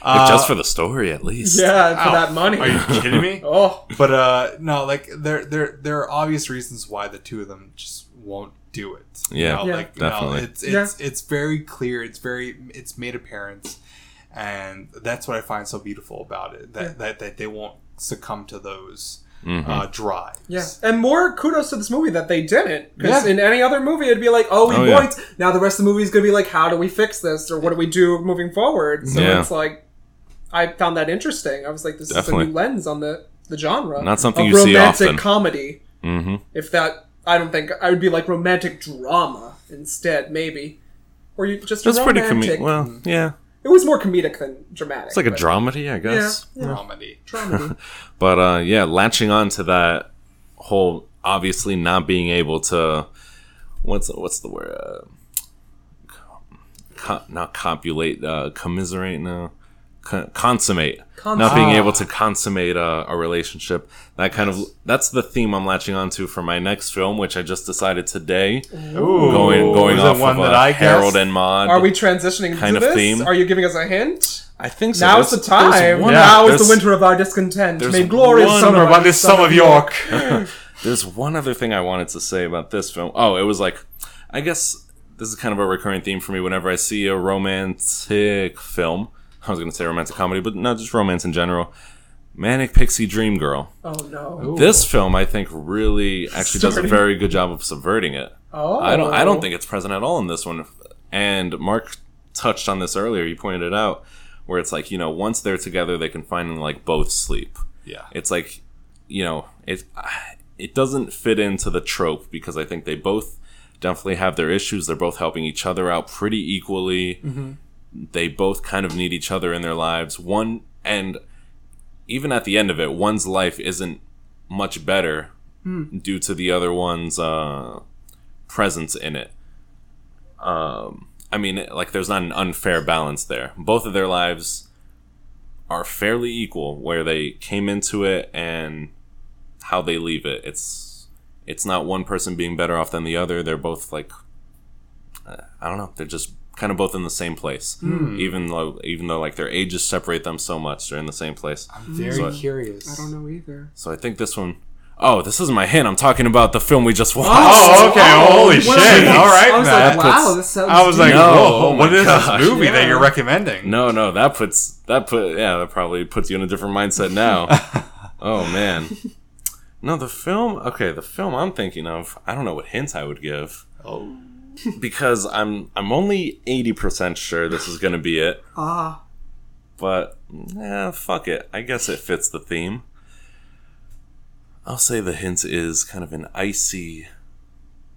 [SPEAKER 3] If
[SPEAKER 2] Uh,
[SPEAKER 3] just for the story, at least.
[SPEAKER 1] yeah, for
[SPEAKER 2] ow.
[SPEAKER 1] that money.
[SPEAKER 2] Are you kidding me?
[SPEAKER 1] oh,
[SPEAKER 2] But uh, no, like there, there, there are obvious reasons why the two of them just won't do it. You
[SPEAKER 3] Yeah,
[SPEAKER 2] know,
[SPEAKER 1] Yeah.
[SPEAKER 2] like, you know,
[SPEAKER 3] definitely.
[SPEAKER 2] it's it's it's very clear. It's very it's made apparent, and that's what I find so beautiful about it. That
[SPEAKER 1] Yeah.
[SPEAKER 2] that, that they won't succumb to those
[SPEAKER 3] Mhm.
[SPEAKER 2] uh, drives.
[SPEAKER 1] yeah. And more kudos to this movie that they didn't. Because
[SPEAKER 2] Yeah.
[SPEAKER 1] in any other movie, it'd be like, oh, we
[SPEAKER 3] Oh, yeah.
[SPEAKER 1] boinked. Now the rest of the movie is going to be like, how do we fix this? Or what do we do moving forward? So
[SPEAKER 3] Yeah.
[SPEAKER 1] it's like, I found that interesting. I was like, this
[SPEAKER 3] Definitely.
[SPEAKER 1] is a new lens on the, the genre.
[SPEAKER 3] Not something
[SPEAKER 1] of
[SPEAKER 3] you see
[SPEAKER 1] romantic
[SPEAKER 3] often.
[SPEAKER 1] comedy.
[SPEAKER 3] hmm
[SPEAKER 1] If that, I don't think, I would be like romantic drama instead, maybe. Or you just a
[SPEAKER 3] That's pretty
[SPEAKER 1] romantic.
[SPEAKER 3] comedic. Well, yeah.
[SPEAKER 1] it was more comedic than dramatic.
[SPEAKER 3] It's like a
[SPEAKER 1] but-
[SPEAKER 3] dramedy, I guess.
[SPEAKER 2] comedy.
[SPEAKER 1] Dramedy.
[SPEAKER 3] But uh, yeah, latching on to that whole obviously not being able to what's what's the word? Uh, co- not copulate, uh, commiserate, no, Con- consummate. Not being
[SPEAKER 2] Ah.
[SPEAKER 3] able to consummate a, a relationship. That kind of that's the theme I'm latching onto for my next film, which I just decided today.
[SPEAKER 2] Ooh,
[SPEAKER 3] Going going
[SPEAKER 2] is
[SPEAKER 3] off
[SPEAKER 2] that one
[SPEAKER 3] of
[SPEAKER 2] that
[SPEAKER 3] uh,
[SPEAKER 2] I
[SPEAKER 3] Harold
[SPEAKER 2] guessed?
[SPEAKER 3] and Maude.
[SPEAKER 1] Are we transitioning
[SPEAKER 3] <laughs> Kind
[SPEAKER 1] to
[SPEAKER 3] of
[SPEAKER 1] this?
[SPEAKER 3] theme.
[SPEAKER 1] Are you giving us a hint?
[SPEAKER 3] I think so.
[SPEAKER 1] Now's the
[SPEAKER 3] There's-
[SPEAKER 1] time.
[SPEAKER 3] there's one-
[SPEAKER 1] now is
[SPEAKER 3] there's-
[SPEAKER 1] the winter of our discontent.
[SPEAKER 3] there's
[SPEAKER 1] May glorious
[SPEAKER 3] one
[SPEAKER 1] summer
[SPEAKER 2] Summer by
[SPEAKER 1] about
[SPEAKER 2] the sum of York.
[SPEAKER 3] There's one other thing I wanted to say about this film. Oh, it was like, I guess this is kind of a recurring theme for me whenever I see a romantic film. I was going to say romantic comedy, but not just romance in general. Manic Pixie Dream Girl.
[SPEAKER 1] Oh no.
[SPEAKER 3] This film, I think, really actually does a
[SPEAKER 1] Starting-
[SPEAKER 3] very good job of subverting it.
[SPEAKER 1] Oh.
[SPEAKER 3] I don't. I don't think it's present at all in this one. And Mark touched on this earlier. You pointed it out, where it's like you know, once they're together, they can finally like both sleep
[SPEAKER 2] yeah.
[SPEAKER 3] it's like you know it it doesn't fit into the trope because i think they both definitely have their issues they're both helping each other out pretty equally they both kind of need each other in their lives one and even at the end of it one's life isn't much better due to the other one's uh, presence in it um, i mean like there's not an unfair balance there both of their lives are fairly equal where they came into it and how they leave it. It's it's not one person being better off than the other. They're both like uh, I don't know. They're just kind of both in the same place. Even though even though like their ages separate them so much, they're in the same place.
[SPEAKER 2] I'm very
[SPEAKER 3] So-
[SPEAKER 2] curious.
[SPEAKER 1] I don't Mm. know either.
[SPEAKER 3] So I think this one oh, this is my hint. I'm talking about the film we just watched.
[SPEAKER 2] Oh, okay. Holy
[SPEAKER 1] Well, I
[SPEAKER 2] shit.
[SPEAKER 1] was-
[SPEAKER 2] All right,
[SPEAKER 1] I was
[SPEAKER 2] man.
[SPEAKER 1] like,
[SPEAKER 3] That
[SPEAKER 1] wow,
[SPEAKER 3] puts-
[SPEAKER 1] this sounds.
[SPEAKER 2] I was like,
[SPEAKER 3] No.
[SPEAKER 2] whoa,
[SPEAKER 3] Oh
[SPEAKER 2] what
[SPEAKER 3] my
[SPEAKER 2] is
[SPEAKER 3] gosh,
[SPEAKER 2] this movie that
[SPEAKER 1] yeah.
[SPEAKER 2] you're recommending?
[SPEAKER 3] No, no, that puts that put yeah, that probably puts you in a different mindset now.
[SPEAKER 1] <laughs>
[SPEAKER 3] oh man. No, the film okay, the film I'm thinking of, I don't know what hints I would give.
[SPEAKER 2] Oh.
[SPEAKER 3] Because I'm I'm only eighty percent sure this is gonna be it.
[SPEAKER 1] ah,
[SPEAKER 3] But eh, fuck it. I guess it fits the theme. I'll say the hint is kind of an icy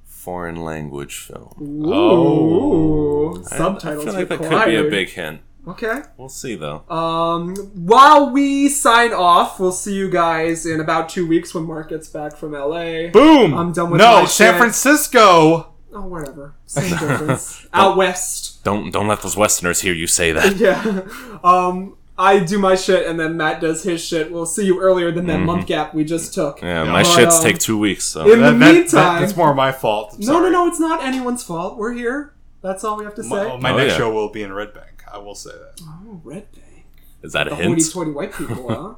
[SPEAKER 3] foreign language film.
[SPEAKER 1] ooh,
[SPEAKER 2] Oh.
[SPEAKER 3] I-
[SPEAKER 1] subtitles
[SPEAKER 3] I feel like that
[SPEAKER 1] required.
[SPEAKER 3] could be a big hint.
[SPEAKER 1] Okay.
[SPEAKER 3] We'll see though.
[SPEAKER 1] Um, while we sign off, we'll see you guys in about two weeks when Mark gets back from LA.
[SPEAKER 2] Boom.
[SPEAKER 1] I'm done with
[SPEAKER 2] No,
[SPEAKER 1] my
[SPEAKER 2] San
[SPEAKER 1] shit.
[SPEAKER 2] Francisco.
[SPEAKER 1] Oh, whatever. <laughs> Same difference. Out west.
[SPEAKER 3] Don't don't let those Westerners hear you
[SPEAKER 1] <laughs>
[SPEAKER 3] say that.
[SPEAKER 1] Yeah. Um, I do my shit and then Matt does his shit. We'll see you earlier than that month gap we just took.
[SPEAKER 3] Mm-hmm. Yeah, my
[SPEAKER 1] But,
[SPEAKER 3] shits
[SPEAKER 1] um,
[SPEAKER 3] take two weeks, so
[SPEAKER 1] in the
[SPEAKER 2] That- that-
[SPEAKER 1] meantime,
[SPEAKER 2] that- that's more my fault. I'm
[SPEAKER 1] no,
[SPEAKER 2] sorry.
[SPEAKER 1] no, no. It's not anyone's fault. We're here. That's all we have to say.
[SPEAKER 2] My, well, my
[SPEAKER 3] Oh,
[SPEAKER 2] next
[SPEAKER 3] yeah.
[SPEAKER 2] show will be in Red Bank. I will say that.
[SPEAKER 1] oh, Red Bank.
[SPEAKER 3] is that a
[SPEAKER 1] The
[SPEAKER 3] hint?
[SPEAKER 1] hoity-toity white people,
[SPEAKER 2] <laughs>
[SPEAKER 1] huh?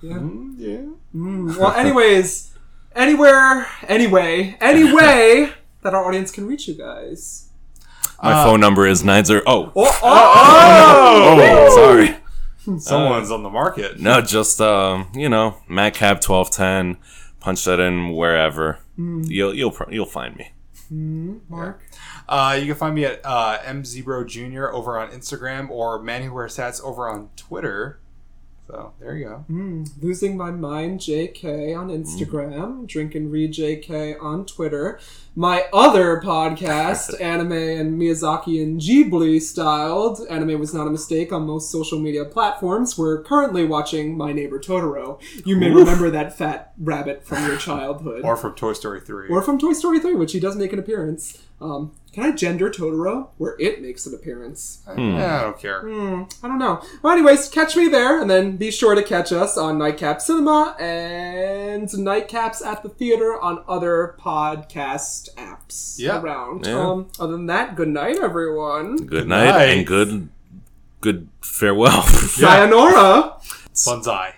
[SPEAKER 1] Yeah.
[SPEAKER 2] yeah.
[SPEAKER 1] Mm, well, anyways, anywhere, anyway, any
[SPEAKER 2] <laughs>
[SPEAKER 1] way that our audience can reach you guys.
[SPEAKER 3] My
[SPEAKER 2] Uh,
[SPEAKER 3] phone number is nine zero. Oh,
[SPEAKER 2] <laughs>
[SPEAKER 3] oh,
[SPEAKER 1] Oh, oh,
[SPEAKER 3] sorry. Uh,
[SPEAKER 2] Someone's on the market.
[SPEAKER 3] No, just um, you know, Maccab twelve ten. Punch that in wherever. You'll you'll pro- you'll find me.
[SPEAKER 1] Hmm, Mark.
[SPEAKER 2] Uh, you can find me at uh, mzebro jr over on Instagram or man who wears hats over on Twitter. So there you go.
[SPEAKER 1] Mm, losing my mind, JK on Instagram. Drink and read JK on Twitter. My other podcast, anime and Miyazaki and Ghibli styled. Anime was not a mistake on most social media platforms. We're currently watching My Neighbor Totoro. You may remember that fat rabbit from your childhood.
[SPEAKER 2] Or from Toy Story Three.
[SPEAKER 1] or from Toy Story 3, which he does make an appearance. Um, can I gender Totoro? Where it makes an appearance.
[SPEAKER 2] I- yeah, I don't care.
[SPEAKER 1] Hmm, I don't know. Well, anyways, catch me there, and then be sure to catch us on Nightcap Cinema and Nightcaps at the Theater on other podcast apps
[SPEAKER 2] Yeah.
[SPEAKER 1] around.
[SPEAKER 3] Yeah.
[SPEAKER 1] Um, other than that, good night, everyone.
[SPEAKER 3] Good night,
[SPEAKER 2] night.
[SPEAKER 3] and good good farewell. <laughs>
[SPEAKER 1] Sayonara.
[SPEAKER 2] Bonsai.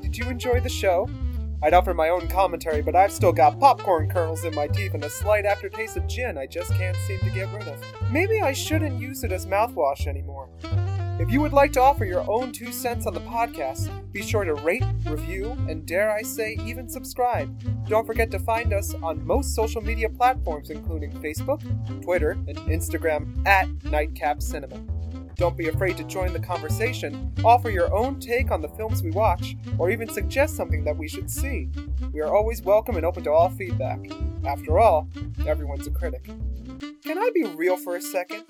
[SPEAKER 1] Did you enjoy the show? I'd offer my own commentary, but I've still got popcorn kernels in my teeth and a slight aftertaste of gin I just can't seem to get rid of. Maybe I shouldn't use it as mouthwash anymore. If you would like to offer your own two cents on the podcast, be sure to rate, review, and dare I say, even subscribe. Don't forget to find us on most social media platforms, including Facebook, Twitter, and Instagram at Nightcap Cinema. Don't be afraid to join the conversation, offer your own take on the films we watch, or even suggest something that we should see. We are always welcome and open to all feedback. After all, everyone's a critic. Can I be real for a second?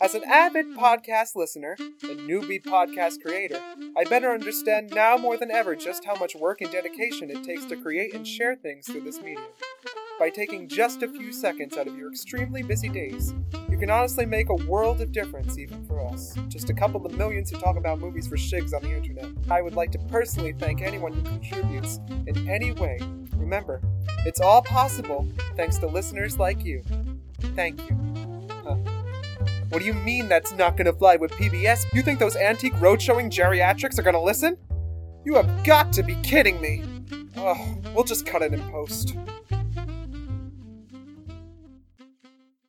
[SPEAKER 1] As an avid podcast listener and newbie podcast creator, I better understand now more than ever just how much work and dedication it takes to create and share things through this medium. By taking just a few seconds out of your extremely busy days, you can honestly make a world of difference even for us. Just a couple of millions who talk about movies for shigs on the internet. I would like to personally thank anyone who contributes in any way. Remember, it's all possible thanks to listeners like you. Thank you. Huh. What do you mean that's not gonna fly with PBS? You think those antique roadshowing geriatrics are gonna listen? You have got to be kidding me! Ugh, we'll just cut it in post.